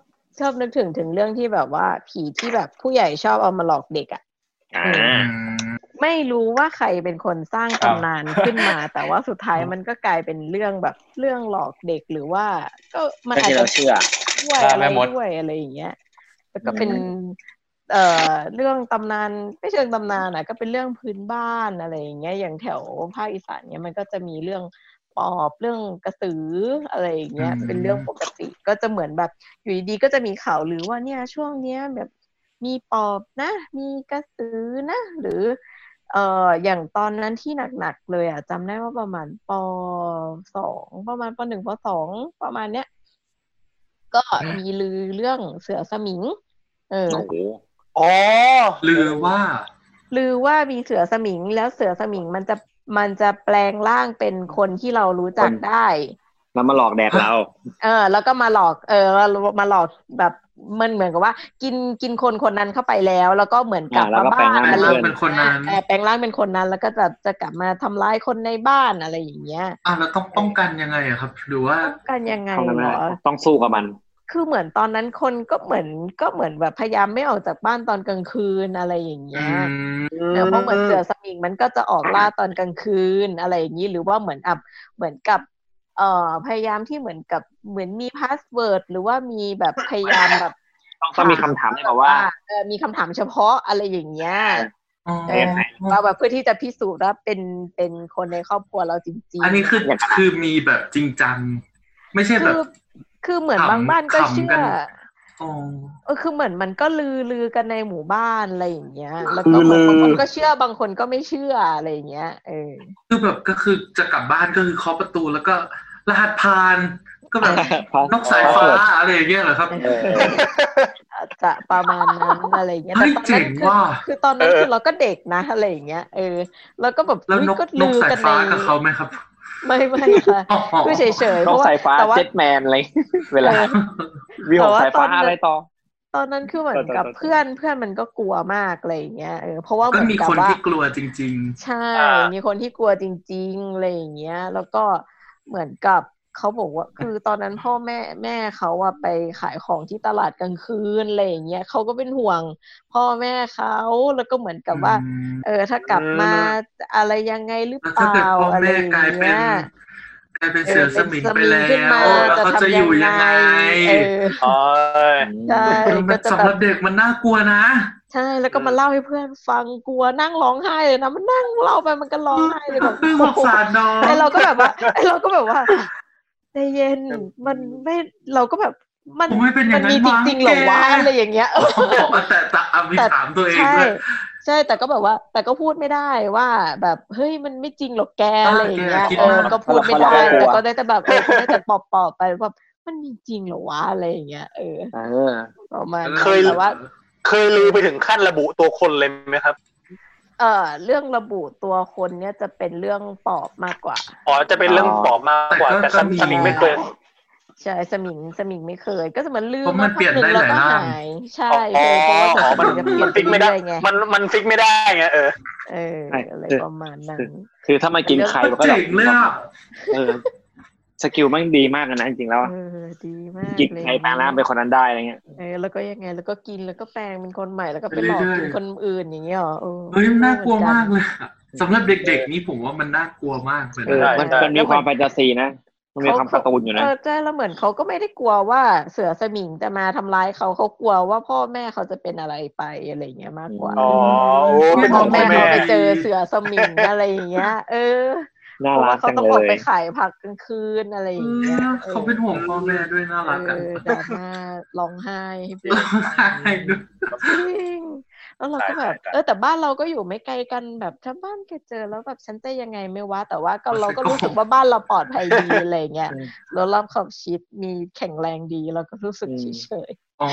F: ชอบนึกถึงถึงเรื่องที่แบบว่าผีที่แบบผู้ใหญ่ชอบเอามาหลอกเด็กอะ
D: อ่า
F: ไม่รู้ว่าใครเป็นคนสร้าง
G: อ้าว
F: ตำนานขึ้นมา แต่ว่าสุดท้ายมันก็กลายเป็นเรื่องแบบเรื่องหลอกเด็กหรือว่า ก็มัน
D: ก็
F: อาจ
D: ที่
F: จะ
D: เราเชื่อ
F: ด้วย
G: อ่า
F: อะไร
G: แม่มด
F: ด้วยอะไรอย่างเงี้ย แล้วก็เป็น เอ่อเรื่องตำนานไม่เชิงตำนานอ่ะ ก็เป็นเรื่องพื้นบ้านอะไรอย่างเงี้ย อย่างแถวภาคอีสานเนี้ยมันก็จะมีเรื่องปอบเรื่องกระสืออะไรอย่างเงี้ย
E: อืม
F: เป็นเรื่องปกติ ก็จะเหมือนแบบอยู่ดีๆก็จะมีข่าวหรือว่าเนี่ยช่วงเนี้ยแบบมีปอบนะ มีกระสือนะ หรือ เอ่ออย่างตอนนั้นที่หนักๆเลยอ่ะจำได้ว่าประมาณปสองประมาณปหนึ่งปสองประมาณเนี้ย ก็มีลือเรื่องเสือสมิง เออ
D: โอ้โห
H: อ๋อ
E: ลือว่า
F: ลือว่ามีเสือสมิงแล้วเสือสมิงมันจะมันจะแปลงร่างเป็นคนที่เรารู้จักได้
D: มันมาหลอกแดกเรา
F: เออ แล้วก็มาหลอก เออมาหลอกแบบมันเหมือนกับว่า กินกินคนคนนั้นเข้าไปแล้ว แล้วก็เหมือนกลับ
D: อ่าแล้วก็
F: มา
D: แปล
F: บ้างน
D: ร่าง
F: อะไร
E: แปลงร่า
F: อ
E: ง
F: ย่าง
E: เป็นคน
F: เงี้ย
E: นั้น
F: เออแปลงร่างเป็นคนนั้น แล้วก็จะจะกลับมาทำร้ายคนในบ้านอะไรอย่างเงี้ย
E: อ่ะเราต้องป้องกันยังไงอะครับ หรือว่า
F: ป้องกันยังไง
D: เข้ากันไม่
F: เหร
D: ได้
F: อ
D: ต้องสู้กับมัน
F: คือเหมือนตอนนั้นคนก็เหมือนก็เหมือนแบบพยายามไม่ออกจากบ้านตอนกลางคืนอะไรอย่าง
E: อื
F: เงี้ย
E: ม
F: เนอะเพราะเหมือนเสือสมิงมันก็จะออกล่าตอนกลางคืนอะไรอย่างนี้หรือว่าเหมือนอับเหมือนกับ เอ่อพยายามที่เหมือนกับเหมือนมีพาสเวิร์ดหรือว่ามีแบบพยายามแบบ
D: ต้องต้องมีคำถามเลยบอกว่า
F: เออมีคำถามเฉพาะอะไรอย่างเงี้ย
E: อ๋อ
F: เออเราแบบเพื่อที่จะพิสูจน์ว่าเป็นเป็นคนในครอบครัวเราจริงๆ
E: อันนี้คือคือมีแบบจริงจัง ไม่ใช่แบ
F: คื
E: บ
F: อคือเหมือน
E: ขำ
F: บางบ้านก็
E: ขำ
F: เชื่
E: กั
F: อน
E: อ๋อ
F: เออคือเหมือนมันก็ลือลือกันในหมู่บ้านอะไรอย่างเงี้ย แล้ว
D: คื
F: ก็
D: อลือ
F: บางคนก็เชื่อบางคนก็ไม่เชื่ออะไรอย่างเงี้ยเออ
E: คือแบบก็คือจะกลับบ้านก็คือเคาะประตูแล้วก็รหัสผ่านก็แบบนกสายฟ้าอะไรอย่างเงี้ยเหรอครับ
D: เออ
F: อาจจะประมาณนั้น อะไรอย่างเงี้ย
E: เฮ้
F: แต่
E: ย
F: ตอนนั้น
E: เจ๋ง
F: คือ
E: ว่ะ
F: คือตอนนั้นคือเราก็เด็กนะอะไรอย่างเงี้ยเออแล้วก็แบบ
E: แล้ว
F: อุ๊ย
E: นก
F: ก็
E: น
F: ลือ
E: กสาย
F: กันใน
E: ฟ้ากับเขาไหมครับ
F: ไม่ไม่ค่ะ คือเฉยๆเพ
D: ต้อง
F: ราะว่า
D: สายฟ้า
F: แต่ว่า
D: เจ็ตแมนอะไร เวลา
F: เออ
D: วิห
F: แต่
D: กสาย
F: ว่า
D: ฟ้า
F: ตอนนั้น
D: อะไรต่อ
F: ตอนนั้นคือเหมือนกับ
D: ต่อต่อต่อ
F: เพื่อนเพื่อนมันก็กลัวมากอะไรอย่างเงี้ยเออเพราะว่าเห
E: ก็
F: มือน
E: มี
F: กับ
E: คน
F: ว่า
E: ที่กลัวจริง
F: ใช่
H: อ่ามี
F: มีคนที่กลัวจริงๆอะไรอย่างเงี้ย แล้วก็เหมือนกับเขาบอกว่า คือตอนนั้นพ่อแม่แม่เขาอะไปขายของที่ตลาดกลางคืนอะไรอย่างเงี้ยเขาก็เป็นห่วงพ่อแม่เขาแล้วก็เหมือน
E: ๆ
F: กับว่า
E: อืม
F: เออถ้ากลับมาอะไรยังไงหรือ
E: แล้ว
F: เป
E: ถ้า
F: ล่า
E: เกิดพ่อ
F: อะไรอ
E: แม่
F: ย่าง
E: กลายเป็น
F: เงี้ย
E: เป็นเซลล์สมิงไปแล้
F: ขึ้นมาว
E: แล้วเขาจะอยู่ยังไง
F: เออ
H: อ๋อ
F: ใช่
E: คือมั
F: ก็
E: น
F: จะ
E: สำ
F: แบ
E: หรั
F: บบ
E: เด็กมันน่ากลัวนะ
F: ใช่แล้วก็มาเล่าให้เพื่อนฟังกลัวนั่งร้องไห้เลยนะมันนั่งเล่าไปมันก็ร้องไห้เลยแบบ
E: เพิ่งบอกสารน้อง
F: ไอเราก็แบบว่าไอเราก็แบบว่าใจเย็นมันไม่เราก็แบบ มัน
E: กูไม่เป็นอ
F: มั
E: ย่าน ง
F: มีจ
E: นั้นมั้ง
F: ริงๆเหรอวะอะไรอย่างเงี้ยเออ
E: แต่แต่อ่ะมี
F: แต่
E: ถามตัวเอง
F: ใช่
E: ด้วย
F: ใช่แต่ก็แบบว่า แต่ก็พูดไม่ได้ว่า แบบเฮ้ยมันไม่จริงหรอกแก
E: เออ
F: อะไรอย่างเงี้ย
E: แกคิด
F: เออ
E: มาก
F: ก็พูดไม่ได้
J: เราก็กลัว
F: แต่ก็ได้แต่แบบเออก็ได้แต่ปอบปอบๆไปว่ามันมีจริงเหรอวะอะไรอย่างเงี้ยเออ
J: เออ
F: ประมาณ
H: เคย
F: แต่ว่า
H: เคยลือไปถึงขั้นระบุตัวคนเลยไหมครับ
F: เออเรื่องระบุตัวคนเนี่ยจะเป็นเรื่องปอบมากกว่า
H: อ๋อจะเป็นเรื่องปลอมมากกว่า แต่สมิงสมิงไม่เคย
F: ใช่สมิงสมิงไม่เคย ก็จะมันลืม
E: เพราะมัน
F: สัก
E: เปลี่ยน
F: พัก
E: ได้
F: งแล้วก็
E: หลายร่าง
F: หายใช่
H: อ๋
F: ใช่
H: อ
F: เพราะว่า
H: อ๋อ
F: ส
H: มัน
F: มิงจะเปลี่ย
H: มันนฟิกไม่ได้
F: ปเรื่อยๆไง
H: มันมันฟิกไม่ได้ไงเออ
F: เออ
J: ใช่
F: อะไรประมาณนั้น
J: คือถ้ามากินไข่มันก็แบ
E: เจ๋
J: บ
E: งเลยอ่ะ
J: เออสกิลแมันดีมากเลยนะจริงๆแล้วอะ
F: เออดีมาก
J: กิน
F: เลย
J: ไข่แปลงร่างเป็นคนนั้นได้อะไรเงี้ย
F: เออแล้วก็ยังไงแล้วก็กินแล้วก็แปลงเป็นคนใหม่แล้วก็ไปหลอกกินคนอื่นอย่างเงี้ยหรอออ
E: เฮ้ยน่ากลัวมากเลยอะ
J: อืม
E: สำหรับเด็กๆนี่ผมว่ามันน่ากลัวมากเลย
J: เออ
E: นะ
J: มันมันมีความแฟนตาซีนะมันมีความการ์ตูนอยู่นะ
F: เออใช่แล้วเหมือนเขาก็ไม่ได้กลัวว่าเสือสมิงจะมาทำร้ายเขาเขากลัวว่าพ่อแม่เขาจะเป็นอะไรไปอะไรอย่างเงี้ยมากกว่า
H: อ๋อโอ้
F: กลัว
H: เป็นข
F: พ่อ
H: อง
F: แม่
H: แม่
F: เขาไปเจอเสือสมิงอะไรอย่างเงี้ย เออ
J: น่า
F: เพ
J: รั
F: ราะว่าก เขา
J: จัง
F: ต้อง
J: เล
F: ออกไป
J: ย
F: ขายผักกลางคืนอะไร
E: เอ
F: อย่างเงี้ย
E: อเขาเป็นห่วงพ่อแม่ด้วยน่า
F: เอ
E: รักอ่ะ
F: อดราม่าร้องไห้ให้เพื่อนฟัง
E: ใช่ด้วย
F: จริงแล้วเราก็แบบ
H: ตายตายตาย
F: เออแต่บ้านเราก็อยู่ไม่ไกลกันแบบถ้าบ้านแกเจอแล้วแบบฉันจะยังไงไม่ว่า แต่ว่าก็เราก็รู้สึกว่าบ้านเราปลอดภัยดีอะไรอย่างเงี้ย
J: อืม
F: แล้วรอบขอบชิดมีแข็งแรงดีเราก็รู้สึก
J: อืม
F: เฉย
E: อ๋อ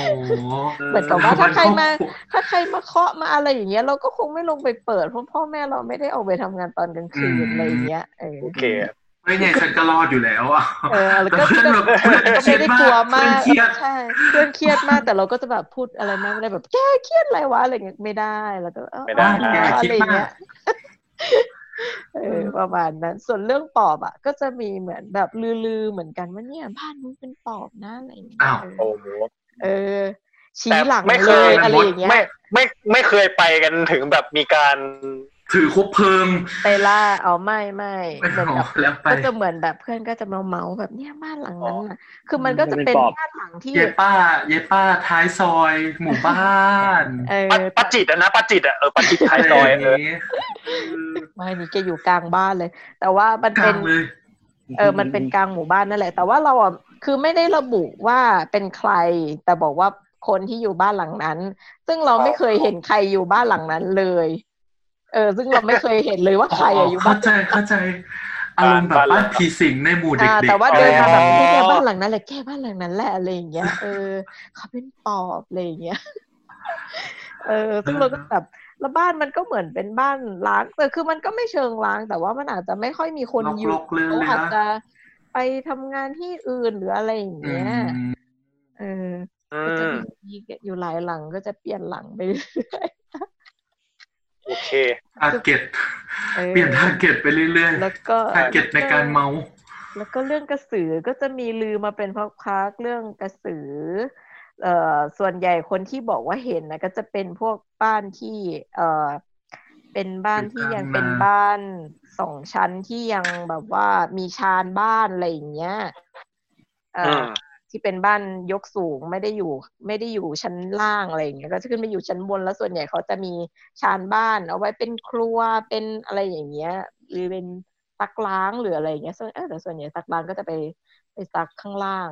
F: เหมือนกับว่าถ้าใครมา ๆถ้าใครมาเคาะมาอะไรอย่างเงี้ยเราก็คงไม่ลงไปเปิดเพราะพ่อแม่เราไม่ได้ออกไปทำงานตอนกลางคืนอะไรอย่างเงี้ยเออ
H: โอเค
E: ไม่ไงฉันก็รอดอยู่แล้วอ่ะ
F: เออแล้วก็
E: แต่เพื่อนแบบ
F: ก็ก็ไม่ได้กลัวมาก
E: เพื่อนเครียด
F: ใช่เพื่อนเครียดมากแต่เราก็จะแบบพูดอะไรมากไม่ได้แบบแกเครียดอะไรวะอะไรเงี้ยไม่ได้แล้วก็เอ้า
H: ไม่ได้
F: อ๋อ
E: แก
F: อะ
E: คิด
F: ไรอย่าง
E: มา
F: เงี้
E: ก
F: ยเออประมาณนั้น ส่วนเรื่องปอบอ่ะ ก็จะมีเหมือนแบบลือๆเหมือนกันว่าเนี่ยบ้านนู้นเป็นปอบนะอะไรอย่างเงี้ย
E: อ้าว
F: เอ
H: โอ้
F: อ
H: โห
F: เออ ชี้
H: แต่
F: หลัง
H: ไม่เค
F: เลย ยอะไรอย่างเงี้ย
H: ไม่ไม่ไม่เคยไปกันถึงแบบมีการ
E: ถือคบเพลิง
F: ไปล่าเอาไม่ไม่
E: ไม่
F: เหมือน
E: เอา
F: แบบ
E: แล้วไป
F: ก็จะเหมือนแบบเพื่อนก็จะมาเมาส์แบบเนี่ยบ้านหลังนั้นน่ะ คือมันก็จะ
J: มันเป็
F: เป็น น
J: ปอบ
F: บ้านหลังที่
E: เยายป้าเยายป้าท้ายซอย หมู่บ้าน
F: เออ
H: ปัดปัจจิตอะนะปัจจิตอะเออปัจจิตท้ายซอยเออ
E: ะไรางงี้
F: ไม่นี่แกอยู่กลางบ้านเลย แต่ว่ามัน
E: ก
F: เป็
E: ลาน งเลย
F: เออมันเป็นกลางหมู่บ้านนั่นแหละ แต่ว่าเราอ่ะคือไม่ได้ระบุว่าเป็นใคร แต่บอกว่าคนที่อยู่บ้านหลังนั้น ซึ่งเราไม่เคยเห็นใครอยู่บ้านหลังนั้นเลย เออ ซึ่งเราไม่เคยเห็นเลยว่าใครอะอยู่บ้า
E: เข้าน ใจเข้าใจอารมณ์แบบบ้านผีสิงในหมู่เด็
F: อ่าก
E: ๆ
F: แต่ว่า
H: อ๋อ
F: เดินมาแบบที่แกบ้านหลังนั้นแหละแกบ้านหลังนั้นแหละอะไรอย่างเงี้ยเออเขาเป็นปอบอะไรอย่างเงี้ย เออซึ่งเราก็แบบแล้วบ้านมันก็เหมือนเป็นบ้านล้างแต่คือมันก็ไม่เชิงล้าง แต่ว่ามันอาจจะไม่ค่อยมีคน
E: ลอ
F: อ
E: กล
F: ยู่
E: อกๆเลื่อน
F: เขา
E: เลย
F: อาจ
E: นะ
F: จะไปทำงานที่อื่นหรืออะไรอย่าง
E: อื
F: เงี้ย
E: ม
F: เออ
H: อื
F: ก็จะ
H: ม
F: มีอยู่หลายหลังก็จะเปลี่ยนหลังไปเรื่อย
H: โอเค
E: ทาร์เก็ต
F: ๆออ
E: เปลี่ยนทาร์เก็ตไปเรื่อย
F: แล้วก็
E: ๆทาร์เก็ตในการเมา
F: แล้วก็เรื่องกระสือก็จะมีลือมาเป็นพักพักๆเรื่องกระสือ เอ่อ ส่วนใหญ่คนที่บอกว่าเห็นนะก็จะเป็นพวกบ้านที่ เอ่อ เป็นบ้านที่ยัง
E: อยู่
F: เป็
E: กลาง
F: น
E: นา
F: บ้านสองชั้นที่ยังแบบว่ามีชานบ้านอะไรอย่างเงี้ย เอ่ออ
H: ม
F: ที่เป็นบ้านยกสูงไม่ได้อยู่ ไม่ได้อยู่ชั้นล่างอะไรอย่างเงี้ยก็จะขึ้นไปอยู่ชั้นบนแล้วส่วนใหญ่เขาจะมีชานบ้าน เอาไว้เป็นครัวเป็นอะไรอย่างเงี้ย หรือเป็นซักล้างหรืออะไรอย่างเงี้ยส่วนเออแต่ส่วนใหญ่ซักล้างก็จะไปไปซักข้างล่าง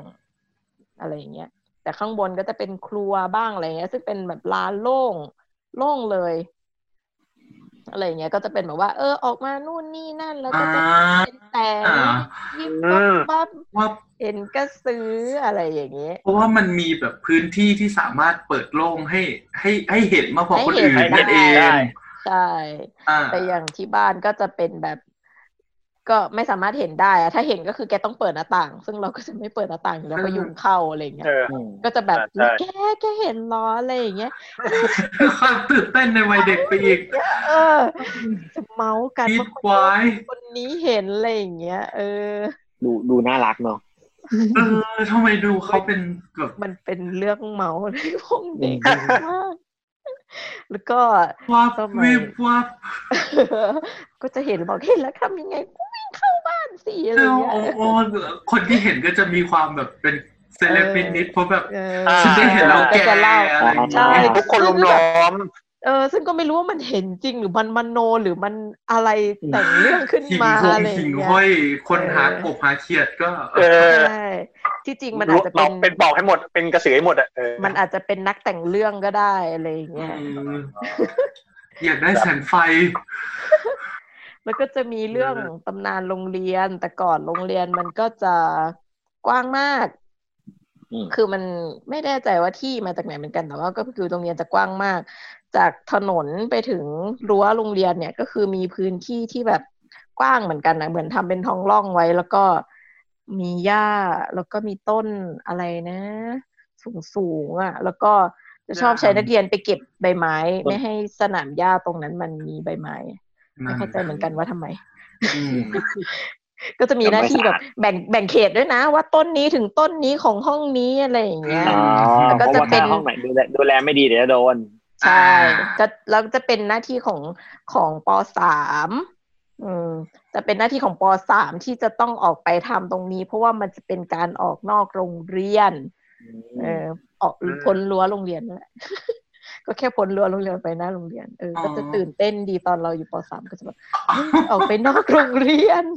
F: อะไรอย่างเงี้ย แต่ข้างบนก็จะเป็นครัวบ้างอะไรเงี้ย ซึ่งเป็นแบบลานโล่งโล่งเลย อะไรอย่างเงี้ยก็จะเป็นแบบว่า เออออกมานู่นนี่นั่นแล้วก็จะเป็นแต่
E: อ่า
F: ยิบ
H: อื
F: ปั๊บปั๊
H: ม
F: บ
E: ว่า
F: เห็นกระสืออะไรอย่างเงี้ย
E: เพราะว่ามันมีแบบพื้นที่ที่สามารถเปิดโล่งให้ให้ให้เห็นมากกว่าคนอื่น
H: ให้เห็
E: นั่
H: น
E: นเอง
H: ได้
F: ใช่
E: อ่า
F: แต่อย่างที่บ้านก็จะเป็นแบบ ก็ไม่สามารถเห็นได้อะถ้าเห็นก็คือแกต้องเปิดหน้าต่าง ซึ่งเราก็จะไม่เปิดหน้าต่างอยู่แล้วก็ยุงเข้าอะไรอย่างเงี้
H: เอย อ
J: อืม
F: ก็จะแบบ
H: ใช่
F: แกแกเห็นล้ออะไรอย่างเงี้ย
E: ความตื่นเต้นในวัยเด็กไปอีก
F: เออจะเมาส์กัน
E: คิด
F: ว่าคน
E: ไว้
F: นู้นคนนี้เห็นอะไรอย่างเงี้ย เออ
J: ดูดูน่ารักเนาะ
E: เออทำไมดูเขาเป็นแบบ
F: มันเป็นเรื่องเมาส์ในพวกเด็ก
J: อืม
F: มากแล้วก็
E: ว่าบ
F: สมัย
E: วิบว่าบ
F: ก็จะเห็นบอกเห็นแล้วทำยังไงกูวิ่ง เข้าบ้านสิอะไร
E: เอา
F: เงี้ย
E: โอ้โอ้คนที่เห็นก็จะมีความแบบเป็นเซเลบนิดเพราะแบบ
F: เออ
H: ฉันได้เห็นแล้วแก
F: ก็จะเล่า
E: อะไรอย่างเงี้ย
F: ใช่
H: ทุกคนลุมล้อม
F: เออซึ่งก็ไม่รู้ว่ามันเห็นจริงหรือมันมโนหรือมันอะไรแต่งเรื่องขึ้น
E: หิ่ง
F: มา
E: หง
F: อะไรอ
E: หิ่
F: ย่าง งเงี้
E: ห้อย ย คนหา
F: เออ
E: กบหาเขียดก็
H: เออ
F: ใช่ที่จริงมันอาจจะ
H: เรา
F: เป็น
H: เป็นปอกให้หมด เป็นกระสือให้หมดอ่ะเออ
F: มันอาจจะเป็นนักแต่งเรื่องก็ได้อะไรอย่างเงี้ย
E: มอยากได้แสงไฟ
F: แล้วก็จะมีเรื่อง
E: เออ
F: ตำนานโรงเรียนแต่ก่อนโรงเรียนมันก็จะกว้างมาก
J: อืม
F: คือมันไม่แน่ใจว่าที่มาจากไหนเหมือนกันแต่ว่าก็คือโรงเรียนจะกว้างมาก จากถนนไปถึงรั้วโรงเรียนเนี่ยก็คือมีพื้นที่ที่แบบกว้างเหมือนกันนะเหมือนทำเป็นท้องร่องไว้ แล้วก็มีหญ้าแล้วก็มีต้นอะไรนะ สูงๆอ่ะ แล้วก็จะชอบใช้นักเรียนไปเก็บใบไม้ ไม่ให้สนามหญ้าตรงนั้นมันมีใบไม้ ไม่เข้าใจเหมือนกันว่าทำไม
E: อืม
F: ก็จะมีหน้าที่
J: ทำไม
F: แบบ
J: สะอาด
F: แบ่งแบ่งเขตด้วยนะ ว่าต้นนี้ถึงต้นนี้ของห้องนี้อะไรอย่างเงี้ย
J: อ๋อ
F: แล้วก็
J: เพราะ
F: จะ
J: ว่า
F: เป็น
J: ถ้าห้องไหนดูแลดูแลไม่ดีเดี๋ยวจะโดน
F: ใช่จะแล้วจะเป็นหน้าที่ของของปสามอืมจะเป็นหน้าที่ของปสามที่จะต้องออกไปทำตรงนี้ เพราะว่ามันจะเป็นการออกนอกโรงเรียน เออออกพ้นรั้วโรงเรียนนั่ นแหละ ก็แค่พ้นรั้วโรงเรียนไปหน้าโรงเรียนเออก็จะตื่นเต้นดีตอนเราอยู่ปสามก็จะแบบ เฮ้ยออกไปนอกโรงเรียน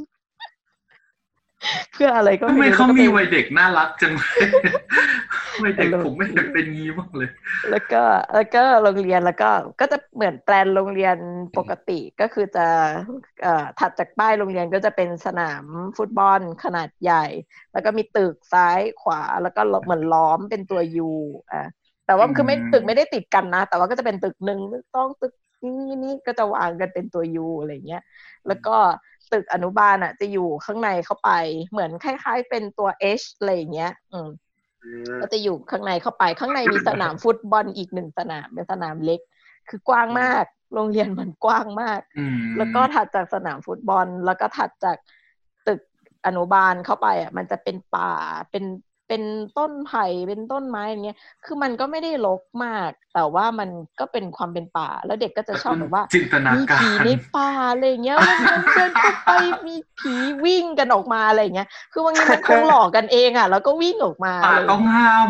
F: เพื่ออะไรก็
E: ทำไม
F: รู้
E: เขา
F: แล้ว
E: มี
F: ก็ไป
E: วัยเด็กน่ารักจังเลยวัยเด็ก
F: ตลก
E: ผมไม่เห็นเป็นงี้บ้างเลย
F: แล้วก็แล้วก็โรงเรียนแล้วก็ก็จะเหมือนแปลนโรงเรียนปกติก็คือจะเอ่อถัดจากป้ายโรงเรียนก็จะเป็นสนามฟุตบอลขนาดใหญ่ แล้วก็มีตึกซ้ายขวาแล้วก็เหมือนล้อมเป็นตัวยูอ่ะแต่ว่า
E: อืม
F: คือไม่ตึกไม่ได้ติดกันนะ แต่ว่าก็จะเป็นตึกหนึ่งต้องตึกนี้นี่ก็จะวางกันเป็นตัวยูอะไรเงี้ยแล้วก็ตึกอนุบาลอ่ะ จะอยู่ข้างในเข้าไปเหมือนคล้าย ๆ เป็นตัว H อะไรอย่างเงี้ย อืม ก็จะอยู่ข้างในเข้าไปข้างในมีสนามฟุตบอลอีกหนึ่งสนามเป็นสนามเล็ก คือกว้างมาก โรงเรียนมันกว้างมาก
E: อืม
F: แล้วก็ถัดจากสนามฟุตบอล แล้วก็ถัดจากตึกอนุบาลเข้าไปอ่ะ มันจะเป็นป่าเป็นเป็นต้นไผ่เป็นต้นไม้อย่างเงี้ยคือมันก็ไม่ได้รกมาก แต่ว่ามันก็เป็นความเป็นป่า แล้วเด็กก็จะชอบแบบว่า
E: จินตนา
F: มี
E: กา
F: ผี
E: ร
F: ในป่าอะไรอย่างเงี้ยมันมันเดินเข้าไปมีผีวิ่งกันออกมาอะไรอย่างเงี้ย คือบางทีมันคงหลอกกันเองอ่ะ แล้วก็วิ่งออกมา
E: ป่า
F: อะไรอย่างเงี้ย
E: ต้องห้าม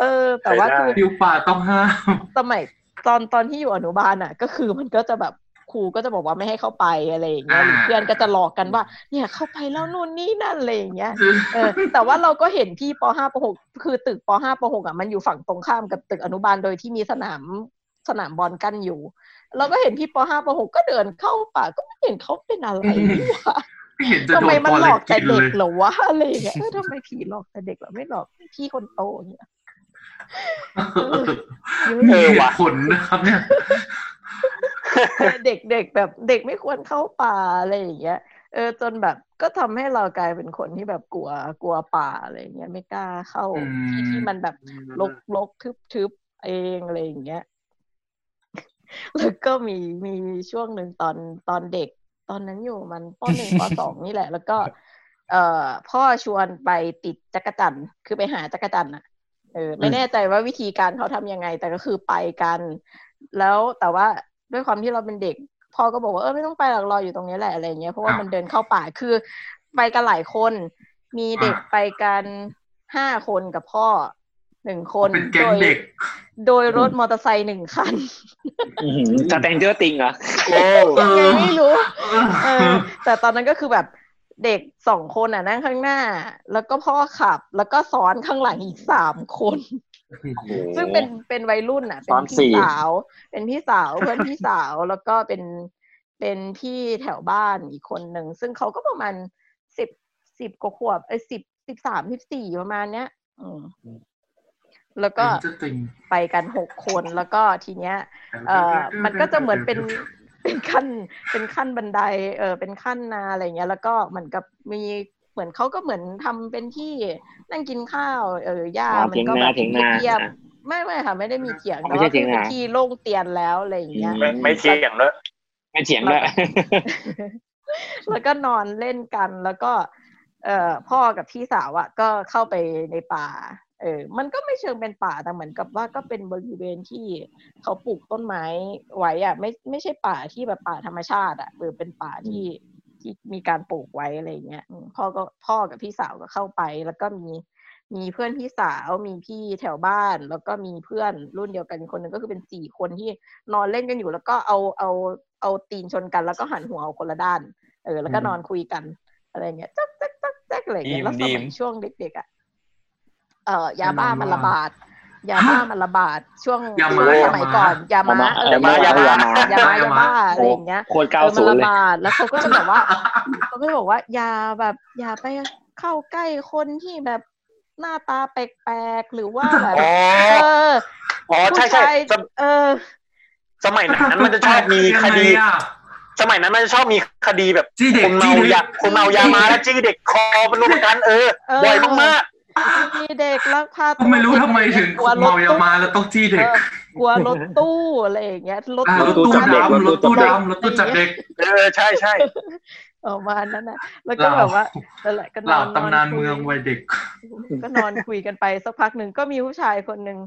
F: เออ แต่ว่าคือ
E: ฟิวป่าต้องห้าม
F: สมัยตอนตอนที่อยู่อนุบาลอ่ะ ก็คือมันก็จะแบบครูก็จะบอกว่าไม่ให้เข้าไปอะไรอย่างเงี้ยหรือ
E: อ่า
F: เพื่อนก็จะหลอกกันว่า เนี่ยเข้าไปแล้วนู่นนี่นั่นอะไรอย่างเงี้ยเออ แต่ว่าเราก็เห็นพี่ป .5 ป .6 คือตึกป .5 ป .6 อ่ะมันอยู่ฝั่งตรงข้ามกับตึกอนุบาลโดยที่มีสนามสนามบอลกั้นอยู่ เราก็เห็นพี่ป .5 ป .6 ก็เดินเข้าป่าก็ไม่เห็นเขาเป็นอะไรนี่หว่า
E: ไม่เห็นจะ
F: ทำ
E: โด
F: ไม
E: น
F: มัน
E: ปอ
F: หล
E: เล็
F: อก ก
E: กิ
F: แต่
E: น
F: เด็
E: เล
F: ก
E: ย
F: เหรอวะอะไรอย่างเงี้ยเออทำไมผีหลอกแต่เด็กเหรอไม่หลอกพี่คนโตเนี่ยเยอะ
E: มี
F: เล
E: เห
F: ย
E: ตุผลนะครับเนี่ย
F: เด็กเด็กแบบเด็กไม่ควรเข้าป่าอะไรอย่างเงี้ยเออจนแบบก็ทำให้เรากลายเป็นคนที่แบบกลัวกลัวป่าอะไรอย่างเงี้ยไม่กล้าเข้า
E: อืม
F: ที่ที่มันแบบลกลกทึบทึบเองอะไรอย่างเงี้ย แล้วก็มีมีช่วงหนึ่งตอนตอนเด็ก ตอนนั้นอยู่มันปหนึ่งปสองนี่แหละ แล้วก็ เอ่อพ่อชวนไปติดจักรจันทร์คือไปหาจักรจันทร์อ่ะเออ ไม่แน่ใจว่าวิธีการเขาทำยังไง แต่ก็คือไปกัน แล้วแต่ว่าด้วยความที่เราเป็นเด็ก พ่อก็บอกว่าเออไม่ต้องไปหรอกรออยู่ตรงนี้แหละอะไรเงี้ยเพราะว่า
E: ครับ
F: มันเดินเข้าป่าคือไปกันหลายคน มีเด็ก
E: อ่า
F: ไปกันห้าคนกับพ่อหนึ่งคน
E: เป็นแก๊
F: โด
E: ง
F: ย
E: เด็ก
F: โดยรถมอเตอร์ไซค์หนึ่งคัน
J: จะแต่งเจอติงเหรอ
H: โอ้
E: เอ
F: ยังไง
E: อ
F: ไม่รู้
E: เอ
F: เอ
E: อ
F: อ แต่ตอนนั้นก็คือแบบเด็กสองคนอ่ะนั่งข้างหน้า แล้วก็พ่อขับ แล้วก็ซ้อนข้างหลังอีกสามคน ซึ่งเป็นเป็นวัยรุ่นอ่ะ เป็
J: ซ้อน นสี่
F: พี่สาว เป็นพี่สาวเพื่อนพี่สาวแล้วก็เป็นเป็นพี่แถวบ้านอีกคนหนึ่ง ซึ่งเขาก็ประมาณสิบสิบกว่าขวบเอ้ยสิบสิบสามสิบสี่ประมาณเนี้ย อืมแล้วก็
E: จะติง
F: ไปกันหกคนแล้วก็ทีเนี้ย เอ่อมันก็จะเหมือนเป็นเป็นขั้นเป็นขั้นบันไดเออเป็นขั้นนาอะไรเงี้ย แล้วก็เหมือนกับมีเหมือนเขาก็เหมือนทำเป็นที่นั่งกินข้าวเออหญ้า
J: อ๋อ
F: มันก็แบบ
J: เถียงนาเถี
F: เที
J: ย
F: ย
J: ง
F: บ
J: นา
F: ๆไม่ไม่ค่ะ ไม่ได้มีเถียง
J: อ๋อ
F: แต่
J: ไม่ใช่
F: ว่า
J: เถีย
F: คือง เป็น
J: นา
F: ที่โล่งเตียนแล้วอะไรอย่างเงี้ย
H: ไม่ไม่เชียร์อย่างเลย
J: ไม่เถียงด้วย
F: แล้วก็นอนเล่นกันแล้วก็ เอ่อพ่อกับพี่สาวอะก็เข้าไปในป่า เออ มันก็ไม่เชิงเป็นป่าแต่เหมือนกับว่าก็เป็นบริเวณที่เขาปลูกต้นไม้ไว้อะไม่ไม่ใช่ป่าที่แบบป่าธรรมชาติอะเออเป็นป่าที่ ที่มีการปลูกไว้อะไรเงี้ยอืมพ่อก็พ่อกับพี่สาวก็เข้าไป แล้วก็มีมีเพื่อนพี่สาวมีพี่แถวบ้าน แล้วก็มีเพื่อนรุ่นเดียวกันอีกคนหนึงก็คือเป็นสี่คนที่นอนเล่นกันอยู่ แล้วก็เอาเอาเอาตีนชนกันแล้วก็หันหัวเอาคนละด้าน เออ แล้วก็
G: อืม
F: นอนคุยกันอะไรเงี้ยจ๊กจ๊กจ๊กจ๊กอะไรเงี้
G: ดี
F: ย
G: ม
F: แล้วส
G: ดี
F: มัย
G: ม
F: ช่วงเด็กๆอ่ะเอ่อยาบ้า
E: เป็น
F: มัน
E: ยา
F: ระ
E: บ้ามั
F: บาด ยาบ้ามันระบาดช่วง
E: ยาม้า
F: สมัยก่อนยาม้าเออย
D: าม้ายาม้า
F: ยาม้าย
E: าม้าย
F: ยาบ้าอะไรอย่างเงี้ย
D: โคตรเก้า
F: ออ
D: ศู
F: มัน
D: เล
F: ระ
D: ย
F: บาดแล้วเขาก็จะแบบ ว่า เขาก็บอกว่าอย่าแบบอย่าไปเข้าใกล้คนที่แบบหน้าตาแปลกๆหรือว่าแบบ
H: อ๋อ
F: เออ
H: อ๋อใช่
F: ผู้
H: ใช่
F: ชาย
H: สม
F: เออ
H: สมัยนั้นมันจะชอบมีคดี
E: ยังไงอะ
H: สมัยนั้นมันจะชอบมีคดีแบบ
E: จี้เด็ก
H: คน
E: จี้
H: เมา
E: เด็ก
H: ยาคนเมายามาแล้วจี้เด็กคอเป็นลูกกันเออ
F: เออ
H: บ่อยมาก
F: มีเด็กลักพา
E: ก็ไม่รู้ทำไมถึง
F: กลัวร
E: เมา
F: ถ
E: ยา
F: ตู้
E: มาแล้วต้องจี้เด็ก
F: กลัวรถตู้อะไรอย่างเงี้ยรถ
E: อ่ารถ
F: ตู้
E: ตู้
F: นะ
E: ดำรถ
F: รถ
E: ตู้
F: ตู้
E: ดำรถตู้จับเด็ก
H: ๆเออใช่ใช่
F: ออกมานั้นนะแล้วก็แบบว่านั่นแหละก็น
E: เหล่า
F: อน
E: ตำนาน
F: คุย
E: เมืองวัยเด็ก
F: ก็นอนคุยกันไปสักพักหนึ่งก็มีผู้ชายคนหนึ่ง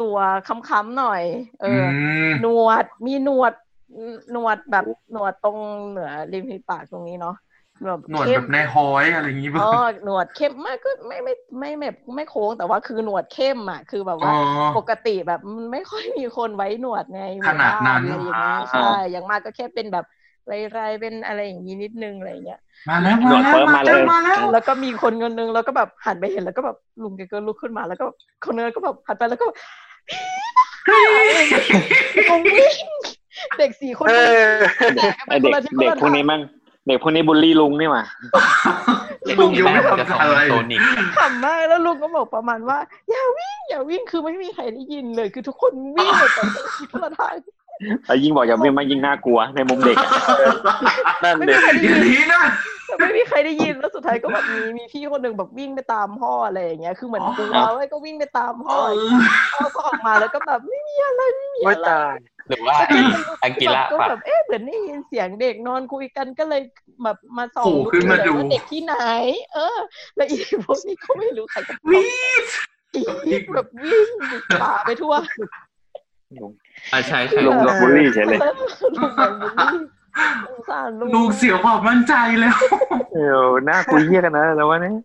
F: ตัวค้ำๆหน่อย เอออ
E: ม
F: หนวดมีหนวดหนวดแบบหนวดตรงเหนือริมฝีปากตรงนี้เนาะหนวด
E: หนวด
F: เข้
E: แบ
F: ม
E: บนายฮอยอะไรอย่างงี้ป่ะ
F: อ๋อหนวดเข้มมากก็ไม่ไม่ไม่ไม่ไม่ไม่โค้งแต่ว่าคือหนวดเข้มอ่ะคือแบบ
E: อ๋
F: ว่า
E: อ
F: ปกติแบบมันไม่ค่อยมีคนไว้หนวดไง
E: ขนาดนั้น
F: หรือว่าอะไรอย่างนี้ใช่อย่างมากก็แค่เป็นแบบไรๆเป็นอะไรอย่างนี้นิดนึงอะไรอย่างเงี้ย
E: มาแล้ว
D: หนวดเฟิร์ม
E: มาแล้ว
D: มาเลย
E: มาแล้ว
F: แล้วก็มีคนคนนึงแล้วก็แบบหันไปเห็นแล้วก็แบบลุงแกก็ลุกขึ้นมาแล้วก็คนนึงก็แบบ หันไปแล้วก็พี่ก็วิ่ง เด็กสี่คน
H: เออ
F: วิ่ง
D: เด็ก
F: แกันไป
D: เด็กพ
F: ค
D: วน ก
F: ละ
D: นี้มั่งเด็กพวกนี้บูลลี่ลุงนี่หว่า
E: ลุงยังไม่ทำอะไร
G: โซนิก
F: ขำมากแล้วลุงก็บอกประมาณว่า อย่าวิ่งอย่าวิ่งคือไม่มีใครได้ยินเลย คือทุกคนวิ่งไปแต่คนละทาง
D: แล้วยิ่งบอกอย่าวิ่งมากยิ่งน่ากลัวในมุมเด็กอะ
H: นั่น
F: ไม่
H: เด็
F: มี
H: ก
F: ใครได้
E: เดี๋ยว
F: ยิน
E: นี้นะ
F: แต่ไม่มีใครได้ยินแล้วสุดท้ายก็แบบมีมีพี่คนหนึ่งแบบวิ่งไปตามพ่ออะไรอย่างเงี้ยคือเหมือนกลัวไว้ยก็วิ่งไปตามพ่อ
E: เอ
F: พ่
E: อ
F: อก็ออกมาแล้วก็แบบไม่มีอะไรไม่มี
H: ไม่
F: อะไร
H: ตาย
G: หรือว่าอังกิระ
F: ก็
G: ปะ
F: แบบเอ๊ะเหมือนได้ยินเสียงเด็กนอนคุยกันก็เลยแบบมาส่อง
E: โผล่ขึ้นมาดู
F: ว่าเด็กที่ไหน เออ แล้วอีพวกนี้ก็ไม่รู้ใครจะ
E: วิ่ง
F: อีแบบวิ่งบุกป่าไปทั่ว
G: อ่ะใช่ใช่
D: ลุงโดนบูลลี่เฉยเลย
F: แล้วลุงแบบบุลลี่สงสารลุง
E: ลุงเสียความมั่นใจแล้ว
D: เออหน้าคุยเหี้ยกันนะแล้ววะเนี่ย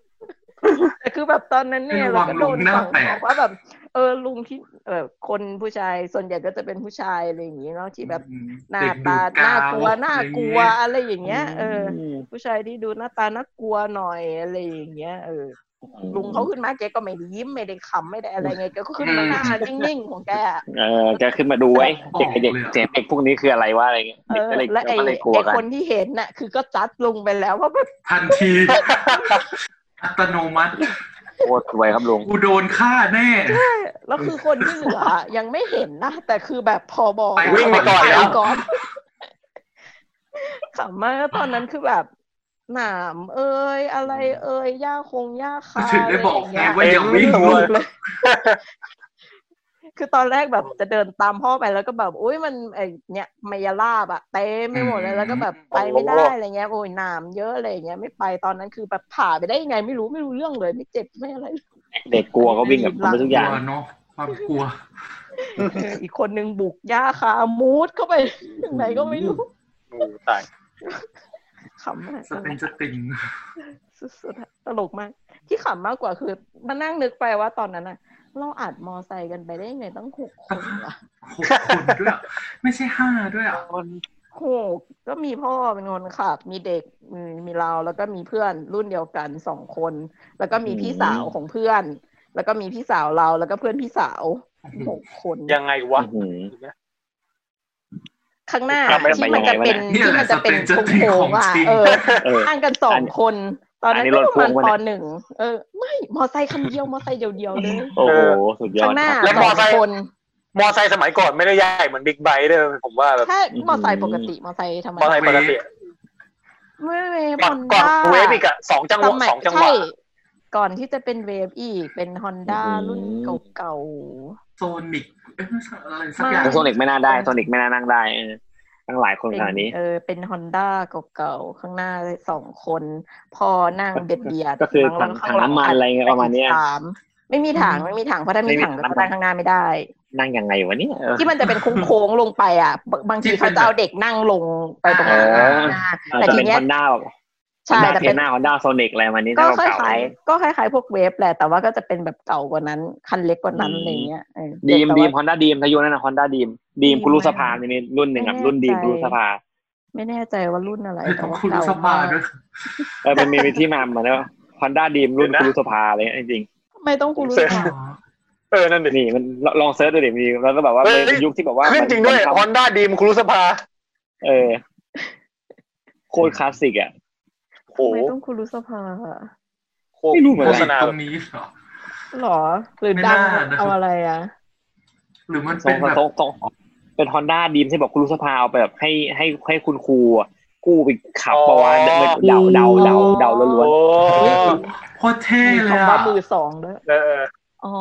F: แต่คือแบบตอนนั้นเนี่ย
E: ระวั
F: เรา
E: ง
F: ก็โดน
E: ลุงหน้า
F: ฝัง
E: แตก
F: บอกว่าแบบ เออลุงที่เออคนผู้ชายส่วนใหญ่ก็จะเป็นผู้ชายอะไรอย่างงี้เนาะที่แบบหน้า
E: เด็กด
F: ตาห
E: ู
F: น้ากลัว
E: ว
F: หน้ากลัว
E: อะไรอย่างเงี้ย
F: อะไรอย่างเงี้ย เออ ผู้ชายที่ดูหน้าตาน่ากลัวหน่อยอะไรอย่างเงี้ยเอออ
D: ม
F: ลุงเขาขึ้นมาแกก็ไม่ได้ยิ้มไม่ได้ขำไม่ได้อะไรไงแกก็ขึ้นมาหน้านิ่งๆของแกอะ
D: เออแกขึ้นมาดูไอ้เด็กเด็กเสียงเด็กพวกนี้คืออะไรวะอะไรเงี้ย
F: เอ
D: เด็ก
F: อ
D: ก็เลย
F: และไอ้
D: ก็เลยกลัว
F: ไอ้
D: กัน
F: คนที่เห็นน่ะ คือก็จัดลุงไปแล้วว่าแบบ
E: ทันที อัตโนมัติ
D: โคตรรวยครับลุง
E: กูโดนฆ่าแน่
F: แล้วคือคนที่เหลือยังไม่เห็นนะแต่คือแบบพอบอก
E: ไปวิ่งไปก่อนแล้ว
F: ไปก่อน ขำมากแล้วตอนนั้นคือแบบหนามเอ้ยอะไรเอ้ยย่าคงย่าคา
E: ถึงได้
F: อะไร
E: บอก
F: อย่าง
E: ไง
F: เงี้ย
E: ว่าอย่าวิ่ง
H: ตัว
F: คือตอนแรกแบบจะเดินตามพ่อไปแล้วก็แบบอุ้ยมันไอเนี่ยมายาลาบอะเต็มไม่หมดเลยแล้วก็แบบไปไม่ได้อะไรเงี้ยโอ้ยน้ำเยอะอะไรเงี้ยไม่ไปตอนนั้นคือแบบผ่าไปได้ยังไงไม่รู้ไม่รู้เรื่องเลย ไม่เจ็บไม่อะไร
D: เด็กกลัวก็วิ่งแบบทำไปทุกอ
E: กลั
D: ย่าง
E: วเนาะความกลัว
F: เอ ออีกคนนึงบุกย่าคามูดเข้าไป ถึงไหนก็ไม่รู้
H: โอ้ตาย
F: ขำมาก
E: สเป นจะติง
F: สุดๆอะตลกมาก ที่ขำมากกว่าคือมานั่งนึกไปว่าตอนนั้นอะเราอัดมอไซค์กันไปได้ยังไงตั้งหกคนวะ
E: หกคนด้วยอะไม่ใช่ห้าด้วยอ่ะ
F: โหก็มีพ่อเป็นคนขับ มีเด็กมีมีเราแล้วก็มีเพื่อนรุ่นเดียวกันสองคน แล้วก็มีพี่สาวของเพื่อน แล้วก็มีพี่สาวเราแล้วก็เพื่อนพี่สาวหกคน
H: ยังไงวะ
D: อื้อหือ
F: ข้างหน้า
D: ขับไป
F: ที่มันจะเป็น
E: เนี่ย
F: ที่มันจะเป็น
E: เนี่ยแหละ
F: โค้งๆอ่ะเออ
D: เออ
F: ห่างกันสองคน ตอน
D: อัน
F: นั้น
D: นี้
F: ก็
D: รถ
F: ประมาณ
D: พ่วง
F: ป
D: ปะเนี่ย
F: หนึ่งเออ ไม่มอไซค์คันเดียวมอไซค์เดียวๆเลย
D: โอ้โหสุดยอด
F: ข้างหน้า
D: ครับ
H: แล้ว
F: ส
H: ม
F: อ
H: อง ไซค์
F: คน
H: มอไซค์สมัยก่อนไม่ได้ใหญ่เหมือนบิ๊กไบค์เลยผมว่าแบบ
F: ถ้ามอไซค์
D: อืม
F: ปกติมอไซค์ธรรม
H: มอ
F: ดา
H: ไซค์ปกติ
F: ไม่เวฟฮ
H: ก่อน
F: อน
H: ก่อน
F: ด้า
H: เวฟอีกอะสองจังหวะสองจังหวะ
F: ใช่ ก่อนที่จะเป็นเวฟอีก เป็นฮอนด้า
D: อืม
F: รุ่นเก่า
E: โซนิกเอ๊ะไม่ใช่อะไรสักอย่าง
D: แต่โซนิกไม่น่าได้โซนิกไม่น่านั่งได้เออทั้งหลายคน
F: ๆ
D: ข
F: เป็
D: นาดนี้
F: เออ เป็นฮอนด้าเก่าๆ ข้างหน้าสองคน พอนั่งเบียดเบียด
D: ก็คือ
F: ห
D: ถั
F: ลั
D: งถังน้ำมันอะไรเงี้ยประมาณเนี้ย
F: สามไม่มีถังไม่มีถังเพราะถ้ามีถังก็จะนั่งข้างหน้าไม่ได้
D: นั่งยังไงวะเนี่ยเออ
F: ที่มันจะเป็นโค้งๆลงไปอ่ะบางบางทีเขาจะเอาเด็กนั่งลงไปตรงนั้น
D: อ่า
F: อ่า
D: อาจ
F: แต่
D: จะ
F: ที
D: เป็น
F: เนี้ย
D: ฮอนด้าแบบ
F: ใช่แต่
D: เท
F: เป็น
D: น่าฮอนด้าโซนิกอะไรมันนี้
F: ก็
D: เจ้า
F: ค
D: เก่า
F: ล้ายๆก็คล้ายๆพวกเวฟแหละ แต่ว่าก็จะเป็นแบบเก่ากว่านั้น คันเล็กกว่านั้นอะไรเงี้ยเออ
D: ดีม
F: แต่
D: ดี
F: ว่าม
D: ฮอนด้าดีมทายุนั่นนะฮอนด้าดีมดีมคุรุสภาจะมีรุ่นหนึ่งครับรุ่นดีมคุรุสภา
F: ไม่แน่ใจว่ารุ่นอะไร
E: ไม่
F: แต่
E: ต้อง
F: ว่า
E: คุณ
F: เก่า
E: ส
F: มา
E: ภาก ด้วย
D: เออมันมีมีที่มามาแล้วฮอนด้าดีมรุ่นคุรุสภาอะไรเลยจริง
F: ทำไม่ต้องกูรู้จัก
E: อ๋อ
H: เออ นั่นดิ
D: ๆนี่มันลลองเซิร์ชดูดิมีแล้วก็แบบว่า
H: เฮ้ย
D: เป็นยุคที่แบบว่า
H: ขึ้นจริงด้วย
D: มั
H: ฮ
D: ทำ
H: อนด้าดีมครูสภา
D: เออโคตรคลาสสิกอ่ะ
H: โอ้โห
F: ทำไม่ต้องกูรู้สภาอะ
H: โอ้โห
D: ไม่รู้เหมือน
H: โฆ
D: กัน
H: ษณา
E: ต
H: แบ
E: ร
H: บ
E: งนี้เหรอ
F: หรอ หรือดัง
E: ไม่น่านะครับ
F: เอาอะไรอ่ะ
E: หรือมัน
D: ทร
E: เป็น
D: ง
E: แบบ
D: ทรงทรงเป็นฮอนด้าดีมที่แบบคุรุสภาเอาไปแบบให้ให้ให้คุณครูอะกู้ไปขับประวัติเดาเดาเดาเดาล้
H: โอ้
D: วนๆ
E: เฮ้ย โคตรเท่
F: มี
E: เลย
F: คำว่า
E: อ่ะ
F: มือสองด้วย
H: เออ
F: อ๋อ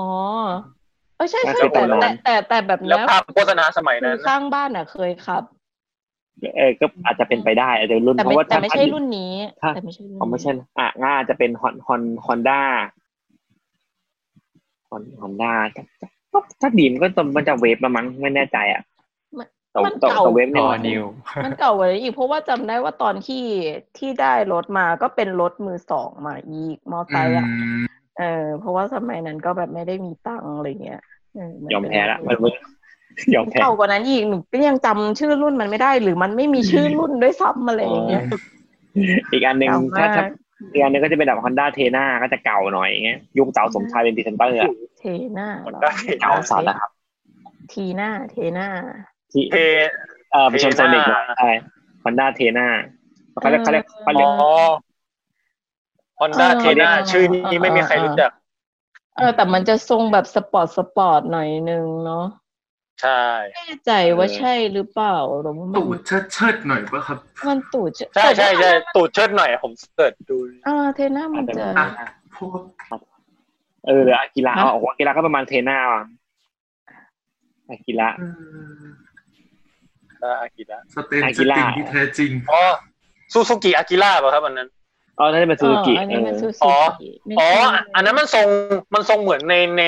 F: เออใช่
D: มัน
F: ใช่
D: คือ
F: แต่
D: ตำนาน
F: แต่แต่แต่แบบ
H: แล้ว
F: เนี้ย
H: ภาพโฆษณาสมัย
F: คื
H: นั้
F: อนข้างบ้านอ่ะเคยครับ
D: เออก็อาจจะเป็นไปได้อาจจะรุ่น
F: แต่
D: เพ
F: ไม่
D: ราะว่า
F: แต่ไม่ใช่
D: ถ้า
F: รุ่นนี้
D: ถ้า
F: แต่ไม่ใช่รุ่น
D: เขาไม่ใช่
F: นี้
D: นะอ่ะง่าจะเป็นฮอนฮอนฮอนด้าฮอนฮอนด้าถ้าดีมก็จะมันจะเวฟละมั้งไม่แน่ใจอ่ะแต่
F: มัน
D: แต่
F: เก่า
D: แต่เวฟ
G: ร
D: เนี่ย
G: อ
D: มัน
G: นิว
F: มันเก่ากว่านี้อีกเพราะว่าจำได้ว่าตอนที่ที่ได้รถมาก็เป็นรถมือสองมาอีกมอไซ
E: อื
F: ค์อ่ะ
E: ม
F: เออเพราะว่าสมัยนั้นก็แบบไม่ได้มีตังค์อะไรเงี้ยเน
D: ยอม
F: เป็น
D: แพ้ละมันยอมแพ้
F: เก่ากว่านั้นอีกหนูก็ยังจำชื่อรุ่นมันไม่ได้ หรือมันไม่มีชื่อรุ่นด้วยซ้ำอะไรอย่างเงี้ย
D: อีกอันหนึ่ง
F: เก่ามาก
D: ถ้าถ้าอีกอันหนึงก็จะเป็นแบบฮอนด้าเทน่าก็จะเก่าหน่อยอย่างเงี้ยยุคเต๋าสมชายเป็นดีเซนเตอร์อะ
F: เทน่าเหรอ
D: เก่าสัตว์นะครับ
F: ทีน่าเทน่า
D: ที่
H: เท
D: เออไปชนโซนิก
H: Tena
D: ใช่ฮอนด้าเทน่าเขาเรียกเขาเรียกเขา
H: อ๋
D: เรียก
H: อฮอนด้า
F: เออ
H: เทน่า
F: เออ
H: ชื่อนี้ไม่มีใคร
F: เออ
H: รู้จัก
F: เออ แต่มันจะทรงแบบสปอร์ตสปอร์ตหน่อยนึงเนาะ
H: ใช่
F: ไม่แน่ใจว่าใช่หรือเปล่าหรือว่ามัน
E: ตูดเชิดเชิดๆหน่อยป่ะครับ
F: มันตูด
H: ใช่ใช่ใช่ตูดเชิดหน่อย ผมเสิร์ชดู
F: เออเทน่ามันจะ
E: อ่ะพวก
D: เออหรืออากิระ
F: ฮะ
D: เอาออกว่าอากิระก็ประมาณเทน่าอ่ะอากิระ
E: อืม
H: อากิระ
E: สเตนสติงที่แท้จริง
H: อ๋อซูซูกิอากิระป่ะครับอันนั้น
D: อ๋อนั่นจะเป็นซูซูกิ
F: เอออัน
D: เอ
F: นี้
D: อ
F: มันซู
H: อ๋
F: ซู
H: อ
F: กิไม่
H: อ๋อ
F: ใช่
H: อันนั้นมันทรงมันทรงเหมือนในใน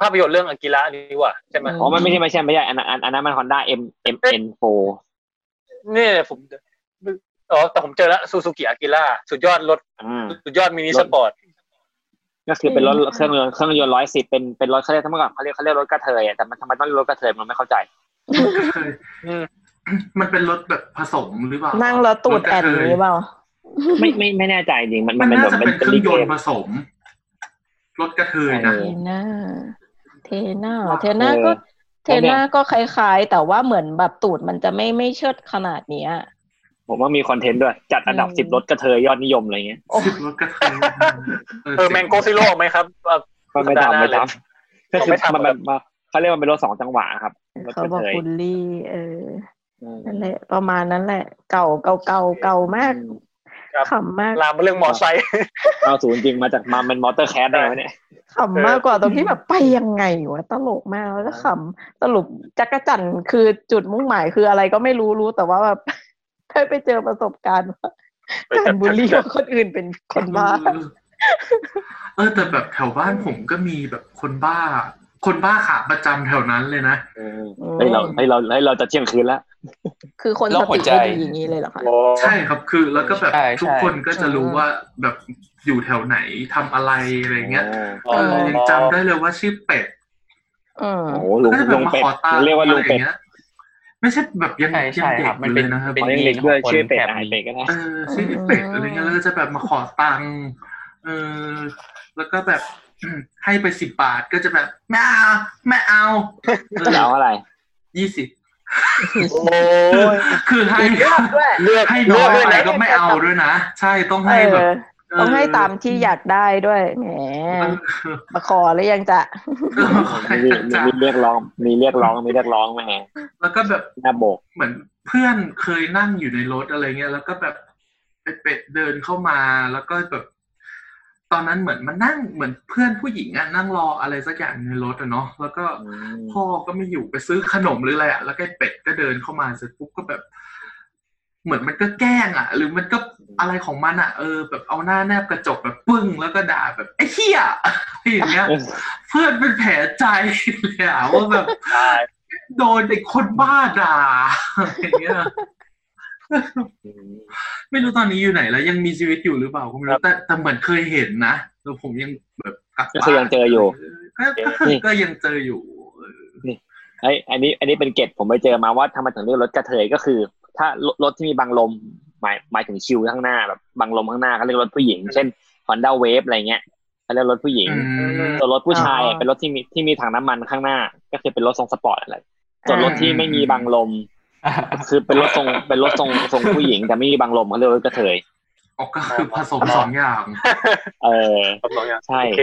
H: ภาพยนตร์เรื่องอากิระนี่ว่ะใช่ไหม
D: อ๋อมันไม่ใช่ไม่ใช่ไม่ใช่อันนั้นอันอันนั้นมันฮอนด้าเอ็มเอ็มเอ็นโฟ
H: นี่ผมอ๋อแต่ผมเจอแล้วซูซูกิอากิระสุดยอดรถ
D: อ่า
H: สุดยอดมินิสปอร์ต
D: ก็คือเป็นรถเครื่องยนต์เครื่องยนต์ร้อยสิบเป็นเป็นรถเขาเรียกทั้งหมดก่อนเขาเรียกเขาเรียกรถกระเทยอ่ะแต่มันทำไมต้องเรียกรถกระเทยมันไม่เข้าใจ
E: เคย
H: อืม
E: มันเป็นรถแบบผสมหรือเปล่า
F: นั่
E: นั่
F: งแล้วตูดแอนอย่างนี้เปล่า
D: ไม่ไม่ไม่แน่ใจจริงมัน
E: มั
D: มัน
E: น
D: เป็น
E: น่า
D: แบบ
E: จะ
D: มัน
E: เป็นเค
D: เป็นลิ
E: รื่องย
D: เก
E: นต์ผสม รถกระเทยนะ
F: เทน่า เทน่า
E: ว้าว
F: เทน่าก็ เทน่าก็คล้ายๆ แต่ว่าเหมือนแบบตูดมันจะไม่ไม่เชิดขนาดเนี้ย
D: ผมว่ามีคอนเทนต์ด้วย จัดอันดับ
F: อืม
D: สิบรถกระเทยยอดนิยมอะไรเงี้ย
F: โอ้
E: สิบรถกระเทย
H: เออแมงโกซิโร่ไหมครับเอ่อ
D: มันไม่
H: สัปดา
D: ทำ
H: ห์หน้า
D: ไม่
H: เลย
D: ทำก็คือ
H: ไม่ทำ
D: มันมันมันเขาเรียกว่าเป็นรถสองจังหวะครับรถ
F: เขา
D: กระ
F: บอก
D: เทย
F: บุลลี่ เออ
D: อืม
F: นั่นแหละ ประมาณนั้นแหละ เก่าเก่าเก่าเก่ามาก
H: ครับ
F: ขำมาก
H: ลามมาเรื่องมอไซค์
D: เอาศูนย์จริงมาจากมาเป็นมอเตอร์แคสได้ไหมเนี่ย
F: ขำมากกว่าตรงที่แบบไปยังไงวะตลกมากแล้วก็ขำสรุปจักรจันทร์คือจุดมุ่งหมายคืออะไรก็ไม่รู้รู้แต่ว่าแบบ ได้ไปเจอประสบการณ์ว่า
H: ไปจั
F: การ
H: บ
F: บูลลี่
H: จั
F: ว่า
H: บ
F: คนอื่นเป็นคนบ้า
E: เออแต่แบบแถวบ้านผมก็มีแบบคนบ้า คนบ้าขาประจำแถวนั้นเลยนะ
D: เฮ้ยเราเฮ้ยเราเฮ้ยเราจะเที่ยงคืนแล้ว
F: คือคน
G: โร
F: ส
G: คหั
F: ติ
G: วใจ
F: ไม่ดีอย่างนี้เลยเหรอคะ
H: โอ้
E: ใช่ครับคือแล้วก็แบบ
G: ใช่ใช่
E: ทุกคนก็จะรู้ว่าแบบอยู่แถวไหนทำอะไรอะไรเงี้ยก็เลยยังจำได้เลยว่าชื่อเป็ด
F: อืม
D: โอ้โหลุง
E: ก็จะแบ
D: ลุ
E: บ
D: ง
E: มา
D: เป็ด
E: ขอตาม
D: เรียกว่าลุงเป็ด
E: อะไรองี้ยไม่ใช่แบบยัง
G: ใช่
E: ยัง
G: ใช่
E: เด็
G: ครั
E: กอ
G: บมัน
E: ยู่เล
G: เป็น
E: ยนะครับ
G: เป็น
D: เรียก
G: ยี
D: เด็
G: น
D: ก
G: ขอ
D: ด้วย
G: งคน
D: ชื่อเป็ด
G: แบบ
D: ไอเป็
G: นี้
D: ดก็ได้
E: เออชื่ออีเป็ดอะไรเงี้ยแล้วก็จะแบบมาขอตังค์เออแล้วก็แบบ อืมให้ไปสิบบาทก็จะแบบไม่เอาไม่เอา
D: จะเอาอะไร
E: ยี่สิบ
H: โห
E: คือให้
F: ด้วย
H: เลือก
E: ให้น้
H: เลื
E: อ
H: อก
E: ย
H: ด้วย
E: ไป
H: นะ
E: ก็ไม่เอาด้วยนะ ใช่ต้อง
F: เอ
E: ให้แบบ
F: อ
E: เออ
F: ต้องให้ตามที่อยากได้ด้วยแหม
E: เออ
F: มาขอหรือยังจะ
E: เออให้
D: มี
E: จัด
D: มีเรียกร้อง มีเรียกร้อง มีเรียกร้องแหม
E: ๆแล้วก็แบบ
D: หน้าโบก
E: เหมือนเพื่อนเคยนั่งอยู่ในรถอะไรเงี้ยแล้วก็แบบไอเป็ดเดินเข้ามาแล้วก็แบบ ตอนนั้นเหมือนมันนั่งเหมือนเพื่อนผู้หญิงอะนั่งรออะไรสักอย่างในรถอะเนาะแล้วก็
D: อืม
E: พ่อก็ไม่อยู่ไปซื้อขนมหรืออะไรอะแล้วก็ไอ้เป็ดก็เดินเข้ามาเสร็จปุ๊บก็แบบ เหมือนมันก็แกล้งอะหรือมันก็ อะไรของมันอ่ะเออแบบเอาหน้าแนบกระจกแบบปึ้งแล้วก็ด่าแบบไอ้เหี้ย อะไรอย่างเงี้ย เพื่อนเป็นแผลใจเลยอะว่าแบบ
H: ใช่
E: โดนเด็กคนบ้าด่าอะไรอย่างเงี้ย ไม่รู้ตอนนี้อยู่ไหนแล้วยังมีชีวิตอยู่หรือเปล่าก็ไม่รู้แต่แต่เหมือนเคยเห็นนะแล้วผมยังแบบกลับ
D: ก็คือยังเจออยู่
E: ก็ก็คือก็ยังเจออยู่เออ
D: ไอยอันนี้อันนี้เป็นเกตผมไปเจอมาว่าทำไมถึงเรียกรถกระเทยก็คือ ถ้ารถรถที่มีบังลมหมายหมายถึงคิวข้างหน้าแบบบังลมข้างหน้าเขาเรียกรถผู้หญิง เช่น Honda Wave อะไรเงี้ยเขาเรียกรถผู้หญิง
E: อืม
D: ส่วนรถผู้ชาย
F: อ๋อ
D: เป็นรถที่มีที่มีถังน้ำมันข้างหน้า ก็คือเป็นรถทรงสปอร์ตอะไรส่วนรถที่ไม่มีบังลม คือเป็นรถทรงเป็นรถทรงทรงผู้หญิง แต่ไม่มีบังลมเขาเรียกรถกระเทย
E: ออกก็คือผสมสองอย่าง
D: เออ
H: ครบสองอย่าง
D: ใช่
H: โอเค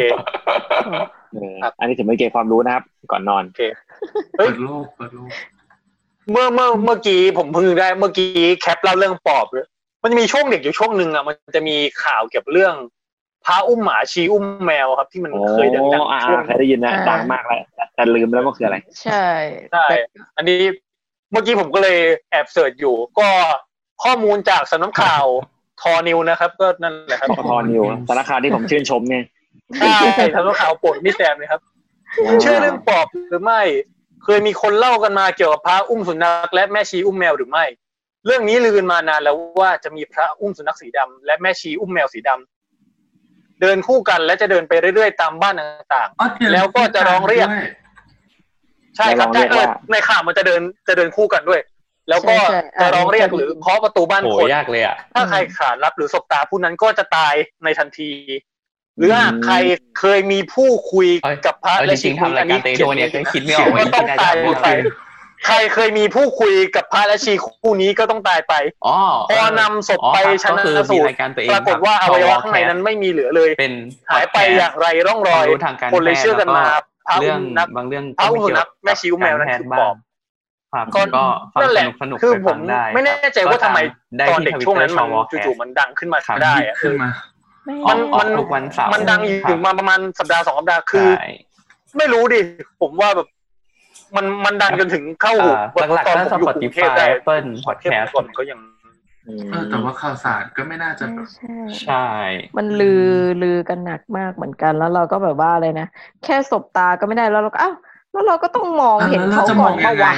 D: เออ
H: ครับ
D: อันนี้ถือเป็นเกตความรู้นะครับ ก่อนนอน
H: เฮ้ย
E: เปิดโลกเปิดโลก
H: เมื่อเมื่อเมื่อกี้ผมเพิ่งได้เมื่อกี้แคปเล่าเรื่องปอบเลยมันจะมีช่วงเด็กอยู่ช่วงหนึ่งอ่ะมันจะมีข่าวเกี่ยวกับเรื่องพระอุ้มหมาชีอุ้มแมวครับ ที่มัน
D: โอ้
H: เคยดัง
D: อ่า
H: ๆช่วง
D: เคยได้ยินนะดังมากแล้วแต่แต่ลืมแล้วว่าคืออะไร
F: ใช่
H: ใช่อันนี้เมื่อกี้ผมก็เลยแอบเสิร์ชอยู่ ก็ข้อมูลจากสำนักข่าว ทอนิวนะครับ ก็นั่นแหละครับ
D: ปตทนิวสารคามที่ผมชื่นชมเนี่ย
H: ใช่สำนักข่าวโปรดมิสแซมเลยครับ คุณเชื่อเรื่องปอบหรือไม่ เคยมีคนเล่ากันมาเกี่ยวกับพระอุ้มสุนัขและแม่ชีอุ้มแมวหรือไม่ เรื่องนี้ลือกันมานานแล้วว่าจะมีพระอุ้มสุนัขสีดำและแม่ชีอุ้มแมวสีดำเดินคู่กันและจะเดินไปเรื่อยๆตามบ้านต่าง
E: อ๋อเดี๋ย
H: แล้วก็จะร้องเรียก
E: ด้วย
H: ๆ ใช่ครับใช่เออในข่าวมันจะเดินจะเดินคู่กันด้วย แล้วก็จะร้องเรียกหรือเคาะประตูบ้าน
G: โห
H: คน
G: ยากเลยอ่ะ
H: ถ้าใครขานรับหรือสบตาผู้นั้นก็จะตายในทันที หรือหากใครเคยมีผู้คุยกับพระ
G: เอาจ
H: และชี
G: ริงๆ
H: คุย
G: ทำราย
H: อัน
G: การเตะ
H: นี้เขีย
G: โท
H: น
G: เนี่ยก็คิดไม่อ
H: เขี
G: อย ก
H: น
G: ว่า
H: ก็ต้องตาย
G: จะพูด
H: ไป ใครเคยมีผู้คุยกับพระและชีคู่นี้ก็ต้องตายไป
G: อ๋อ
H: พอนำศพไป
G: อ๋อ
H: ชนะ
G: ก็คือ
H: สู
G: มี
H: ตร
G: รายการตัวเอง
H: ปรากฏว่าอวัยวะข้างในนั้นไม่มีเหลือเลย
G: เป็น
H: หายไปอย่างไรร่องรอย
G: ความทางการ
H: คนเลยเชื่อกันมาพระ
G: เรื่
H: อุ้
G: อง
H: มนัก
G: บางเรื่อง
H: พระอุ้มสุนัขแม่ชีอุ้มแมวนั่นคือปอบ
G: ครับ
H: ก็
G: ก็ฟัง
H: นั่นแหละ
G: สนุกๆ
H: คือ
G: ไป
H: ผ
G: ฟั
H: ม
G: งด้
H: ไม่แน่ใจว่าทำไม
G: ได้
H: ตอน
G: ที่
H: เด็ก
G: Twitter
H: ช่วงนั้นมั
G: ช
H: น
G: อวอแคส
H: จู่ๆมันดังขึ้นมา
G: ครับ
H: ได้
E: หยิบ
H: อะ
E: ขึ้นมา
H: มัน
G: ออก
H: มัน
G: ทุกวันเสาร์
H: มันดังอยู่มาประมาณสัปดาห์สองสัปดาห์คือ
G: ใช่
H: ไม่รู้ดิ ผมว่าแบบ มันมันดังจนถึงเข้าหู
G: อ่าหลักๆ
H: ตอน
G: ก็
H: ผมอยู่กรุงเทพ
G: Spotify
H: ได้
G: Apple
H: เทพ
G: Podcast
H: ก่อนก็ยัง
D: อืม
E: เออแต่ว่าข่าวสารก็ไม่น่าจะแบบ
F: ใช่ใช่
G: ใช่
F: มันลือลือกันหนักมากเหมือนกัน แล้วเราก็แบบว่าอะไรนะ แค่สบตาก็ไม่ได้แล้วเราก็อ้าวแล้วเราก็ต้องมอง
E: อ่ะ
F: เห็น
E: แล้วเรา
F: เขา
E: จะม
F: ก่อ
E: อน งยั
F: ปะ
E: งไง
F: วะ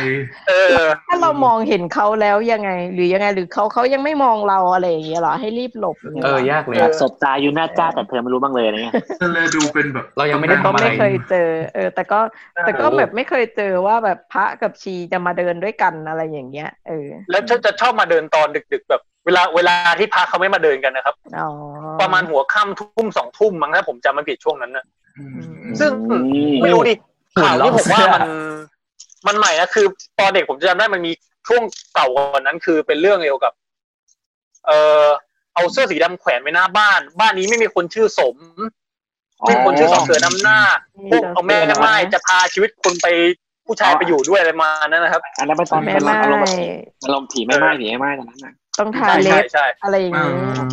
H: เออ
F: ถ้าเรามองเห็นเขาแล้วยังไง หรือยังไงหรือเขาเขายังไม่มองเราอะไรอย่างเงี้ยเหรอให้รีบหลบอย่างเงี้ย
G: เอ
F: เหรอ
G: อยากเลย
D: แบ
G: อะ
D: บสบตาอยู่หน้าจ้าแต่เธอไม่รู้บ้างเลยอะไรเงี้ย
E: เธอเลยดูเป็นแบบ
G: เรายังไม่ได้
E: ตำนาน
G: ทำอะร
F: ไม่เคยเจอ เออ แต่ก็แต่ก็
G: โอ้
F: แบบไม่เคยเจอว่าแบบพระกับชีจะมาเดินด้วยกันอะไรอย่างเงี้ยเออ
H: แล้วจะจะชอบมาเดินตอนดึก ๆ แบบ เวลาเวลาที่พักเขาไม่มาเดินกันนะครับ
F: อ๋อ
H: ประมาณหัวค่ำทุ่มสองทุ่มมั้งถ้าผมจำไม่ผิดช่วงนั้นนะ
E: อืม
H: ซึ่ง
D: อืม
H: ไม่รู้ดิ
G: โอ้โห
H: ข่าวที่ผมว่า
G: เราเชื่อ
H: มันมันใหม่นะคือ ตอนเด็กผมจำได้มันมีช่วงเก่ากว่านั้นคือเป็นเรื่องเกี่ยวกับ เออเอาเสื้อสีดำแขวนไว้หน้าบ้าน บ้านนี้ไม่มีคนชื่อสมไม่มีคนชื่อสองเสือนำหน้าพวกเอาแม่แม่ไม้จะพาชีวิตคนไปผู้ชายไปอยู่ด้วยอะไรประมาณนั้นนะครับ
D: อันนั้นเป็นตอน
F: แม่
D: เป็น
F: ไม้
D: อารมณ์แบบอารมณ์ผีไม่ไหม้ผีไม่ไหม้ตอนนั้นน่ะ
F: ต้องทา
H: ใช่
F: เล็
H: ใช่
F: บ
H: ใช่
F: อะไรอย่าง
E: เอ
F: เงี้ย
E: อ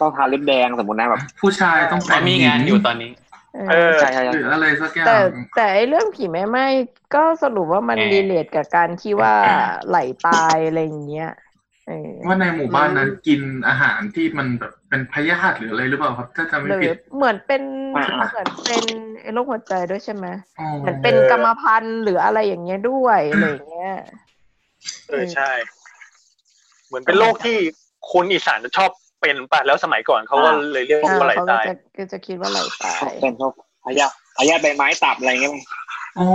D: ต้องทาลิปแดงสมมตินะแบบ
E: ผู้ชายต้องแต่
G: เขา
E: ง
G: มี
E: หญิ
G: งานอยู่ตอนนี้
H: เอ
F: เออ
H: อ
D: ใช่ใช่
E: หรืออะไรสักอย่า
F: แต่
E: ง
F: แต่ไอเรื่องผีแม่ไม้ก็สรุปว่ามัน
G: แอบ
F: รีเลทกับการที่ว่าไหลตายอะไรอย่างเงี้ยเออ
E: ว่าในหมู่บ้านนั้นกินอาหารที่มันแบบเป็นพยาธิหรืออะไรหรือเปล่าครับถ้า
F: ห
E: จำไม่
F: รือ
E: ผิด
F: เหมือนเป็น
D: อ่า
F: เหมือนเป็นไอ้โรคหัวใจด้วยใช่ไหม
E: อ๋อ
F: เหมือนเป็นกรรมพันธุ์หรืออะไรอย่างเงี้ยด้วยอะไรอย่างเงี้ย
H: เออใช่ เหมือนเป็นโรคที่คนอีสานจะชอบเป็นป่ะแล้วสมัยก่อนเขาก็
D: อ่า
H: เลยเรียก
F: เออ
H: ว่าไหล
F: เขาก็
H: ตาย
F: จะก็จะคิดว่าไหลตาย
D: ๆเป็นพวกพยาพยาใบไม้ตับอะไรเงี้ย
E: อ๋อ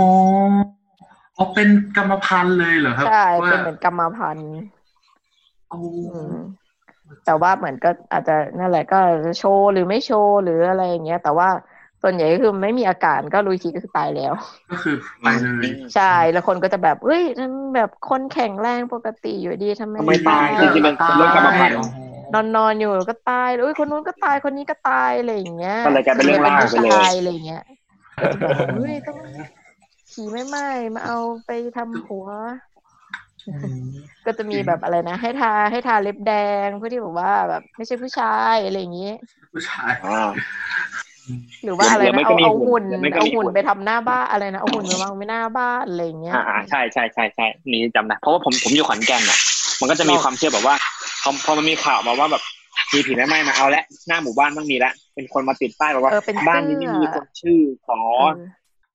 E: อ๋อเป็นกรรมพันธุ์เลยเหรอครับ
F: ใช่
E: ว่า
F: เป็นเหมือนกรรมพันธุ์
E: อ๋อ
F: อืมแต่ว่าเหมือนก็อาจจะนั่นแหละก็จะโชว์หรือไม่โชว์หรืออะไรอย่างเงี้ย แต่ว่าส่วนใหญ่ก็คือไม่มีอาการก็รู้อีกทีก็คือตายแล้ว
E: ก็คือไปเลย
F: ใช่แล้วคนก็จะแบบเอ้ยนั่นแบบคนแข็งแรงปกติอยู่ดีทำไม
D: ทำไมตายจริงๆมัน
E: ตาย
D: เป็นโรคกรรมพันธุ์
F: น
E: อ๋อ
F: อนนอนๆอยู่ก็ตายเอ้ยคนนู้นก็ตายคนนี้ก็ตายอะไรอย่างเงี้ย
D: มันเลยกลายเป็นเรื่องเล่าไปเลย
F: ตายอะไรอย่างเงี้ยก็จะแบบเฮ้ยต้องขี่ไม่ไหม้มาเอาไปทำหัว ก็จะมีแบบอะไรนะให้ทาให้ทาเล็บแดงเพื่อที่แบบว่าแบบไม่ใช่ผู้ชายอะไรอย่างงี้
E: ผู้ชาย
D: อ่า
F: หรือว่าอะไร
D: หรือไม่
F: นะ
D: ก็
F: เอา
D: มี
F: เอา
D: หุ่
F: หุ่น
D: นหรือไม่ก็
F: เอา
D: มีหุ่
F: หุ่น
D: น
F: ไปทำหน้าบ้านอะไรนะเอาหุ่นไปวางไว้หน้าบ้านอะไรอย่างเงี้ย
D: อ่าอ่าใช่ใช่ใช่ใช่นี่จำนะเพราะว่าผมผมอยู่ขอนแก่นอ่ะ มันก็จะมีความเชื่อแบบว่าพอพอมันมีข่าวมาว่าแบบ มีผีแม่ไม้มาเอาละหน้าหมู่บ้านต้องมีละเป็นคนมาติดป้ายบอกว่า
F: เออเป็นเสื้อ
D: บ้านนี้ไม่มีคนชื่อขอ
F: เออ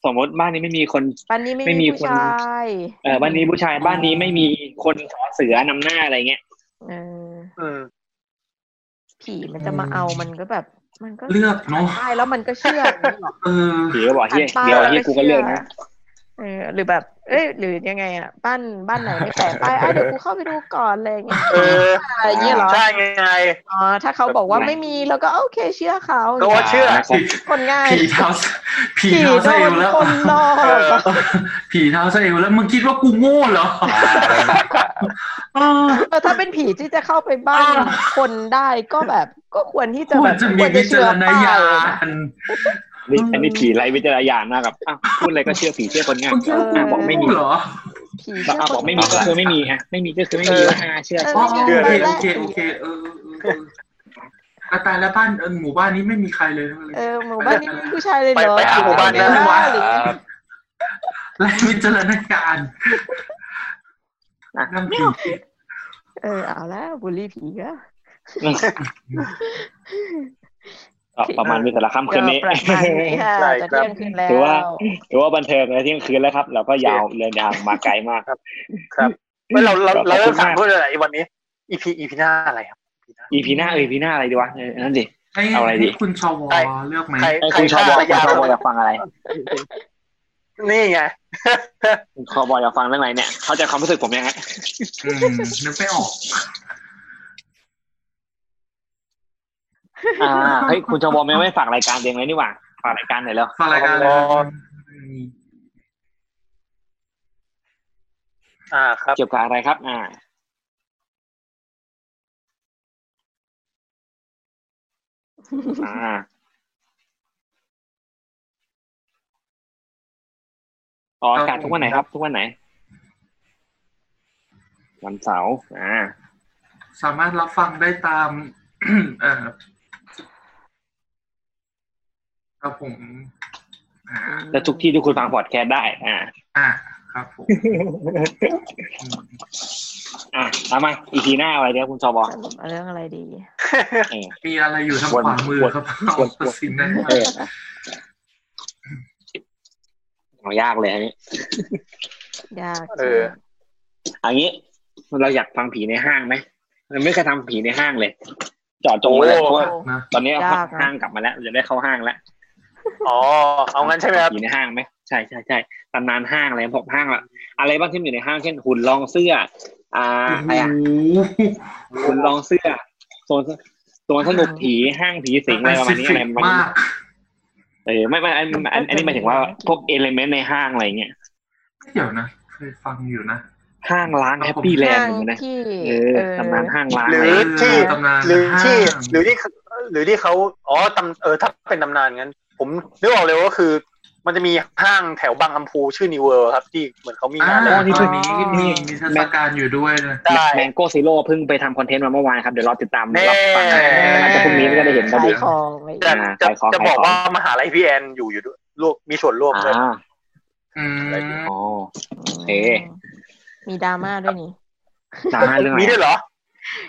D: สมมติบ้านนี้ไม่มีคน
F: บ้านนี้ไม่
D: ไม่มี
F: มี
D: ค
F: ผู้
D: น
F: ชาย
D: เออบ้านนี้ผู้ชายบ้านนี้ไม่มีคนสอเสือนำหน้าอะไรเงี้ย
F: เออ
H: เออ
F: ผีมันจะมาเอามันก็แบบ มันก็
E: เลือกเนาะ
F: ได้แล้วมันก็เชื่ออย่างนี้หรอ
E: เออ
D: ผีก็บอกเฮียเดี๋ยวเฮียกูก็เลือกนะ
F: เออหรือแบบ เอ้ยหรือยังไงอ่ะบ้านบ้านไหนไม่แตะป้ายอ่ะเดี๋ยวกูเข้าไปดูก่อนอะไรอย่างเงี้ย
H: เออ
F: อะไรอย่างเงี้ยเหรอ
H: ใช่ไง
F: อ๋อถ้าเขาบอกว่าไม่มีแล้วก็โอเคเชื่อเขา
H: ก็ว่าเชื่อ
D: นะครับ
F: คนง่าย
E: ผีเท้าผี
F: โด
E: เท้าเซล
F: น
E: แล้ว
F: คนหลอก
H: เออ
E: ผีเท้าเซลแล้วมึงคิดว่ากูโง่เหรอเออ
F: เออถ้าเป็นผีที่จะเข้าไปบ้าน
E: อ่า
F: คนได้ก็แบบก็ควรที่
E: ค
F: จะ
E: ว
F: แบ
E: ร
F: บ
E: จะมีวิจารณญาณ
D: นี่อันนี้ผีไรวิจารณญาณมากครับอ้าวพูดอะไรก็เชื่อผีเชื่อคนง่าย
E: มึงคิดว่ากู
D: อ่ะบอกไม่
E: โง่
D: มี
E: เหรอ
F: ผีเชื่อ
D: อ่ะ
F: ค
D: บอก
F: น
D: ไม่มีก็คือไม่มีอ่ะไม่มีก็คือไม่มีอ่ะเชื่อ
E: อ๋อ
H: เชื่อ
E: โอเคโอเคโอเคเออเออเอออะตายแล้วบ้านเออหมู่บ้านนี้ไม่มีใครเลยทั้งนั้นเลย
F: เออหมู่บ้านนี้มีผู้ชายเลยเหรอ
H: ไปไปหาหมู่บ้านนะ
F: หรือ
E: ไรวิจารณญาณ
D: อ่ะ
E: นั่นผี
F: เออเอาแล้วบุลลี่ผีก็
D: ก็ประมาณนี้สำหรับค่ำคืนนี้
F: ก็ประมาณนี้ค่ะ
H: ได้
F: จะ
H: ครั
F: เที่
H: บ
F: ยงคืนแล้ว
D: ถือว่า ถือว่าบันเทิงในเที่ยงคืนแล้วครับ เราก็ยาวเรือยางมาไกลมาก
H: ไม่เราเราเรา
D: ขอบคุณ
H: เริ่มถาม
D: มาก
H: เพื่ออะไรวันนี้ EP EP หน้าอะไรครับ
D: อีพีหน้าเออพีหน้าอะไรดีวะเออนั่นดิ
E: ให้
D: เอาอะไรดี
E: ให้คุณชว
H: ใคร
E: เลือกไหม
H: ใคร
D: ไอ้
H: ใคร
D: คุณชอบอย
H: ฆ่าภรรยา
D: ชอ
H: เรา
D: บอยอยากฟังอะไร
H: นี่ไง
D: คุณชอบบอยอยากฟังเรื่องอะไรเนี่ยเข้าใจความรู้สึกผมยังไง
E: อืมนึกไม่ออก
D: อ่าเฮ้ยคุณชอบบอยยังไม่ฝากรายการเองเลยนี่หว่าฝากรายการหน่อยแล้ว
E: ฟังรายการเลย
H: อ๋อ อ่าครับ
D: เกี่ยวกับอะไรครับ อ่า อ่า ออกอากาศทุกวันไหนครับ ทุกวันไหน วันเสาร์อ่า
E: สามารถรับฟังได้ตาม เอ่อครับผมอ่า
D: และทุกที่ที่คุณฟังพอดแคสต์ได้ อ่า
E: อ่ะครับผมอืม
D: อ่ะทำไมาอีพีหน้าอะไรเดี๋ยวคุณชอบอ
F: สรุปเรื่องอะไรดี
E: มีอะไรอยู่ทางขวามือครับ
D: วน
E: ตัดสินได้ไหม
D: เออเอายากเลยอันนี้
F: ยาก
H: เออ
D: อันนี้เราอยากฟังผีในห้างไหมเราไม่เคยทำผีในห้างเลยเจอดจงไว้เลย
H: โอ้
D: เพราะว่า
F: โอ้
E: นะ
D: ตอนนี้
F: ยากนะ
D: ห้างกลับมาแล้วจะได้เข้าห้างแล้ว
H: อ๋อเอางั้นใช่ไหมครับ
D: ผีในห้างไหมใช่ใช่ใช่ตำนานห้างอะไรพวกห้างอะอะไรบ้างที่มันอยู่ในห้างเช่นหุ่นรองเสื้อ อ่าอะไรอะ
E: โอ้โห
D: หุ่นรองเสื้อโซนโซนสนุกผีห้างผีสิงอะไรประมาณนี้อะไรประมาณนี้
E: มาก
D: เออไม่ไม่อันอันอันอันนี้หมายถึงว่าพวกเอลิเมนต์ในห้างอะไรเงี้ย
E: เดี๋ยวนะ เคยฟังอยู่นะ
D: ห้างร้างแฮปปี้แลนด์เหมือนกันนะ
F: ที่
D: เออตำนานห้างร้าง
H: ห
D: อะไร
H: รือ
D: เงี้ย
H: ที่
E: ตำนาน
H: หรือที่
E: ห้าง
H: หรือที่หรือที่เขาอ๋อตำเออถ้าเป็นตำนานงั้น ผมนึกออกเลยว่าคือ มันจะมีห้างแถวบางลำพูชื่อนิเวอร์ครับ ที่เหมือนเขา
E: อ่าง
H: มีานเลย
E: ตอนนี้มีมีเทศกาลอยู่ด้วยนะ
H: ได้
D: แมงโก้ซีโร่เพิ่งไปทำคอนเทนต์มาเมื่อวานครับ เดี๋ยวรอติดตาม
H: แน่
D: รับฟังกันน่าจะพรุ่งนี้น่าจะได้เห็นพอ
F: ขา
D: ดี
F: ยของไม่
H: จะ
D: อ่า
H: จะ
D: ขายของ
H: จะ
D: ขายของ
H: บอกว่ามหาลัยพี่แอนอยู่อยู่ด้วยร่วมมีส่วนร่วมด้วย
D: อ่า
E: อืม
D: อ๋อ เค
F: มีดราม่าด้วยนี่
D: ดราม่าเรื่องอะ
H: มี
D: ไร
H: ด้วยเหรอ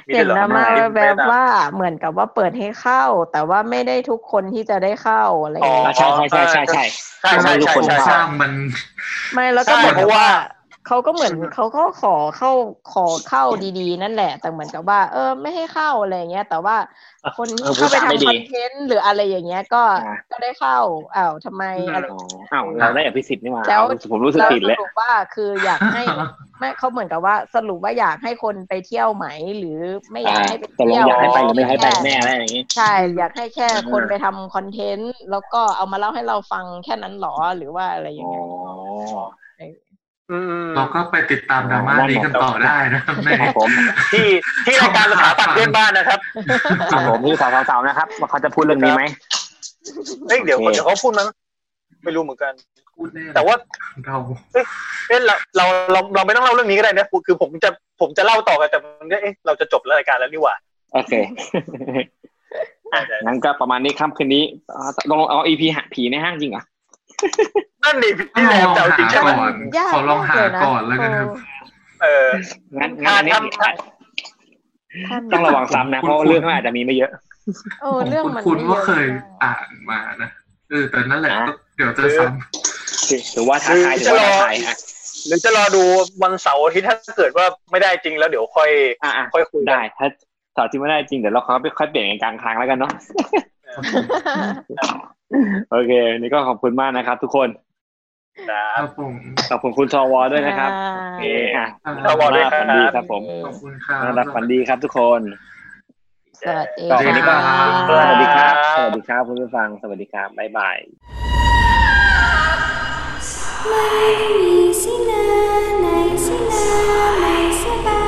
H: มี
F: เห็
H: ด้วน ยเหรอ
F: ดราม่า
H: ไม่
F: แบบ
H: ไม่
F: ว่าเหมือนกับว่าเปิดให้เข้า แต่ว่าไม่ได้ทุกคนที่จะได้เข้าอะไรอย่าง
D: อ่า
F: เงี้ย
D: ใช่ใช่ใช่ใช่ใช่
H: ใช่ใช่ใช่ใช่
E: ส
H: ใช่
E: ร้างมัน
F: ไม่แล้วก็
H: ใช่
F: เหมือน
H: เพ
F: กับ
H: ราะว่า
F: ว่าเขาก็เหมือนเขาก็ขอเข้าขอเข้าดีๆ นั่นแหละ แต่เหมือนกับว่า เออ ไม่ให้เข้าอะไรอย่างเงี้ย แต่ว่าคน
D: เออ
F: ที่เข้า
D: พูดจา
F: ไป
D: ไม่
F: ทำ
D: ดี
F: คอนเทนต์หรืออะไรอย่างเงี้ยก็
D: อ่า
F: ก็ได้เข้า อ้าวทำไมอะไร
D: อ๋ออ้าวเราได้อภิสิทธิ์นี่หว่า
F: แล้ว
D: เอาผมรู้สึก
F: แล้ว
D: ผิด
F: ส
D: แล้ว
F: รุปว่าคืออยาก ให้ไม่เขาเหมือนกับว่าสรุปว่าอยากให้คนไปเที่ยวไหมหรือไม่อยาก
D: อ่า
F: ให้ไป
D: ตกลง
F: เที่ยว
D: อยากให้ไปหรือไม่ให้ไปแน่อะไรอย่างงี้
F: ใช่อยากให้แค่คนไปทำคอนเทนต์แล้วก็เอามาเล่าให้เราฟังแค่นั้นหรอหรือว่าอะไรอย่า
D: อ๋
F: ง
D: อ
F: เงี้ย
H: อืม
E: เราก็ไปติดตามดราม่านี้กันต่อได้นะครับใน
D: ครับผม
H: ที่ที่รายการสถาปัตย์เพื่อนบ้านนะครับ
D: ครับผมที่สาวสาวๆนะครับว่าเขาจะพูดเรื่องนี้ไหม
H: เอ้ยเดี๋ยว
D: โอเค
H: เดี๋ยวเขาพูดมั้งไม่รู้เหมือนกัน
E: พูดแน่เลย
H: แต่ว่า
E: เรา
H: เอ้ยเราเราเราเราไม่ต้องเล่าเรื่องนี้ก็ได้นะคือผมจะผมจะเล่าต่อกันแต่มันก็เอ๊ะเราจะจบรายการแล้วนี่หว่า
D: โอเค งั้นก็ประมาณนี้ค่ำคืนนี้อ่าลองเอาอีพีผีในห้างจริงเหรอ
H: นั่นดิ
E: ต้อง
H: พี่แอ
E: ล
H: น
E: อง
H: จะเอาจริง
E: หา
H: ใช่ไหม
E: ก่อน
F: ยาก
E: ขอลองหา
F: เยะ
E: ก่อนแล้วกันครับ
F: โอ้
H: เออ
D: งั้นงั้นอันนี้
H: ครับ
F: ถ้ามี
D: ต้องระวังซ้ำนะเพราะเรื่องมันอาจจะมีไม่เยอะ
F: เอ
E: ผ
F: อเรื่อง
E: ม
F: มัน
E: คุ้น
F: ไม่
E: ๆว่าเคย
F: อะมาก
E: อ่านมานะเออแต่นั่นแหละ
D: อ่ะ
E: ก็เดี๋ยวจะซ้
D: ถือว่าท้าทาย
H: หรือ
D: ถือ
H: จะร
D: ว่า
H: อ
D: ท้าทายอ่ะ
H: หรือจะรอดูวันเสาร์อาทิตย์ถ้าเกิดว่าไม่ได้จริงแล้วเดี๋ยวค่อย
D: อ่ะอ่ะ
H: ค่อยคุยกัน
D: ได้ถ้าสาวจริงไม่ได้จริงเดี๋ยวเราค่อยค่อยเปลี่ยนกันกลางทางแล้วกันเนาะโอเควันนี่ก็ขอบคุณมากนะครับ ทุกคน
E: ำครับผม
D: ขอบคุณคุณชวด้วยนะครับโอเคอ่ะ
H: ชวด้วยครับ
D: ฝันดีครับผม
E: ขอบคุณครับ
D: น่ารักฝันดีครับทุกคน
F: สวัส
D: ส
F: ดี
D: วัสดีค
F: ค่ะ
D: รับ ส
H: ส
D: วัส
H: วัสดี
D: ดีค
H: ครั
D: รับ
H: บ
D: สวัสดีครับคุณผู้ฟัง สวัสดีครับ บ๊ายบาย
L: ไม่มีสินะไหนสินะไหนเสียบ้า